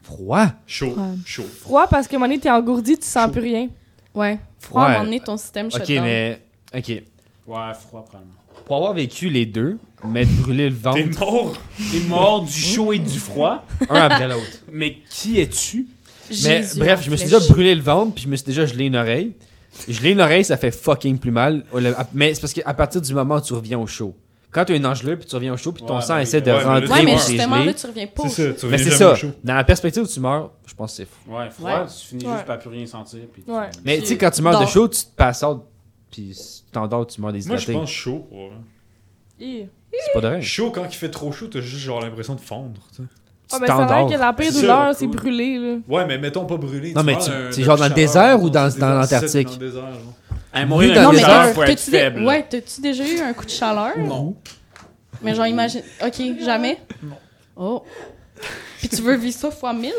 S3: Froid
S4: Chaud.
S7: Ouais.
S4: Chaud.
S6: Froid parce que, à un moment donné, t'es engourdi, tu sens plus rien.
S9: Ouais.
S6: Froid,
S9: à un moment donné, ton système
S3: Ok,
S9: shutdown.
S3: mais. Ok.
S2: Ouais, froid, probablement.
S3: Pour avoir vécu les deux, mais de brûler le ventre.
S2: T'es mort! T'es mort du chaud et du froid.
S3: Un après l'autre.
S9: [LAUGHS]
S2: Mais qui es-tu?
S3: Mais bref, je me suis déjà brûlé le ventre, puis je me suis déjà gelé une oreille. Gelé une oreille, ça fait fucking plus mal. Le- Mais c'est parce qu'à partir du moment où tu reviens au chaud. Quand tu as une engelure, puis tu reviens au chaud, puis ton
S2: Ouais,
S3: sang
S2: mais-
S3: essaie de
S2: ouais, mais là,
S3: rentrer
S2: tu meurs.
S3: où
S2: Ouais, mais
S3: c'est
S9: justement,
S3: gelé.
S9: là, tu reviens pas au
S4: C'est chaud. ça, tu
S3: Mais
S4: reviens
S3: c'est
S4: jamais
S3: ça.
S4: au chaud.
S3: Dans la perspective où tu meurs, je pense que c'est fou.
S2: Ouais, froid,
S9: Ouais.
S2: tu finis
S6: Ouais.
S2: juste par plus rien sentir. Puis
S6: Ouais.
S3: Mais
S2: Puis-
S3: tu sais, quand tu meurs de
S9: dors.
S3: chaud, tu te passes out, puis tu t'endors, tu meurs
S4: Moi, je
S3: déshydraté.
S4: pense chaud pour vrai.
S6: Hi.
S3: C'est pas de rien.
S4: Chaud, quand il fait trop chaud, t'as juste genre l'impression de fondre. tu sais.
S6: Ah, mais ça a l'air
S3: t'endors.
S6: que la pire
S4: C'est
S6: douleur,
S4: ça,
S6: c'est
S4: cool.
S6: brûler, là.
S4: Ouais, mais mettons pas brûlé.
S3: Non, mais
S4: meurs
S3: tu-
S4: d'un-
S3: c'est
S4: d'un
S3: genre dans le
S4: chaleur,
S3: désert ou
S4: non,
S3: dans-
S4: c'est
S3: dans
S4: dans-
S3: l'Antarctique?
S4: c'est dans le désert, genre.
S2: Hey, mourir
S3: Vu
S2: dans
S3: dans
S2: le
S3: les
S2: désert,
S3: airs,
S2: faut être
S9: T'as-tu dé-
S2: faible.
S9: ouais, t'as-tu déjà eu un coup de chaleur?
S4: Non.
S9: Mais genre, imagine. Ok, jamais?
S4: Non.
S9: Oh. Puis tu veux vivre ça fois mille?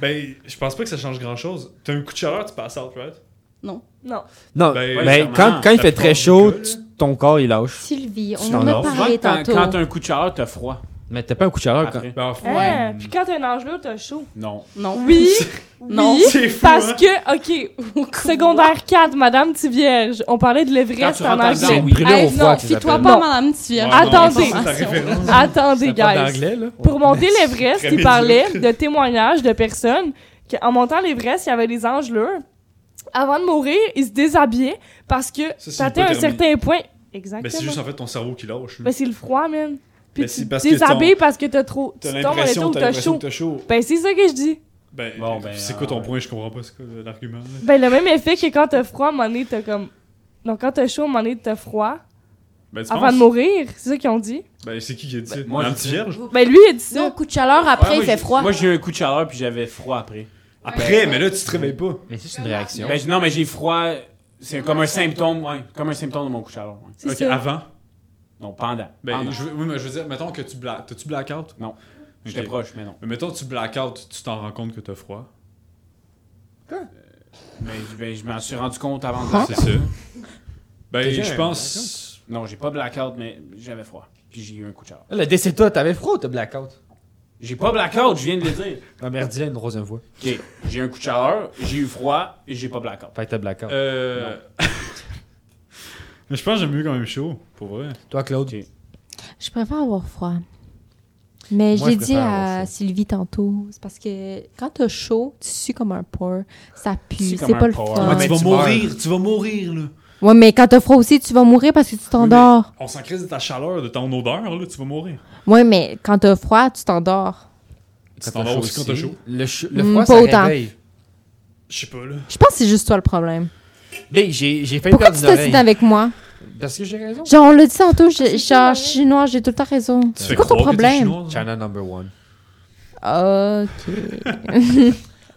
S4: Ben, je pense pas que ça change grand chose. T'as un coup de chaleur, tu passes out, right?
S9: Non.
S6: Non.
S3: Non,
S4: Ben,
S3: mais
S4: ouais,
S3: quand,
S4: sûrement.
S3: quand il
S4: Ça
S3: fait
S4: te
S3: très
S4: fond du
S3: chaud,
S4: col,
S3: tu- ton corps, il lâche.
S7: Sylvie, on
S3: Tu
S7: en
S3: t'endors.
S7: a parlé
S2: Quand,
S7: tantôt.
S2: quand t'as un coup de chaleur, t'as froid.
S3: Mais t'as pas un coup de chaleur quand.
S2: Après.
S4: Ben,
S6: Hein? Puis quand t'as un engelure, t'as chaud.
S2: Non.
S9: Non.
S6: Oui,
S9: Non.
S6: oui,
S4: C'est fou,
S6: parce
S4: hein?
S6: que, OK, [LAUGHS] secondaire 4, Madame Tivierge, on parlait de l'Everest
S2: Quand tu
S6: en
S2: rentres
S6: anglais.
S2: dedans, oui.
S3: Brûlé au
S9: Hey,
S3: froid,
S9: non,
S3: tu
S9: fie-toi
S3: t'appelles.
S9: pas,
S6: Non.
S9: madame Tivierge.
S4: Ouais, non,
S6: Attendez.
S4: ça, c'est ta référence.
S6: Attendez, guys.
S3: d'anglais, là.
S6: Pour
S4: [LAUGHS]
S6: monter l'Everest,
S4: Très
S6: il
S4: médiocre.
S6: parlait de témoignages de personnes qu'en montant l'Everest, il y avait des engelures. Avant de mourir, ils se déshabillaient parce que
S4: c'est
S6: t'atteins un
S4: l'hypothermie.
S6: certain point.
S4: Ben, c'est
S6: Exactement.
S4: juste en fait ton cerveau qui lâche. là.
S6: Ben, c'est le froid, man. Puis
S4: Ben,
S6: tu
S4: c'est
S6: te
S4: parce que
S6: déshabilles
S4: ton-
S6: parce que t'as trop.
S4: T'as
S6: tu tombes à l'état
S4: l'impression
S6: où
S4: t'as
S6: t'as
S4: l'impression
S6: chaud.
S4: que t'as chaud.
S6: Ben, c'est ça que je dis.
S4: Ben,
S2: Bon, ben,
S4: c'est quoi ton
S2: euh,
S4: point? Je comprends pas c'est quoi le- l'argument. là.
S6: Ben, le même effet que quand t'as froid, à un moment donné, t'as comme. Donc, quand t'as chaud, à un moment donné, t'as froid.
S4: Ben, tu
S6: Avant
S4: penses?
S6: de mourir, c'est ça qu'ils ont dit.
S4: Ben, c'est qui qui a dit ça?
S2: moi,
S4: Un
S2: je
S4: petit
S2: dis-
S4: vierge?
S6: Ben, lui, il a dit ça.
S8: Non, coup de chaleur,
S2: Ouais,
S8: après,
S2: moi,
S8: il fait
S2: j'ai-
S8: froid.
S2: Moi, j'ai eu un coup de chaleur, puis j'avais froid après.
S4: Après, mais là, tu te réveilles pas.
S3: Mais c'est juste une réaction.
S2: Ben, j- non, mais j'ai froid. C'est comme un symptôme, ouais. Comme un symptôme de mon coup de chaleur. ouais.
S4: Ok, avant.
S2: Ah, Non, pendant.
S4: Ben,
S2: pendant.
S4: je veux- oui, mais je veux dire, mettons que tu black. T'as-tu blackout?
S2: Non. J'étais
S4: Ok.
S2: proche, mais non.
S4: Mais mettons, tu blackout, tu t'en rends compte que t'as froid.
S2: Mais je- ben, je m'en suis rendu compte avant
S6: Hein?
S2: de blackout.
S4: C'est ça. Ben,
S3: Déjà,
S4: je pense.
S2: Non, j'ai pas blackout, mais j'avais froid. Puis j'ai eu un coup de chaleur.
S3: Le décès, toi, t'avais froid ou t'as blackout
S2: J'ai pas blackout, je viens de le dire.
S3: Ah, merde, dis-le une troisième fois.
S2: Ok, j'ai un coup de chaleur, j'ai eu froid, et j'ai pas blackout.
S3: Fait que t'as blackout.
S4: Euh. [LAUGHS] Mais je pense que j'aime mieux quand même chaud, pour vrai.
S3: Toi, Claude.
S2: ok.
S7: Je préfère avoir froid. Mais
S3: Moi,
S7: j'ai
S3: je
S7: dit
S3: préfère avoir
S7: à
S3: froid.
S7: Sylvie tantôt, c'est parce que quand t'as chaud, tu sues comme un porc, ça
S2: sues
S7: pue,
S2: comme
S7: c'est
S2: un
S7: pas le
S2: porc.
S7: fun.
S3: Ouais, mais-
S4: Ah, tu vas
S3: tu
S4: mourir, tu vas mourir, là.
S7: Ouais, mais quand t'as froid aussi, tu vas mourir parce que tu t'endors.
S4: On s'en crise de ta chaleur, de ton odeur, là, tu vas mourir.
S7: Ouais, mais quand t'as froid, tu t'endors.
S4: Tu t'en vas aussi quand t'as chaud.
S3: Le, ch- le
S7: Mm,
S3: froid,
S7: pas
S3: ça
S7: autant.
S3: réveille.
S4: Je sais pas, là.
S7: Je pense que c'est juste toi le problème.
S3: Mais j'ai j'ai failli
S7: Pourquoi
S3: perdre
S7: tu
S3: une oreille.
S7: t'assises avec moi?
S3: Parce que j'ai raison.
S7: Genre, on l'a dit tantôt,
S9: Ah,
S7: je,
S6: C'est
S7: genre,
S6: quoi,
S7: je suis noire, j'ai tout le temps raison.
S4: Tu
S7: C'est
S4: fais
S7: quoi ton
S4: croire que t'es
S7: problème?
S4: chinoise, là.
S3: China number one.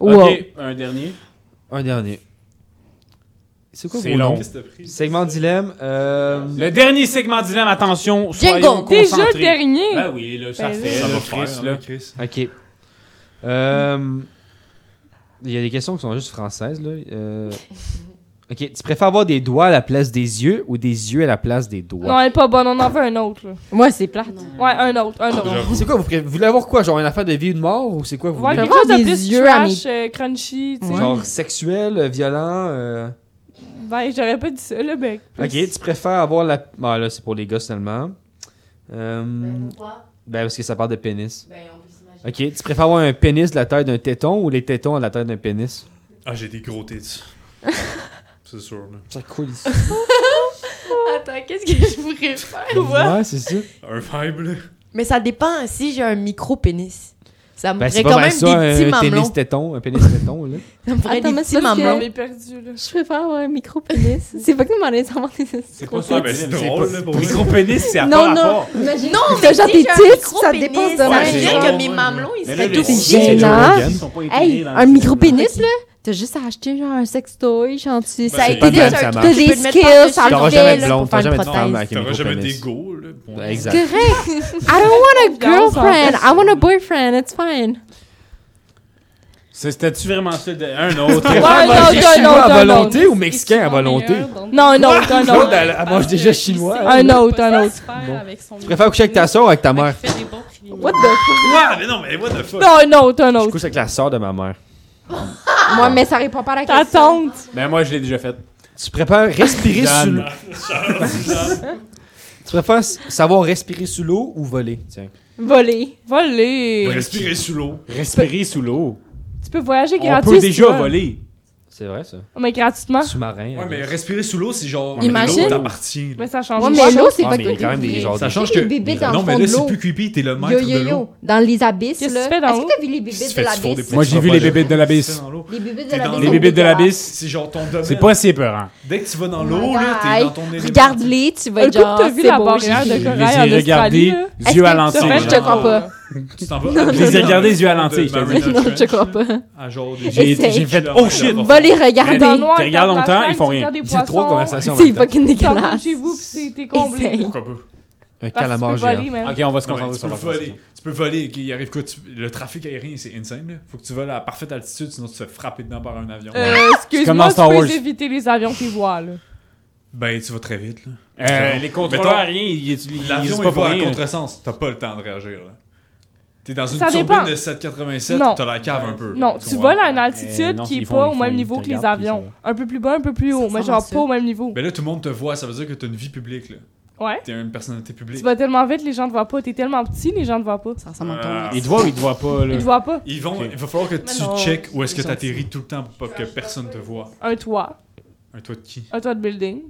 S7: Ok. wow.
S2: Ok, un dernier.
S3: Un dernier. C'est quoi
S2: C'est
S3: vos
S2: long.
S3: noms?
S4: Qu'est-ce que t'as pris?
S3: Segment dilemme. euh,
S2: Le dernier segment de dilemme, attention, soyons
S7: Django,
S6: Déjà le
S2: concentrés.
S6: dernier.
S2: Ben oui, là, ça
S6: Ben
S2: fait,
S6: oui.
S4: Ça
S2: là,
S4: va
S2: Chris,
S4: faire, hein,
S2: là.
S4: là, Chris.
S3: Ok. Euh, Il y a des questions qui sont juste françaises, là. Euh, Ok, tu préfères avoir des doigts à la place des yeux ou des yeux à la place des
S6: Non,
S3: doigts?
S6: elle est pas bonne, on en veut un autre. Là.
S7: Moi, c'est plate.
S6: Ouais, un autre, un autre.
S4: J'avoue.
S3: C'est quoi, vous, pré- vous voulez avoir quoi? Genre une affaire de vie ou de mort ou c'est quoi? Vous
S6: Ouais,
S3: voulez?
S6: quelque chose de
S7: Des
S6: plus
S7: yeux à
S6: trash, euh, crunchy, tu sais.
S3: Genre sexuel, euh, violent. euh,
S6: Ben, j'aurais pas dit ça, le mec.
S3: Ok, tu préfères avoir la. Ah là, c'est pour les gars seulement. Euh, Ben, parce que ça parle de pénis. Ok, tu préfères avoir un pénis de la taille d'un téton ou les tétons à la taille d'un pénis?
S4: Ah, j'ai des gros
S7: [LAUGHS]
S4: tits. c'est sûr, là.
S3: Ça coule ici.
S8: Attends, qu'est-ce que je pourrais faire?
S3: ouais, c'est ça.
S4: Un vibe, là.
S12: Mais ça dépend si j'ai un micro-pénis. Ça me
S3: Ben, c'est
S12: ferait
S3: pas
S12: quand
S3: mal
S12: même
S3: ça,
S12: des petits
S3: un
S12: mamelons.
S3: pénis téton. Un pénis téton, [LAUGHS] là.
S12: Ça me ferait
S7: Attends,
S12: des
S7: mais
S12: petits
S7: c'est parce que-
S6: On
S12: mamelons.
S6: est perdu, là.
S7: Je préfère avoir un micro-pénis. [LAUGHS] c'est pas que m'en allez savoir des
S2: C'est pas
S4: Ah,
S2: ça,
S4: ben,
S2: mais
S4: c'est
S2: c'est
S4: drôle, là, pour vrai.
S2: Micro-pénis, c'est à
S7: Non,
S2: pas
S7: non.
S2: rapport.
S7: Non,
S12: mais
S7: T'as genre
S12: si
S7: des
S12: j'ai un
S7: titres, ça
S12: micro-pénis,
S7: dépasse de
S12: Ça
S7: même.
S12: veut
S2: Ouais,
S12: dire
S2: c'est
S12: que
S2: drôle,
S12: mes
S2: ouais.
S12: mamelons, ils
S2: Mais
S12: seraient
S2: là, les-
S12: tous
S7: C'est gênant.
S2: Joe Rogan. Ils sont pas intégrés
S7: Hey,
S2: dans
S7: un
S2: le-
S7: micro-pénis, là? T'as juste à acheter genre un sextoy, genre tu.
S4: Ça a Bah, c'est été pas des- mal, ça t'as marche. des
S7: des skills, ça
S4: T'auras jamais
S7: le fait,
S4: de
S7: là,
S4: blonde,
S7: pour
S4: t'auras
S7: faire une
S4: jamais de femme
S7: prothèse.
S4: avec une
S7: T'auras
S4: jamais
S7: jamais
S4: d'ego, là. Bon,
S3: Exact.
S7: Correct. I don't want a girlfriend. I want a boyfriend. It's fine.
S2: C'est- C'était-tu vraiment ça? de- Un
S6: [LAUGHS]
S2: autre.
S1: Ouais,
S2: Ah,
S1: non,
S2: bah,
S1: non,
S2: chinois
S1: non,
S2: à
S1: non,
S2: volonté
S1: non.
S2: ou mexicain à volonté?
S9: euh,
S6: Non, non,
S1: Quoi?
S6: non, non.
S1: L'autre, elle, elle
S9: Ah,
S1: mange déjà chinois.
S6: Un autre, un autre.
S3: Tu préfères coucher avec ta soeur ou avec ta mère?
S6: What the fuck?
S4: Ouais, mais non, mais what the
S7: [LAUGHS]
S4: fuck?
S6: Non, un autre, un
S3: Je
S6: autre.
S3: couche avec la soeur de ma mère.
S7: Moi, mais ça répond pas à la
S6: Ta
S7: question.
S6: tante.
S2: Ben moi, je l'ai déjà fait.
S3: Tu préfères respirer sous
S2: Jeanne.
S3: l'eau. Tu préfères s- savoir respirer sous l'eau ou voler? Tiens.
S6: Voler. Voler.
S4: Respirer sous l'eau.
S2: Respirer sous l'eau.
S6: Tu peux voyager
S2: On
S6: gratuitement. Oh,
S2: peut déjà voler.
S3: C'est vrai, ça.
S6: Mais gratuitement.
S3: Sous-marin. euh,
S4: Ouais, mais respirer sous l'eau, c'est genre.
S6: mais Imagine.
S4: L'eau
S6: l'eau
S4: t'appartient.
S6: Mais ça change
S7: Ouais,
S6: pas.
S7: mais l'eau, c'est
S3: Ah,
S7: pas
S3: mais il y a quand même des genres
S4: Ça
S3: de-
S4: change
S7: Tu
S4: que.
S7: sais, les bébés dans
S4: Non,
S7: le
S4: mais
S7: fond
S4: là,
S7: de
S4: c'est
S7: l'eau.
S4: plus creepy, t'es le
S7: Yo,
S4: maître
S7: yo,
S4: de l'eau.
S7: yo. Dans les abysses,
S6: Qu'est-ce
S7: là.
S6: que tu fais dans
S7: Est-ce
S6: l'eau?
S7: que t'as vu les
S4: Tu
S7: bébés
S4: te
S7: de
S4: fais fourrer des
S7: l'abysse?
S4: petits
S2: Moi, j'ai vu
S4: propos,
S2: les
S4: là.
S2: bébés de l'abysse.
S4: Tu fais dans l'eau.
S7: Les bébés de
S4: T'es dans
S7: l'abysse.
S4: l'eau.
S2: Les
S7: sont
S2: bébés de la
S7: dégueulasses.
S2: bise,
S4: C'est genre ton domaine.
S2: c'est pas si peurant.
S4: Dès que tu vas dans l'eau, là, t'es
S7: Aïe,
S4: dans ton élément.
S7: Regarde-les, tu vas
S6: Le
S7: être
S6: coup que
S7: genre.
S6: t'as vu
S7: c'est
S6: la
S7: beau,
S6: barrière
S2: [LAUGHS]
S6: de
S7: j'ai-
S2: Je les
S6: corail
S2: ai
S6: en Australie,
S2: regardés,
S6: là.
S2: yeux à
S6: Ça fait, je te
S2: l'entière.
S6: crois pas.
S4: Tu t'en vas.
S2: Je les ai regardés les yeux à l'entière, je te dis.
S7: Non, je te crois pas.
S4: À genre des
S2: J'ai
S7: Essaye.
S2: j'ai fait oh shit.
S7: Va les
S6: Dans le
S7: regarder.
S6: noir,
S2: Tu regardes
S6: dans la
S2: longtemps, ils
S6: flaque,
S2: font
S6: tu
S2: rien.
S6: regardes des
S3: C'est trop de
S6: poissons,
S3: conversations en
S7: [LAUGHS] C'est
S3: même temps.
S7: fucking
S6: t'en vas
S7: dégueulasse.
S6: chez vous, puis c'est- t'es comblé.
S7: Essaye.
S4: Pourquoi pas?
S3: Un
S6: Parce que tu peux
S3: calamar géant.
S6: voler, man.
S2: Ok, on va se
S4: Non, mais
S2: concentrer
S4: tu peux
S2: sur la
S4: voler.
S2: conversation.
S4: Tu peux voler. ok, Il arrive quoi? tu- Le trafic aérien, c'est insane. Là. Faut que tu voles à la parfaite altitude, sinon tu te fais frapper dedans par un avion.
S6: Euh,
S2: comme
S6: Excuse-moi,
S2: dans
S6: tu
S2: Star Wars.
S6: peux éviter les avions tes voiles.
S4: Ben, tu vas très vite. Là.
S2: Euh, Les contrôleurs
S4: Mettons,
S2: aériens, ils utilisent
S4: L'avion
S2: pas
S4: il
S2: pour
S4: va à
S2: rien.
S4: contresens. T'as pas le temps de réagir. Là. T'es dans une
S6: Ça
S4: turbine
S6: dépend.
S4: de 787,
S6: Non.
S4: t'as la cave un peu.
S6: Non, tu
S4: vois?
S6: voles à une
S2: Euh,
S6: altitude
S2: non,
S6: qui
S2: ils
S6: est
S2: font-
S6: pas
S2: ils
S6: au
S2: font-
S6: même
S2: ils
S6: niveau
S2: te
S6: que les
S2: regardent,
S6: avions. Un peu plus bas, un peu plus
S12: Ça
S6: haut, mais
S12: ressemble à
S6: genre
S12: ça.
S6: pas au même niveau.
S4: Ben là, tout le monde te voit, ça veut dire que t'as une vie publique. Là.
S6: Ouais.
S4: T'es une personnalité publique.
S6: Tu vas tellement vite, les gens te voient pas. T'es tellement petit, les gens te voient pas.
S8: Ça ressemble à
S4: Ah.
S8: ton
S2: Ils te voient ou ils te voient pas, là?
S6: Ils te voient pas.
S4: Ils vont,
S2: Ok.
S4: Il va falloir que tu
S6: non,
S4: checkes où est-ce que
S8: c'est
S4: t'atterris tout le temps pour pas que personne te voit.
S6: Un toit,
S4: Un toit de qui
S6: un toit de building.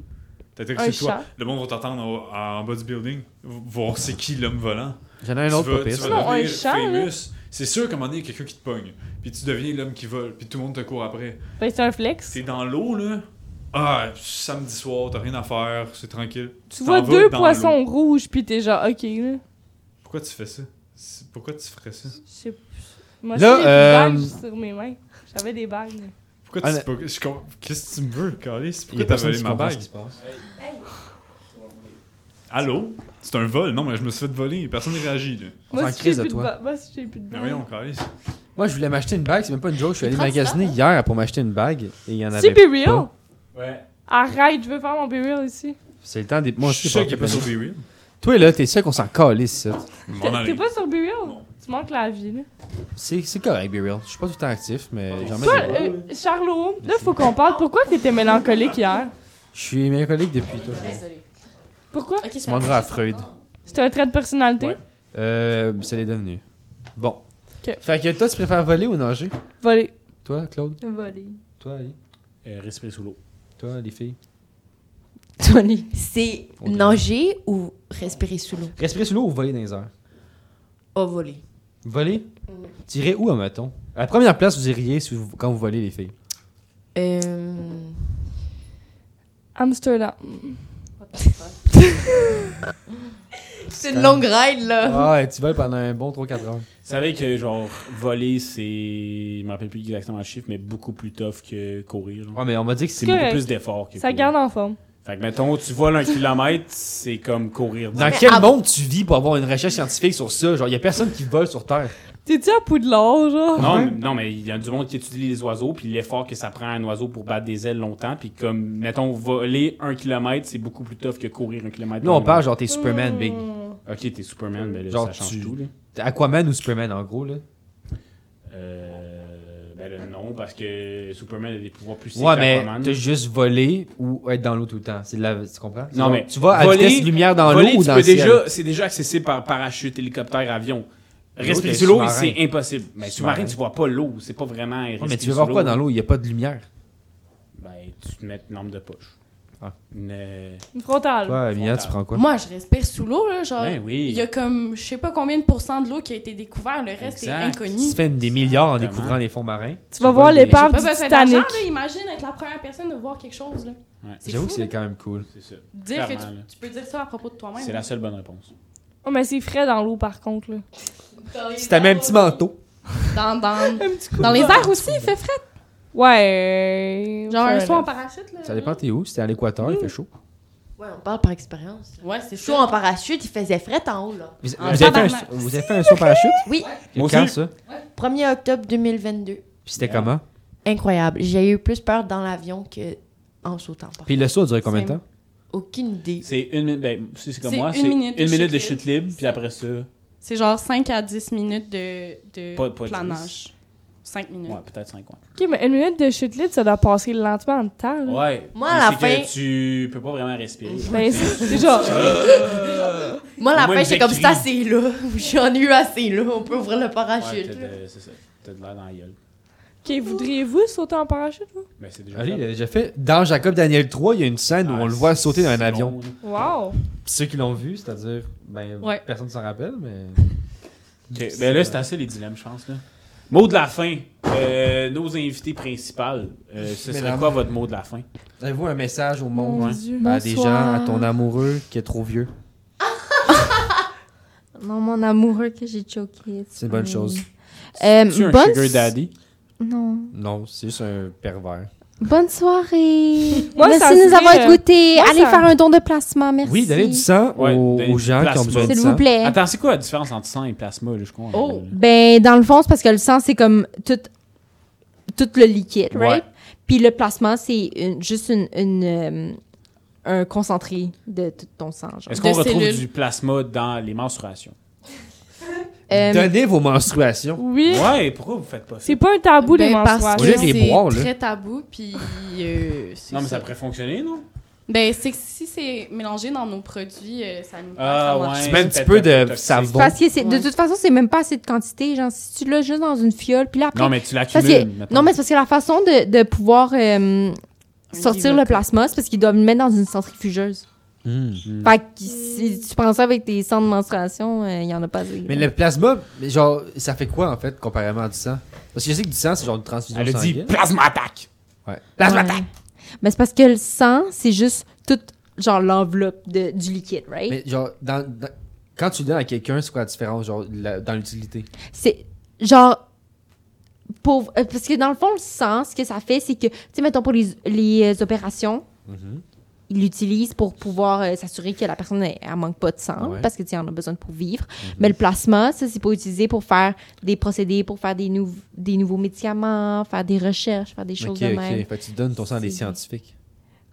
S4: T'atterris
S6: Un
S4: sur toi.
S6: chat.
S4: Le monde va t'attendre au- en bas du building, voir c'est qui l'homme volant.
S3: J'en ai un
S4: tu
S3: autre
S4: vas,
S3: pas
S4: tu
S3: pire, ça.
S4: vas
S6: Non, un
S4: devenir
S6: chat,
S4: famous. C'est sûr qu'à un moment donné, il y a quelqu'un qui te pogne. Puis tu deviens l'homme qui vole. Puis tout le monde te court après.
S6: Ben, c'est un flex.
S4: T'es dans l'eau, là. Ah, samedi soir, t'as rien à faire, c'est tranquille.
S6: Tu
S4: t'en
S6: vois
S4: vas
S6: deux
S4: dans
S6: poissons
S4: l'eau.
S6: rouges, puis t'es genre, ok, là.
S4: Pourquoi tu fais ça? C'est- Pourquoi tu ferais ça?
S6: Je sais pas. Moi,
S3: Là,
S6: j'ai
S3: euh,
S6: des bagues sur mes mains. J'avais des bagues.
S4: Pourquoi
S3: Ah,
S4: tu...
S3: mais-
S4: pas- je com- Qu'est-ce que tu me veux, Carlis?
S3: Il y a
S4: Pourquoi t'as
S3: personne
S4: volé
S3: qui
S4: ma
S3: comprend ce
S4: bague?
S3: qui se passe.
S4: Allô? C'est un vol? Non, mais je me suis fait voler. Personne ne réagit, là.
S3: On s'en
S6: Moi, si j'ai
S3: crise de
S6: plus de
S3: toi.
S6: ba- moi, si j'ai plus de
S4: Mais
S6: bagues.
S4: Ben voyons, Carlis.
S3: Moi, je voulais m'acheter une bague, c'est même pas une joke. Je suis allé
S8: prend ça?
S3: magasiner hier pour m'acheter une bague et il y en
S6: C'est
S3: avait.
S6: be real.
S3: pas.
S2: Ouais.
S6: Arrête, je veux faire mon be real ici.
S3: C'est le temps des. Moi,
S4: Moi,
S3: je
S4: je suis
S3: sais pas.
S4: sûr qu'il n'y a pas sur B-Real.
S3: Toi, là, t'es sûr qu'on s'en calisse, ça.
S4: M'en
S6: T'es
S4: aller.
S6: pas sur be real. Tu manques la vie, là.
S3: C'est c'est correct, Be Real. Je suis pas tout le temps actif, mais j'en mets
S6: Toi,
S3: des-
S6: euh, Charlot, là, faut qu'on parle. Pourquoi t'étais mélancolique hier?
S3: Je suis mélancolique depuis toi.
S6: Pourquoi?
S8: Ok,
S3: Tu m'en diras à Freud.
S6: C'était un trait de personnalité?
S3: Ouais. Euh, ça l'est devenu. Bon.
S6: Ok.
S3: Fait que toi, tu préfères voler ou nager
S6: Voler.
S3: Toi, Claude
S6: Voler.
S3: Toi, Ali
S2: Euh, Respirer sous l'eau.
S3: Toi, les filles
S7: Tony.
S12: C'est
S3: On dirait.
S12: nager ou respirer sous l'eau?
S3: Respirer sous l'eau ou voler dans les airs
S12: Oh, voler.
S3: Voler
S6: Mm.
S3: Tu irais où, mettons À la première place, vous iriez si vous- quand vous volez, les filles.
S12: Euh...
S6: Amsterdam.
S12: C'est une longue ride, là.
S3: Ah, et tu voles pendant un bon 3-4 heures.
S2: Vous savez que, genre, voler, c'est. Je me rappelle plus exactement le chiffre, mais beaucoup plus tough que courir. genre.
S3: Ouais, mais on m'a dit que
S2: C'est
S3: c'est.
S6: Correct.
S2: beaucoup plus d'efforts que
S6: Ça
S2: courir.
S6: garde en forme.
S2: Fait que, mettons, tu voles un kilomètre, c'est comme courir
S3: Dans
S2: dix.
S3: quel monde tu vis pour avoir une recherche scientifique sur ça Genre, il y a personne qui vole sur Terre.
S6: T'es-tu à Poudlard, genre?
S2: Non, mais- non, mais il y a du monde qui étudie les oiseaux, puis l'effort que ça prend à un oiseau pour battre des ailes longtemps, puis comme, mettons, voler un kilomètre, c'est beaucoup plus tough que courir un kilomètre.
S3: Nous, on parle genre, t'es Superman, Big.
S2: Ok, t'es Superman, mais là,
S3: Genre,
S2: ça change
S3: tu-
S2: tout, là.
S3: T'es Aquaman ou Superman, en gros, là.
S2: Euh, ben là, non, parce que Superman a des pouvoirs plus
S3: Ouais, mais
S2: qu'Aquaman.
S3: t'as juste volé ou être dans l'eau tout le temps. C'est de la... Tu comprends? C'est
S2: Non,
S3: genre,
S2: mais
S3: Tu vas à
S2: voler-
S3: vitesse lumière dans
S2: Voler,
S3: l'eau ou
S2: tu
S3: dans
S2: peux
S3: le ciel?
S2: déjà, c'est déjà accessible par parachute, hélicoptère, avion. Respirer
S3: t'es
S2: sous l'eau,
S3: sous-marin.
S2: c'est impossible. Mais sous-marin,
S3: Sous-marin.
S2: tu vois pas l'eau. C'est pas vraiment.
S3: Ouais, mais tu veux voir quoi dans l'eau? Il n'y a pas de lumière.
S2: Ben, tu te mets une lampe de poche.
S3: Ah.
S2: Une, euh,
S6: Une frontale.
S3: Toi, Mia,
S2: frontale.
S3: tu prends quoi?
S9: Moi, je respire sous l'eau, là, genre.
S2: Ben oui.
S9: Ah, Il y a comme, je sais pas combien de pourcents de l'eau qui a été découvert, le reste
S2: Exact.
S9: est
S3: Tu
S9: inconnu.
S3: te fais des milliards en
S2: Exactement.
S3: découvrant les fonds marins.
S6: Tu vas voir
S3: voles des-
S9: J'ai pas
S6: l'épave du
S9: besoin d'argent,
S6: Titanic.
S9: là, imagine être la première personne de voir quelque chose, là.
S2: Ouais.
S9: C'est
S3: J'avoue
S9: fou,
S3: que c'est
S9: là.
S3: quand même cool.
S2: C'est ça.
S9: Dire que
S2: Clairement,
S9: tu,
S2: là.
S9: tu peux dire ça à propos de toi-même.
S2: C'est la seule bonne réponse.
S6: Oh, mais c'est frais dans l'eau, par contre, là.
S3: Si t'as même un petit manteau.
S9: Dans, dans,
S6: Un petit coup
S9: dans les airs aussi, il fait fret.
S6: Ouais.
S9: Genre un
S6: voilà.
S9: saut en parachute, là.
S3: Ça dépend t'es où. C'était à l'équateur, il fait chaud.
S12: Ouais, on parle par expérience.
S9: Ouais, c'est
S12: chaud en parachute, il faisait fret en haut, là.
S3: Vous,
S12: En
S3: vous avez, fait un,
S12: tabarnak.
S3: vous avez fait un saut en parachute?
S12: Oui.
S3: Moi Quand ça? Puis
S12: 1er octobre 2022.
S3: c'était comment?
S12: Incroyable. J'ai eu plus peur dans l'avion que en sautant. par
S3: Puis le saut a duré combien de temps?
S12: Aucune idée.
S2: C'est une minute. Ben, si c'est comme
S9: C'est
S2: moi,
S9: une
S2: c'est
S9: minute de
S2: une minute de
S9: chute
S2: chute libre, puis après ça.
S9: C'est genre 5 à 10 minutes de, de
S2: Pas- pas
S9: planage. 5 minutes.
S2: Ouais, peut-être 5 ans.
S6: Ok, mais une minute de chute libre, ça doit passer lentement en temps. là.
S2: Ouais.
S12: Moi,
S2: Mais
S12: à la
S2: c'est que
S12: fin-
S2: tu peux pas vraiment respirer.
S6: Ben, c'est c'est genre.
S12: Moi, la
S2: Moi,
S12: fin,
S2: il
S12: c'est
S2: me
S12: comme
S2: fait
S12: c'est assez là. [LAUGHS] J'en ai eu assez là. On peut ouvrir le
S2: Ouais,
S9: Ah,
S12: parachute.
S2: t'as
S12: là.
S2: de- c'est ça. T'as de l'air dans la gueule.
S6: Ok, voudriez-vous sauter en parachute, vous?
S2: Ben, c'est déjà.
S3: Allez, il a déjà fait. Dans Jacob Daniel 3, il y a une scène où on le voit sauter dans un avion.
S6: Wow!
S3: Ah, Puis Ceux qui l'ont vu, c'est-à-dire, ben,
S6: Ouais.
S3: personne ne s'en rappelle, mais.
S2: Ok, Ben là, c'est assez les dilemmes, je pense. Là. Mot de la fin. Euh, nos invités principaux, euh, ce serait
S3: Mesdames.
S2: quoi votre mot de la fin?
S3: Avez-vous un message au monde?
S2: Mon Dieu,
S3: Ben, à des gens,
S7: bonsoir.
S3: à ton amoureux qui est trop vieux.
S7: Non, mon amoureux que j'ai choqué.
S3: C'est une bonne chose.
S7: Euh,
S3: C'est-tu un
S7: bonne
S3: sugar
S7: s-
S3: daddy?
S7: Non.
S3: Non, c'est juste un pervers.
S7: Bonne soirée.
S6: Moi, ça
S7: merci de nous
S6: serait,
S7: avoir
S6: euh,
S7: goûté.
S6: moi,
S7: Allez
S6: ça-
S7: faire un don de placement. Merci.
S3: Oui, donner du hein. sang aux, aux gens qui ont besoin de
S7: S'il
S3: sang.
S7: vous plaît.
S2: Attends, c'est quoi la différence entre sang et plasma, là, je crois?
S7: Oh. Ben, dans le fond, c'est parce que le sang, c'est comme tout, tout le liquide,
S2: Ouais.
S7: right? Puis le plasma, c'est une- juste une, une, euh, un concentré de tout ton sang. genre.
S2: Est-ce qu'on
S7: De
S2: retrouve
S7: cellules.
S2: du plasma dans les menstruations?
S7: Euh,
S3: Donnez vos menstruations.
S6: Oui.
S2: Ouais, pourquoi vous faites pas ça?
S6: C'est pas un tabou, les
S9: Ben, parce
S6: menstruations.
S9: que
S3: Au lieu de les boire,
S9: c'est
S3: là.
S9: très tabou, puis euh, c'est
S2: Non, mais ça
S9: ça.
S2: pourrait fonctionner, non?
S9: Ben, c'est que si c'est mélangé dans nos produits, euh, ça nous
S2: Ah,
S9: ça marche.
S2: ouais.
S3: Tu mets un petit peu de savon.
S7: Parce que c'est-
S9: Ouais.
S7: de toute façon, c'est même pas assez de quantité. Genre, si tu l'as juste dans une fiole, puis là, après...
S2: Non, mais tu
S7: Parce
S2: l'accumules,
S7: que-
S2: mettons.
S7: non, mais c'est parce que la façon de, de pouvoir euh, sortir
S9: livre
S7: le plasma, c'est parce qu'ils doivent le mettre dans une centrifugeuse.
S3: Hmm.
S7: Fait que si tu prends ça avec tes sangs de menstruation, euh, il y en a pas assez.
S3: Mais le plasma, mais genre, ça fait quoi en fait comparément à du sang? Parce que je sais que du sang, c'est genre une transfusion
S2: Elle a dit
S3: sanguine.
S2: plasma attaque!
S3: Ouais.
S7: Ouais. Mais c'est parce que le sang, c'est juste toute genre l'enveloppe de- du liquide, right?
S3: Mais genre, dans- dans- quand tu le donnes à quelqu'un, c'est quoi la différence genre, la- dans l'utilité?
S7: C'est genre pour euh, parce que dans le fond le sang, ce que ça fait, c'est que tu sais mettons pour les, les euh, opérations,
S3: Mm-hmm.
S7: ils l'utilisent pour pouvoir euh, s'assurer que la personne elle, elle manque pas de sang
S9: Ouais.
S7: parce que tu sais, on a besoin pour vivre.
S3: Mm-hmm.
S7: Mais le plasma, ça c'est pas utilisé pour faire des procédés, pour faire des, nou- des nouveaux médicaments, faire des recherches, faire des choses
S3: ok,
S7: de même.
S3: ok. Fait que tu donnes ton sang à des scientifiques.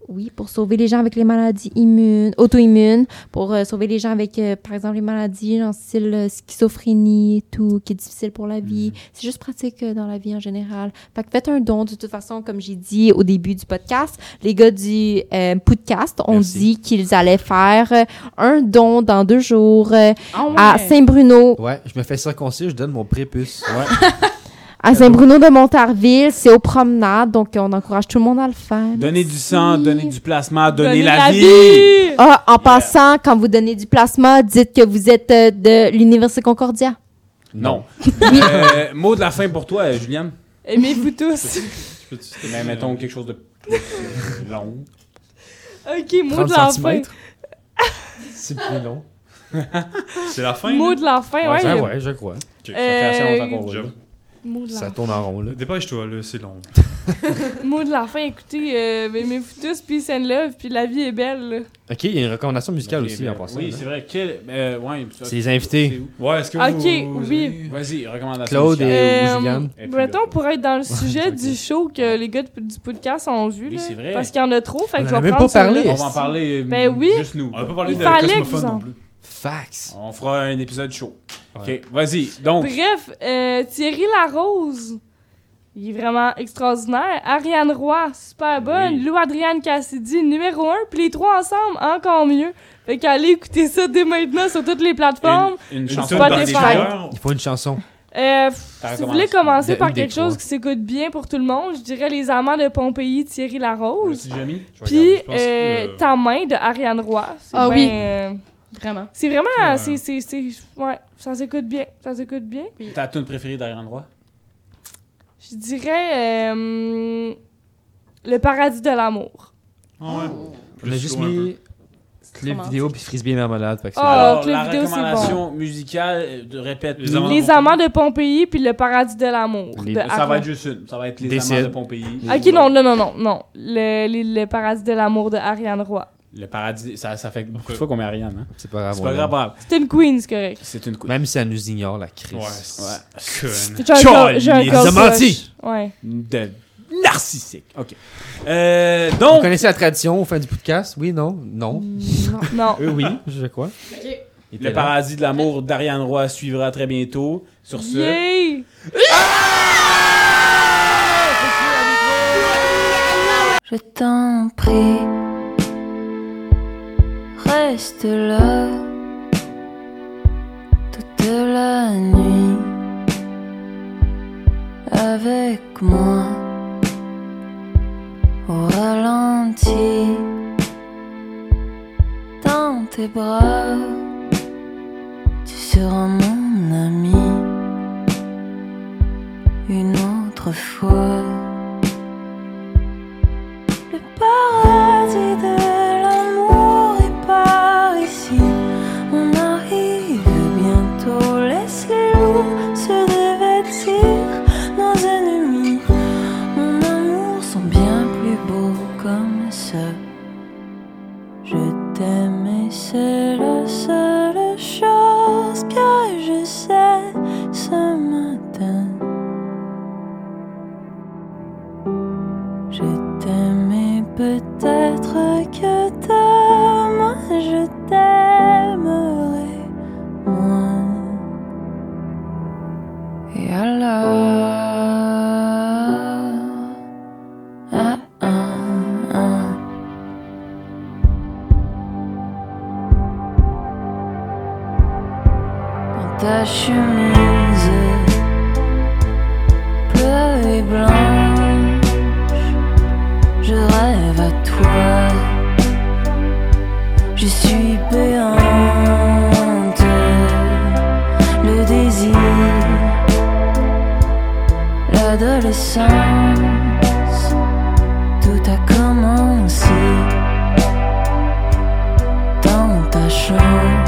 S7: Oui, pour sauver les gens avec les maladies immunes, auto-immunes, pour euh, sauver les gens avec, euh, par exemple, les maladies genre style euh, schizophrénie et tout, qui est difficile pour la
S9: Mm.
S7: vie. C'est juste pratique euh, dans la vie en général. Fait que faites un don. De toute façon, comme j'ai dit au début du podcast, les gars du euh, podcast ont dit qu'ils allaient faire euh, un don dans deux jours euh,
S9: Ah ouais. Oh,
S7: à Saint-Bruno.
S3: Ouais, je me fais circoncire, je donne mon prépuce.
S7: À Saint-Bruno de Montarville, c'est aux promenades, donc on encourage tout le monde à le faire.
S2: Donner du sang, donner du plasma, donner,
S6: Donnez
S2: la,
S6: la
S2: vie!
S6: vie!
S7: Ah, en passant, quand vous donnez du plasma, dites que vous êtes euh, de l'Université Concordia.
S2: [LAUGHS] Non. Euh, mot de la fin pour toi, euh, Juliane?
S6: Aimez-vous tous.
S2: Mais
S4: hein.
S2: mettons quelque chose de
S4: [LAUGHS]
S2: plus long.
S6: ok, mot de la fin.
S3: [LAUGHS] C'est plus long.
S4: C'est la fin.
S6: Mot
S4: là?
S6: de la fin, ouais.
S3: ouais, ouais, je crois.
S4: Ok.
S6: Euh,
S2: assez longtemps qu'on
S4: Job.
S6: Mot de la
S3: Ça tourne en rond, là.
S4: Euh, Dépêche-toi, là, c'est long.
S6: Mot de la fin, écoutez, euh, aimez-vous tous, peace and love, puis la vie est belle. là.
S3: Ok, il y a une recommandation musicale aussi
S2: ben,
S3: en passant.
S2: Oui,
S3: là.
S2: c'est vrai. Quel, euh, ouais, ça-
S3: C'est les invités.
S2: c'est où? Ouais, est-ce que
S6: Ok,
S2: vous-
S6: oui.
S2: Vas-y, recommandation.
S3: Claude
S2: musicale.
S3: et-
S6: Euh,
S3: ou Juliane.
S2: Et puis
S6: mettons, pour être dans le sujet du show que les gars du du podcast ont vu,
S2: Oui,
S6: là,
S2: c'est vrai.
S6: parce qu'il y en a trop, fait
S3: On
S6: que
S3: en
S6: je
S3: a
S6: vais
S3: même
S6: prendre
S3: pas parlé,
S6: celui-là.
S2: On va en parler euh,
S6: Ben oui.
S2: juste nous.
S4: On va pas parler
S6: Il
S4: de
S6: fallait que
S4: Cosmophone
S6: vous en-
S4: non plus.
S3: Fax.
S2: On fera un épisode chaud. OK, vas-y. Donc,
S6: Bref, euh, Thierry Larose, il est vraiment extraordinaire. Ariane Roy, super bonne. Lou Adriane Cassidy, numéro 1. Puis les trois ensemble, encore mieux. Fait qu'allez écouter ça dès maintenant sur toutes les plateformes.
S2: une,
S6: Sur
S2: chanson
S6: Spotify.
S3: Il faut une chanson.
S6: Euh, pff,
S2: T'as
S6: si vous
S2: recommencé.
S6: voulez commencer
S3: De-
S6: par
S3: une des
S6: quelque chose
S3: trois.
S6: qui s'écoute bien pour tout le monde, je dirais Les Amants de Pompéi, Thierry Larose.
S2: Petit Jamie.
S6: Puis
S2: pense que,
S6: euh,
S2: euh,
S6: Ta main de Ariane Roy. C'est
S9: Ah
S6: ben,
S9: oui.
S6: euh,
S9: Vraiment.
S6: c'est vraiment.
S2: Ouais.
S6: c'est- c'est- c'est- ouais, ça s'écoute bien. Ça s'écoute bien.
S2: ta tune préférée d'Ariane Roy?
S6: Je dirais euh, le paradis de l'amour.
S4: Ah ouais.
S3: On a
S4: Plus
S3: juste
S4: slow un
S3: mis Clip vidéo puis frisbee marmelade. fait que c'est-
S6: Oh,
S2: Alors,
S6: clip
S2: la
S6: vidéo, c'est bon.
S2: recommandation musicale, euh, de répète.
S3: Les Amants
S6: Les amants de Pompéi puis le paradis de l'amour.
S2: Les-
S6: de
S2: Ça
S6: Arnaud.
S2: va être juste une. Ça va être les
S3: Décide.
S2: amants de Pompéi.
S6: Ok, non, non, non, non, non. Le, le- le paradis de l'amour de Ariane Roy.
S2: Le paradis, ça, ça fait beaucoup de fois qu'on met Ariane. Hein?
S3: C'est pas grave.
S2: C'est
S3: on
S2: pas grave,
S3: l'aime.
S2: brave.
S6: C'est une queen, c'est correct.
S2: C'est une couille.
S3: Même si elle nous ignore, la crise.
S2: Ouais.
S6: J'ai un cor- j'ai un
S3: Il
S6: corps
S3: nous a
S6: poche.
S3: menti.
S6: Ouais.
S2: De narcissique. OK. Euh, donc...
S3: Vous connaissez la tradition, on fait du podcast? Oui, non? Non.
S6: Non.
S3: Euh, oui, je crois. était
S2: Le
S3: là.
S2: paradis de l'amour d'Ariane Roy suivra très bientôt. [LAUGHS] Sur ce.
S6: Yay!
S13: Je t'en prie, reste là toute la nuit avec moi au ralenti dans tes bras. Tu seras mon ami une autre fois. Le paradis de l'amour est par ici. On arrive bientôt. Laisse les loups se dévêtir nos ennemis. Mon amour sont bien plus beaux comme ça. Je t'aime et c'est la seule chose que je sais ce matin. Je t'aime et peut-être que demain je t'aimerai moins. Et alors, ah, ah, ah. dans ta chemise bleue et blanche. Je rêve à toi, je suis béante. Le désir, l'adolescence, tout a commencé dans ta chambre.